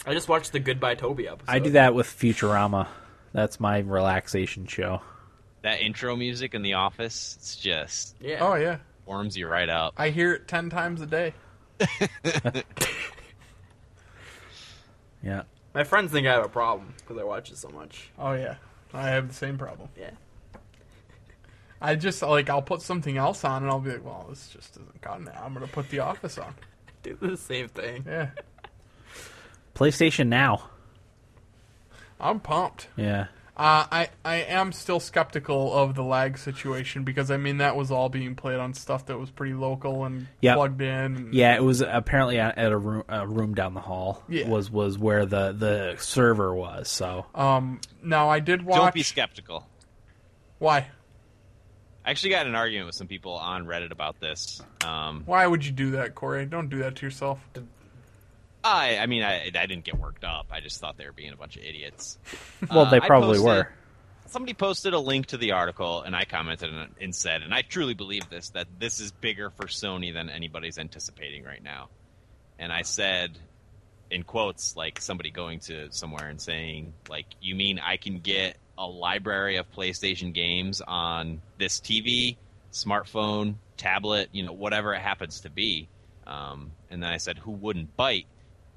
Speaker 3: I just watched the Goodbye Toby episode.
Speaker 1: I do that with Futurama. That's my relaxation show.
Speaker 4: that intro music in the Office, it's just
Speaker 3: Yeah.
Speaker 2: Oh yeah,
Speaker 4: warms you right up.
Speaker 2: I hear it ten times a day.
Speaker 1: Yeah.
Speaker 3: My friends think I have a problem because I watch it so much.
Speaker 2: Oh yeah, I have the same problem.
Speaker 3: Yeah.
Speaker 2: I just like I'll put something else on, and I'll be like, well, this just isn't cutting it. I'm gonna put The Office on.
Speaker 3: Do the same thing.
Speaker 2: Yeah,
Speaker 1: PlayStation Now.
Speaker 2: I'm pumped.
Speaker 1: Yeah.
Speaker 2: Uh, I I am still skeptical of the lag situation because I mean that was all being played on stuff that was pretty local and
Speaker 1: Yep.
Speaker 2: plugged in. And,
Speaker 1: Yeah, it was apparently at at a room, a room down the hall.
Speaker 2: Yeah.
Speaker 1: was was where the the server was. So
Speaker 4: Uh,
Speaker 2: Um, now I did watch.
Speaker 4: Don't be skeptical.
Speaker 2: Why?
Speaker 4: I actually got in an argument with some people on Reddit about this. Um,
Speaker 2: Why would you do that, Corey? Don't do that to yourself.
Speaker 4: I, I mean, I, I didn't get worked up. I just thought they were being a bunch of idiots.
Speaker 1: well,
Speaker 4: Uh,
Speaker 1: they
Speaker 4: I
Speaker 1: probably
Speaker 4: posted-
Speaker 1: were.
Speaker 4: Somebody posted a link to the article, and I commented on it and said, and I truly believe this, that this is bigger for Sony than anybody's anticipating right now. And I said, in quotes, like somebody going to somewhere and saying, like, you mean I can get a library of PlayStation games on this TV, smartphone, tablet, you know, whatever it happens to be. Um, and then I said, who wouldn't bite?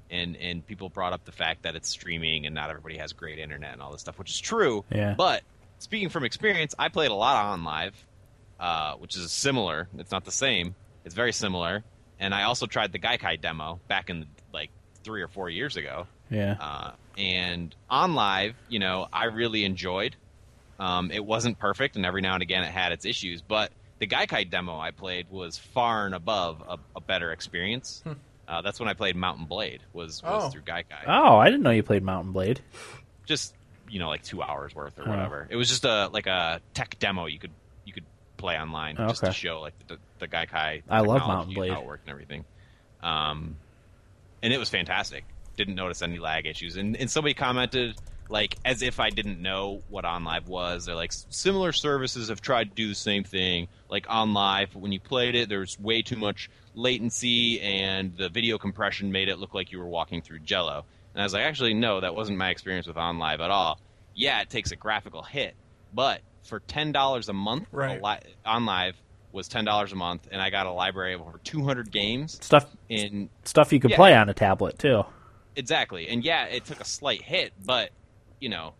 Speaker 4: And and people brought up the fact that it's streaming and not everybody has great internet and all this stuff, which is true.
Speaker 1: Yeah.
Speaker 4: But speaking from experience, I played a lot on live, uh, which is similar. It's not the same. It's very similar. And I also tried the Gaikai demo back in like three or four years ago.
Speaker 1: Yeah,
Speaker 4: Uh, and on live, you know, I really enjoyed. Um, it wasn't perfect, and every now and again it had its issues. But the Gaikai demo I played was far and above a, a better experience. Uh, that's when I played Mountain Blade was, was
Speaker 2: Oh.
Speaker 4: through Gaikai
Speaker 1: Oh, I didn't know you played Mountain Blade.
Speaker 4: just you know like two hours worth or
Speaker 1: Huh.
Speaker 4: whatever. It was just a like a tech demo you could you could play online just to
Speaker 1: Okay.
Speaker 4: show like the, the Gaikai.
Speaker 1: I love
Speaker 4: technology
Speaker 1: Mountain
Speaker 4: and
Speaker 1: Blade.
Speaker 4: how it worked and everything. Um, and it was fantastic. Didn't notice any lag issues. And and somebody commented like as if I didn't know what OnLive was. They're like similar services have tried to do the same thing. Like OnLive, when you played it, there was way too much latency, and the video compression made it look like you were walking through Jello. And I was like, actually, no, that wasn't my experience with OnLive at all. Yeah, it takes a graphical hit, but for ten dollars a month, a
Speaker 2: Right.
Speaker 4: li- OnLive was ten dollars a month, and I got a library of over two hundred games
Speaker 1: Stuff
Speaker 4: in
Speaker 1: stuff you could
Speaker 4: Yeah.
Speaker 1: play on a tablet too.
Speaker 4: Exactly. And yeah, it took a slight hit, but you know,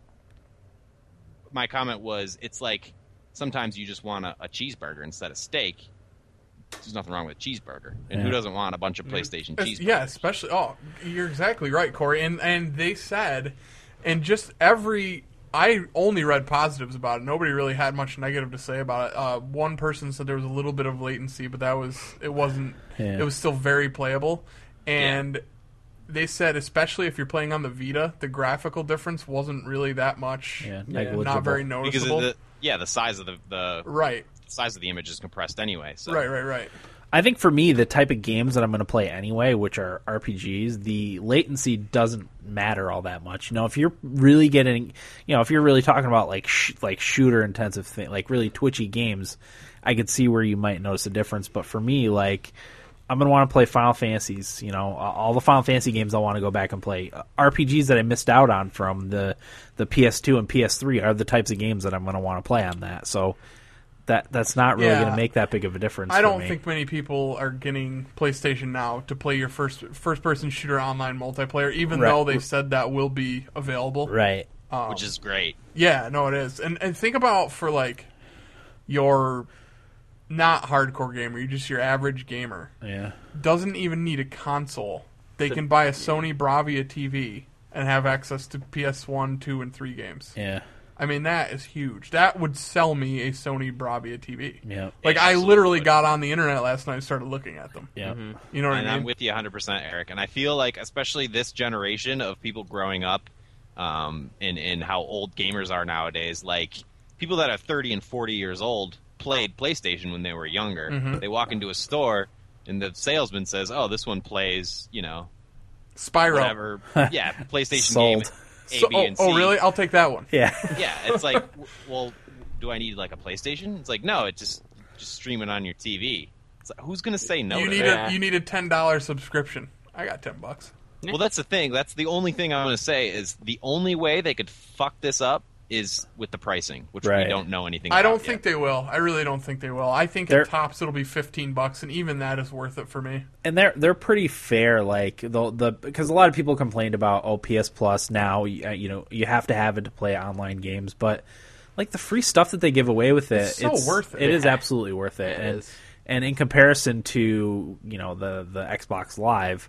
Speaker 4: my comment was it's like sometimes you just want a, a cheeseburger instead of steak. There's nothing wrong with a cheeseburger. And who
Speaker 1: Yeah.
Speaker 4: doesn't want a bunch of PlayStation
Speaker 2: Es-
Speaker 4: cheeseburgers?
Speaker 2: Mm-hmm. Yeah, especially. Oh, you're exactly right, Corey. And and they said, and just every. I only read positives about it. Nobody really had much negative to say about it. Uh, one person said there was a little bit of latency, but that was it wasn't.
Speaker 1: Yeah.
Speaker 2: It was still very playable, and they said especially if you're playing on the Vita, the graphical difference wasn't really that much.
Speaker 1: Yeah, negligible.
Speaker 2: not very
Speaker 4: Because of
Speaker 2: noticeable.
Speaker 4: the yeah, the size of the the
Speaker 2: right,
Speaker 4: size of the image is compressed anyway. So
Speaker 2: right, right, right.
Speaker 1: I think for me, the type of games that I'm going to play anyway, which are RPGs, the latency doesn't matter all that much. You know, if you're really getting, you know, if you're really talking about like sh- like shooter intensive thing, like really twitchy games, I could see where you might notice a difference. But for me, like I'm going to want to play Final Fantasies. You know, a- all the Final Fantasy games I want to go back and play. Uh, RPGs that I missed out on from the the PS2 and PS3 are the types of games that I'm going to want to play on that. So. That, that's not really
Speaker 2: Yeah.
Speaker 1: going to make that big of a difference.
Speaker 2: I
Speaker 1: for
Speaker 2: don't
Speaker 1: me.
Speaker 2: think many people are getting PlayStation now to play your first first person shooter online multiplayer, even
Speaker 1: Right.
Speaker 2: though they said that will be available.
Speaker 1: Right.
Speaker 4: which is great.
Speaker 2: Yeah, no, it is. And and think about for like your not hardcore gamer, you're just your average gamer.
Speaker 1: Yeah.
Speaker 2: Doesn't even need a console. They can buy a Sony Bravia TV and have access to PS1, 2, and 3 games.
Speaker 1: Yeah.
Speaker 2: I mean, that is huge. That would sell me a Sony Bravia TV.
Speaker 1: Yeah.
Speaker 2: Like,
Speaker 4: It
Speaker 2: I
Speaker 4: absolutely
Speaker 2: literally
Speaker 4: would.
Speaker 2: got on the internet last night and started looking at them.
Speaker 1: Yeah.
Speaker 2: You know what
Speaker 4: and
Speaker 2: I mean?
Speaker 4: I'm with you 100%, Eric. And I feel like, especially this generation of people growing up, um, in in how old gamers are nowadays, like people that are 30 and 40 years old played PlayStation when they were younger.
Speaker 2: Mm-hmm.
Speaker 4: They walk into a store and the salesman says, "Oh, this one plays, you know,
Speaker 2: Spyro.
Speaker 4: whatever, yeah, PlayStation
Speaker 1: Sold.
Speaker 4: game." A,
Speaker 2: So-
Speaker 4: B,
Speaker 2: oh,
Speaker 4: and C.
Speaker 2: oh, really? I'll take that one.
Speaker 1: Yeah.
Speaker 4: Yeah, it's like, w- well, do I need like a PlayStation? It's like, no, it's just just streaming on your TV. It's like, who's gonna say no?
Speaker 2: you
Speaker 4: to
Speaker 2: need
Speaker 4: that?
Speaker 3: Yeah.
Speaker 2: a you need a ten dollar subscription. I got ten bucks.
Speaker 4: Well, that's the thing. That's the only thing I'm going to say is the only way they could fuck this up is with the pricing, which
Speaker 1: Right.
Speaker 4: we don't know anything.
Speaker 2: I
Speaker 4: about
Speaker 2: don't
Speaker 4: yet.
Speaker 2: think they will. I really don't think they will. I think
Speaker 1: They're-
Speaker 2: at tops it'll be fifteen bucks, and even that is worth it for me.
Speaker 1: And they're they're pretty fair. Like the the because a lot of people complained about oh PS Plus now you, uh, you know you have to have it to play online games, but like the free stuff that they give away with it,
Speaker 2: It's so worth it.
Speaker 1: It is absolutely worth it.
Speaker 3: It
Speaker 1: and,
Speaker 3: is.
Speaker 1: and in comparison to you know the the Xbox Live.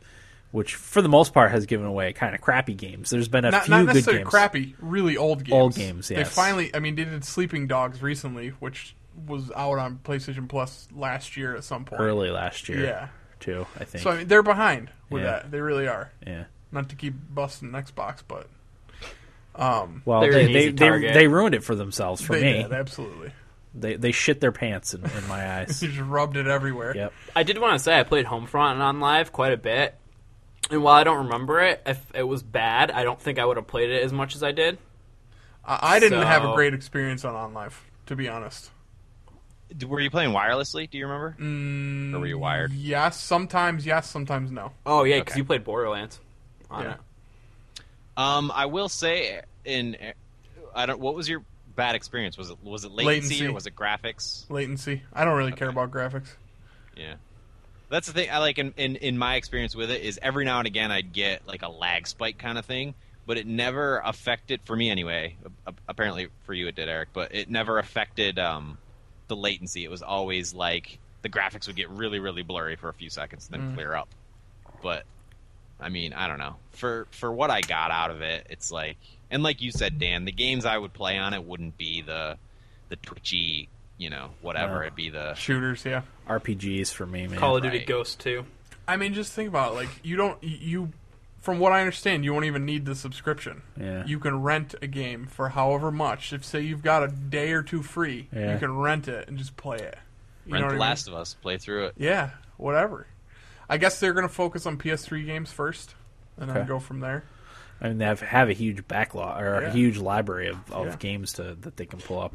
Speaker 1: Which, for the most part, has given away kind of crappy games. There's been a
Speaker 2: Not,
Speaker 1: few
Speaker 2: not
Speaker 1: good
Speaker 2: necessarily
Speaker 1: games.
Speaker 2: crappy, really old games.
Speaker 1: Old games,
Speaker 2: They
Speaker 1: yes.
Speaker 2: finally. I mean, they did Sleeping Dogs recently, which was out on PlayStation Plus last year at some point.
Speaker 1: early last year,
Speaker 2: Yeah.
Speaker 1: too. I think.
Speaker 2: So I mean, they're behind with
Speaker 1: Yeah.
Speaker 2: that. They really are.
Speaker 1: yeah.
Speaker 2: Not to keep busting Xbox, but
Speaker 1: Well,
Speaker 3: They're
Speaker 1: they
Speaker 3: an
Speaker 1: they,
Speaker 3: easy
Speaker 1: they
Speaker 3: target.
Speaker 1: they ruined it for themselves for
Speaker 2: they
Speaker 1: me.
Speaker 2: did absolutely.
Speaker 1: They they shit their pants in, in my eyes.
Speaker 2: You just rubbed it everywhere.
Speaker 1: yep.
Speaker 3: I did want to say I played Homefront on live quite a bit, and while I don't remember it, if it was bad, I don't think I would have played it as much as I did.
Speaker 2: I, I didn't have a
Speaker 3: So-
Speaker 2: great experience on On Life, to be honest.
Speaker 4: D- Were you playing wirelessly? Do you remember?
Speaker 2: Mm.
Speaker 4: Or were you wired?
Speaker 2: Yes, sometimes yes, sometimes no.
Speaker 3: Oh yeah, because
Speaker 4: Okay.
Speaker 3: you played Borderlands on
Speaker 2: Yeah.
Speaker 3: it.
Speaker 4: Um, I will say, in I don't. What was your bad experience? Was it was it latency,
Speaker 2: Latency.
Speaker 4: or was it graphics?
Speaker 2: Latency. I don't really care about graphics.
Speaker 4: Yeah. That's the thing I like in, in in my experience with it is every now and again I'd get like a lag spike kind of thing, but it never affected for me anyway. a- Apparently for you it did, Eric, but it never affected um the latency. It was always like the graphics would get really really blurry for a few seconds and then clear up. But I mean, I don't know. For for what I got out of it, it's like and like you said, Dan, the games I would play on it wouldn't be the the twitchy, you know, whatever.
Speaker 1: No.
Speaker 4: It'd be the
Speaker 2: Shooters, yeah.
Speaker 1: RPGs for me, man.
Speaker 3: Call of Duty
Speaker 4: Right.
Speaker 3: Ghost Two.
Speaker 2: I mean, just think about it. Like you don't y- you from what I understand, you won't even need the subscription.
Speaker 1: Yeah.
Speaker 2: You can rent a game for however much. If say you've got a day or two free,
Speaker 1: Yeah.
Speaker 2: you can rent it and just play it. You know
Speaker 4: Rent The
Speaker 2: what I mean?
Speaker 4: Last of Us, play through it.
Speaker 2: Yeah, whatever. I guess they're going to focus on PS3 games first and then
Speaker 1: Okay.
Speaker 2: go from there.
Speaker 1: I mean, they have, have a huge backlog or
Speaker 2: Yeah.
Speaker 1: a huge library of, of
Speaker 2: Yeah.
Speaker 1: games to that they can pull up.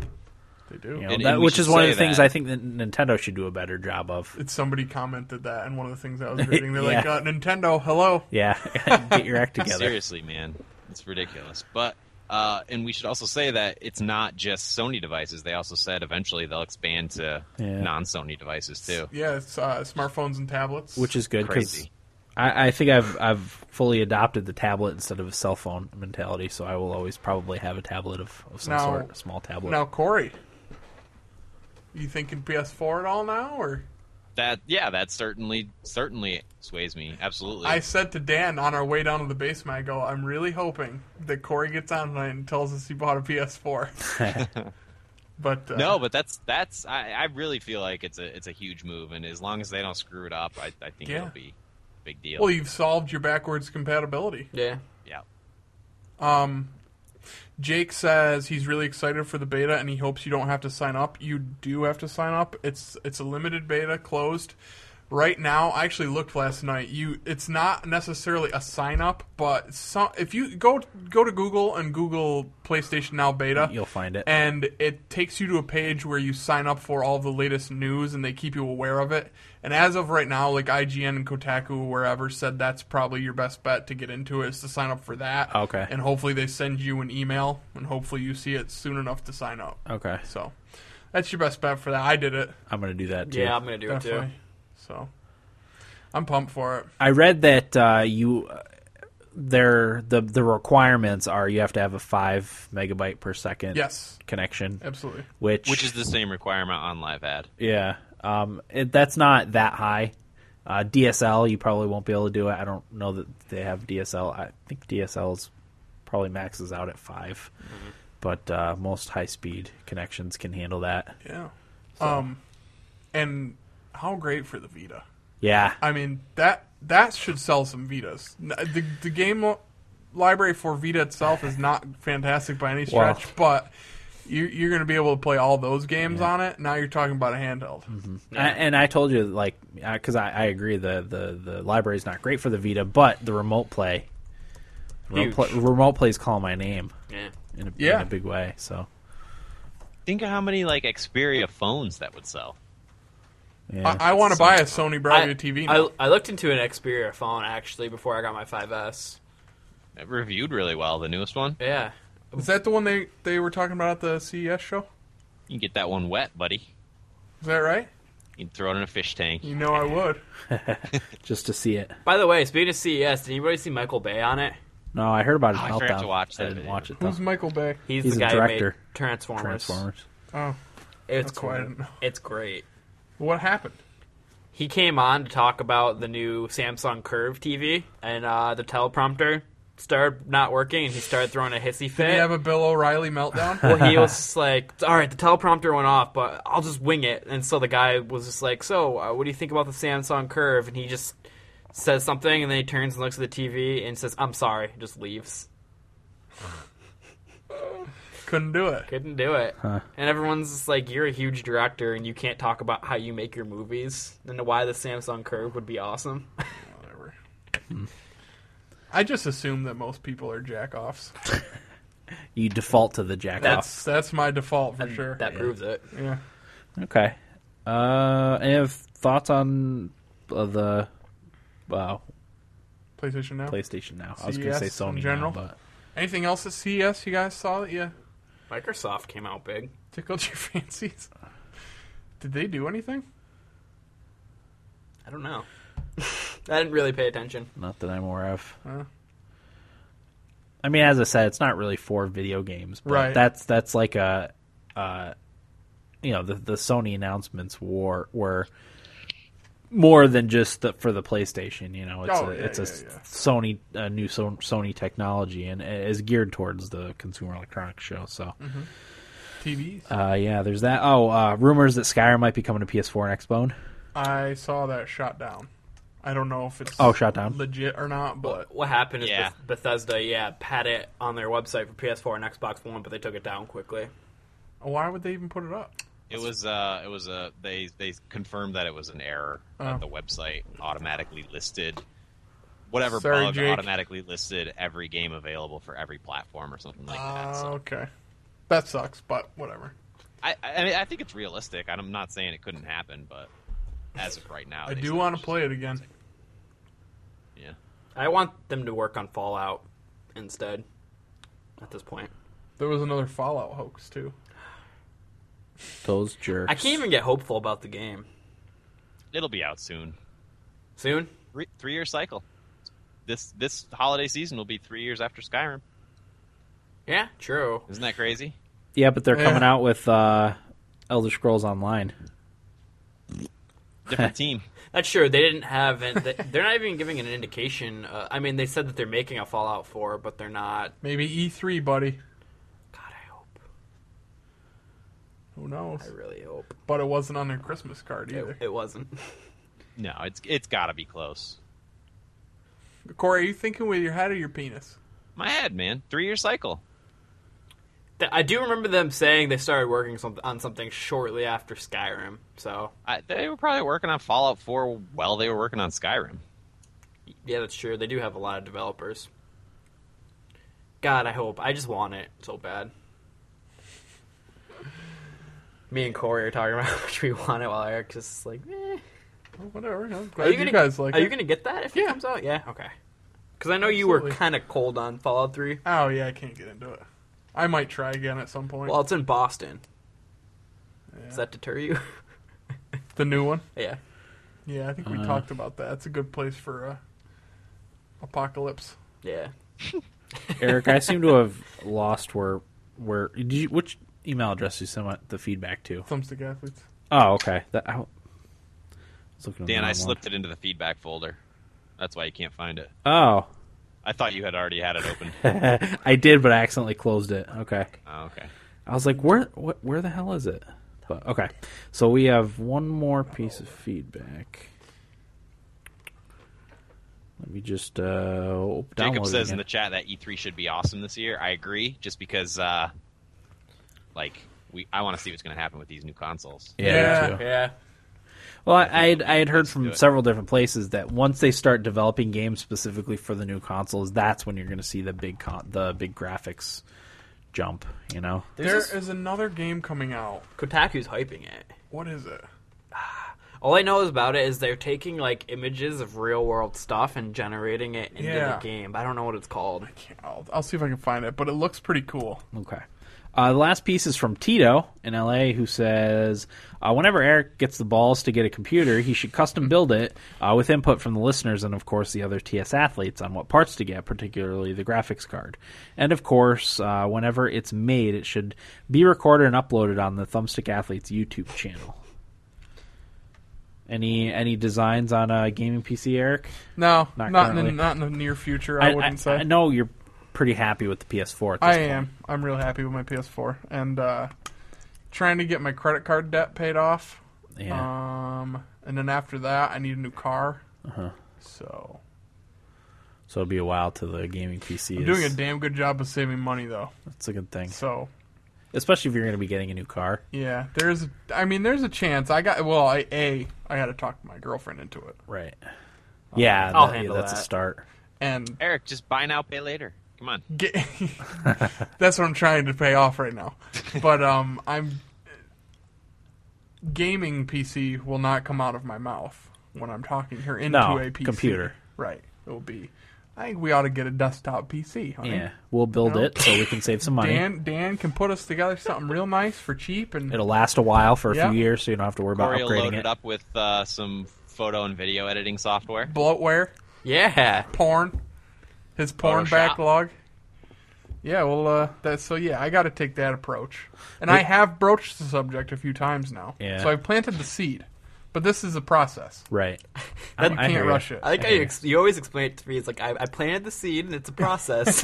Speaker 2: They do.
Speaker 1: You know,
Speaker 4: And-
Speaker 1: that,
Speaker 4: and we
Speaker 1: which is
Speaker 4: should
Speaker 1: one of
Speaker 4: say
Speaker 1: the things
Speaker 4: that.
Speaker 1: I think that Nintendo should do a better job of.
Speaker 2: It's somebody commented that and one of the things I was reading. They're like,
Speaker 1: Yeah.
Speaker 2: uh, "Nintendo, hello."
Speaker 1: Yeah, get your act together.
Speaker 4: Seriously, man, it's ridiculous. But uh, and we should also say that it's not just Sony devices. They also said eventually they'll expand to
Speaker 1: Yeah.
Speaker 4: non-Sony devices too.
Speaker 2: Yeah, it's uh, smartphones and tablets.
Speaker 1: Which is good because
Speaker 4: Crazy.
Speaker 1: I, I think I've I've fully adopted the tablet instead of a cell phone mentality. So I will always probably have a tablet of, of some
Speaker 2: Now-
Speaker 1: sort, a small tablet.
Speaker 2: now, Corey, you thinking PS4 at all now? Or
Speaker 4: That yeah, that certainly certainly sways me absolutely.
Speaker 2: I said to Dan on our way down to the basement, I go, "I'm really hoping that Corey gets on tonight and tells us he bought a PS4." but uh,
Speaker 4: no, but that's that's I, I really feel like it's a it's a huge move, and as long as they don't screw it up, I, I think
Speaker 2: Yeah.
Speaker 4: it'll be a big deal.
Speaker 2: well, you've solved your backwards compatibility.
Speaker 3: Yeah.
Speaker 4: yeah,
Speaker 2: Jake says he's really excited for the beta and he hopes you don't have to sign up. You do have to sign up. It's it's a limited beta, closed. right now, I actually looked last night. You, it's not necessarily a sign up, but some, if you go go to Google and Google PlayStation Now beta,
Speaker 1: You'll find it.
Speaker 2: and it takes you to a page where you sign up for all the latest news and they keep you aware of it. And as of right now, like IGN and Kotaku or wherever said that's probably your best bet to get into it is to sign up for that.
Speaker 1: Okay.
Speaker 2: And hopefully they send you an email and hopefully you see it soon enough to sign up.
Speaker 1: Okay,
Speaker 2: So that's your best bet for that. I did it.
Speaker 1: I'm gonna do that too.
Speaker 3: Yeah, I'm gonna do it
Speaker 2: Definitely.
Speaker 3: too.
Speaker 2: So I'm pumped for it.
Speaker 1: I read that uh, you uh, their the the requirements are you have to have a five megabyte per second
Speaker 2: Yes.
Speaker 1: connection,
Speaker 2: Absolutely.
Speaker 1: which
Speaker 4: which is the same requirement on live ad.
Speaker 1: yeah, um, it, that's not that high. Uh, DSL, you probably won't be able to do it. I don't know that they have DSL. I think DSL's probably maxes out at 5
Speaker 4: Mm-hmm.
Speaker 1: but uh, most high speed connections can handle that.
Speaker 2: Yeah. Um and how great for the Vita.
Speaker 1: Yeah,
Speaker 2: I mean that that should sell some Vitas. N- The the game lo- library for Vita itself is not fantastic by any
Speaker 1: Wow.
Speaker 2: stretch, but you, you're going to be able to play all those games on it. Now you're talking about a handheld.
Speaker 1: I, and I told you like because I, I agree the the the library's not great for the Vita, but the remote play, remote,
Speaker 3: Huge.
Speaker 1: play, remote plays call my name
Speaker 3: Yeah.
Speaker 1: in a,
Speaker 2: Yeah.
Speaker 1: in a big way. So
Speaker 4: Think of how many like Xperia phones that would sell.
Speaker 1: yeah,
Speaker 2: I, I want to buy a Sony Bravia
Speaker 3: I,
Speaker 2: TV. Now.
Speaker 3: I, I looked into an Xperia phone actually before I got my 5S.
Speaker 4: It reviewed really well. The newest one,
Speaker 3: Yeah.
Speaker 2: is that the one they, they were talking about at the CES show?
Speaker 4: you can get that one wet, buddy.
Speaker 2: Is that right?
Speaker 4: You can throw it in a fish tank.
Speaker 2: You know I would.
Speaker 1: just to see it.
Speaker 3: By the way, speaking of CES, did anybody see Michael Bay on it?
Speaker 1: No, I heard about it.
Speaker 4: Oh,
Speaker 1: in
Speaker 4: I forgot
Speaker 1: Meltdown.
Speaker 4: to watch that
Speaker 1: I didn't
Speaker 4: video.
Speaker 1: watch it though.
Speaker 2: Who's Michael Bay?
Speaker 3: He's,
Speaker 1: He's
Speaker 3: the
Speaker 1: a
Speaker 3: guy who made
Speaker 1: director.
Speaker 3: Transformers.
Speaker 1: Transformers.
Speaker 2: Oh,
Speaker 3: It's
Speaker 2: that's why I
Speaker 3: cool.
Speaker 2: didn't know.
Speaker 3: It's great.
Speaker 2: What happened?
Speaker 3: He came on to talk about the new Samsung Curve TV, and uh, the teleprompter started not working, and he started throwing a hissy fit.
Speaker 2: Did he have a Bill O'Reilly meltdown?
Speaker 3: Well, he was just like, all right, the teleprompter went off, but I'll just wing it. And so the guy was just like, so uh, what do you think about the Samsung Curve? And he just says something, and then he turns and looks at the TV and says, I'm sorry, and just leaves.
Speaker 2: Couldn't do it.
Speaker 3: Couldn't do it. And everyone's just like, you're a huge director, and you can't talk about how you make your movies and why the Samsung Curve would be awesome.
Speaker 2: Whatever. I just assume that most people are jack offs.
Speaker 1: You default to the jack
Speaker 2: That's that's my default for sure.
Speaker 3: That proves it.
Speaker 2: yeah.
Speaker 1: off. Okay. Uh, any have thoughts on uh, the uh,
Speaker 2: PlayStation Now.
Speaker 1: PlayStation now? I was going to
Speaker 2: CES
Speaker 1: say
Speaker 2: in
Speaker 1: Sony now,
Speaker 2: general?
Speaker 1: but
Speaker 2: Anything else at CES you guys saw that you
Speaker 3: Microsoft came out big.
Speaker 2: tickled your fancies? Did they do anything?
Speaker 3: I don't know. I didn't really pay attention.
Speaker 1: not that I'm aware of.
Speaker 2: Huh?
Speaker 1: I mean, as I said, it's not really for video games, but
Speaker 2: Right.
Speaker 1: that's that's like a, uh, you know, the the Sony announcements were were more than just the, for the PlayStation. You know, it's
Speaker 2: Oh,
Speaker 1: a,
Speaker 2: yeah,
Speaker 1: it's a
Speaker 2: yeah, yeah.
Speaker 1: Sony uh, new Son- Sony technology and it is geared towards the consumer electronics show. So,
Speaker 2: Mm-hmm. TVs.
Speaker 1: uh, yeah, there's that. Oh, uh, rumors that Skyrim might be coming to PS4 and Xbone.
Speaker 2: I saw that shot down. I don't know if it's
Speaker 1: Oh, shot down.
Speaker 2: legit or not, but
Speaker 3: What happened is
Speaker 4: Yeah.
Speaker 3: Beth- Bethesda, yeah, had it on their website for PS4 and Xbox One, but they took it down quickly.
Speaker 2: why would they even put it up?
Speaker 4: It was uh, it was uh, they they confirmed that it was an error.
Speaker 2: Oh.
Speaker 4: That the website automatically listed whatever
Speaker 2: Sorry,
Speaker 4: bug
Speaker 2: Jake.
Speaker 4: automatically listed every game available for every platform or something like that.
Speaker 2: Ah,
Speaker 4: So
Speaker 2: okay. That sucks, but whatever.
Speaker 4: I I, mean, I think it's realistic. I'm not saying it couldn't happen, but as of right now,
Speaker 2: I
Speaker 4: they
Speaker 2: do
Speaker 4: said
Speaker 2: want to
Speaker 4: it's-
Speaker 2: play it again.
Speaker 4: Yeah.
Speaker 3: I want them to work on Fallout instead. At this point,
Speaker 2: There was another Fallout hoax too.
Speaker 1: Those jerks.
Speaker 3: I can't even get hopeful about the game
Speaker 4: It'll be out soon.
Speaker 3: soon.
Speaker 4: Three, three year cycle. This this holiday season will be three years after Skyrim.
Speaker 3: Yeah, true.
Speaker 4: Isn't that crazy?
Speaker 1: Yeah, but they're
Speaker 2: Yeah.
Speaker 1: coming out with uh, Elder Scrolls Online.
Speaker 4: Different team.
Speaker 3: That's sure. They didn't have. And they, they're not even giving an indication. Uh, I mean, they said that they're making a Fallout 4, but they're not.
Speaker 2: Maybe E3, buddy.
Speaker 3: God, I hope.
Speaker 2: Who knows?
Speaker 3: I Oh. really hope
Speaker 2: But it wasn't on their Christmas card
Speaker 3: it,
Speaker 2: either.
Speaker 3: it wasn't.
Speaker 4: No, it's it's got to be close.
Speaker 2: Corey, are you thinking with your head or your penis?
Speaker 4: My head, man. Three year cycle.
Speaker 3: Th- I do remember them saying they started working some- on something shortly after Skyrim. So
Speaker 4: I, they were probably working on Fallout 4 while they were working on Skyrim.
Speaker 3: yeah, that's true. They do have a lot of developers. God, I hope. I just want it so bad. Me and Corey are talking about which we want it, while Eric's just like, eh.
Speaker 2: Well, whatever. I'm
Speaker 3: Are
Speaker 2: glad you,
Speaker 3: gonna,
Speaker 2: guys like
Speaker 3: Are
Speaker 2: it.
Speaker 3: you gonna get that if it
Speaker 2: Yeah.
Speaker 3: comes out? Yeah, okay. Because I know you were
Speaker 2: Absolutely.
Speaker 3: kind of cold on Fallout Three.
Speaker 2: Oh yeah, I can't get into it. I might try again at some point.
Speaker 3: Well, it's in Boston.
Speaker 2: Yeah.
Speaker 3: Does that deter you?
Speaker 2: the new one.
Speaker 3: yeah.
Speaker 2: Yeah, I think we
Speaker 1: Uh.
Speaker 2: talked about that. It's a good place for uh, apocalypse.
Speaker 3: Yeah.
Speaker 1: Eric, I seem to have lost where where did you, which email address you sent the feedback to?
Speaker 2: Thumbstick athletes.
Speaker 1: Oh, okay. That, I was looking at the
Speaker 4: Dan,
Speaker 1: wrong
Speaker 4: I
Speaker 1: one.
Speaker 4: slipped it into the feedback folder. That's why you can't find it.
Speaker 1: Oh,
Speaker 4: I thought you had already had it open.
Speaker 1: I did, but I accidentally closed it. Okay.
Speaker 4: oh, okay.
Speaker 1: I was like, where what, where the hell is it? But, okay. So we have one more piece of feedback. Let me just uh, download
Speaker 4: Jacob
Speaker 1: it
Speaker 4: says in
Speaker 1: again.
Speaker 4: the chat that E3 should be awesome this year. I agree, just because, uh, like, we I want to see what's going to happen with these new consoles.
Speaker 1: yeah,
Speaker 2: Yeah.
Speaker 1: me too.
Speaker 3: Yeah.
Speaker 1: Well, I I had, I had heard
Speaker 4: do
Speaker 1: from
Speaker 4: it.
Speaker 1: several different places that once they start developing games specifically for the new consoles, that's when you're going to see the big con- the big graphics jump. You know,
Speaker 3: There's
Speaker 2: There
Speaker 3: this-
Speaker 2: is another game coming out.
Speaker 3: Kotaku's hyping it.
Speaker 2: What is it?
Speaker 3: All I know about it is they're taking like images of real world stuff and generating it into
Speaker 2: Yeah.
Speaker 3: the game. I don't know what it's called.
Speaker 2: Can't- I'll, I'll see if I can find it, but it looks pretty cool.
Speaker 1: okay. Uh, the last piece is from Tito in LA, who says, uh, "Whenever Eric gets the balls to get a computer, he should custom build it uh, with input from the listeners and, of course, the other TS athletes on what parts to get, particularly the graphics card. And of course, uh, whenever it's made, it should be recorded and uploaded on the Thumbstick Athletes YouTube channel." Any any designs on a gaming PC, Eric?
Speaker 2: No,
Speaker 1: Not
Speaker 2: not, in the,
Speaker 1: currently.
Speaker 2: not in the near future. I, wouldn't say.
Speaker 1: I know you're pretty happy with the PS4. At this
Speaker 2: I
Speaker 1: point.
Speaker 2: am. I'm real happy with my PS4 and uh, trying to get my credit card debt paid off.
Speaker 1: Yeah. Uh-huh.
Speaker 2: Um, and then after that, I need a new car. So
Speaker 1: so it'll be a while to the gaming PC.
Speaker 2: I'm
Speaker 1: is-
Speaker 2: doing a damn good job of saving money, though.
Speaker 1: That's a good thing,
Speaker 2: So
Speaker 1: especially if you're going to be getting a new car.
Speaker 2: yeah, there's. I mean, there's a chance. I got. Well, I a I had to talk my girlfriend into it,
Speaker 1: Right. Yeah,
Speaker 3: I'll
Speaker 1: that- yeah,
Speaker 3: handle
Speaker 1: that's a
Speaker 3: that.
Speaker 1: start.
Speaker 2: and
Speaker 4: Eric, just buy now, pay later. Come on.
Speaker 2: get, that's what I'm trying to pay off right now. But um, I'm gaming PC will not come out of my mouth when I'm talking her into
Speaker 1: No,
Speaker 2: a PC.
Speaker 1: computer.
Speaker 2: right? It will be. I think we ought to get a desktop PC. Honey.
Speaker 1: Yeah, we'll build
Speaker 2: No.
Speaker 1: it so we can save some money.
Speaker 2: Dan Dan can put us together something real nice for cheap, and
Speaker 1: It'll last a while for a
Speaker 2: Yeah.
Speaker 1: few years, so you don't have to worry about
Speaker 4: Corey will
Speaker 1: upgrading
Speaker 4: load
Speaker 1: it.
Speaker 4: it up with uh, some photo and video editing software.
Speaker 2: bloatware,
Speaker 3: Yeah.
Speaker 2: porn, his porn
Speaker 4: Photoshop.
Speaker 2: backlog. Yeah, well, uh, that's so. Yeah, I got to take that approach, and I have broached the subject a few times now.
Speaker 1: Yeah.
Speaker 2: So I've planted the seed, but this is a process.
Speaker 1: Right.
Speaker 3: That-
Speaker 2: You
Speaker 1: I hear
Speaker 2: can't
Speaker 1: ya.
Speaker 2: rush it.
Speaker 3: I like how
Speaker 1: hear
Speaker 3: you, ex- you always explain it to me. It's like I, I planted the seed and it's a process.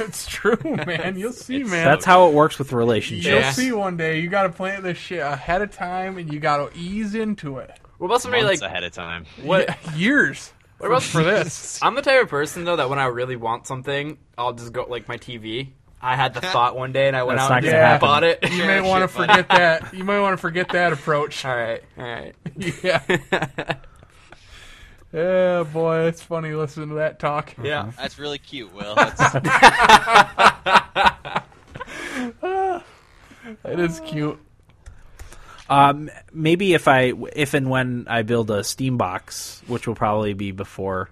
Speaker 2: it's true, man. You'll see,
Speaker 4: It's-
Speaker 2: man.
Speaker 1: That's how it works with
Speaker 2: You'll
Speaker 1: relationships.
Speaker 3: Yeah.
Speaker 2: see one day. You got to plant this shit ahead of time, and you got to ease into it.
Speaker 3: what about somebody
Speaker 4: Months
Speaker 3: like
Speaker 4: ahead of time.
Speaker 3: what?
Speaker 2: Yeah, years.
Speaker 3: What about
Speaker 2: for this?
Speaker 3: I'm the type of person though that when I really want something, I'll just go like my TV. I had the thought one day and I went
Speaker 1: That's
Speaker 3: out
Speaker 1: not
Speaker 3: and
Speaker 1: gonna
Speaker 3: just
Speaker 1: happen.
Speaker 3: bought it.
Speaker 2: You may want to
Speaker 4: shit,
Speaker 2: forget that. You may want to forget that approach.
Speaker 3: all right, all right.
Speaker 2: Uh-huh. yeah. Yeah, boy, it's funny listening to that talk.
Speaker 3: Yeah.
Speaker 4: That's really cute, Will. That's,
Speaker 2: It is cute.
Speaker 1: Um, maybe if I, if and when I build a Steam box, which will probably be before,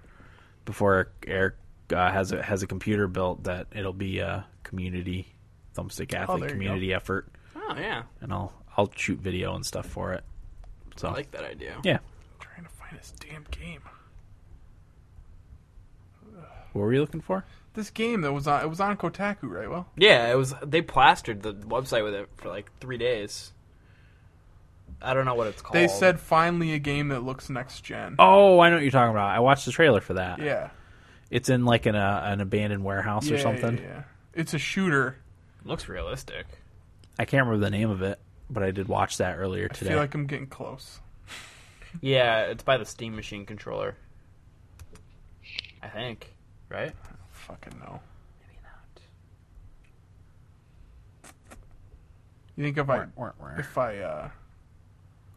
Speaker 1: before Eric uh, has a has a computer built, that it'll be a community thumbstick
Speaker 2: Oh, there
Speaker 1: athlete
Speaker 2: you go.
Speaker 1: community effort,
Speaker 3: Oh yeah,
Speaker 1: and I'll I'll shoot video and stuff for it. So
Speaker 3: I like that idea.
Speaker 1: yeah,
Speaker 2: trying to find this damn game.
Speaker 1: what were you looking for?
Speaker 2: This game that was on it was on Kotaku, right? Well,
Speaker 3: Yeah, it was. They plastered the website with it for like three days. I don't know what it's called.
Speaker 2: they said finally a game that looks next gen.
Speaker 1: Oh, I know what you're talking about. I watched the trailer for that.
Speaker 2: yeah.
Speaker 1: It's in like an uh, an abandoned warehouse
Speaker 2: Yeah,
Speaker 1: or something.
Speaker 2: Yeah, yeah. It's a shooter.
Speaker 3: looks realistic.
Speaker 1: I can't remember the name of it, but I did watch that earlier
Speaker 2: I
Speaker 1: today.
Speaker 2: feel like I'm getting close.
Speaker 3: Yeah, it's by the Steam Machine controller. I think, right?
Speaker 2: Fucking no.
Speaker 3: Maybe not.
Speaker 2: You think if I if I uh,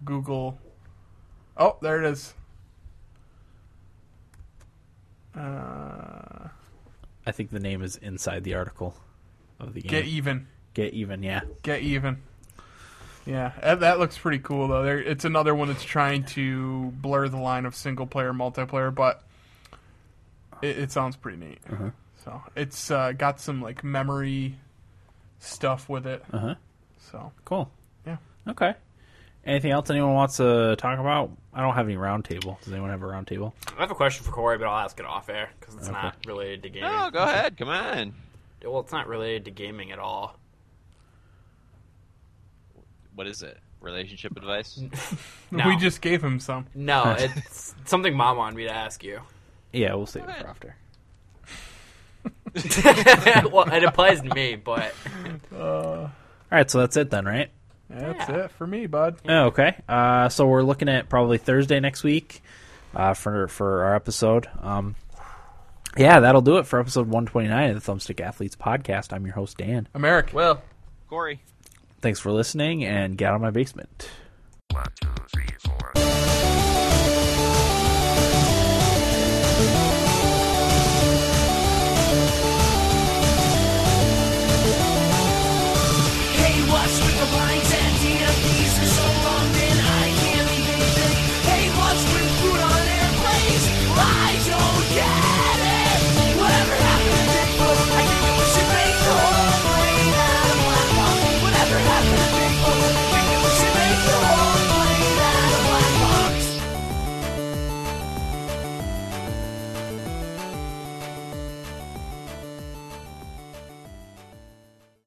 Speaker 2: Google, oh, there it is. Uh,
Speaker 1: I think the name is inside the article of the game.
Speaker 2: get E- even,
Speaker 1: Get even, yeah.
Speaker 2: get even. Yeah, that, that looks pretty cool though. There, it's another one that's trying to blur the line of single player multiplayer, but it, it sounds pretty neat. So it's uh, got some like memory stuff with it.
Speaker 1: Uh huh.
Speaker 2: So
Speaker 1: Cool.
Speaker 2: Yeah.
Speaker 1: Okay. Anything else anyone wants to talk about? I don't have any roundtable. Does anyone have a roundtable?
Speaker 3: I have a question for Corey, but I'll ask it off air because it's not related to gaming.
Speaker 4: No, go ahead. Come on.
Speaker 3: Well, it's not related to gaming at all.
Speaker 4: What is it? Relationship advice?
Speaker 3: No.
Speaker 2: we just gave him some.
Speaker 3: No, it's something Mom wanted me to ask you.
Speaker 1: Yeah, we'll save it
Speaker 4: Alright.
Speaker 1: for after.
Speaker 3: well, it applies to me, but
Speaker 1: All right, so that's it then, right?
Speaker 2: That's
Speaker 3: Yeah.
Speaker 2: it for me, bud.
Speaker 1: Oh, okay. Uh, so we're looking at probably Thursday next week uh, for for our episode. Um, yeah, that'll do it for episode 129 of the Thumbstick Athletes podcast. I'm your host Dan.
Speaker 2: America.
Speaker 3: well,
Speaker 4: Corey.
Speaker 1: Thanks for listening, and get out of my basement.
Speaker 5: One, two, three, four.
Speaker 6: Hey, what's with the blinds and DMVs for so long then I can't even think? Hey, what's with food on airplanes? I don't get